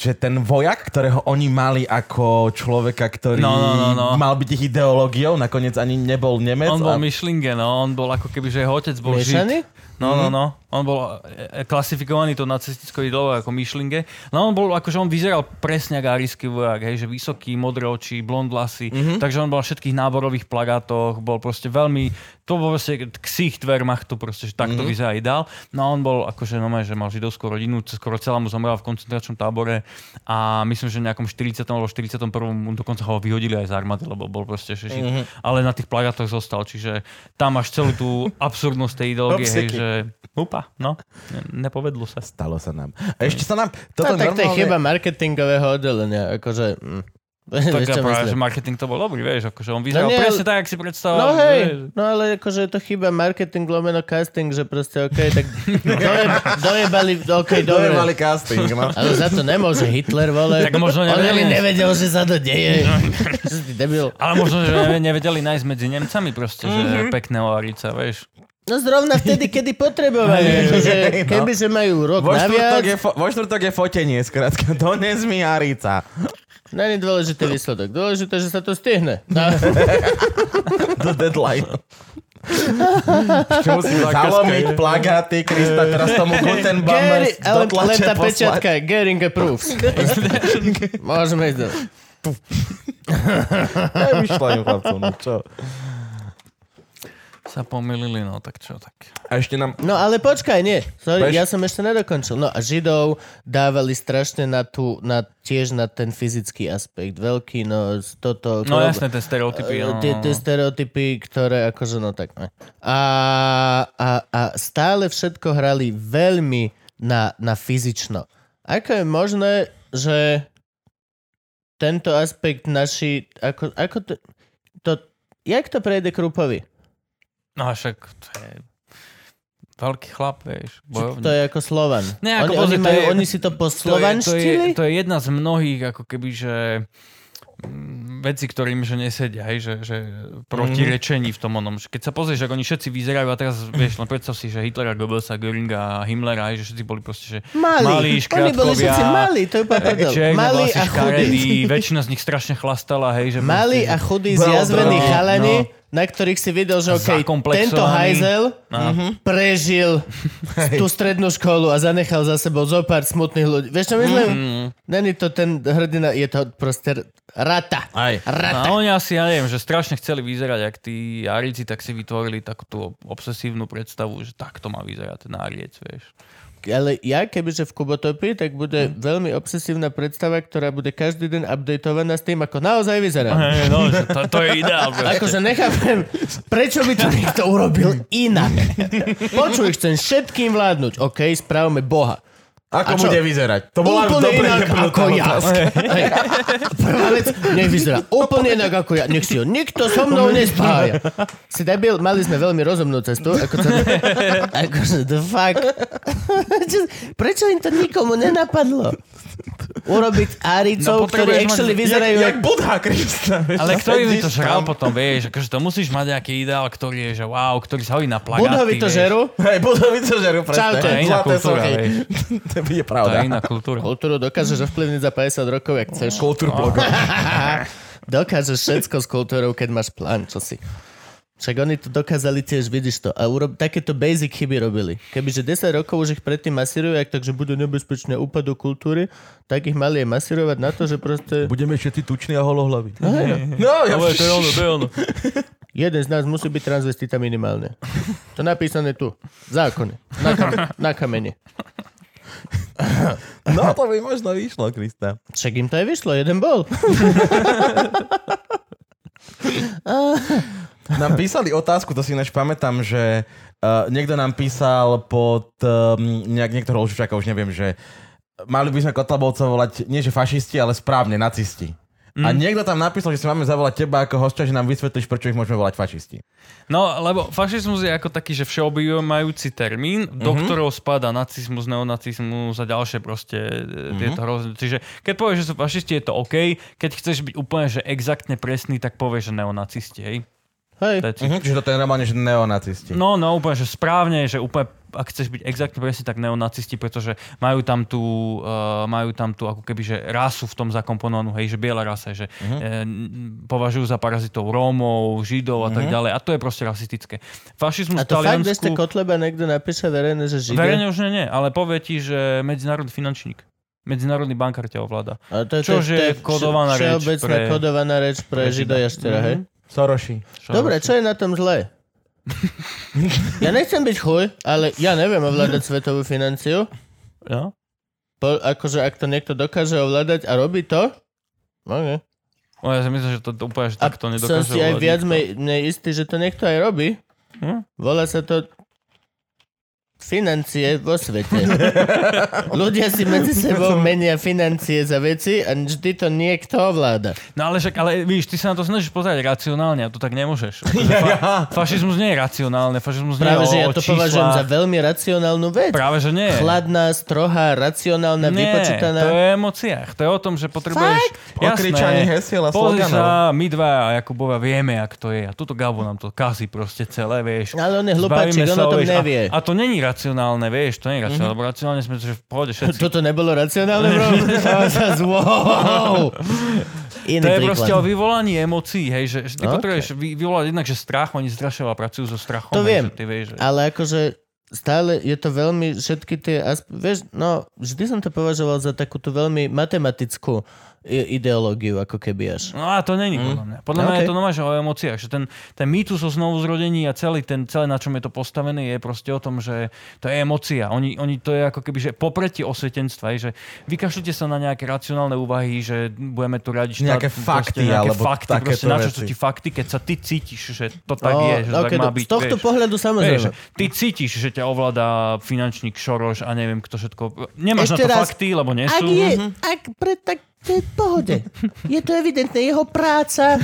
Speaker 3: že ten vojak, ktorého oni mali ako človeka, ktorý
Speaker 5: No, no, no, no.
Speaker 3: mal byť ich ideológiou, nakoniec ani nebol Nemec.
Speaker 5: On bol
Speaker 3: a-
Speaker 5: Mišlinge, no, on bol ako keby, že jeho otec bol Žid.
Speaker 4: Miešaný?
Speaker 5: No, no, no. On bol e, e, klasifikovaný to nacistickou ideou ako Mišlinge. No on bol, akože on vyzeral presne ako árijský vojak, hej, že vysoký, modré oči, blond vlasy, mm-hmm. takže on bol na všetkých náborových plagátoch, bol proste veľmi, to bol proste ksich Wehrmachtu, proste, že takto mm-hmm. vyzerá ideál. No a on bol, akože no, že mal židovskú rodinu, skoro celá mu zomrela v koncentračnom tábore a myslím, že v nejakom 40. alebo 41. mu dokonca ho vyhodili aj z armády, lebo bol proste že žid. Mm-hmm. Ale na tých plagátoch zostal, čiže tam máš celú tú absurdnosť tej ideológie, hej,
Speaker 3: Obseky.
Speaker 5: že Upa, no, ne, nepovedlo sa.
Speaker 3: Stalo sa nám. A ešte sa nám...
Speaker 4: No,
Speaker 3: (laughs) Toto
Speaker 4: (laughs) tak to je
Speaker 3: normálne-
Speaker 4: chyba marketingového oddelenia, akože... Mm.
Speaker 5: Tak
Speaker 4: (laughs) Vieš, čo
Speaker 5: ja práve,
Speaker 4: myslím?
Speaker 5: že marketing to bol dobrý, vieš, akože on vyzeral
Speaker 4: No
Speaker 5: no,
Speaker 4: nie,
Speaker 5: presne tak, jak si predstavoval.
Speaker 4: No hej,
Speaker 5: vieš.
Speaker 4: no ale akože je to chyba marketing lomeno casting, že proste okej, tak doje, dojebali, okej,
Speaker 3: To je
Speaker 4: dobre.
Speaker 3: malý casting,
Speaker 4: (laughs)
Speaker 3: no.
Speaker 4: Ale za to nemôže Hitler, vole.
Speaker 5: Tak možno
Speaker 4: On
Speaker 5: nevedel.
Speaker 4: ani nevedel, že sa to deje. (laughs) Čo si ty debil?
Speaker 5: Ale možno, že ne- nevedeli nájsť medzi Nemcami proste, že
Speaker 4: Mhm.
Speaker 5: pekného Arica, vieš.
Speaker 4: No zrovna vtedy, kedy potrebovali. Akože, keby, že majú rok
Speaker 3: Vo štvrtok, je
Speaker 4: naviac,
Speaker 3: fo- vo štvrtok je fotenie, (laughs) skrátka. Dones mi Arica.
Speaker 4: není dôležitý výsledok. Dôležité, že sa to stihne. No,
Speaker 3: The deadline. Čo musíme zalomiť plagáty, Krista, teraz tomu Gutenbammer
Speaker 4: Gary, ale len
Speaker 3: dotlače
Speaker 4: tá
Speaker 3: poslať.
Speaker 4: pečiatka, Gering approves. Môžeme ísť do...
Speaker 3: (laughs) Nevyšla im chlapcom, no čo?
Speaker 5: Sa pomýlili, no tak čo, tak.
Speaker 3: A ešte nám...
Speaker 4: No ale počkaj, nie. Sorry,
Speaker 3: Veš-
Speaker 4: ja som ešte nedokončil. No a Židov dávali strašne na tú, na, tiež na ten fyzický aspekt. Veľký nos, toto...
Speaker 5: No
Speaker 4: klob-
Speaker 5: jasné, ten
Speaker 4: e,
Speaker 5: stereotypy, no.
Speaker 4: Tie, tie stereotypy, ktoré akože no tak ne. A, a, a stále všetko hrali veľmi na, na fyzično. Ako je možné, že tento aspekt naši... Ako, ako to, to, jak to prejde Krupovi?
Speaker 5: No a však to je veľký chlap, vieš,
Speaker 4: To
Speaker 5: bojovník.
Speaker 4: je ako Slovan.
Speaker 5: Ne,
Speaker 4: oni,
Speaker 5: ako pozri,
Speaker 4: oni,
Speaker 5: to
Speaker 4: majú,
Speaker 5: je-
Speaker 4: oni si to
Speaker 5: To je, to, je,
Speaker 4: poslovanštili?
Speaker 5: to je jedna z mnohých, ako keby, že mm, veci, ktorým že nesedia, hej, že, že protirečení v tom onom. Že Keď sa pozrieš, ako oni všetci vyzerajú a teraz, vieš, len predstav si, že Hitlera, Goebbelsa, Göringa a Himmlera, hej, že všetci boli proste, že
Speaker 4: Mali.
Speaker 5: malí,
Speaker 4: Oni boli všetci
Speaker 5: škrátkovia,
Speaker 4: mali, to je úplne prdel.
Speaker 5: Černé
Speaker 4: Mali
Speaker 5: vlasy,
Speaker 4: a chudí.
Speaker 5: škaredí, väčšina z nich strašne chlastala, hej, že...
Speaker 4: Mali a chudí zjazvení
Speaker 5: no,
Speaker 4: chalani, na ktorých si videl, že okej,
Speaker 5: Zakomplexovaní.
Speaker 4: tento hajzel Mhm.
Speaker 5: No.
Speaker 4: prežil tú strednú školu a zanechal za sebou zo pár smutných ľudí. Vieš čo
Speaker 5: Mhm.
Speaker 4: myslím? Není to ten hrdina, je to proste rata.
Speaker 3: Aj.
Speaker 4: Rata.
Speaker 5: A No, oni asi, ja neviem, že strašne chceli vyzerať, ak tí Arici, tak si vytvorili takú tú obsesívnu predstavu, že takto má vyzerať ten Ariec, vieš.
Speaker 4: ale ja kebyže v Kubotopi, tak bude
Speaker 5: Mhm.
Speaker 4: veľmi obsesívna predstava, ktorá bude každý deň updateovaná s tým, ako naozaj vyzerá.
Speaker 5: Hej, (laughs) no, že to, to je ideál. proste.
Speaker 4: Akože nechápem, prečo by to niekto
Speaker 5: (laughs)
Speaker 4: urobil inak. Počuj, chcem všetkým vládnuť. OK, spravme Boha. A
Speaker 3: Ako
Speaker 4: čo?
Speaker 3: bude vyzerať? To bola
Speaker 4: Úplne
Speaker 3: dobre
Speaker 4: inak
Speaker 3: nebrutálna
Speaker 4: ako ja.
Speaker 3: otázka.
Speaker 4: Hej. Prvá vec, nevyzerá úplne inak ako ja. Nech si ho nikto so mnou nespája. Si debil, mali sme veľmi rozumnú cestu. Ako to, akože, the fuck. Čo- Prečo im to nikomu nenapadlo? Urobiť
Speaker 5: No,
Speaker 4: áricov, ktorí
Speaker 5: potrebuješ mať-
Speaker 4: actually
Speaker 3: Jak,
Speaker 4: vyzerajú...
Speaker 3: jak Budha Krista. vieš,
Speaker 5: Ale
Speaker 3: že
Speaker 5: ktorý by
Speaker 3: sedíš
Speaker 5: to žral
Speaker 3: tam.
Speaker 5: potom, vieš? Akože to musíš mať nejaký ideál, ktorý je, že wow, ktorý sa hodí na plagáty,
Speaker 4: Budhovi to
Speaker 5: vieš.
Speaker 4: žeru.
Speaker 3: Hej, Budhovi to žerú, presne.
Speaker 4: Čaute.
Speaker 5: To je iná
Speaker 3: Zlaté
Speaker 5: kultúra,
Speaker 3: sochy.
Speaker 5: vieš.
Speaker 3: (laughs) To je
Speaker 5: To
Speaker 3: pravda.
Speaker 5: je iná
Speaker 4: (laughs)
Speaker 5: kultúra.
Speaker 4: Kultúru dokážeš ovplyvniť za 50 rokov, ak chceš.
Speaker 3: Kultúrblogger.
Speaker 4: (laughs) Dokážeš všetko s kultúrou, keď máš plán, čo si. Však oni to dokázali tiež, vidíš to. A urob, takéto basic chyby robili. Kebyže 10 rokov už ich predtým masírujú, ak takže budú nebezpečné úpadu kultúry, tak ich mali aj masírovať na to, že proste
Speaker 3: Budeme všetci tuční a holohlavy. No, ja...
Speaker 5: To je, to je ono, to je ono.
Speaker 4: jeden z nás musí byť transvestita minimálne. To napísané tu. V Zákone. Na, kam- na kamene.
Speaker 3: No, to by možno vyšlo, Krista.
Speaker 4: Však im to aj vyšlo, jeden bol.
Speaker 3: Nám písali otázku, to si ináč pamätám, že uh, niekto nám písal pod um, nejak niektorou Luživčáka, už neviem, že mali by sme Kotlabovcov volať nie že fašisti, ale správne nacisti. Mm. A
Speaker 4: Mhm.
Speaker 3: niekto tam napísal, že si máme zavolať teba ako hostia, že nám vysvetlíš, prečo ich môžeme volať fašisti.
Speaker 5: No, lebo fašizmus je ako taký, že všeobjímajúci termín, do ktorého spadá nacizmus, neonacizmus a ďalšie proste mm-hmm. tieto hrozné. Čiže keď povieš, že sú fašisti, je to OK. Keď chceš byť úplne, že exaktne presný, tak povieš, že neonacisti, hej?
Speaker 4: Hej.
Speaker 5: That's it.
Speaker 3: Mm-hmm. Čiže to je normálne, že neonacisti.
Speaker 5: No, no, úplne, že správne, že úplne, ak chceš byť exaktne presný, tak neonacisti, pretože majú tam tú, uh, majú tam tú ako keby, že rasu v tom zakomponovanú, hej, že biela rasa, že
Speaker 4: Mhm.
Speaker 5: uh-huh. považujú za parazitov Rómov, Židov a tak ďalej. A to je proste rasistické.
Speaker 4: Mhm. A
Speaker 5: Fašizmus v
Speaker 4: to fakt, že ste
Speaker 5: Taliansku...
Speaker 4: Kotleba niekto napíše verejne, že židia.
Speaker 5: Verejne už nie, nie, ale povie ti, že medzinárodný finančník. Medzinárodný bankár ťa ovláda.
Speaker 4: A to, je- to, je-
Speaker 5: Čože
Speaker 4: to
Speaker 5: je
Speaker 4: je
Speaker 5: kodovaná reč
Speaker 4: všeobecná
Speaker 5: pre- Mhm.
Speaker 4: kodovaná reč pre,
Speaker 5: pre žida.
Speaker 4: židojaštera, hej? (laughs)
Speaker 3: Soroši.
Speaker 5: Čo
Speaker 4: Dobre, čo je na tom
Speaker 5: (laughs)
Speaker 4: zlé? ja nechcem byť chuj, ale ja neviem ovládať svetovú financiu.
Speaker 5: Ja?
Speaker 4: Po, akože ak to niekto dokáže ovládať a robí to, okay.
Speaker 5: No, ja si myslím, že to, to úplne, že
Speaker 4: a
Speaker 5: tak to
Speaker 4: som
Speaker 5: nedokáže
Speaker 4: si aj
Speaker 5: ovládať
Speaker 4: viac
Speaker 5: nikto.
Speaker 4: me, me istý, že to niekto aj robí.
Speaker 5: Hm?
Speaker 4: Volá sa to financie vo
Speaker 5: (laughs)
Speaker 4: svete. Ľudia si medzi sebou menia financie za veci a vždy to niekto ovláda.
Speaker 5: No ale však, ale víš, ty sa na to snažíš pozerať racionálne a to tak
Speaker 4: (laughs)
Speaker 5: nemôžeš. Akože
Speaker 3: Ja, ja.
Speaker 5: Fašizmus nie je racionálne, fašizmus nie
Speaker 4: Práve,
Speaker 5: je
Speaker 4: že ja
Speaker 5: o, o
Speaker 4: to
Speaker 5: číslach.
Speaker 4: považujem za veľmi racionálnu vec.
Speaker 5: Práve, že nie.
Speaker 4: Chladná, strohá, racionálna,
Speaker 5: nie,
Speaker 4: vypočítaná.
Speaker 5: to je o emóciách. To je o tom, že potrebuješ...
Speaker 3: Okričanie hesiel a
Speaker 5: Pozri
Speaker 3: sloganov.
Speaker 5: sa, my dva a Jakubova vieme, ak to je. A tuto Gabo nám to kazí proste celé, vieš.
Speaker 4: Ale on je
Speaker 5: Zbavíme
Speaker 4: hlupáčik, on
Speaker 5: sa,
Speaker 4: o tom
Speaker 5: vieš,
Speaker 4: nevie. Mhm.
Speaker 5: A, a to není racionálne, vieš, to není racionálne, mm-hmm. racionálne sme, že v
Speaker 4: (laughs)
Speaker 5: pohode všetci. To, to,
Speaker 4: Toto nebolo racionálne, bro? (laughs) wow. Iný
Speaker 5: to je
Speaker 4: príklad.
Speaker 5: proste o vyvolaní emócií, hej, že, že ty
Speaker 4: No,
Speaker 5: okay. potrebuješ vy, vyvolať jednak, že strach, oni strašia a pracujú so strachom.
Speaker 4: To
Speaker 5: hej,
Speaker 4: viem.
Speaker 5: že ty vieš, že...
Speaker 4: Ale akože stále je to veľmi, všetky tie, asp- vieš, no, vždy som to považoval za takú tú veľmi matematickú i- ideológiu, ako keby až.
Speaker 5: No a to není
Speaker 4: Mhm.
Speaker 5: mm. podľa mňa. Podľa mňa
Speaker 4: Okay.
Speaker 5: je to normálne že o emóciách. Že ten, ten mýtus o znovuzrodení a celý, ten, celé na čom je to postavené je proste o tom, že to je emócia. Oni, oni to je ako keby, že popretie osvietenstva. Je, že vykašľite sa na nejaké racionálne úvahy, že budeme tu radiť
Speaker 3: Nejaké fakty alebo
Speaker 5: fakty, proste,
Speaker 3: takéto
Speaker 5: na čo sú
Speaker 3: veci.
Speaker 5: ti fakty, keď sa ty cítiš, že to tak
Speaker 4: No,
Speaker 5: je, že
Speaker 4: okay,
Speaker 5: tak má
Speaker 4: do-
Speaker 5: byť.
Speaker 4: z tohto
Speaker 5: vieš.
Speaker 4: pohľadu
Speaker 5: Vieš,
Speaker 4: samozrejme.
Speaker 5: ty cítiš, že ťa ovláda finančník Šoroš a neviem kto všetko. Nemáš
Speaker 4: Ešte
Speaker 5: na to
Speaker 4: raz,
Speaker 5: fakty, lebo nie
Speaker 4: Ak
Speaker 5: sú.
Speaker 4: je,
Speaker 3: Mhm.
Speaker 4: ak pre, tak to je v pohode. Je to evidentné, jeho
Speaker 3: (laughs)
Speaker 4: práca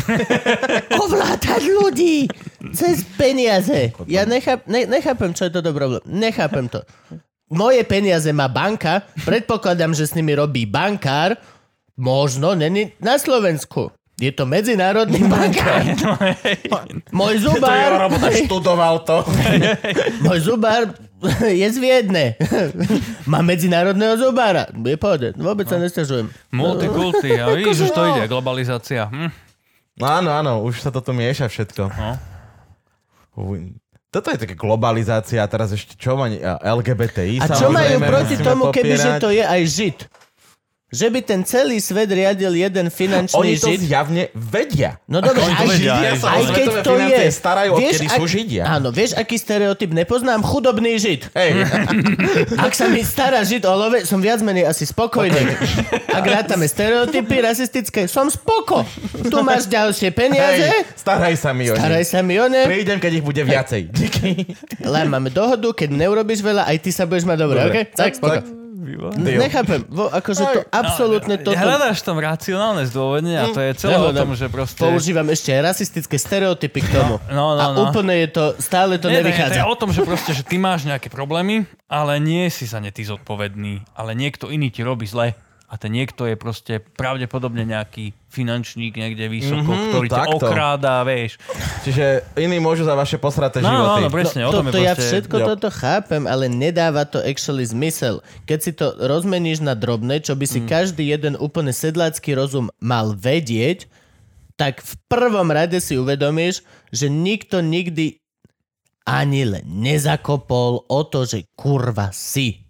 Speaker 4: ovládať ľudí cez peniaze. Ja necháp, ne, nechápem, čo je toto problém. Nechápem to. Moje peniaze má banka, predpokladám, že s nimi robí bankár, možno není na Slovensku. Je to
Speaker 3: (laughs)
Speaker 4: medzinárodný
Speaker 3: No,
Speaker 4: bankár. Môj
Speaker 3: To je
Speaker 4: zubár,
Speaker 3: robota, študoval to.
Speaker 4: (laughs)
Speaker 3: (laughs)
Speaker 4: môj zubár je z Viedne. (laughs) Má medzinárodného zubára. Je pohode, vôbec
Speaker 3: No.
Speaker 4: sa nestiažujem.
Speaker 5: Multikulty, a
Speaker 4: Akože
Speaker 5: vidíš, už
Speaker 4: no.
Speaker 5: to ide, globalizácia. Hm.
Speaker 3: No áno, áno, už sa toto mieša všetko.
Speaker 5: No.
Speaker 3: Uj. Toto je také globalizácia a teraz ešte čo majú LGBTI
Speaker 4: A čo majú proti tomu, kebyže to je aj žid? Že by ten celý svet riadil jeden finančný
Speaker 3: Oni to
Speaker 4: žid?
Speaker 3: zjavne vedia.
Speaker 4: No dobre,
Speaker 5: oni to
Speaker 4: aj,
Speaker 5: vedia,
Speaker 4: židia
Speaker 5: aj
Speaker 4: sa
Speaker 5: že-
Speaker 4: aj
Speaker 3: Svetové
Speaker 4: keď to je.
Speaker 3: financie starajú, odkedy sú
Speaker 4: ak-
Speaker 3: Židia.
Speaker 4: Áno, vieš, aký stereotyp nepoznám? Chudobný žid. (laughs)
Speaker 3: Hej,
Speaker 4: Ak sa mi stará žid o love, som viac menej asi spokojný. Ak rátame stereotypy rasistické, som spoko. Tu máš ďalšie
Speaker 3: hej,
Speaker 4: peniaze,
Speaker 3: staraj sa mi o
Speaker 4: staraj
Speaker 3: nich.
Speaker 4: sa mi o ne,
Speaker 3: Prídem, keď ich bude
Speaker 4: (laughs)
Speaker 3: viacej. Díky.
Speaker 4: len máme dohodu, keď neurobíš veľa, aj ty sa budeš mať dobre,
Speaker 3: Dobre.
Speaker 4: okay? Tak, spoko.
Speaker 3: Tak,
Speaker 5: iba.
Speaker 3: Deal.
Speaker 4: Nechápem, vo, akože to absolútne
Speaker 5: No,
Speaker 4: toto...
Speaker 5: Hľadáš tam racionálne zdôvodnenie a to je celé o
Speaker 4: Nehľadám.
Speaker 5: tom, že proste...
Speaker 4: Používam ešte aj rasistické stereotypy k tomu.
Speaker 5: No, no,
Speaker 4: a
Speaker 5: no.
Speaker 4: úplne je to, stále to
Speaker 5: Nie,
Speaker 4: nevychádza.
Speaker 5: To je o tom, že proste, že ty máš nejaké problémy, ale nie si za ne ty zodpovedný, ale niekto iný ti robí zle. A ten niekto je proste pravdepodobne nejaký finančník niekde vysoko,
Speaker 3: Mhm,
Speaker 5: mm-hmm, ktorý ťa
Speaker 3: takto.
Speaker 5: okrádá, vieš.
Speaker 3: Čiže iní môžu za vaše posraté
Speaker 5: No,
Speaker 3: životy.
Speaker 5: no, no, presne, o
Speaker 4: to,
Speaker 5: tom je
Speaker 4: to ja
Speaker 5: proste...
Speaker 4: všetko
Speaker 3: Jo.
Speaker 4: toto chápem, ale nedáva to actually zmysel. Keď si to rozmeníš na drobné, čo by
Speaker 5: Mm.
Speaker 4: si každý jeden úplne sedlácky rozum mal vedieť, tak v prvom rade si uvedomíš, že nikto nikdy ani len nezakopol o to, že kurva si.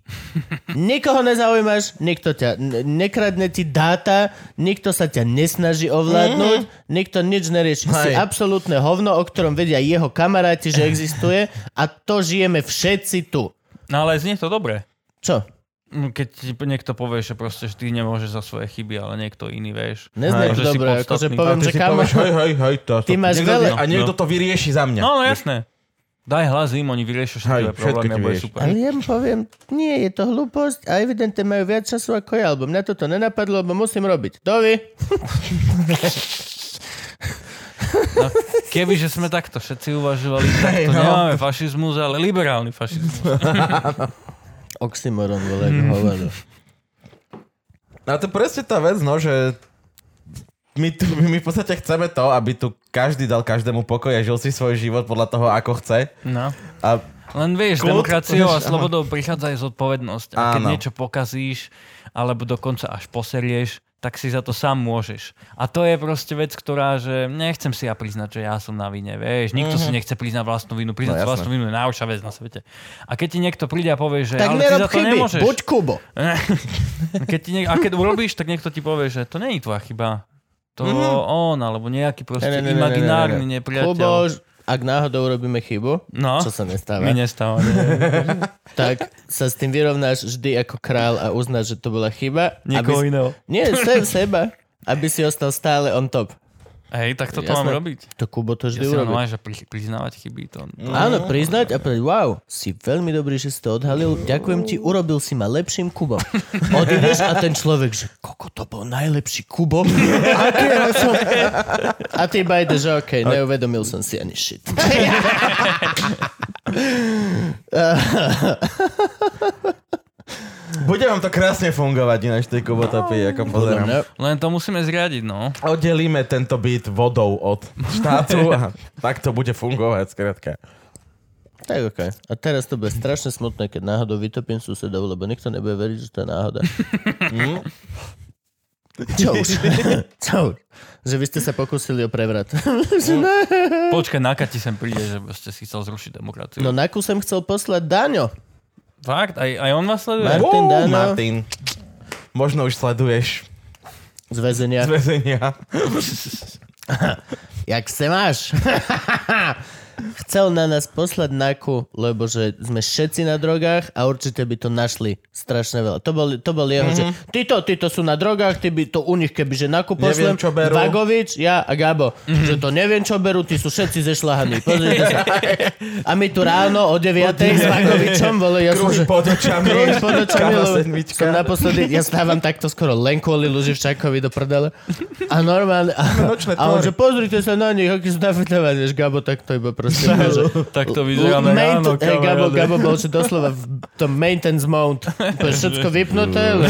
Speaker 4: Nikoho nezaujímaš, nikto ťa n- nekradne ti dáta, nikto sa ťa nesnaží ovládnuť, mm-hmm. nikto nič nerieši. Si
Speaker 3: Hej.
Speaker 4: absolútne hovno, o ktorom vedia jeho kamaráti, (laughs) že existuje a to žijeme všetci tu.
Speaker 5: No ale znie to dobre.
Speaker 4: Čo?
Speaker 5: Mm, Keď ti niekto povie, že proste, že ty nemôžeš za svoje chyby, ale niekto iný, vieš.
Speaker 4: Neznie
Speaker 5: Hej,
Speaker 4: to
Speaker 5: že si
Speaker 4: dobre,
Speaker 5: podstatný.
Speaker 4: akože
Speaker 3: A
Speaker 4: poviem,
Speaker 3: ty
Speaker 4: že
Speaker 3: si
Speaker 4: kamo...
Speaker 3: povieš, hej, hej, hej, to,
Speaker 4: Ty
Speaker 3: to.
Speaker 4: máš
Speaker 3: Niekto-
Speaker 4: veľa-
Speaker 3: A niekto to vyrieši za mňa.
Speaker 5: No, no jasné. Daj hlas im, oni vyriešia všetky
Speaker 3: Hej,
Speaker 5: tvoje
Speaker 3: všetko
Speaker 5: problémy a
Speaker 3: ti
Speaker 5: bude
Speaker 3: vyrieš.
Speaker 5: super.
Speaker 4: Ale ja mu poviem, nie, je to hlúposť a evidentne majú viac času ako ja, lebo mňa toto nenapadlo, lebo musím robiť. Dovi?
Speaker 5: No, keby, že sme takto všetci uvažovali, tak to
Speaker 3: no.
Speaker 5: nemáme fašizmus, ale liberálny fašizmus.
Speaker 4: Oxymoron, vole, ako hovado.
Speaker 3: No to je presne tá vec, no, že my, tu, my v podstate chceme to, aby tu každý dal každému pokoj a žil si svoj život podľa toho, ako chce.
Speaker 5: No.
Speaker 3: A
Speaker 5: Len vieš, s
Speaker 3: Kľud,
Speaker 5: demokraciou a
Speaker 3: vieš, áno.
Speaker 5: slobodou prichádza aj zodpovednosť. A keď
Speaker 3: Áno.
Speaker 5: niečo pokazíš, alebo dokonca až poserieš, tak si za to sám môžeš. A to je proste vec, ktorá, že nechcem si ja priznať, že ja som na vine, vieš. Nikto si nechce priznať vlastnú vinu. Priznať no,
Speaker 3: Mhm. No, jasné.
Speaker 5: vlastnú vinu je najhoršia vec na svete. A keď ti niekto príde a povie, že
Speaker 4: (laughs) Tak
Speaker 5: ale ty
Speaker 4: nerob
Speaker 5: za to
Speaker 4: chyby,
Speaker 5: nemôžeš.
Speaker 4: buď Kubo.
Speaker 5: Keď ti niek- a keď urobíš, tak niekto ti povie, že to není tvoja chyba. To on, alebo nejaký proste
Speaker 4: Mhm. Ne, ne, ne, ne, ne, ne, ne.
Speaker 5: imaginárny
Speaker 4: Kubo,
Speaker 5: nepriateľ.
Speaker 4: ak náhodou urobíme chybu,
Speaker 5: No,
Speaker 4: čo sa nestáva, (laughs)
Speaker 5: mi nestáva. nie.
Speaker 4: tak sa s tým vyrovnáš vždy ako král a uznáš, že to bola chyba.
Speaker 5: Niekoho
Speaker 4: aby...
Speaker 5: iného.
Speaker 4: Nie, se, seba. Aby si ostal stále on top.
Speaker 5: Hej, tak toto
Speaker 4: Jasné.
Speaker 5: mám robiť.
Speaker 4: To Kubo to
Speaker 5: Ja
Speaker 4: vždy
Speaker 5: si
Speaker 4: urobí.
Speaker 5: normálne, že pri, priznávať chyby to...
Speaker 4: Áno, priznať a povedať, wow, si veľmi dobrý, že si to odhalil, ďakujem ti, urobil si ma lepším
Speaker 5: (laughs)
Speaker 4: Kubom. Odídeš a ten človek, že koko, to bol najlepší
Speaker 5: (laughs)
Speaker 4: Kubo. Aké ja som... A ty iba ideš, že okej, neuvedomil som si ani shit.
Speaker 3: bude vám to krásne fungovať, ináč tej kubotopy, ako pozerám.
Speaker 4: No,
Speaker 5: Len to musíme zriadiť, no.
Speaker 3: Oddelíme tento byt vodou od
Speaker 4: (laughs)
Speaker 3: štátu a tak to bude fungovať, skrátka.
Speaker 4: tak okej. A teraz to bude strašne smutné, keď náhodou vytopím susedov, lebo nikto nebude veriť, že to je náhoda. Hm? Čo už? Čo už? Že vy ste sa pokúsili o prevrat.
Speaker 5: Počkaj, na Kati sem príde, že ste si chcel zrušiť demokraciu.
Speaker 4: Hm. No na kusem chcel poslať Daňo.
Speaker 5: Fakt? Aj, aj on vás sleduje?
Speaker 4: Mar- Martin
Speaker 3: Uú,
Speaker 4: Dano.
Speaker 3: Martin, možno už sleduješ
Speaker 4: Z väzenia.
Speaker 3: z väzenia.
Speaker 4: Jak se máš? (laughs) Chcel na nás poslať naku, lebo že sme všetci na drogách a určite by to našli strašne veľa. To bol, to bol jeho,
Speaker 3: Mhm.
Speaker 4: mm-hmm. že títo, títo sú na drogách, ty by to u nich, kebyže naku pošlem,
Speaker 3: Neviem, čo berú. Mhm.
Speaker 4: Vagovič, ja a Gabo, mm-hmm. že to neviem, čo berú, tí sú všetci zešľahaní.
Speaker 3: (laughs)
Speaker 4: Pozrite sa. A my tu ráno o 9. s Vagovičom, vole, ja som, že...
Speaker 3: Kruhy pod očami.
Speaker 4: Kruhy pod očami,
Speaker 3: Káva
Speaker 4: lebo
Speaker 3: sedmička.
Speaker 4: som naposledy, ja stávam takto skoro len kvôli Luživčákovi do prdele. A normálne, a,
Speaker 3: Nočné
Speaker 4: a on,
Speaker 3: tvory.
Speaker 4: že pozrite sa na nich, aký sú nafetovaní, vieš, Gabo takto iba proste. Že,
Speaker 5: Tak to vyzeráme
Speaker 4: Main-
Speaker 5: ráno,
Speaker 4: hej, Gabo,
Speaker 5: kamaráde.
Speaker 4: Gabo bol že doslova v tom maintenance mode. To je všetko vypnuté. ale-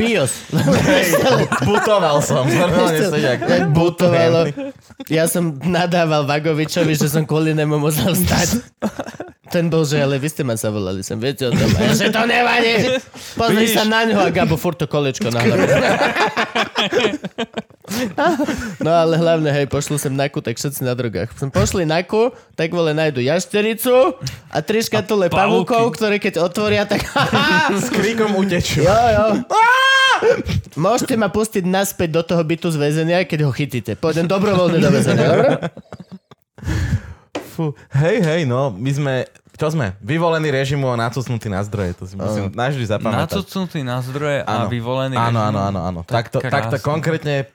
Speaker 4: BIOS.
Speaker 3: Hej,
Speaker 4: (laughs)
Speaker 3: butoval som. Normálne sedia.
Speaker 4: Butovalo. Ja som nadával Vagovičovi, že som kvôli nemu musel stať. Ten bol, že ale vy ste ma zavolali sem, viete o tom. A ja, že to nevadí. Pozri sa na ňo a Gabo furt to kolečko na hlave. No ale hlavne, hej, pošlu sem naku, tak všetci na drogách. Som pošli naku, tak vole nájdu jaštericu a tri škatule
Speaker 5: pavúky.
Speaker 4: pavúkov, ktoré keď otvoria, tak (laughs)
Speaker 3: S kríkom utečú.
Speaker 4: Jo, jo. Môžete ma pustiť naspäť do toho bytu z väzenia, keď ho chytíte. Pôjdem dobrovoľne do väzenia, dobre?
Speaker 3: Fú. Hej, hej, no, my sme, čo sme? Vyvolení režimu a nacucnutí na zdroje, to si musím navždy zapamätať.
Speaker 5: Nacucnutý na zdroje a
Speaker 3: Áno.
Speaker 5: vyvolený.
Speaker 3: Áno,
Speaker 5: režim.
Speaker 3: áno, áno, áno. Takto,
Speaker 5: krásne.
Speaker 3: takto konkrétne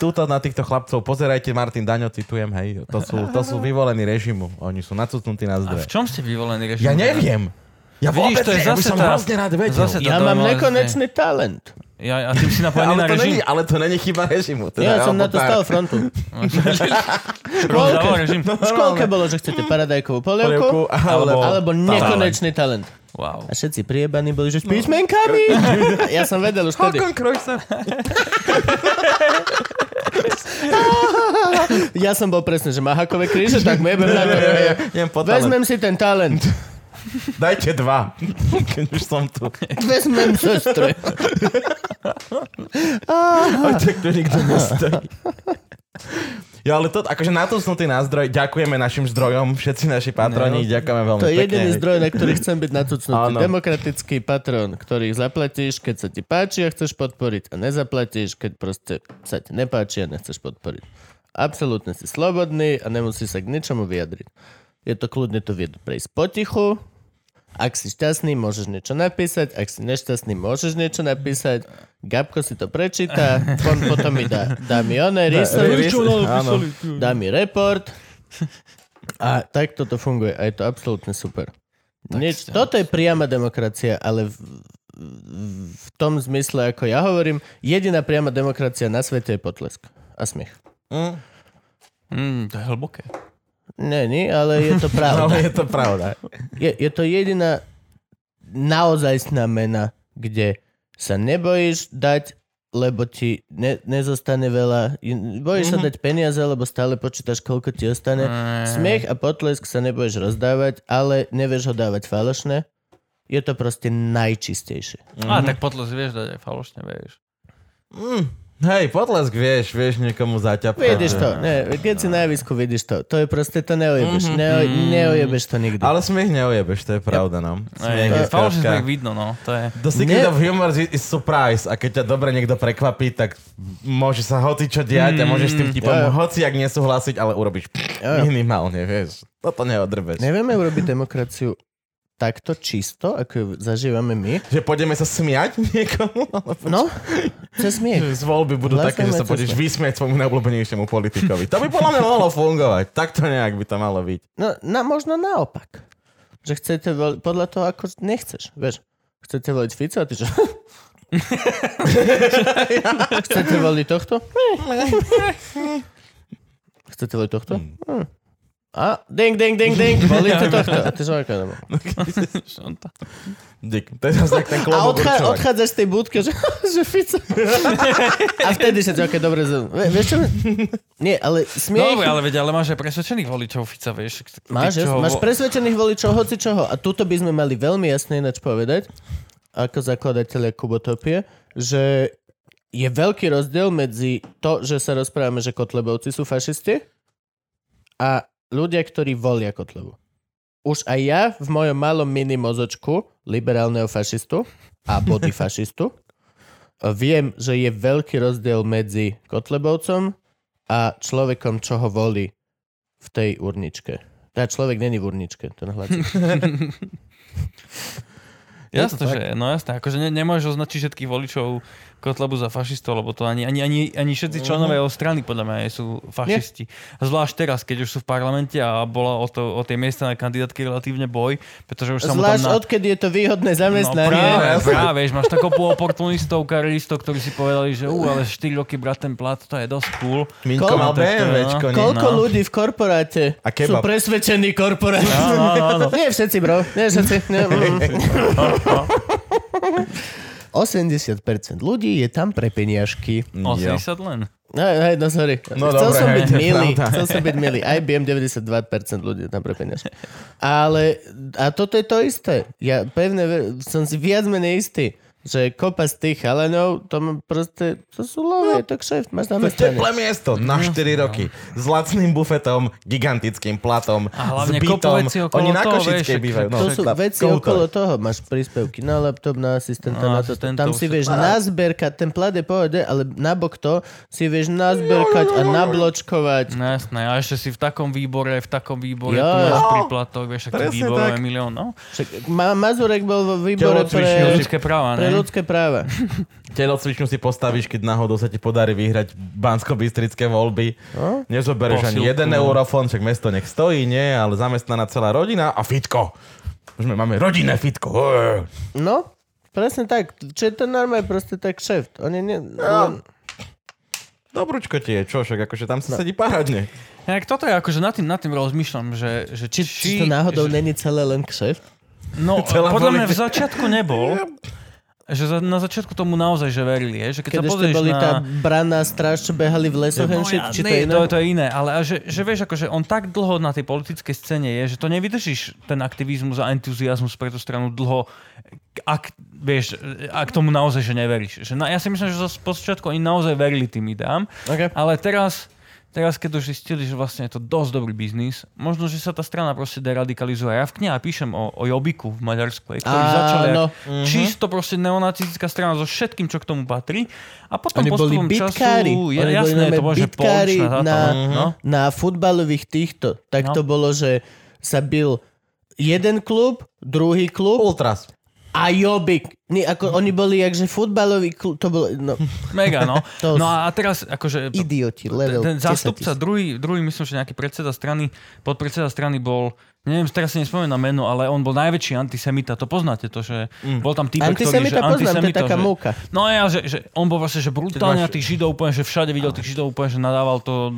Speaker 3: tuto na týchto chlapcov, pozerajte Martin Daňo, citujem, hej, to sú, to sú vyvolení režimu, oni sú nacucnutí na
Speaker 5: A v
Speaker 3: zdroje.
Speaker 5: čom ste vyvolený režim?
Speaker 3: Ja neviem, Ja
Speaker 5: Vidíš,
Speaker 3: vôbec
Speaker 5: to je
Speaker 3: nie, ja by
Speaker 5: zase
Speaker 3: som
Speaker 5: tá-
Speaker 3: hrozne rád vedel.
Speaker 5: zase
Speaker 4: Ja
Speaker 5: To
Speaker 4: mám
Speaker 5: normálne-
Speaker 4: nekonečný talent.
Speaker 5: Ja, a tým si napojený
Speaker 3: Ale
Speaker 5: na
Speaker 3: to,
Speaker 5: režim.
Speaker 3: není, ale to není chyba režimu. Teda,
Speaker 4: Ja som na to
Speaker 3: alebo
Speaker 4: stal
Speaker 3: pár-
Speaker 4: frontu.
Speaker 5: Rozdával
Speaker 4: (laughs)
Speaker 5: režim.
Speaker 4: V škôlke bolo, že chcete paradajkovú polievku,
Speaker 3: Polievku, ale-
Speaker 4: alebo, alebo nekonečný talent. A
Speaker 5: Wow.
Speaker 4: všetci priebaní boli,
Speaker 3: No.
Speaker 4: že s
Speaker 3: (laughs)
Speaker 4: písmenkami. Ja som vedel už vtedy. Ja som bol presne, že má hakové kríže, tak mu jebem na
Speaker 3: (laughs)
Speaker 4: to.
Speaker 3: Idem po talent.
Speaker 4: Vezmem si ten
Speaker 3: (laughs)
Speaker 4: talent.
Speaker 3: Dajte dva. (laughs) Keď už som tu.
Speaker 4: Vezmem sestry.
Speaker 3: Aj tak to nikto nestojí. Jo, ale to, akože natusnutý na zdroj, ďakujeme našim zdrojom, všetci naši
Speaker 5: No.
Speaker 3: patroni, ďakujeme veľmi
Speaker 4: To je
Speaker 3: pekne.
Speaker 4: jediný zdroj, na ktorý chcem byť natucnutý.
Speaker 3: Áno.
Speaker 4: Demokratický patron, ktorý zaplatíš, keď sa ti páči a chceš podporiť a nezaplatíš, keď proste sa ti nepáči a nechceš podporiť. Absolútne si slobodný a nemusíš sa k ničomu vyjadriť. Je to kľudne to vie prejsť potichu. Ak si šťastný, môžeš niečo napísať. Ak si nešťastný, môžeš niečo napísať. Gabko si to prečíta, on potom mi dá, dá mi one, research,
Speaker 3: Ries- áno.
Speaker 4: dá mi report a tak toto funguje a je to absolútne super. Nič, toto je priama demokracia, ale v, v- v tom zmysle, ako ja hovorím, jediná priama demokracia na svete je potlesk a smiech.
Speaker 3: Mm,
Speaker 5: Mm, to je hlboké.
Speaker 4: Není, ale
Speaker 3: (laughs)
Speaker 4: je to
Speaker 3: ale
Speaker 4: pravda.
Speaker 3: No, je to pravda.
Speaker 4: Je, je to jediná naozajstná mena, kde sa nebojíš dať, lebo ti ne, nezostane veľa. Bojíš
Speaker 3: Mhm.
Speaker 4: sa dať peniaze, lebo stále počítaš, koľko ti ostane.
Speaker 5: Mm.
Speaker 4: Smiech a potlesk sa nebudeš rozdávať, ale nevieš ho dávať falošné. Je to proste najčistejšie.
Speaker 5: A tak potles vieš dať aj falošne, vieš.
Speaker 3: Mm, hej, potlesk vieš, vieš niekomu zaťapkať.
Speaker 4: Vidíš to, ne, keď si na javisku vidíš to, to je proste, to neojebeš, Neo, neojebeš to nikdy.
Speaker 3: Ale smiech neujebeš, to je pravda, no. Smiech je
Speaker 5: Ej, Falošne
Speaker 3: skrátka-
Speaker 5: tak vidno, no. To je...
Speaker 3: The secret
Speaker 4: Ne-
Speaker 3: of humor is, is surprise. A keď ťa dobre niekto prekvapí, tak môže sa hoci čo diať a môžeš s tým typom
Speaker 4: Jo, jo.
Speaker 3: hoci ak nesúhlasiť, ale urobíš
Speaker 4: Jo, jo.
Speaker 3: minimálne, vieš. Toto neodrbeš.
Speaker 4: Nevieme urobiť demokraciu takto čisto, ako ju zažívame my.
Speaker 3: Že pôjdeme sa smiať niekomu? Alebo
Speaker 4: No, cez smiech.
Speaker 3: (laughs) že z voľby budú
Speaker 4: Vlastne
Speaker 3: také, že sa
Speaker 4: medzi
Speaker 3: pôjdeš
Speaker 4: svet.
Speaker 3: vysmiať svojmu najobľúbenejšiemu politikovi. To by podľa mňa mohlo fungovať. Takto nejak by to malo byť.
Speaker 4: No, na, možno naopak. Že chcete voliť podľa toho, ako nechceš. Vieš, chcete voliť Fico a ty čo? chcete voliť tohto? chcete voliť tohto? Hm. A ding, ding, ding, ding, volíte tohto. A ty čo ako nebo?
Speaker 3: Dík. To je zase tak
Speaker 4: A
Speaker 3: ten klobúk
Speaker 4: odchá,
Speaker 3: určovák.
Speaker 4: odchádzaš z tej budky, že, že Fico. a vtedy sa ťa, okay, dobre, z- vie- vieš čo? Nie, ale smiech...
Speaker 5: Dobre, ale veď, ale máš aj presvedčených voličov Fica, vieš. Tí,
Speaker 4: Máš,
Speaker 5: čo ho
Speaker 4: máš
Speaker 5: vo-
Speaker 4: presvedčených voličov hoci čoho. A tuto by sme mali veľmi jasne ináč povedať, ako zakladatelia Kubotopie, že je veľký rozdiel medzi to, že sa rozprávame, že Kotlebovci sú fašisti a ľudia, ktorí volia Kotlebu. Už aj ja v mojom malom mini mozočku liberálneho fašistu a body
Speaker 5: (laughs)
Speaker 4: fašistu viem, že je veľký rozdiel medzi Kotlebovcom a človekom, čo ho volí v tej urničke. Tá človek není v urničke, ten
Speaker 5: Hm.
Speaker 4: hladík.
Speaker 5: Jasné, že, no jasné, akože ne, nemôžeš označiť všetkých voličov Kotlebu za fašistov, lebo to ani, ani, ani, ani
Speaker 4: Mhm.
Speaker 5: všetci členové jeho strany podľa mňa nie sú fašisti. Zvlášť teraz, keď už sú v parlamente a bola o, to, o tej miestnej kandidátky relatívne boj, pretože už sa mu tam
Speaker 4: Zvlášť
Speaker 5: na...
Speaker 4: odkedy je to výhodné
Speaker 5: No
Speaker 4: zamestnanie.
Speaker 5: práve, práve, vieš, máš takú kopu oportunistov, karieristov, ktorí si povedali, že ú, ale 4 roky brať ten plat, to je dosť cool.
Speaker 3: Minko
Speaker 4: Koľko-
Speaker 3: mal BMWčko, nie?
Speaker 4: Koľko
Speaker 3: No.
Speaker 4: ľudí v korporáte
Speaker 3: A
Speaker 4: sú
Speaker 3: kebab.
Speaker 4: presvedčení korporáti?
Speaker 5: Áno, áno, áno.
Speaker 4: Nie všetci, bro. Nie všetci. Nie, mm. (laughs) 80% ľudí je tam pre peniažky.
Speaker 5: 80 No, len.
Speaker 4: Hej, hej, no sorry.
Speaker 3: No
Speaker 4: chcel
Speaker 3: dobre,
Speaker 4: som
Speaker 3: hej, (laughs)
Speaker 4: byť
Speaker 3: to je
Speaker 4: milý.
Speaker 3: pravda.
Speaker 4: Chcel som byť milý. Aj BM 92% ľudí je tam pre peniažky. Ale, a toto je to isté. Ja pevne ver- som si viac menej istý, že kopa z tých chalanov, to má proste, to sú love, je No. to kšeft, máš tam
Speaker 3: Teplé miesto na
Speaker 5: No.
Speaker 3: 4 roky. S lacným bufetom, gigantickým platom,
Speaker 5: A hlavne
Speaker 3: s
Speaker 5: kopu
Speaker 3: bytom.
Speaker 5: vecí okolo
Speaker 3: Oni na
Speaker 5: toho,
Speaker 3: Košickej
Speaker 5: vieš,
Speaker 3: bývajú. No,
Speaker 4: To sú
Speaker 3: na-
Speaker 4: veci
Speaker 3: koľko?
Speaker 4: okolo toho. Máš príspevky na laptop, na asistenta,
Speaker 5: Na
Speaker 3: No,
Speaker 4: na, toto.
Speaker 5: asistentov,
Speaker 4: Tam si
Speaker 5: všetko.
Speaker 4: vieš nazberkať, ten plat je pohode, ale nabok to si vieš nazberkať a nabločkovať.
Speaker 3: Mm.
Speaker 5: No jasné, a ešte si v takom výbore, v takom výbore,
Speaker 4: Jo,
Speaker 5: tu
Speaker 4: jo.
Speaker 5: máš príplatok, vieš, aký
Speaker 3: Presne
Speaker 5: výborové
Speaker 3: tak.
Speaker 5: milión, no.
Speaker 4: Však Ma- Mazurek bol vo výbore
Speaker 3: Telocvičňu,
Speaker 4: pre,
Speaker 5: Ľudské práva,
Speaker 4: pre
Speaker 5: ne?
Speaker 4: ľudské práva.
Speaker 3: Telocvičňu si postavíš, keď náhodou sa ti podarí vyhrať bansko-bystrické voľby. No? Nezobereš ani
Speaker 5: Posilku. no.
Speaker 3: jeden eurofón, však mesto nech stojí, nie, ale zamestnaná celá rodina a fitko. Už sme- máme rodinné fitko. Hej.
Speaker 4: No, presne tak. Čiže to normálne proste tak kšeft. Oni ne...
Speaker 3: No. Dobrúčko No, ti je, čo však, akože tam sa sedí parádne.
Speaker 5: Inak toto je akože nad tým, nad tým rozmýšľam, že, že či, či,
Speaker 4: Či to náhodou
Speaker 5: že,
Speaker 4: není celé len kšeft? (laughs)
Speaker 5: No,
Speaker 3: Celá
Speaker 5: podľa mňa v
Speaker 3: politika.
Speaker 5: začiatku nebol. Že za, na začiatku tomu naozaj, že verili, je, že
Speaker 4: Keď
Speaker 5: keď, sa
Speaker 4: ešte
Speaker 5: pozrieš
Speaker 4: boli
Speaker 5: na...
Speaker 4: tá braná stráž, čo behali v lesoch and shit, či to je iné?
Speaker 5: No to, to je iné, ale a že, že vieš, akože on tak dlho na tej politickej scéne je, že to nevydržíš ten aktivizmus a entuziasmus pre tú stranu dlho, ak, vieš, ak tomu naozaj, že neveríš. Že na, ja si myslím, že zo počiatku oni naozaj verili tým ideám,
Speaker 4: Okay.
Speaker 5: ale teraz, teraz, keď už zistili, že vlastne je to dosť dobrý biznis, možno, že sa tá strana proste deradikalizuje. Ja v knihe píšem o, o Jobiku v Maďarsku, aj, ktorý
Speaker 4: Áno. Mhm.
Speaker 5: začal jak čisto proste neonacistická strana so všetkým, čo k tomu patrí. A potom
Speaker 4: Oni boli
Speaker 5: postupom
Speaker 4: bitkári. Oni
Speaker 5: času... Ja,
Speaker 4: boli
Speaker 5: jasné,
Speaker 4: normálne
Speaker 5: to bolo, že
Speaker 4: bitkári
Speaker 5: poučná táto,
Speaker 4: na-
Speaker 5: no.
Speaker 4: na futbalových týchto, tak
Speaker 5: No.
Speaker 4: no. to bolo, že sa bil jeden klub, druhý klub
Speaker 3: Ultras.
Speaker 4: a Jobbik. Nie, ako, oni boli jakže futbalový klub, to bolo,
Speaker 5: (laughs)
Speaker 4: no,
Speaker 5: Mega, no.
Speaker 4: To-
Speaker 5: No a teraz, akože...
Speaker 4: idioti, level
Speaker 5: ten
Speaker 4: 10
Speaker 5: zástupca,
Speaker 4: tisíc.
Speaker 5: druhý, druhý, myslím, že nejaký predseda strany, podpredseda strany bol, neviem, teraz si nespomínam meno, ale on bol najväčší antisemita, to poznáte to, že bol tam týpek, ktorý,
Speaker 4: Mm. Antisemita poznám,
Speaker 5: že
Speaker 4: to je
Speaker 5: antisemita,
Speaker 4: taká
Speaker 5: že,
Speaker 4: múka.
Speaker 5: No a ja, že, že on bol vlastne, že brutálne
Speaker 3: Keď
Speaker 5: na
Speaker 3: máš-
Speaker 5: tých židov, úplne, že všade videl tých židov, úplne, že nadával to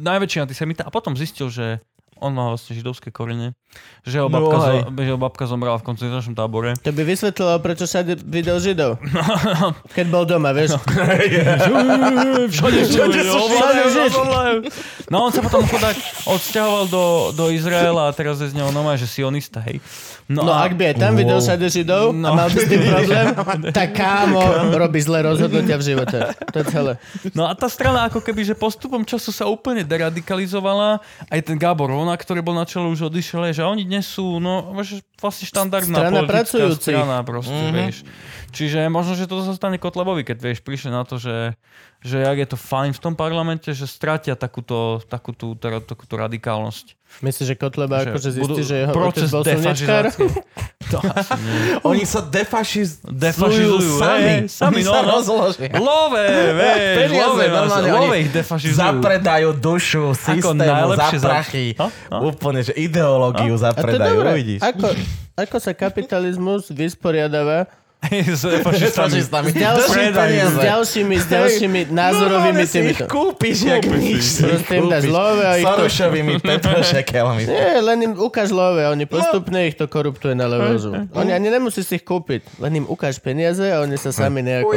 Speaker 5: najväčší antisemita a potom zistil, že on má vlastne židovské korene, že jeho
Speaker 3: No
Speaker 5: babka, zo,
Speaker 3: aj.
Speaker 5: že jeho babka zomrela v koncentračnom tábore.
Speaker 4: To by vysvetlilo, prečo sa videl Židov. Keď bol doma, vieš.
Speaker 5: Všade,
Speaker 4: Všade sú
Speaker 5: ovládajú,
Speaker 4: Židia.
Speaker 5: ovládajú. No on sa potom chudák odsťahoval do, do Izraela a teraz je z neho normálne, že sionista, hej.
Speaker 4: No ak by aj tam videl všade Židov a
Speaker 5: No.
Speaker 4: mal by s tým problém, tak kámo robí zlé rozhodnutia v živote. To je celé.
Speaker 5: No a tá strana ako keby, že postupom času sa úplne deradikalizovala. Aj ten Gábor Rona, ktorý bol na čele, už odišiel, že oni dnes sú, no že vlastne štandardná
Speaker 4: Strana
Speaker 5: politická
Speaker 4: pracujúcich. Mhm.
Speaker 5: strana proste, mm-hmm. vieš. Čiže možno, že to sa stane Kotlebovi, keď vieš, prišli na to, že, že jak je to fajn v tom parlamente, že stratia takúto, takúto, teda, takúto radikálnosť.
Speaker 4: Myslíš, že Kotleba akože zistí,
Speaker 5: budú-
Speaker 4: že jeho otec bol slnečkár?
Speaker 5: defašizácie. To asi nie.
Speaker 3: Oni sa defašiz...
Speaker 5: Defašizujú, hej,
Speaker 3: sami.
Speaker 5: sami,
Speaker 3: Oni
Speaker 5: no,
Speaker 3: sa
Speaker 5: no.
Speaker 3: rozložia.
Speaker 5: Love, vieš,
Speaker 3: Peniaze,
Speaker 5: love,
Speaker 3: normálne,
Speaker 5: love
Speaker 3: oni
Speaker 5: ich defašizujú.
Speaker 3: Zapredajú dušu systému za
Speaker 5: najlepšie za-
Speaker 3: prachy.
Speaker 5: No, no.
Speaker 3: Úplne, že ideológiu
Speaker 4: A to je
Speaker 3: zapredajú,
Speaker 4: dobré.
Speaker 3: uvidíš.
Speaker 4: Ako, ako sa kapitalizmus vysporiadáva
Speaker 5: (laughs) S fašistami.
Speaker 4: S ďalšími, s ďalšími, s ďalšími názorovými týmito.
Speaker 3: kúpiš, jak nič si ich
Speaker 4: Proste im dáš
Speaker 3: kúpiš.
Speaker 4: love a ich to-
Speaker 3: Sorošovými petrošekelmi.
Speaker 4: Nie, len im ukáž love, oni postupne ich to koruptuje na levozu. Oni ani nemusí si ich kúpiť, len im ukáž peniaze a oni sa sami nejako...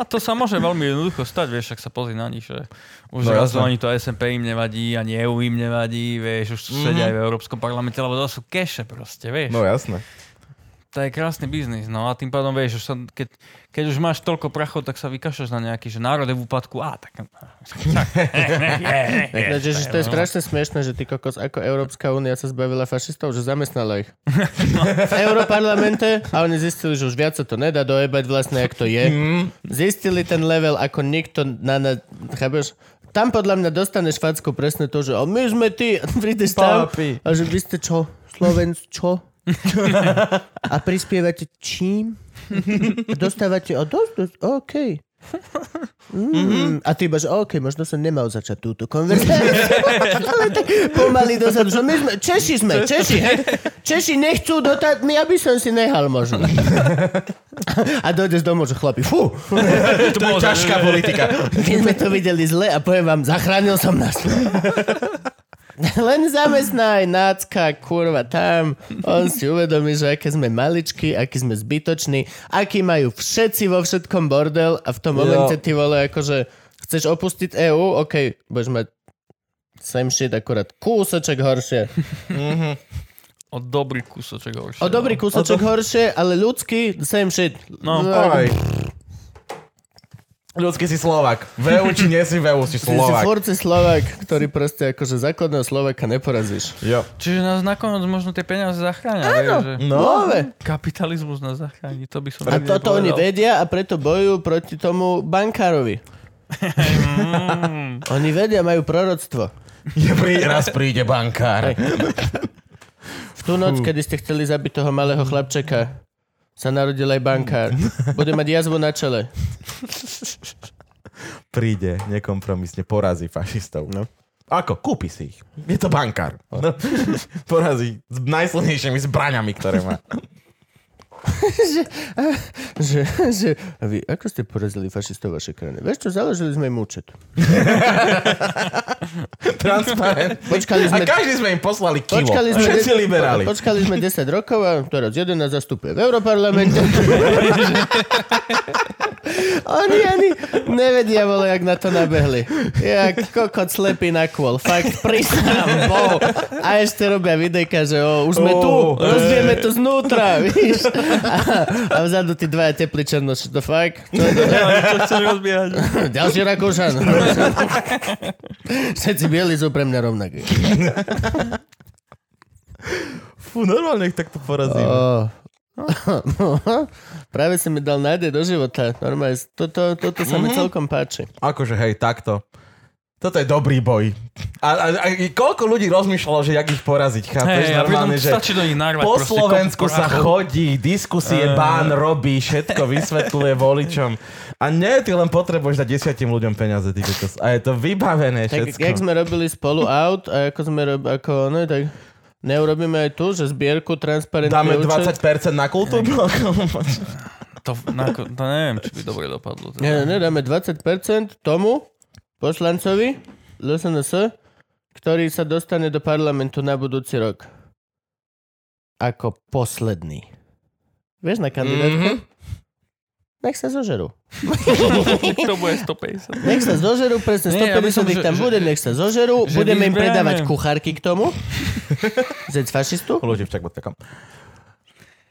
Speaker 5: A to sa môže veľmi jednoducho stať, vieš, ak sa pozri na nich, že už no,
Speaker 3: No,
Speaker 5: raz
Speaker 3: jasné.
Speaker 5: ani to SMP im nevadí, ani EU im nevadí, vieš, už mm. sedia aj v Európskom parlamente, lebo to sú keše proste, vieš.
Speaker 3: No jasné.
Speaker 5: To je krásny biznis, no a tým pádom vieš, už sa, keď, keď už máš toľko prachov, tak sa vykašľaš na nejaký, že národ je v úpadku, á, tak... (laughs) tak
Speaker 4: Takže že to je strašne smiešne, že ty kokos, ako Európska únia sa zbavila fašistov, že zamestnala ich. V Europarlamente a oni zistili, že už viac sa to nedá dojebať vlastne, jak to je. Zistili ten level, ako nikto na... na chápeš? Tam podľa mňa dostaneš facku presne to, že a my sme ty, (laughs) a prídeš tam
Speaker 3: Papi.
Speaker 4: a že vy ste čo? Slovenc čo? A prispievate čím? A Dostávate o dosť, dosť, OK. Mm, a ty iba, že OK, možno som nemal začať túto konverzáciu. (laughs) Ale tak pomaly dozadu, že my sme, Češi sme, Češi, hej. Češi nechcú dotať, my aby som si nehal možno. (laughs) A dojdeš domov, že chlapi, fú,
Speaker 5: to bolo
Speaker 3: Ťažká politika.
Speaker 4: my sme to videli zle a poviem vám, zachránil som nás. (laughs) Len zamestnaj nácka, kurva, tam. On si uvedomí, že aké sme maličky, aký sme zbytoční, aký majú všetci vo všetkom bordel a v tom momente ty vole, akože chceš opustiť EÚ, OK, budeš mať same shit, akurát kúsoček horšie.
Speaker 5: (laughs) O dobrý kúsoček horšie.
Speaker 4: O dobrý
Speaker 5: no.
Speaker 4: kúsoček horšie, ale ľudský, same shit.
Speaker 5: No.
Speaker 3: Oj. Ľudský si Slovak. VU či nie si VU, si
Speaker 4: Ty si
Speaker 3: Slovak.
Speaker 4: furt si Slovak, ktorý proste akože základného Slovaka neporazíš.
Speaker 3: Jo.
Speaker 5: Čiže nás nakoniec možno tie peniaze zachránia, vieš, že
Speaker 3: No,
Speaker 4: Love.
Speaker 5: kapitalizmus nás zachráni, to by som
Speaker 4: A
Speaker 5: nikdy
Speaker 4: toto oni
Speaker 5: nepovedal. (laughs)
Speaker 4: vedia a preto bojujú proti tomu bankárovi. oni vedia, majú proroctvo.
Speaker 3: je prí, raz príde bankár.
Speaker 4: V tú noc, kedy ste chceli zabiť toho malého chlapčeka, sa narodil aj bankár. Bude mať jazvu na čele.
Speaker 3: Príde, nekompromisne, porazí fašistov. No. Ako? Kúpi si ich. Je to bankár. No, (laughs) porazí s najsilnejšími zbraňami, ktoré
Speaker 4: (laughs)
Speaker 3: má.
Speaker 4: (laughs) Že, že, a vy, ako ste porazili fašistov vašej krajiny? Vieš čo, založili sme im účet.
Speaker 3: Transparent.
Speaker 4: Počkali
Speaker 3: A
Speaker 4: sme,
Speaker 3: každý sme im poslali kivo.
Speaker 4: počkali sme,
Speaker 3: Všetci
Speaker 4: de-
Speaker 3: liberáli.
Speaker 4: počkali sme 10 rokov a teraz jeden nás zastupuje v
Speaker 3: (laughs)
Speaker 4: Europarlamente. Oni ani nevedia, vole, jak na to nabehli. Jak kokot slepý na kôl. Fakt, priznám, bohu. A ešte robia videjka, že o, už sme tu,
Speaker 3: Ó,
Speaker 4: rozvieme to znútra, víš. A, a vzadu tí dvaja teplí černoši, to fakt. To je to,
Speaker 5: Čo chceš rozbiehať?
Speaker 4: Ďalší
Speaker 3: (laughs)
Speaker 4: Rakúšan. Všetci bieli sú pre mňa rovnakí.
Speaker 3: Fú, normálne ich takto porazíme.
Speaker 4: Oh.
Speaker 3: No.
Speaker 4: (laughs) Práve si mi dal nádej do života. Normálne, toto, toto sa
Speaker 3: Mhm.
Speaker 4: mi celkom páči.
Speaker 3: Akože hej, takto. Toto je dobrý boj. A, a, a i koľko ľudí rozmýšľalo, že jak ich poraziť, chápeš?
Speaker 5: Hej, a pritom
Speaker 3: normálne, že
Speaker 5: stačí do nich narvať
Speaker 3: po
Speaker 5: proste Eh.
Speaker 3: Slovensku
Speaker 5: kopu
Speaker 3: sa
Speaker 5: prachov.
Speaker 3: chodí, diskusie, bán robí, všetko vysvetľuje voličom. A nie, ty len potrebuješ dať desiatim ľuďom peniaze, ty kokos. A je to vybavené
Speaker 4: Tak jak
Speaker 3: všetko.
Speaker 4: sme robili spolu aut a ako sme rob, ako, no, tak neurobíme aj tu, že zbierku transparentne
Speaker 3: Dáme
Speaker 4: účet?
Speaker 3: 20% na kultúru?
Speaker 5: To, na, to neviem, či by dobre dopadlo. Teda.
Speaker 4: Nie, nie, dáme 20% tomu poslancovi LSNS, ktorý sa dostane do parlamentu na budúci rok. Ako posledný. Vieš
Speaker 3: Mhm.
Speaker 4: na
Speaker 5: Mhm.
Speaker 4: kandidátku? Nech sa zožerú.
Speaker 5: to bude 150.
Speaker 4: Nech sa zožerú, presne
Speaker 5: Nie, ja by
Speaker 4: 150
Speaker 5: som,
Speaker 4: ich
Speaker 5: že-
Speaker 4: tam
Speaker 5: že-
Speaker 4: bude, nech sa zožerú.
Speaker 5: že
Speaker 4: Budeme im predávať
Speaker 5: vyzbierame.
Speaker 4: kuchárky k
Speaker 5: (laughs)
Speaker 4: tomu. Zec fašistu.
Speaker 3: Ľudí v takom.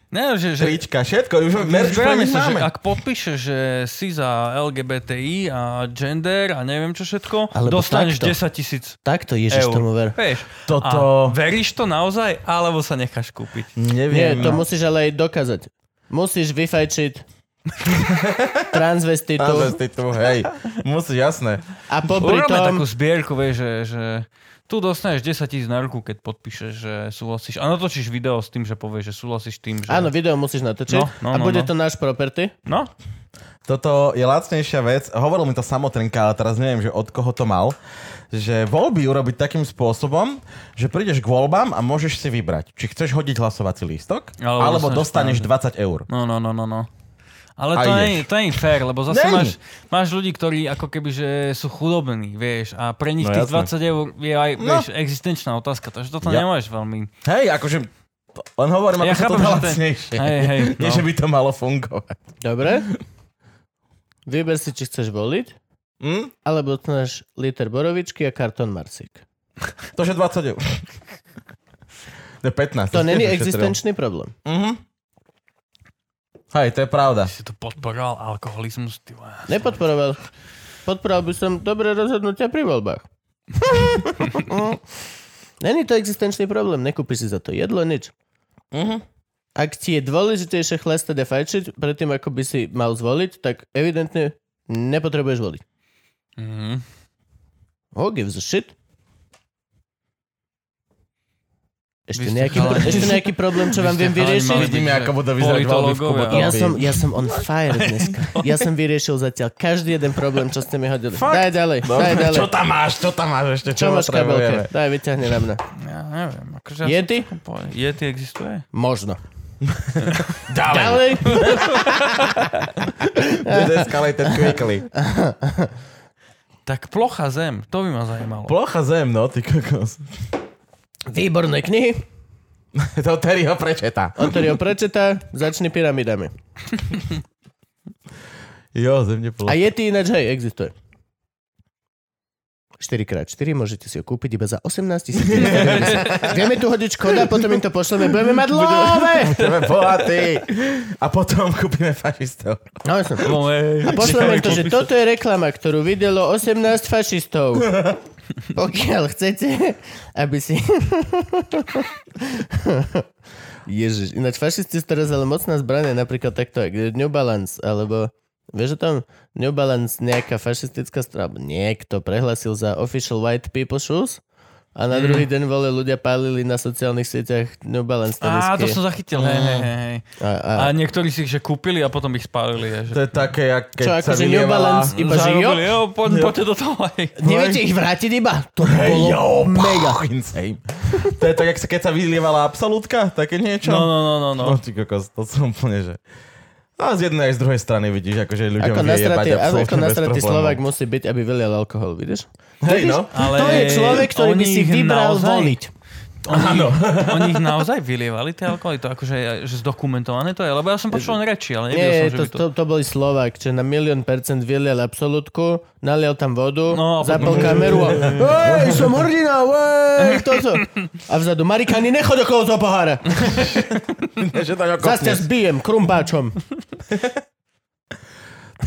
Speaker 5: Ne, že, že,
Speaker 3: Trička, všetko, už merch
Speaker 5: Zbierame
Speaker 3: pre nich
Speaker 5: sa, že
Speaker 3: máme.
Speaker 5: ak podpíše, že si za LGBTI a gender a neviem čo všetko,
Speaker 4: Alebo
Speaker 5: dostaneš
Speaker 4: takto.
Speaker 5: 10 tisíc
Speaker 4: Takto, Ježiš,
Speaker 5: eur.
Speaker 4: tomu ver.
Speaker 5: Vieš,
Speaker 3: Toto-
Speaker 5: A veríš to naozaj, alebo sa necháš kúpiť?
Speaker 4: Nie,
Speaker 3: Neviem.
Speaker 4: to musíš ale aj dokázať. Musíš
Speaker 5: (laughs)
Speaker 4: vyfajčiť transvestitu.
Speaker 3: Transvestitu, hej. Musí, jasné.
Speaker 4: A popri
Speaker 5: Urobíme
Speaker 4: tom...
Speaker 5: takú zbierku, vieš, že, že tu dostaneš 10 tisíc na ruku, keď podpíšeš, že súhlasíš. A natočíš video s tým, že povieš, že súhlasíš tým, že...
Speaker 4: Áno, video musíš natočiť.
Speaker 5: No, no,
Speaker 4: a
Speaker 5: no,
Speaker 4: bude
Speaker 5: no.
Speaker 4: to náš property.
Speaker 5: No,
Speaker 3: Toto je lacnejšia vec. Hovoril mi to samotrnka, ale teraz neviem, že od koho to mal. Že voľby urobiť takým spôsobom, že prídeš k voľbám a môžeš si vybrať, či chceš hodiť hlasovací lístok,
Speaker 5: Alebo
Speaker 3: alebo,
Speaker 5: dostaneš
Speaker 3: dostaneš 20 eur.
Speaker 5: no, no, no, no, no. Ale
Speaker 3: A
Speaker 5: to
Speaker 3: ideš.
Speaker 5: nie, to nie je fér, lebo zase
Speaker 3: Není.
Speaker 5: máš, máš ľudí, ktorí ako keby, že sú chudobní, vieš, a pre nich
Speaker 3: No,
Speaker 5: tých
Speaker 3: jasné.
Speaker 5: 20 eur je aj,
Speaker 3: No.
Speaker 5: vieš, existenčná otázka, takže toto
Speaker 3: Ja-
Speaker 5: nemôžeš veľmi.
Speaker 3: Hej, akože len hovorím,
Speaker 5: Ja
Speaker 3: ako sa
Speaker 5: chápem,
Speaker 3: to dá
Speaker 5: že to je-
Speaker 3: lacnejšie.
Speaker 5: Hej, hej,
Speaker 3: (laughs) Nie,
Speaker 5: no.
Speaker 3: že by to malo fungovať.
Speaker 4: Dobre? Vyber si, či chceš voliť,
Speaker 3: Hm?
Speaker 4: alebo dostaneš liter borovičky a kartón Marsík.
Speaker 3: To, že 20
Speaker 5: (laughs)
Speaker 3: eur. To je 15.
Speaker 4: To
Speaker 3: si
Speaker 4: není
Speaker 3: tiež ušetril.
Speaker 4: existenčný problém.
Speaker 3: Mhm. Hej, to je pravda.
Speaker 5: Si to podporoval alkoholizmus, ty vole.
Speaker 4: Nepodporoval. Podporoval by som dobré rozhodnutia pri voľbách. Není to existenčný problém, nekúpiš si za to jedlo, nič. Ak ti je dôležitejšie chlastať a fajčiť predtým, ako by si mal zvoliť, tak evidentne nepotrebuješ voliť.
Speaker 5: Mhm.
Speaker 4: Who gives a shit? Ešte
Speaker 5: Vy ste
Speaker 4: nejaký,
Speaker 5: chalani.
Speaker 4: ešte nejaký problém, čo
Speaker 5: Vy
Speaker 4: vám
Speaker 5: ste
Speaker 4: viem
Speaker 5: chalani
Speaker 4: vyriešiť?
Speaker 5: mali-
Speaker 3: Vidíme,
Speaker 5: že
Speaker 3: ako budú vyzerať voľby v
Speaker 5: politológovia.
Speaker 3: Kubotovi.
Speaker 4: Ja som, ja som on fire dneska. Ja som vyriešil zatiaľ každý jeden problém, čo ste mi hodili. Daj ďalej, daj ďalej.
Speaker 3: Čo tam máš? Čo tam máš ešte?
Speaker 4: Čo máš v kabelke?
Speaker 3: potrebujeme?
Speaker 4: Daj, vyťahni na mňa.
Speaker 5: Ja neviem, akože... ja
Speaker 4: Yeti?
Speaker 5: som to povedal. Yeti existuje?
Speaker 4: Možno. Ďalej.
Speaker 3: Ďalej. Desescalated quickly.
Speaker 5: Tak plocha zem, to by ma zajímalo.
Speaker 3: Plocha zem, no, ty kokos.
Speaker 4: (laughs)
Speaker 3: (laughs)
Speaker 4: Výborné knihy.
Speaker 3: To Terry ho prečetá.
Speaker 4: On ktorý ho prečíta, začne pyramidami.
Speaker 3: Jo, zemne plocha.
Speaker 4: A
Speaker 3: (laughs)
Speaker 4: Yeti ináč, hej, existuje. 4x4, môžete si ho kúpiť iba za 18 tisíc. Vieme tu hodiť škoda, potom im to pošleme, budeme mať love!
Speaker 3: (laughs) Budeme bohatí. A potom kúpime fašistov.
Speaker 4: No, som.
Speaker 5: No, ej,
Speaker 4: A pošleme to, že toto je reklama, ktorú videlo 18 fašistov. Pokiaľ chcete, aby si... Ježiš, ináč fašisti sú teraz ale mocná zbrania, napríklad takto, jak New Balance, alebo... Vieš o tom? New Balance, nejaká fašistická strana, niekto prehlasil za official white people shoes A na druhý deň vole ľudia pálili na sociálnych sieťach New Balance tenisky.
Speaker 5: Á, to som zachytil, hej, hej, hej. hej.
Speaker 4: a, Mm. a,
Speaker 5: A niektorí si ich že kúpili a potom ich spálili. hej, Že...
Speaker 3: To je také, jak keď
Speaker 4: Čo,
Speaker 3: sa
Speaker 4: akože New
Speaker 3: vylievala...
Speaker 5: (laughs)
Speaker 4: Balance iba že jo?
Speaker 5: Zarobili, jo, poď, poďte do toho aj.
Speaker 4: Neviete ich vrátiť iba? To by
Speaker 3: Hey,
Speaker 4: bolo...
Speaker 3: yo, mega. Insane. To je tak, jak sa, keď sa vylievala absolútka, také niečo.
Speaker 5: No, no, no, no, no.
Speaker 3: No, ty kokos, to som úplne, že... A z jednej aj z druhej strany vidíš, akože ľuďom
Speaker 4: Ako
Speaker 3: vie
Speaker 4: nastratý,
Speaker 3: jebať
Speaker 4: ako
Speaker 3: absolútne bez
Speaker 4: nastratý
Speaker 3: problémov.
Speaker 4: Slovak musí byť, aby vylial alkohol, vidíš?
Speaker 3: Hej, no.
Speaker 5: Ale
Speaker 4: to je človek, ktorý by
Speaker 5: oni
Speaker 4: si
Speaker 5: ich
Speaker 4: vybral voliť.
Speaker 5: Oni, (laughs) oni ich naozaj vylievali, tie alkoholy? To akože že zdokumentované to je? Lebo ja som počul len reči, ale nevedel
Speaker 4: Nie,
Speaker 5: som, že
Speaker 4: to,
Speaker 5: by to...
Speaker 4: to, to boli Slovak, čo na milión percent vylial absolútku, nalial tam vodu,
Speaker 5: No, a
Speaker 4: no, zapol
Speaker 5: potom-
Speaker 4: kameru
Speaker 5: (laughs)
Speaker 4: a Ej, som hrdina, ej, toto. A vzadu, Marikani, nechod okolo toho pohára.
Speaker 3: Že to ako-
Speaker 4: Zas ťa zbijem, krumpáčom.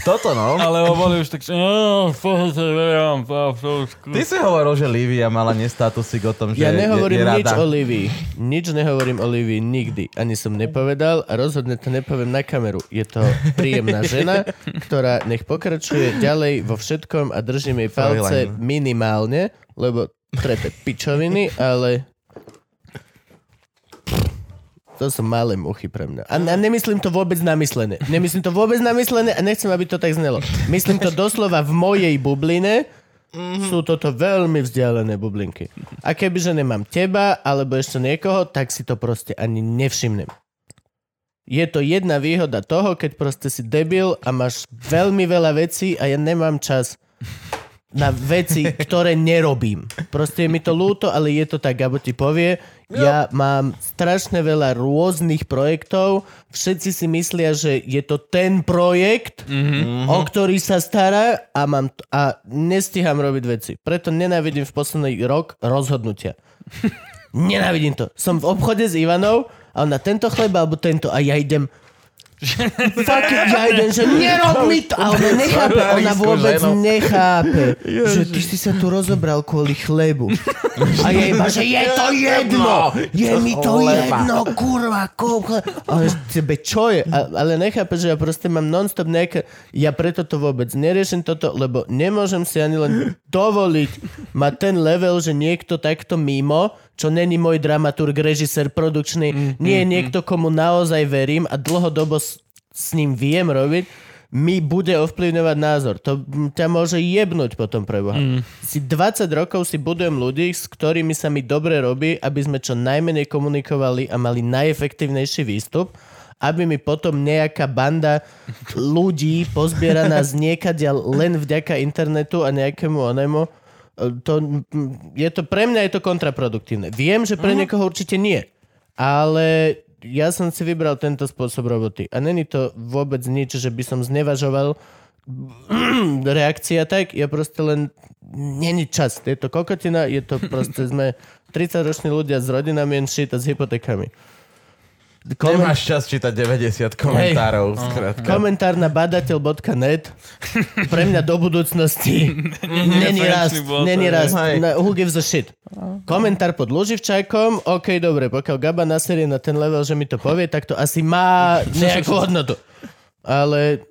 Speaker 3: Toto, no.
Speaker 5: Ale boli už tak, že... "Á, pohodne, verám, á, to už kú-"
Speaker 3: Ty si hovoril, že Lívia mala nestatusik o tom, že
Speaker 4: Ja
Speaker 3: je-
Speaker 4: nehovorím
Speaker 3: je, je
Speaker 4: nič
Speaker 3: rada.
Speaker 4: o Livii. Nič nehovorím o Livii nikdy. Ani som nepovedal a rozhodne to nepoviem na kameru. Je to
Speaker 3: (laughs)
Speaker 4: príjemná žena, ktorá nech pokračuje ďalej vo všetkom a držím jej palce
Speaker 3: Fräulein.
Speaker 4: minimálne, lebo trepe pičoviny, ale... To sú malé muchy pre mňa. A, a nemyslím to vôbec namyslené. Nemyslím to vôbec namyslené a nechcem, aby to tak znelo. Myslím to doslova v mojej bubline, sú toto veľmi vzdialené bublinky. A kebyže nemám teba, alebo ešte niekoho, tak si to proste ani nevšimnem. Je to jedna výhoda toho, keď proste si debil a máš veľmi veľa vecí a ja nemám čas na veci, ktoré nerobím. Proste je mi to ľúto, ale je to tak, Gabo ti povie. Ja mám strašne veľa rôznych projektov. Všetci si myslia, že je to ten projekt, o ktorý sa stará a, mám t- a nestíham robiť veci. Preto nenávidím v posledný rok rozhodnutia. nenávidím to. Som v obchode s Ivanou a na tento chleba alebo tento a ja idem Fuck, ja idem, že nerob mi to! A ona nechápe, ona
Speaker 3: Risku
Speaker 4: vôbec
Speaker 3: ženou.
Speaker 4: nechápe, že ty si sa tu rozobral kvôli (laughs) chlebu. A je iba, že je to jedno! Je mi to jedno, kurva, kúka. Ale tebe čo je? A, ale nechápe, že ja proste mám non-stop nejaké... Ja preto to vôbec neriešim toto, lebo nemôžem si ani len dovoliť mať ten level, že niekto takto mimo, čo není môj dramaturg, režisér, produkčný, nie je niekto, komu naozaj verím a dlhodobo s, s ním viem robiť, mi bude ovplyvňovať názor. To m, ťa môže jebnúť potom pre Boha. Mm. Si 20 rokov si budujem ľudí, s ktorými sa mi dobre robí, aby sme čo najmenej komunikovali a mali najefektívnejší výstup, aby mi potom nejaká banda ľudí pozbieraná z niekadia len vďaka internetu a nejakému onému e, to, m, je to, pre mňa je to kontraproduktívne. Viem, že pre niekoho určite nie. Ale ja som si vybral tento spôsob roboty. A není to vôbec nič, že by som znevažoval (clears throat) reakcia tak. Ja proste len... Není čas. Je to kokotina, je to proste... Sme 30-roční ľudia s rodinami and shit a s hypotékami. Komen-
Speaker 3: Nemáš čas čítať 90
Speaker 4: No.
Speaker 3: komentárov, skrátka.
Speaker 4: komentár na badateľ.net pre mňa do budúcnosti není rast,
Speaker 5: referenčný bod,
Speaker 4: není
Speaker 5: hej.
Speaker 4: rast.
Speaker 3: Hej.
Speaker 4: Na, who gives a shit? Komentár pod Luživčákom, OK, dobre, pokiaľ Gaba naserie na ten level, že mi to povie, tak to asi má nejakú hodnotu. Ale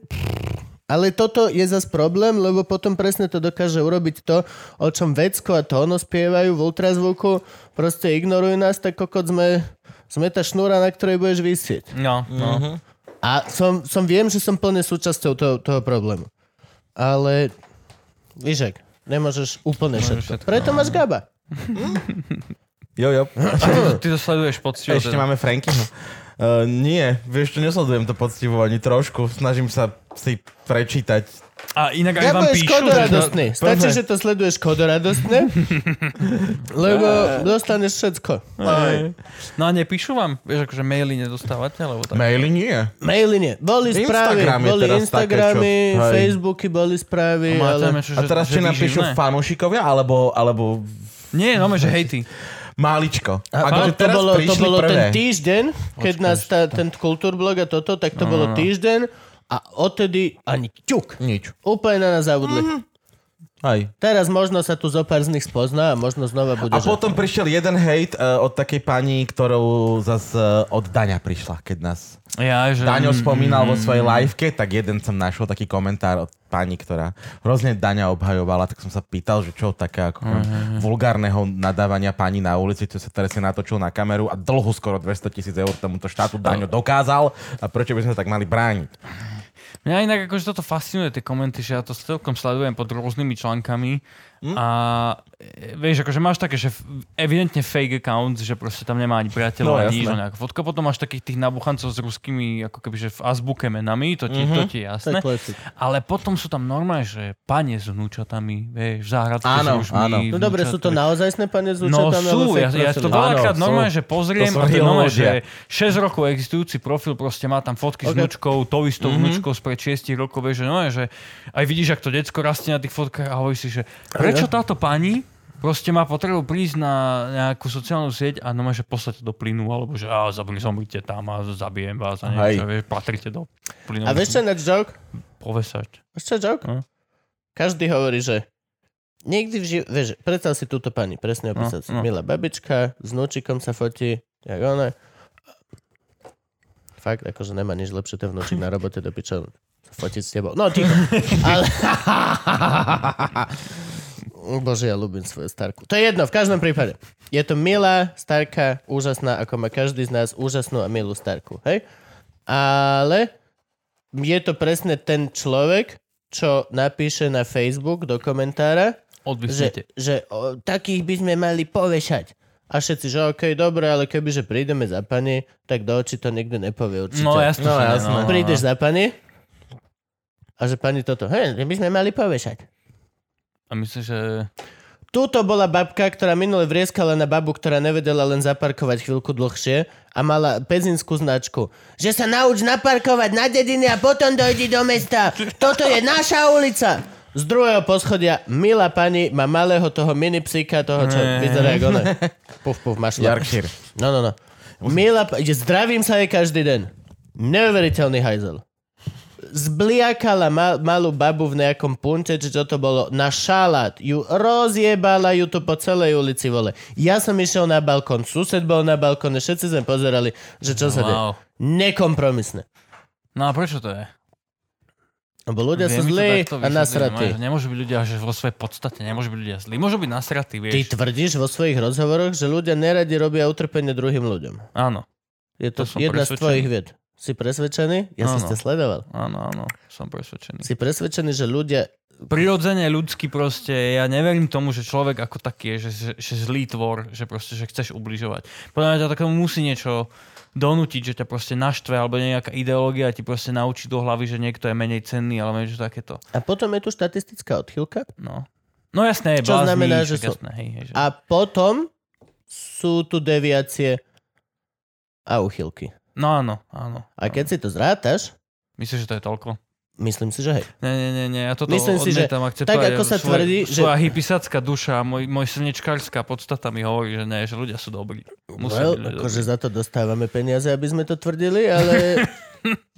Speaker 4: ale toto je zas problém, lebo potom presne to dokáže urobiť to, o čom Vecko a Tono spievajú v ultrazvuku. Proste ignorujú nás, tak kokot sme, sme tá šnúra, na ktorej budeš vysieť.
Speaker 5: No, no.
Speaker 4: Mhm. A som, som viem, že som plne súčasťou toho, toho problému. Ale, víš, ak, nemôžeš úplne všetko.
Speaker 5: všetko,
Speaker 4: Preto máš Gaba.
Speaker 3: Jo, jo.
Speaker 5: Ty to sleduješ poctivo.
Speaker 3: Ešte
Speaker 5: teda.
Speaker 3: máme Frankyho. Uh, nie, vieš čo, nesledujem to poctivo ani trošku. Snažím sa si prečítať.
Speaker 5: A inak aj vám
Speaker 4: Gabo je
Speaker 5: píšu. že-
Speaker 4: škodoradostný. Stačí, že to sleduješ
Speaker 3: (laughs)
Speaker 4: škodoradostne, lebo dostaneš všetko.
Speaker 3: Aj.
Speaker 5: No a nepíšu vám? Vieš, akože maily nedostávate, alebo tak?
Speaker 3: Maily nie.
Speaker 4: Maily nie. Boli správy,
Speaker 3: Instagram je
Speaker 4: boli
Speaker 3: teraz
Speaker 4: Instagramy,
Speaker 3: také, čo- hej.
Speaker 4: Facebooky boli správy,
Speaker 5: Má tam
Speaker 4: ale...
Speaker 5: niečo,
Speaker 3: A
Speaker 5: že-
Speaker 3: teraz
Speaker 5: že
Speaker 3: či napíšu
Speaker 5: výživné?
Speaker 3: fanúšikovia, alebo, alebo
Speaker 5: Nie, no, že hejty.
Speaker 3: máličko.
Speaker 4: A
Speaker 3: Akože
Speaker 4: to
Speaker 3: teraz
Speaker 4: bolo, to
Speaker 3: prišli
Speaker 4: bolo ten
Speaker 3: prvé.
Speaker 4: týždeň, keď nás tá, ten kultúrblog a toto, tak to bolo týždeň a odtedy ani ťuk.
Speaker 3: Nič. Mhm.
Speaker 4: Úplne na nás zabudli. Mm.
Speaker 3: Aj.
Speaker 4: Teraz možno sa tu zo pár z nich spozná a možno znova bude.
Speaker 3: A
Speaker 4: že-
Speaker 3: potom prišiel jeden hejt uh, od takej pani, ktorou zase uh, od Daňa prišla, keď nás
Speaker 5: Ja, že...
Speaker 3: Daňo spomínal vo svojej liveke, tak jeden som našiel taký komentár od pani, ktorá hrozne Daňa obhajovala, tak som sa pýtal, že čo také ako uh-huh. vulgárneho nadávania pani na ulici, čo sa teraz si natočil na kameru a dlhu skoro 200 tisíc eur tomuto štátu Daňo dokázal a prečo by sme sa tak mali brániť?
Speaker 5: Mňa inak akože toto fascinuje, tie komenty, že ja to celkom sledujem pod rôznymi článkami mm?
Speaker 3: Hm?
Speaker 5: a e, vieš, akože máš také, že f- evidentne fake account, že proste tam nemá ani
Speaker 3: No,
Speaker 5: priateľov, ani nič,
Speaker 3: jasné.
Speaker 5: len ako fotka, potom máš takých tých nabuchancov s ruskými, ako keby, že v azbuke menami, to ti, mm-hmm.
Speaker 3: Mhm.
Speaker 5: to ti je
Speaker 4: To
Speaker 5: jasné,
Speaker 4: je klasik.
Speaker 5: ale potom sú tam normálne, že pane s vnúčatami, vieš, v záhradke s
Speaker 3: Áno, áno.
Speaker 5: mužmi,
Speaker 4: No dobre, sú to
Speaker 5: vnúčata.
Speaker 4: naozajstné pane s
Speaker 5: No
Speaker 4: účetami,
Speaker 5: sú,
Speaker 4: alebo fake
Speaker 5: ja, ja to
Speaker 4: profily?
Speaker 5: veľakrát
Speaker 3: Áno,
Speaker 5: normálne,
Speaker 3: sú.
Speaker 5: že pozriem
Speaker 3: To sú
Speaker 5: a to je
Speaker 3: real
Speaker 5: normálne, že 6
Speaker 3: ľudia.
Speaker 5: rokov existujúci profil proste má tam fotky
Speaker 4: Ok.
Speaker 5: s vnúčkou, to istou mm-hmm. vnúčkou spred 6 rokov, vieš, že, no, že aj vidíš, ak to decko rastie na tých fotkách a hovoríš si, že prečo táto pani proste má potrebu prísť na nejakú sociálnu sieť a normálne, že poslať to do plynu, alebo že a zabri, zomrite tam a zabijem vás a
Speaker 3: Hej.
Speaker 5: niečo, vieš, patrite do plynu.
Speaker 4: A vieš čo je ináč joke?
Speaker 5: Povesať.
Speaker 4: Vieš čo je joke?
Speaker 5: No.
Speaker 4: Každý hovorí, že nikdy v živote, vieš, predstav si túto pani, presne opísať si.
Speaker 5: no.
Speaker 4: Milá babička, s vnúčikom sa fotí, jak ona. Fakt, akože nemá nič lepšie, ten vnúčik na robote do piča fotiť s tebou. No,
Speaker 5: (laughs)
Speaker 4: ticho. Ale... (laughs) Bože, ja ľúbim svoju starku. To je jedno, v každom prípade. Je to milá, starka, úžasná, ako má každý z nás úžasnú a milú starku. Hej? Ale je to presne ten človek, čo napíše na Facebook do komentára,
Speaker 5: Odvisnite.
Speaker 4: že, že o, takých by sme mali povešať. A všetci, že okej, dobre, ale kebyže prídeme za pani, tak do očí to nikto nepovie určite.
Speaker 5: No jasné.
Speaker 3: No,
Speaker 5: že nie,
Speaker 3: jasné.
Speaker 5: no, no, no.
Speaker 4: Prídeš za pani a že pani toto, hej, že by sme mali povešať.
Speaker 5: A myslím, že...
Speaker 4: Tuto bola babka, ktorá minule vrieskala na babu, ktorá nevedela len zaparkovať chvíľku dlhšie a mala pezinskú značku. Že sa nauč naparkovať na dediny a potom dojdi do mesta. Toto je naša ulica. Z druhého poschodia, milá pani, má malého toho mini psíka, toho, čo vyzerá ako ono. Puf, puf, máš to.
Speaker 3: Jarkšír.
Speaker 4: No, no, no. Milá, pa- že zdravím sa jej každý deň. Neuveriteľný hajzel. Zbliakala ma- malú babu v nejakom punte, či čo to bolo, na šalát. Ju rozjebala ju to po celej ulici, vole. Ja som išiel na balkón, sused bol na balkóne, všetci sme pozerali, že čo sa deje.
Speaker 5: Wow.
Speaker 4: Nekompromisné.
Speaker 5: No a prečo to je?
Speaker 4: Lebo ľudia sú
Speaker 5: Viem mi to
Speaker 4: zlí
Speaker 5: takto
Speaker 4: a
Speaker 5: vysvetliť,
Speaker 4: nasratí.
Speaker 5: normálne, že Nemôžu byť ľudia, že vo svojej podstate nemôžu byť ľudia zlí. Môžu byť nasratí, vieš.
Speaker 4: Ty tvrdíš vo svojich rozhovoroch, že ľudia neradi robia utrpenie druhým ľuďom.
Speaker 5: Áno,
Speaker 4: Je to,
Speaker 5: To som
Speaker 4: jedna z
Speaker 5: presvedčený. No,
Speaker 4: tvojich vied. Si presvedčený? Ja som
Speaker 5: Áno.
Speaker 4: ťa sledoval.
Speaker 5: áno, áno, som presvedčený.
Speaker 4: Si presvedčený, že ľudia
Speaker 5: Prirodzene ľudský proste, ja neverím tomu, že človek ako taký je, že, že, že zlý tvor, že proste, že chceš ubližovať. Podľa mňa ťa takému musí niečo donútiť, že ťa proste naštve, alebo nejaká ideológia ti proste naučí do hlavy, že niekto je menej cenný, alebo niečo takéto.
Speaker 4: A potom je tu štatistická odchýlka.
Speaker 5: No. No jasné, je
Speaker 4: Čo
Speaker 5: blázný,
Speaker 4: znamená, že
Speaker 5: však
Speaker 4: sú-
Speaker 5: jasné, hej, hej, že...
Speaker 4: A potom sú tu deviácie a uchylky.
Speaker 5: No áno, áno.
Speaker 4: A keď si to zrátaš,
Speaker 5: Myslíš, že to je toľko?
Speaker 4: myslím si, že hej.
Speaker 5: Nie, nie, nie, nie, ja toto
Speaker 4: Myslím si, že
Speaker 5: odmietam akceptovať.
Speaker 4: tak, ako sa
Speaker 5: Svoje-
Speaker 4: tvrdí, že-
Speaker 5: Svoja hypisacká duša, môj, môj slnečkárska podstata mi hovorí, že ne, že ľudia sú dobrí.
Speaker 4: Well,
Speaker 5: Musia byť ľudia
Speaker 4: akože
Speaker 5: dobrí.
Speaker 4: za to dostávame peniaze, aby sme to tvrdili,
Speaker 5: (laughs)
Speaker 4: ale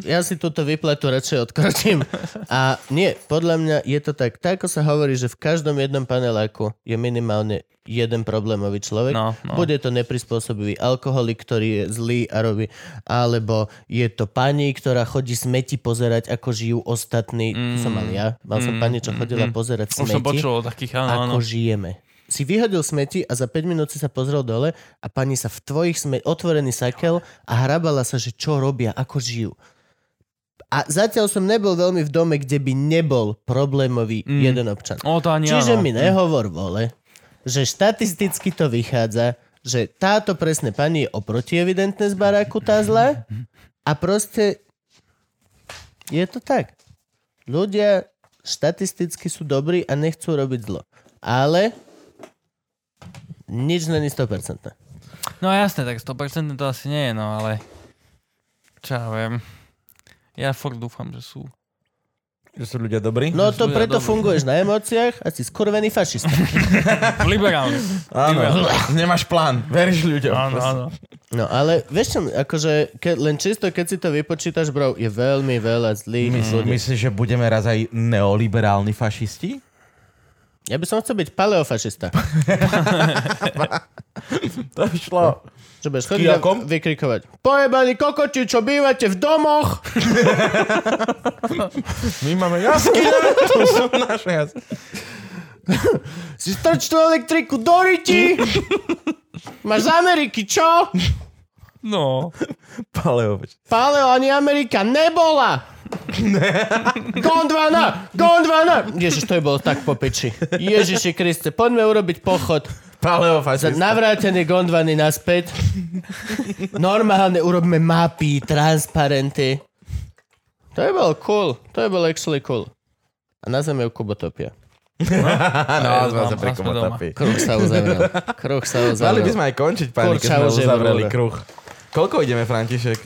Speaker 4: ja si túto vyplatu radšej odkročím. A nie, podľa mňa je to tak, tak ako sa hovorí, že v každom jednom paneláku je minimálne jeden problémový človek.
Speaker 5: No, no.
Speaker 4: Bude to neprispôsobivý alkoholik, ktorý je zlý a robí, alebo je to pani, ktorá chodí smeti pozerať, ako žijú ostatní. Mm, som mal ja. Mal som
Speaker 5: mm,
Speaker 4: pani, čo
Speaker 5: mm,
Speaker 4: chodila
Speaker 5: mm.
Speaker 4: pozerať
Speaker 5: Už som
Speaker 4: smeti
Speaker 5: počul o takých, áno,
Speaker 4: ako
Speaker 5: áno.
Speaker 4: žijeme. Si vyhodil smeti a za 5 minút si sa pozrel dole a pani sa v tvojich sme- otvorený sakel a hrabala sa, že čo robia, ako žijú. A zatiaľ som nebol veľmi v dome, kde by nebol problémový mm. jeden občan.
Speaker 5: O, to ani
Speaker 4: Čiže
Speaker 5: áno.
Speaker 4: mi nehovor, vole, že štatisticky to vychádza, že táto presne pani je oproti evidentne z baráku tá zlá a proste je to tak. Ľudia štatisticky sú dobrí a nechcú robiť zlo. Ale nič není 100%.
Speaker 5: No jasné, tak 100% to asi nie je, no ale... Čo ja viem. Ja furt dúfam, že
Speaker 3: (laughs)
Speaker 5: sú.
Speaker 3: Že sú ľudia dobrí?
Speaker 4: No to
Speaker 5: Ľudia
Speaker 4: preto
Speaker 5: dobrí.
Speaker 4: funguješ na emóciách a si skurvený fašista.
Speaker 5: Liberálni.
Speaker 3: Áno, nemáš plán, veríš ľuďom.
Speaker 5: Áno, áno.
Speaker 4: No ale vieš čo, akože ke, len čisto keď si to vypočítaš, bro, je veľmi veľa zlých
Speaker 3: Myslíš, že budeme raz aj neoliberálni fašisti?
Speaker 4: Ja by som chcel byť paleofašista.
Speaker 3: To by šlo.
Speaker 4: Že budeš chodiť a
Speaker 3: Kijakom?
Speaker 4: vykrikovať. Pojebaní kokoti, čo bývate v domoch!
Speaker 3: My máme jasky, to sú naše jasky.
Speaker 4: Si strč tú elektriku do riti! Máš z Ameriky, čo?
Speaker 5: No.
Speaker 3: Paleovič.
Speaker 4: Paleo ani Amerika nebola! Gondvana! Gondvana! Ježiš, to je bolo tak po peči. Ježiši Kriste, poďme urobiť pochod. Za
Speaker 3: Paleofašista.
Speaker 4: navrátené Gondvany naspäť. Normálne urobme mapy, transparenty. To je bolo cool. To je bolo actually cool. A nazveme ju Kubotopia.
Speaker 3: Áno,
Speaker 5: Ja
Speaker 3: sme
Speaker 5: mám,
Speaker 3: sa pri
Speaker 5: a sme
Speaker 3: komotopi.
Speaker 4: Kruh sa
Speaker 3: (laughs)
Speaker 4: uzavrel. Kruh sa
Speaker 3: Mali by sme
Speaker 4: uzavrel.
Speaker 3: aj končiť, páni, keď
Speaker 4: Kurča
Speaker 3: sme
Speaker 4: už je
Speaker 3: uzavreli
Speaker 4: dobre.
Speaker 3: kruh. Koľko ideme, František?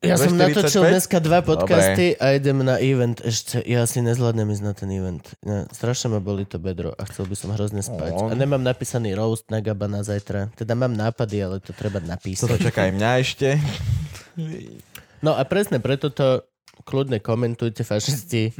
Speaker 4: Ja som
Speaker 3: 245?
Speaker 4: natočil dneska dva podcasty a idem na event ešte. Ja si nezvládnem ísť na ten event. Ne, strašne ma boli to bedro a chcel by som hrozne spať.
Speaker 3: On.
Speaker 4: A nemám napísaný roast na Gaba na zajtra. Teda mám nápady, ale to treba napísať.
Speaker 3: Toto čaká aj mňa ešte.
Speaker 4: No a presne preto to kľudne komentujte fašisti.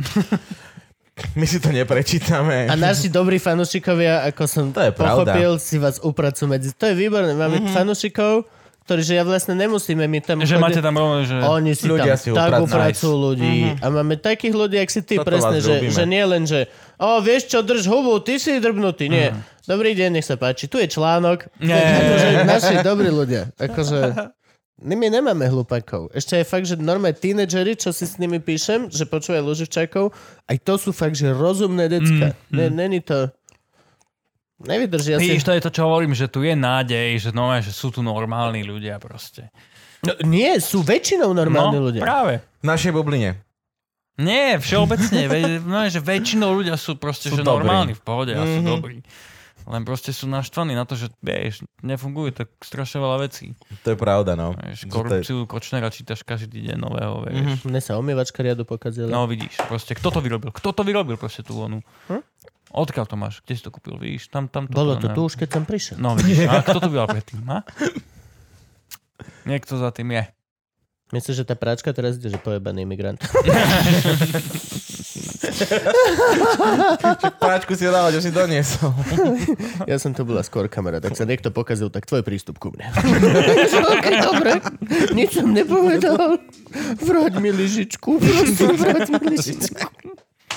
Speaker 3: My si to neprečítame.
Speaker 4: A naši dobrí fanúšikovia, ako som
Speaker 3: To je pravda.
Speaker 4: pochopil, si vás upracu medzi... To je výborné, máme
Speaker 3: Mhm.
Speaker 4: mm-hmm. fanúšikov, ktorí, že ja vlastne nemusíme, my tam...
Speaker 5: Že
Speaker 4: chodi-
Speaker 5: máte tam rovno, že...
Speaker 4: Oni si
Speaker 3: Ľudia
Speaker 4: tam
Speaker 3: si
Speaker 4: tak
Speaker 3: upracujú.
Speaker 4: upracujú ľudí.
Speaker 5: Mhm.
Speaker 4: A máme takých ľudí, jak si ty,
Speaker 3: Toto
Speaker 4: presne,
Speaker 3: vás
Speaker 4: že,
Speaker 3: ľúbime.
Speaker 4: že nie len, že o, vieš čo, drž hubu, ty si drbnutý. Nie. Dobrý deň, nech sa páči. Tu je článok.
Speaker 5: Mhm. Nie.
Speaker 4: Akože naši dobrí ľudia. Akože... My, my nemáme hlupakov. Ešte je fakt, že normálne tínedžeri, čo si s nimi píšem, že počúvajú Luživčákov, aj to sú fakt, že rozumné decka.
Speaker 5: Mhm,
Speaker 4: Mm, ne, Není to... Nevydržia si...
Speaker 5: Vidíš, to je to, čo hovorím, že tu je nádej, že, no, že sú tu normálni ľudia proste.
Speaker 4: No, nie, sú väčšinou normálni
Speaker 5: no,
Speaker 4: ľudia.
Speaker 5: práve.
Speaker 3: V našej bubline.
Speaker 5: Nie, všeobecne. Ve, no, že väčšinou ľudia sú proste
Speaker 3: Sú
Speaker 5: že
Speaker 3: dobrí.
Speaker 5: normálni v pohode a
Speaker 4: Mhm.
Speaker 5: sú dobrí. Len proste sú naštvaní na to, že vieš, nefungujú tak strašne veľa vecí.
Speaker 3: To je pravda, no.
Speaker 5: Vieš,
Speaker 3: Že to je-
Speaker 5: korupciu Kočnera čítaš každý deň nového, vieš.
Speaker 4: Mne sa omývačka riadu pokazila.
Speaker 5: No vidíš, proste kto to vyrobil? Kto to vyrobil proste tú onu? Odkiaľ to máš? Kde si to kúpil? Vidíš, tam, tam to...
Speaker 4: Hm? Bolo to
Speaker 5: ne-
Speaker 4: tu už, keď som prišiel.
Speaker 5: No vidíš, a kto to býval predtým? A? Niekto za tým je.
Speaker 4: Myslíš, že tá práčka teraz ide, že pojebaný imigrant.
Speaker 3: (laughs) Práčku si dal, že si doniesol.
Speaker 4: (laughs) Ja som to bola skôr kamera, tak sa niekto pokazil, tak tvoj prístup ku mne. (laughs) ok, dobre. Nič som nepovedal. Vráť mi lyžičku, prosím, vráť mi lyžičku.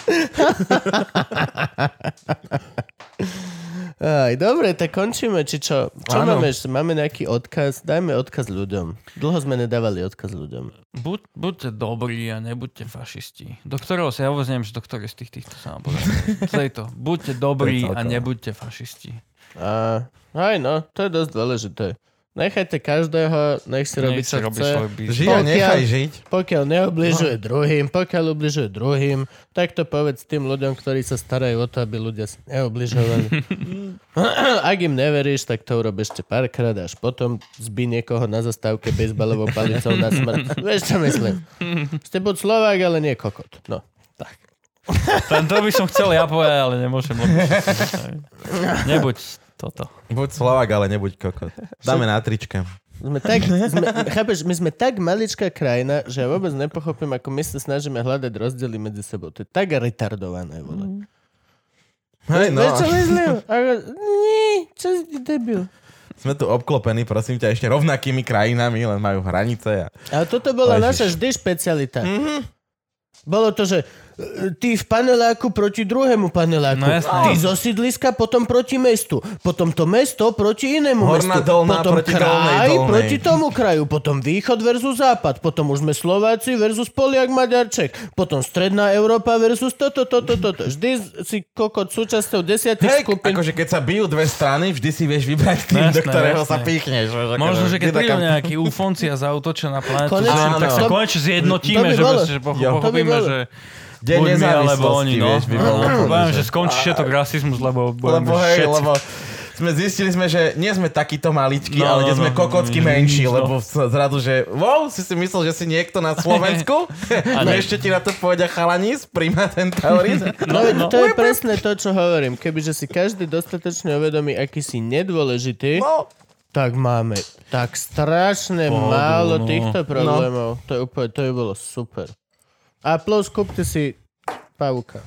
Speaker 4: (laughs) Aj, dobre, tak končíme, či čo? Čo
Speaker 3: Áno.
Speaker 4: máme ešte? Máme nejaký odkaz? Dajme odkaz ľuďom. Dlho sme nedávali odkaz ľuďom.
Speaker 5: Buď, buďte dobrí a nebuďte fašisti. Do ktorého sa, ja vôbec neviem, že do ktorej z tých týchto sa nám
Speaker 3: (laughs)
Speaker 5: povedal. To je to. Buďte dobrí
Speaker 3: To je
Speaker 5: a
Speaker 3: celkovo.
Speaker 5: nebuďte fašisti.
Speaker 4: A, aj no, to je dosť dôležité. Nechajte každého, nech si robí,
Speaker 5: Nech si
Speaker 4: čo
Speaker 5: robí
Speaker 4: chce.
Speaker 5: svoj biznis.
Speaker 3: Žij a nechaj žiť.
Speaker 4: Pokiaľ neobližuje druhým, pokiaľ ubližuje druhým, tak to povedz tým ľuďom, ktorí sa starajú o to, aby ľudia sa neobližovali. Ak im neveríš, tak to urobíš ešte párkrát až potom zbi niekoho na zastávke bejsbalovou palicou na smrť. Vieš, čo myslím? Ste buď Slovák, ale nie kokot. No.
Speaker 5: Tam to by som chcel ja povedať, ale nemôžem. lebo-
Speaker 3: (laughs)
Speaker 5: Nebuď toto.
Speaker 3: Buď Slovak, ale nebuď kokot. Dáme na trička.
Speaker 4: Sme tak, sme, chápeš, my sme tak maličká krajina, že ja vôbec nepochopím, ako my sa snažíme hľadať rozdiely medzi sebou. To je tak retardované, vole.
Speaker 3: Hej, no.
Speaker 4: Vieš, čo myslím? Ako, nie, čo si debil.
Speaker 3: Sme tu obklopení, prosím ťa, ešte rovnakými krajinami, len majú hranice. A...
Speaker 4: Ale toto bola
Speaker 3: Ježiš.
Speaker 4: naša vždy špecialita.
Speaker 3: Mhm.
Speaker 4: Mm-hmm. Bolo to, že e, ty v paneláku proti druhému paneláku.
Speaker 5: No
Speaker 4: Ty
Speaker 5: jasné.
Speaker 4: zo sídliska, potom proti mestu. Potom to mesto proti inému
Speaker 3: Horná
Speaker 4: mestu.
Speaker 3: dolná
Speaker 4: potom
Speaker 3: proti
Speaker 4: kraj
Speaker 3: dolnej dolnej.
Speaker 4: proti tomu kraju. Potom východ versus západ. Potom už sme Slováci versus Poliak Maďarček. Potom stredná Európa versus toto, toto, toto. Vždy si kokot súčasťou desiatých
Speaker 3: Hej,
Speaker 4: skupín.
Speaker 3: akože keď sa bijú dve strany, vždy si vieš vybrať tým,
Speaker 5: No Jasné,
Speaker 3: do ktorého
Speaker 5: jasné.
Speaker 3: sa píchneš. vieš, akože
Speaker 5: Možno, že keď
Speaker 3: vždy
Speaker 5: prídu
Speaker 3: taká- no.
Speaker 5: nejakí ufonci a zautočia na planetu,
Speaker 4: Konečne.
Speaker 5: Zem, tak sa
Speaker 4: Áno.
Speaker 5: konečne zjednotíme,
Speaker 4: To by
Speaker 5: že,
Speaker 4: bolo.
Speaker 5: proste, že pocho-
Speaker 3: Jo. To by
Speaker 5: pochopíme,
Speaker 4: bolo.
Speaker 5: že
Speaker 3: Deň
Speaker 5: buď my alebo
Speaker 3: nezávislosti,
Speaker 5: oni, no.
Speaker 3: vieš, by bol úplne,
Speaker 5: Poviem,
Speaker 3: že-
Speaker 5: že skončí všetok rasizmus, lebo budeme
Speaker 3: Lebo hej,
Speaker 5: všetci-
Speaker 3: lebo sme zistili sme, že nie sme takíto maličkí,
Speaker 5: No,
Speaker 3: no, ale
Speaker 5: no,
Speaker 3: že sme
Speaker 5: no,
Speaker 3: no, kokocky
Speaker 5: no,
Speaker 3: no, menší,
Speaker 5: no.
Speaker 3: no. lebo sa zradu, že wow, si si myslel, že si niekto na Slovensku? no
Speaker 5: ne.
Speaker 3: ešte ti na to povedia chalani z Prima Centauris.
Speaker 4: No, veď to je presne to, čo hovorím. Kebyže si každý dostatočne uvedomí, aký si nedôležitý,
Speaker 3: No,
Speaker 4: Tak máme tak strašne
Speaker 5: Pohodu,
Speaker 4: málo
Speaker 5: no.
Speaker 4: týchto (laughs) problémov. To, je úplne, to je bolo super. A plus kúpte si pavúka.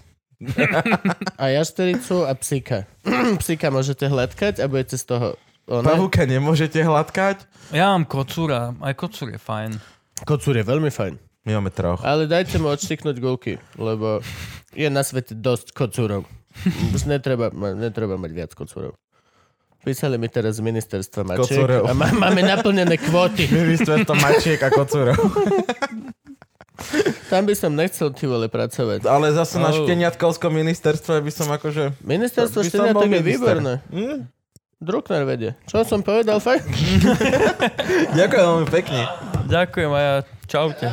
Speaker 4: A jaštericu a psíka. (clears throat) psíka môžete hľadkať a budete z toho... Ona...
Speaker 3: Pavúka nemôžete hladkať?
Speaker 5: Ja mám kocúra, aj kocúr je fajn.
Speaker 4: Kocúr je veľmi fajn.
Speaker 3: My máme troch.
Speaker 4: Ale dajte mu odštiknúť gulky, lebo je na svete dosť kocúrov. Už netreba, ma- netreba mať viac kocúrov. Písali mi teraz z ministerstva mačiek
Speaker 3: Kocúrov.
Speaker 4: a má, máme naplnené kvóty.
Speaker 3: My to mačiek a kocúrov.
Speaker 4: Tam by som nechcel ty vole pracovať.
Speaker 3: Ale zase na
Speaker 5: Oh.
Speaker 3: šteniatkovskom ministerstve by som akože...
Speaker 4: Ministerstvo
Speaker 3: By som bol
Speaker 4: šteniatok je
Speaker 3: minister.
Speaker 4: výborné.
Speaker 3: Hm?
Speaker 4: Drukner vedie. Čo som povedal fakt?
Speaker 3: Ďakujem veľmi pekne.
Speaker 5: Ďakujem a ja čaute.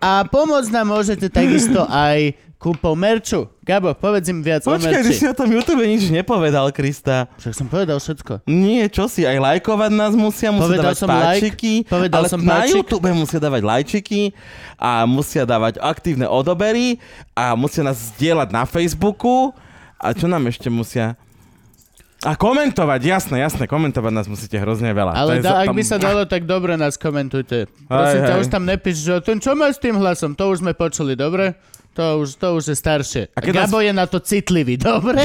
Speaker 7: A pomôcť nám môžete takisto aj kúpou merču. Gabo, povedz im viac o
Speaker 1: Počkaj, ty si
Speaker 7: merči.
Speaker 1: o tom YouTube nič nepovedal, Krista.
Speaker 7: Však som povedal všetko.
Speaker 1: Nie, čo si, aj lajkovať nás musia, musia
Speaker 7: Povedal
Speaker 1: dávať
Speaker 7: som like,
Speaker 1: páčiky,
Speaker 7: povedal
Speaker 1: ale
Speaker 7: som
Speaker 1: na
Speaker 7: páčik.
Speaker 1: YouTube musia dávať lajčiky a musia dávať aktívne odobery a musia nás zdieľať na Facebooku a čo nám ešte musia... A komentovať, jasné, jasné, komentovať nás musíte hrozne veľa. To je
Speaker 7: Ale da,
Speaker 1: za-
Speaker 7: ak
Speaker 1: tam-
Speaker 7: by sa dalo, tak dobre nás komentujte. Prosím
Speaker 1: Hej,
Speaker 7: ťa,
Speaker 1: hej.
Speaker 7: už tam nepíš, že ten čo má s tým hlasom, to už sme počuli, dobre? To už, to už je staršie. A
Speaker 1: keď
Speaker 7: Gabo je na to citlivý, (laughs) dobre?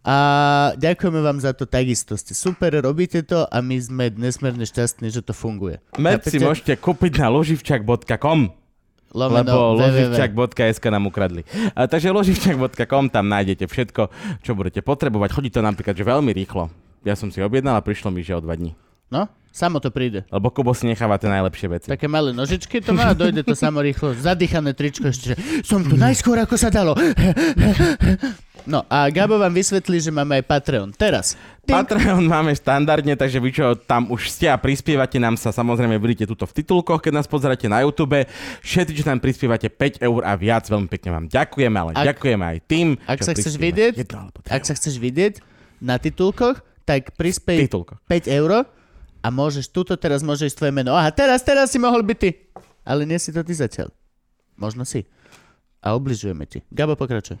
Speaker 7: A ďakujeme vám za to takisto. Ste super, robíte to a my sme nesmierne šťastní, že to funguje.
Speaker 1: Med si
Speaker 7: Chápete?
Speaker 1: môžete kúpiť na loživčak.com lebo
Speaker 7: Lomeno www.
Speaker 1: loživčak.sk nám ukradli. A, takže loživčak.com, tam nájdete všetko, čo budete potrebovať. Chodí to napríklad že veľmi rýchlo. Ja som si objednal a prišlo mi, že o dva dní.
Speaker 7: No, samo to príde.
Speaker 1: Lebo Kubo si necháva tie najlepšie veci.
Speaker 7: Také malé nožičky to má a dojde to samo rýchlo. Zadýchané tričko ešte, že som tu najskôr, ako sa dalo. No a Gabo vám vysvetlí, že máme aj Patreon. Teraz. Tink.
Speaker 1: Patreon máme štandardne, takže vy čo tam už ste a prispievate nám sa, samozrejme vidíte tuto v titulkoch, keď nás pozeráte na YouTube. Všetci, čo tam prispievate 5 eur a viac, veľmi pekne vám ďakujeme, ale
Speaker 7: Ak-
Speaker 1: ak, ďakujeme aj tým,
Speaker 7: ak
Speaker 1: čo
Speaker 7: sa chceš
Speaker 1: prispievate.
Speaker 7: vidieť,
Speaker 1: Jedno alebo tri
Speaker 7: Ak
Speaker 1: eur.
Speaker 7: sa chceš vidieť na titulkoch, tak
Speaker 1: V
Speaker 7: prispej
Speaker 1: titulkoch.
Speaker 7: 5 eur a môžeš, tuto teraz môže ísť tvoje meno. Aha, teraz, teraz si mohol byť ty. Ale nie si to ty zatiaľ. Možno si. A obližujeme ti. Gabo, pokračuj.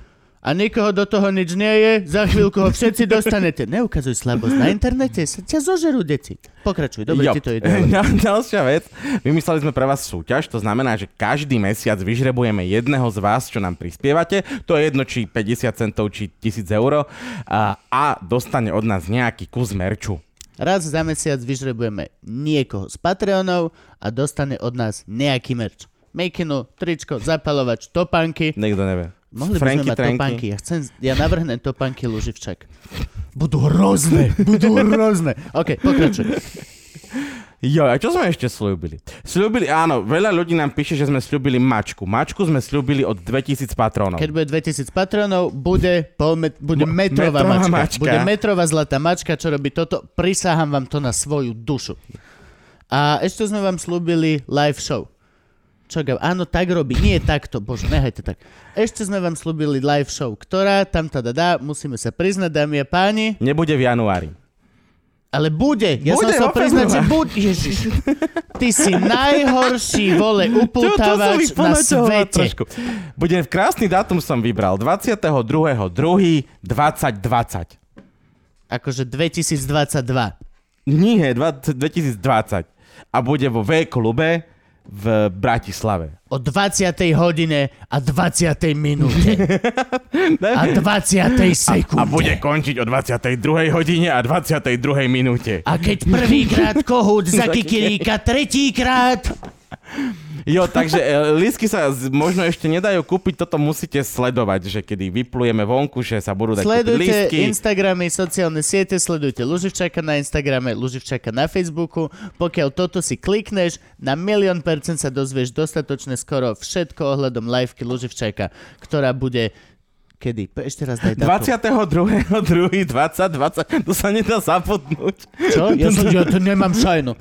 Speaker 7: a nikoho do toho nič nie je. Za chvíľku ho všetci dostanete. Neukazuj slabosť. Na internete sa ťa zožerú deti. Pokračuj, dobre
Speaker 1: Jo.
Speaker 7: ti to
Speaker 1: (laughs)
Speaker 7: ide.
Speaker 1: Ďal- Ďalšia vec, vymysleli sme pre vás súťaž, to znamená, že každý mesiac vyžrebujeme jedného z vás, čo nám prispievate, to je jedno či 50 centov, či 1000 eur a, a dostane od nás nejaký kus merču.
Speaker 7: Raz za mesiac vyžrebujeme niekoho z Patreonov a dostane od nás nejaký merč. Mekinu, tričko, zapalovač, topanky.
Speaker 1: Nikto nevie.
Speaker 7: Mohli by
Speaker 1: Franky,
Speaker 7: sme mať
Speaker 1: Tranky.
Speaker 7: topanky. Ja, chcem, ja navrhnem topanky Luživčak. Budú hrozné, budú hrozné. OK, pokračuj.
Speaker 1: Jo, a čo sme ešte slúbili? Slúbili, áno, veľa ľudí nám píše, že sme slúbili mačku. Mačku sme slúbili od 2000 patrónov.
Speaker 7: Keď bude 2000 patronov, bude, pol met,
Speaker 1: Bu-
Speaker 7: bude metrová,
Speaker 1: metrová mačka.
Speaker 7: mačka. Bude metrová zlatá mačka, čo robí toto. Prisahám vám to na svoju dušu. A ešte sme vám slúbili live show. Čo, Gab? Áno, tak robí. Nie takto. Bože, nehajte tak. Ešte sme vám slúbili live show, ktorá tam teda dá. Musíme sa priznať, dámy a páni.
Speaker 1: Nebude v januári.
Speaker 7: Ale bude. Ja
Speaker 1: Bude,
Speaker 7: som sa
Speaker 1: vo
Speaker 7: priznať, že
Speaker 1: februári.
Speaker 7: bude. Ježiš. Ty si najhorší, vole, upútavač na svete.
Speaker 1: trošku. Bude krásny dátum som vybral. 22.2.2020.
Speaker 7: Akože 2022.
Speaker 1: Nie, 20, 2020. A bude vo V klube v Bratislave.
Speaker 7: O 20. hodine a 20.
Speaker 1: (laughs)
Speaker 7: minúte. A 20. sekunde.
Speaker 1: A bude končiť o 22. hodine a 22. minúte.
Speaker 7: A keď prvýkrát kohút zakikilíka, tretíkrát...
Speaker 1: Jo, takže e, lístky sa z, možno ešte nedajú kúpiť, toto musíte sledovať, že kedy vyplujeme vonku, že sa budú dať kúpiť
Speaker 7: Sledujte
Speaker 1: lístky.
Speaker 7: Instagramy, sociálne siete, sledujte Luživčaka na Instagrame, Luživčaka na Facebooku. Pokiaľ toto si klikneš, na milión percent sa dozvieš dostatočne skoro všetko ohľadom liveky Luživčaka, ktorá bude Kedy? Pe- Ešte raz daj dátum.
Speaker 1: 22.2.2020, to sa nedá zapotnúť.
Speaker 7: Čo? Ja, som, ja to nemám šajnu.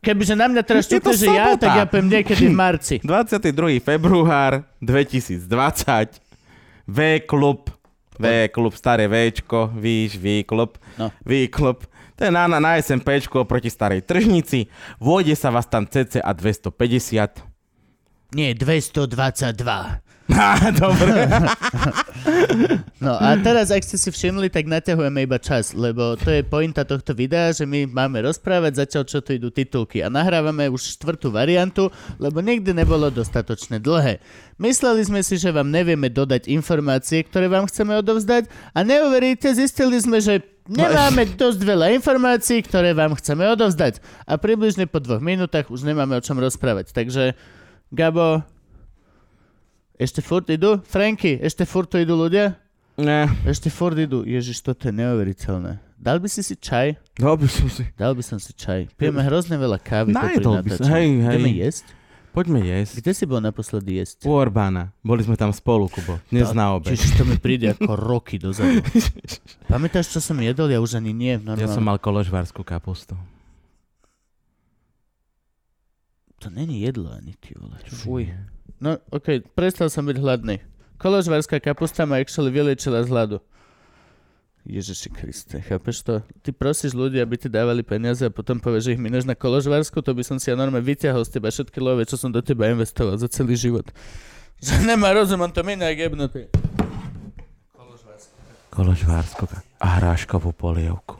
Speaker 7: Kebyže na mňa teraz
Speaker 1: Je to
Speaker 7: čukne, že ja,
Speaker 1: sobota.
Speaker 7: tak ja poviem niekedy v marci.
Speaker 1: 22. február 2020, V klub, V klub, staré Včko, víš, V klub,
Speaker 7: No.
Speaker 1: V klub. To je na, na, na SMPčku oproti starej tržnici. Vôjde sa vás tam cca (laughs) 250.
Speaker 7: Nie, 222.
Speaker 1: Á, dobre.
Speaker 7: No a teraz, ak ste si všimli, tak naťahujeme iba čas, lebo to je pointa tohto videa, že my máme rozprávať zatiaľ, čo tu idú titulky. A nahrávame už štvrtú variantu, lebo nikdy nebolo dostatočne dlhé. Mysleli sme si, že vám nevieme dodať informácie, ktoré vám chceme odovzdať a neuveríte, zistili sme, že nemáme dosť veľa informácií, ktoré vám chceme odovzdať. A približne po dvoch minútach už nemáme o čom rozprávať. Takže, Gabo, ešte furt idú? Franky, ešte furt tu idú ľudia?
Speaker 1: Ne,
Speaker 7: Ešte Ford idú. Ježiš, toto je neuveriteľné. Dal by si si čaj?
Speaker 1: dobre som si.
Speaker 7: Dal by som si čaj. Pijeme hrozne veľa kávy. popri
Speaker 1: Najedol by sa,
Speaker 7: natáčaní.
Speaker 1: hej, hej.
Speaker 7: Ideme jesť?
Speaker 1: Poďme jesť.
Speaker 7: Kde si bol naposledy jesť?
Speaker 1: U Orbána. Boli sme tam spolu, Kubo. Dnes na obed.
Speaker 7: Čiže to mi príde ako
Speaker 1: (laughs)
Speaker 7: roky dozadu. Pamätáš, čo som jedol? Ja už ani nie. Normálne.
Speaker 1: Ja som mal koložvárskú kapustu.
Speaker 7: To není jedlo ani, ty vole. Fuj. No, okej, prestal som byť hladný. Koložvárska kapusta ma actually vyliečila z hladu. Ježiši Kriste, chápeš to? Ty prosíš ľudí, aby ti dávali peniaze a potom povieš, že ich minúš na koložvársku, to by som si ja normálne vyťahol z teba všetky love, čo som do teba investoval za celý život. (laughs) Že nemá rozum, on to minie jak jebnutý.
Speaker 1: Koložvárskú kapustu. A hráškovú polievku.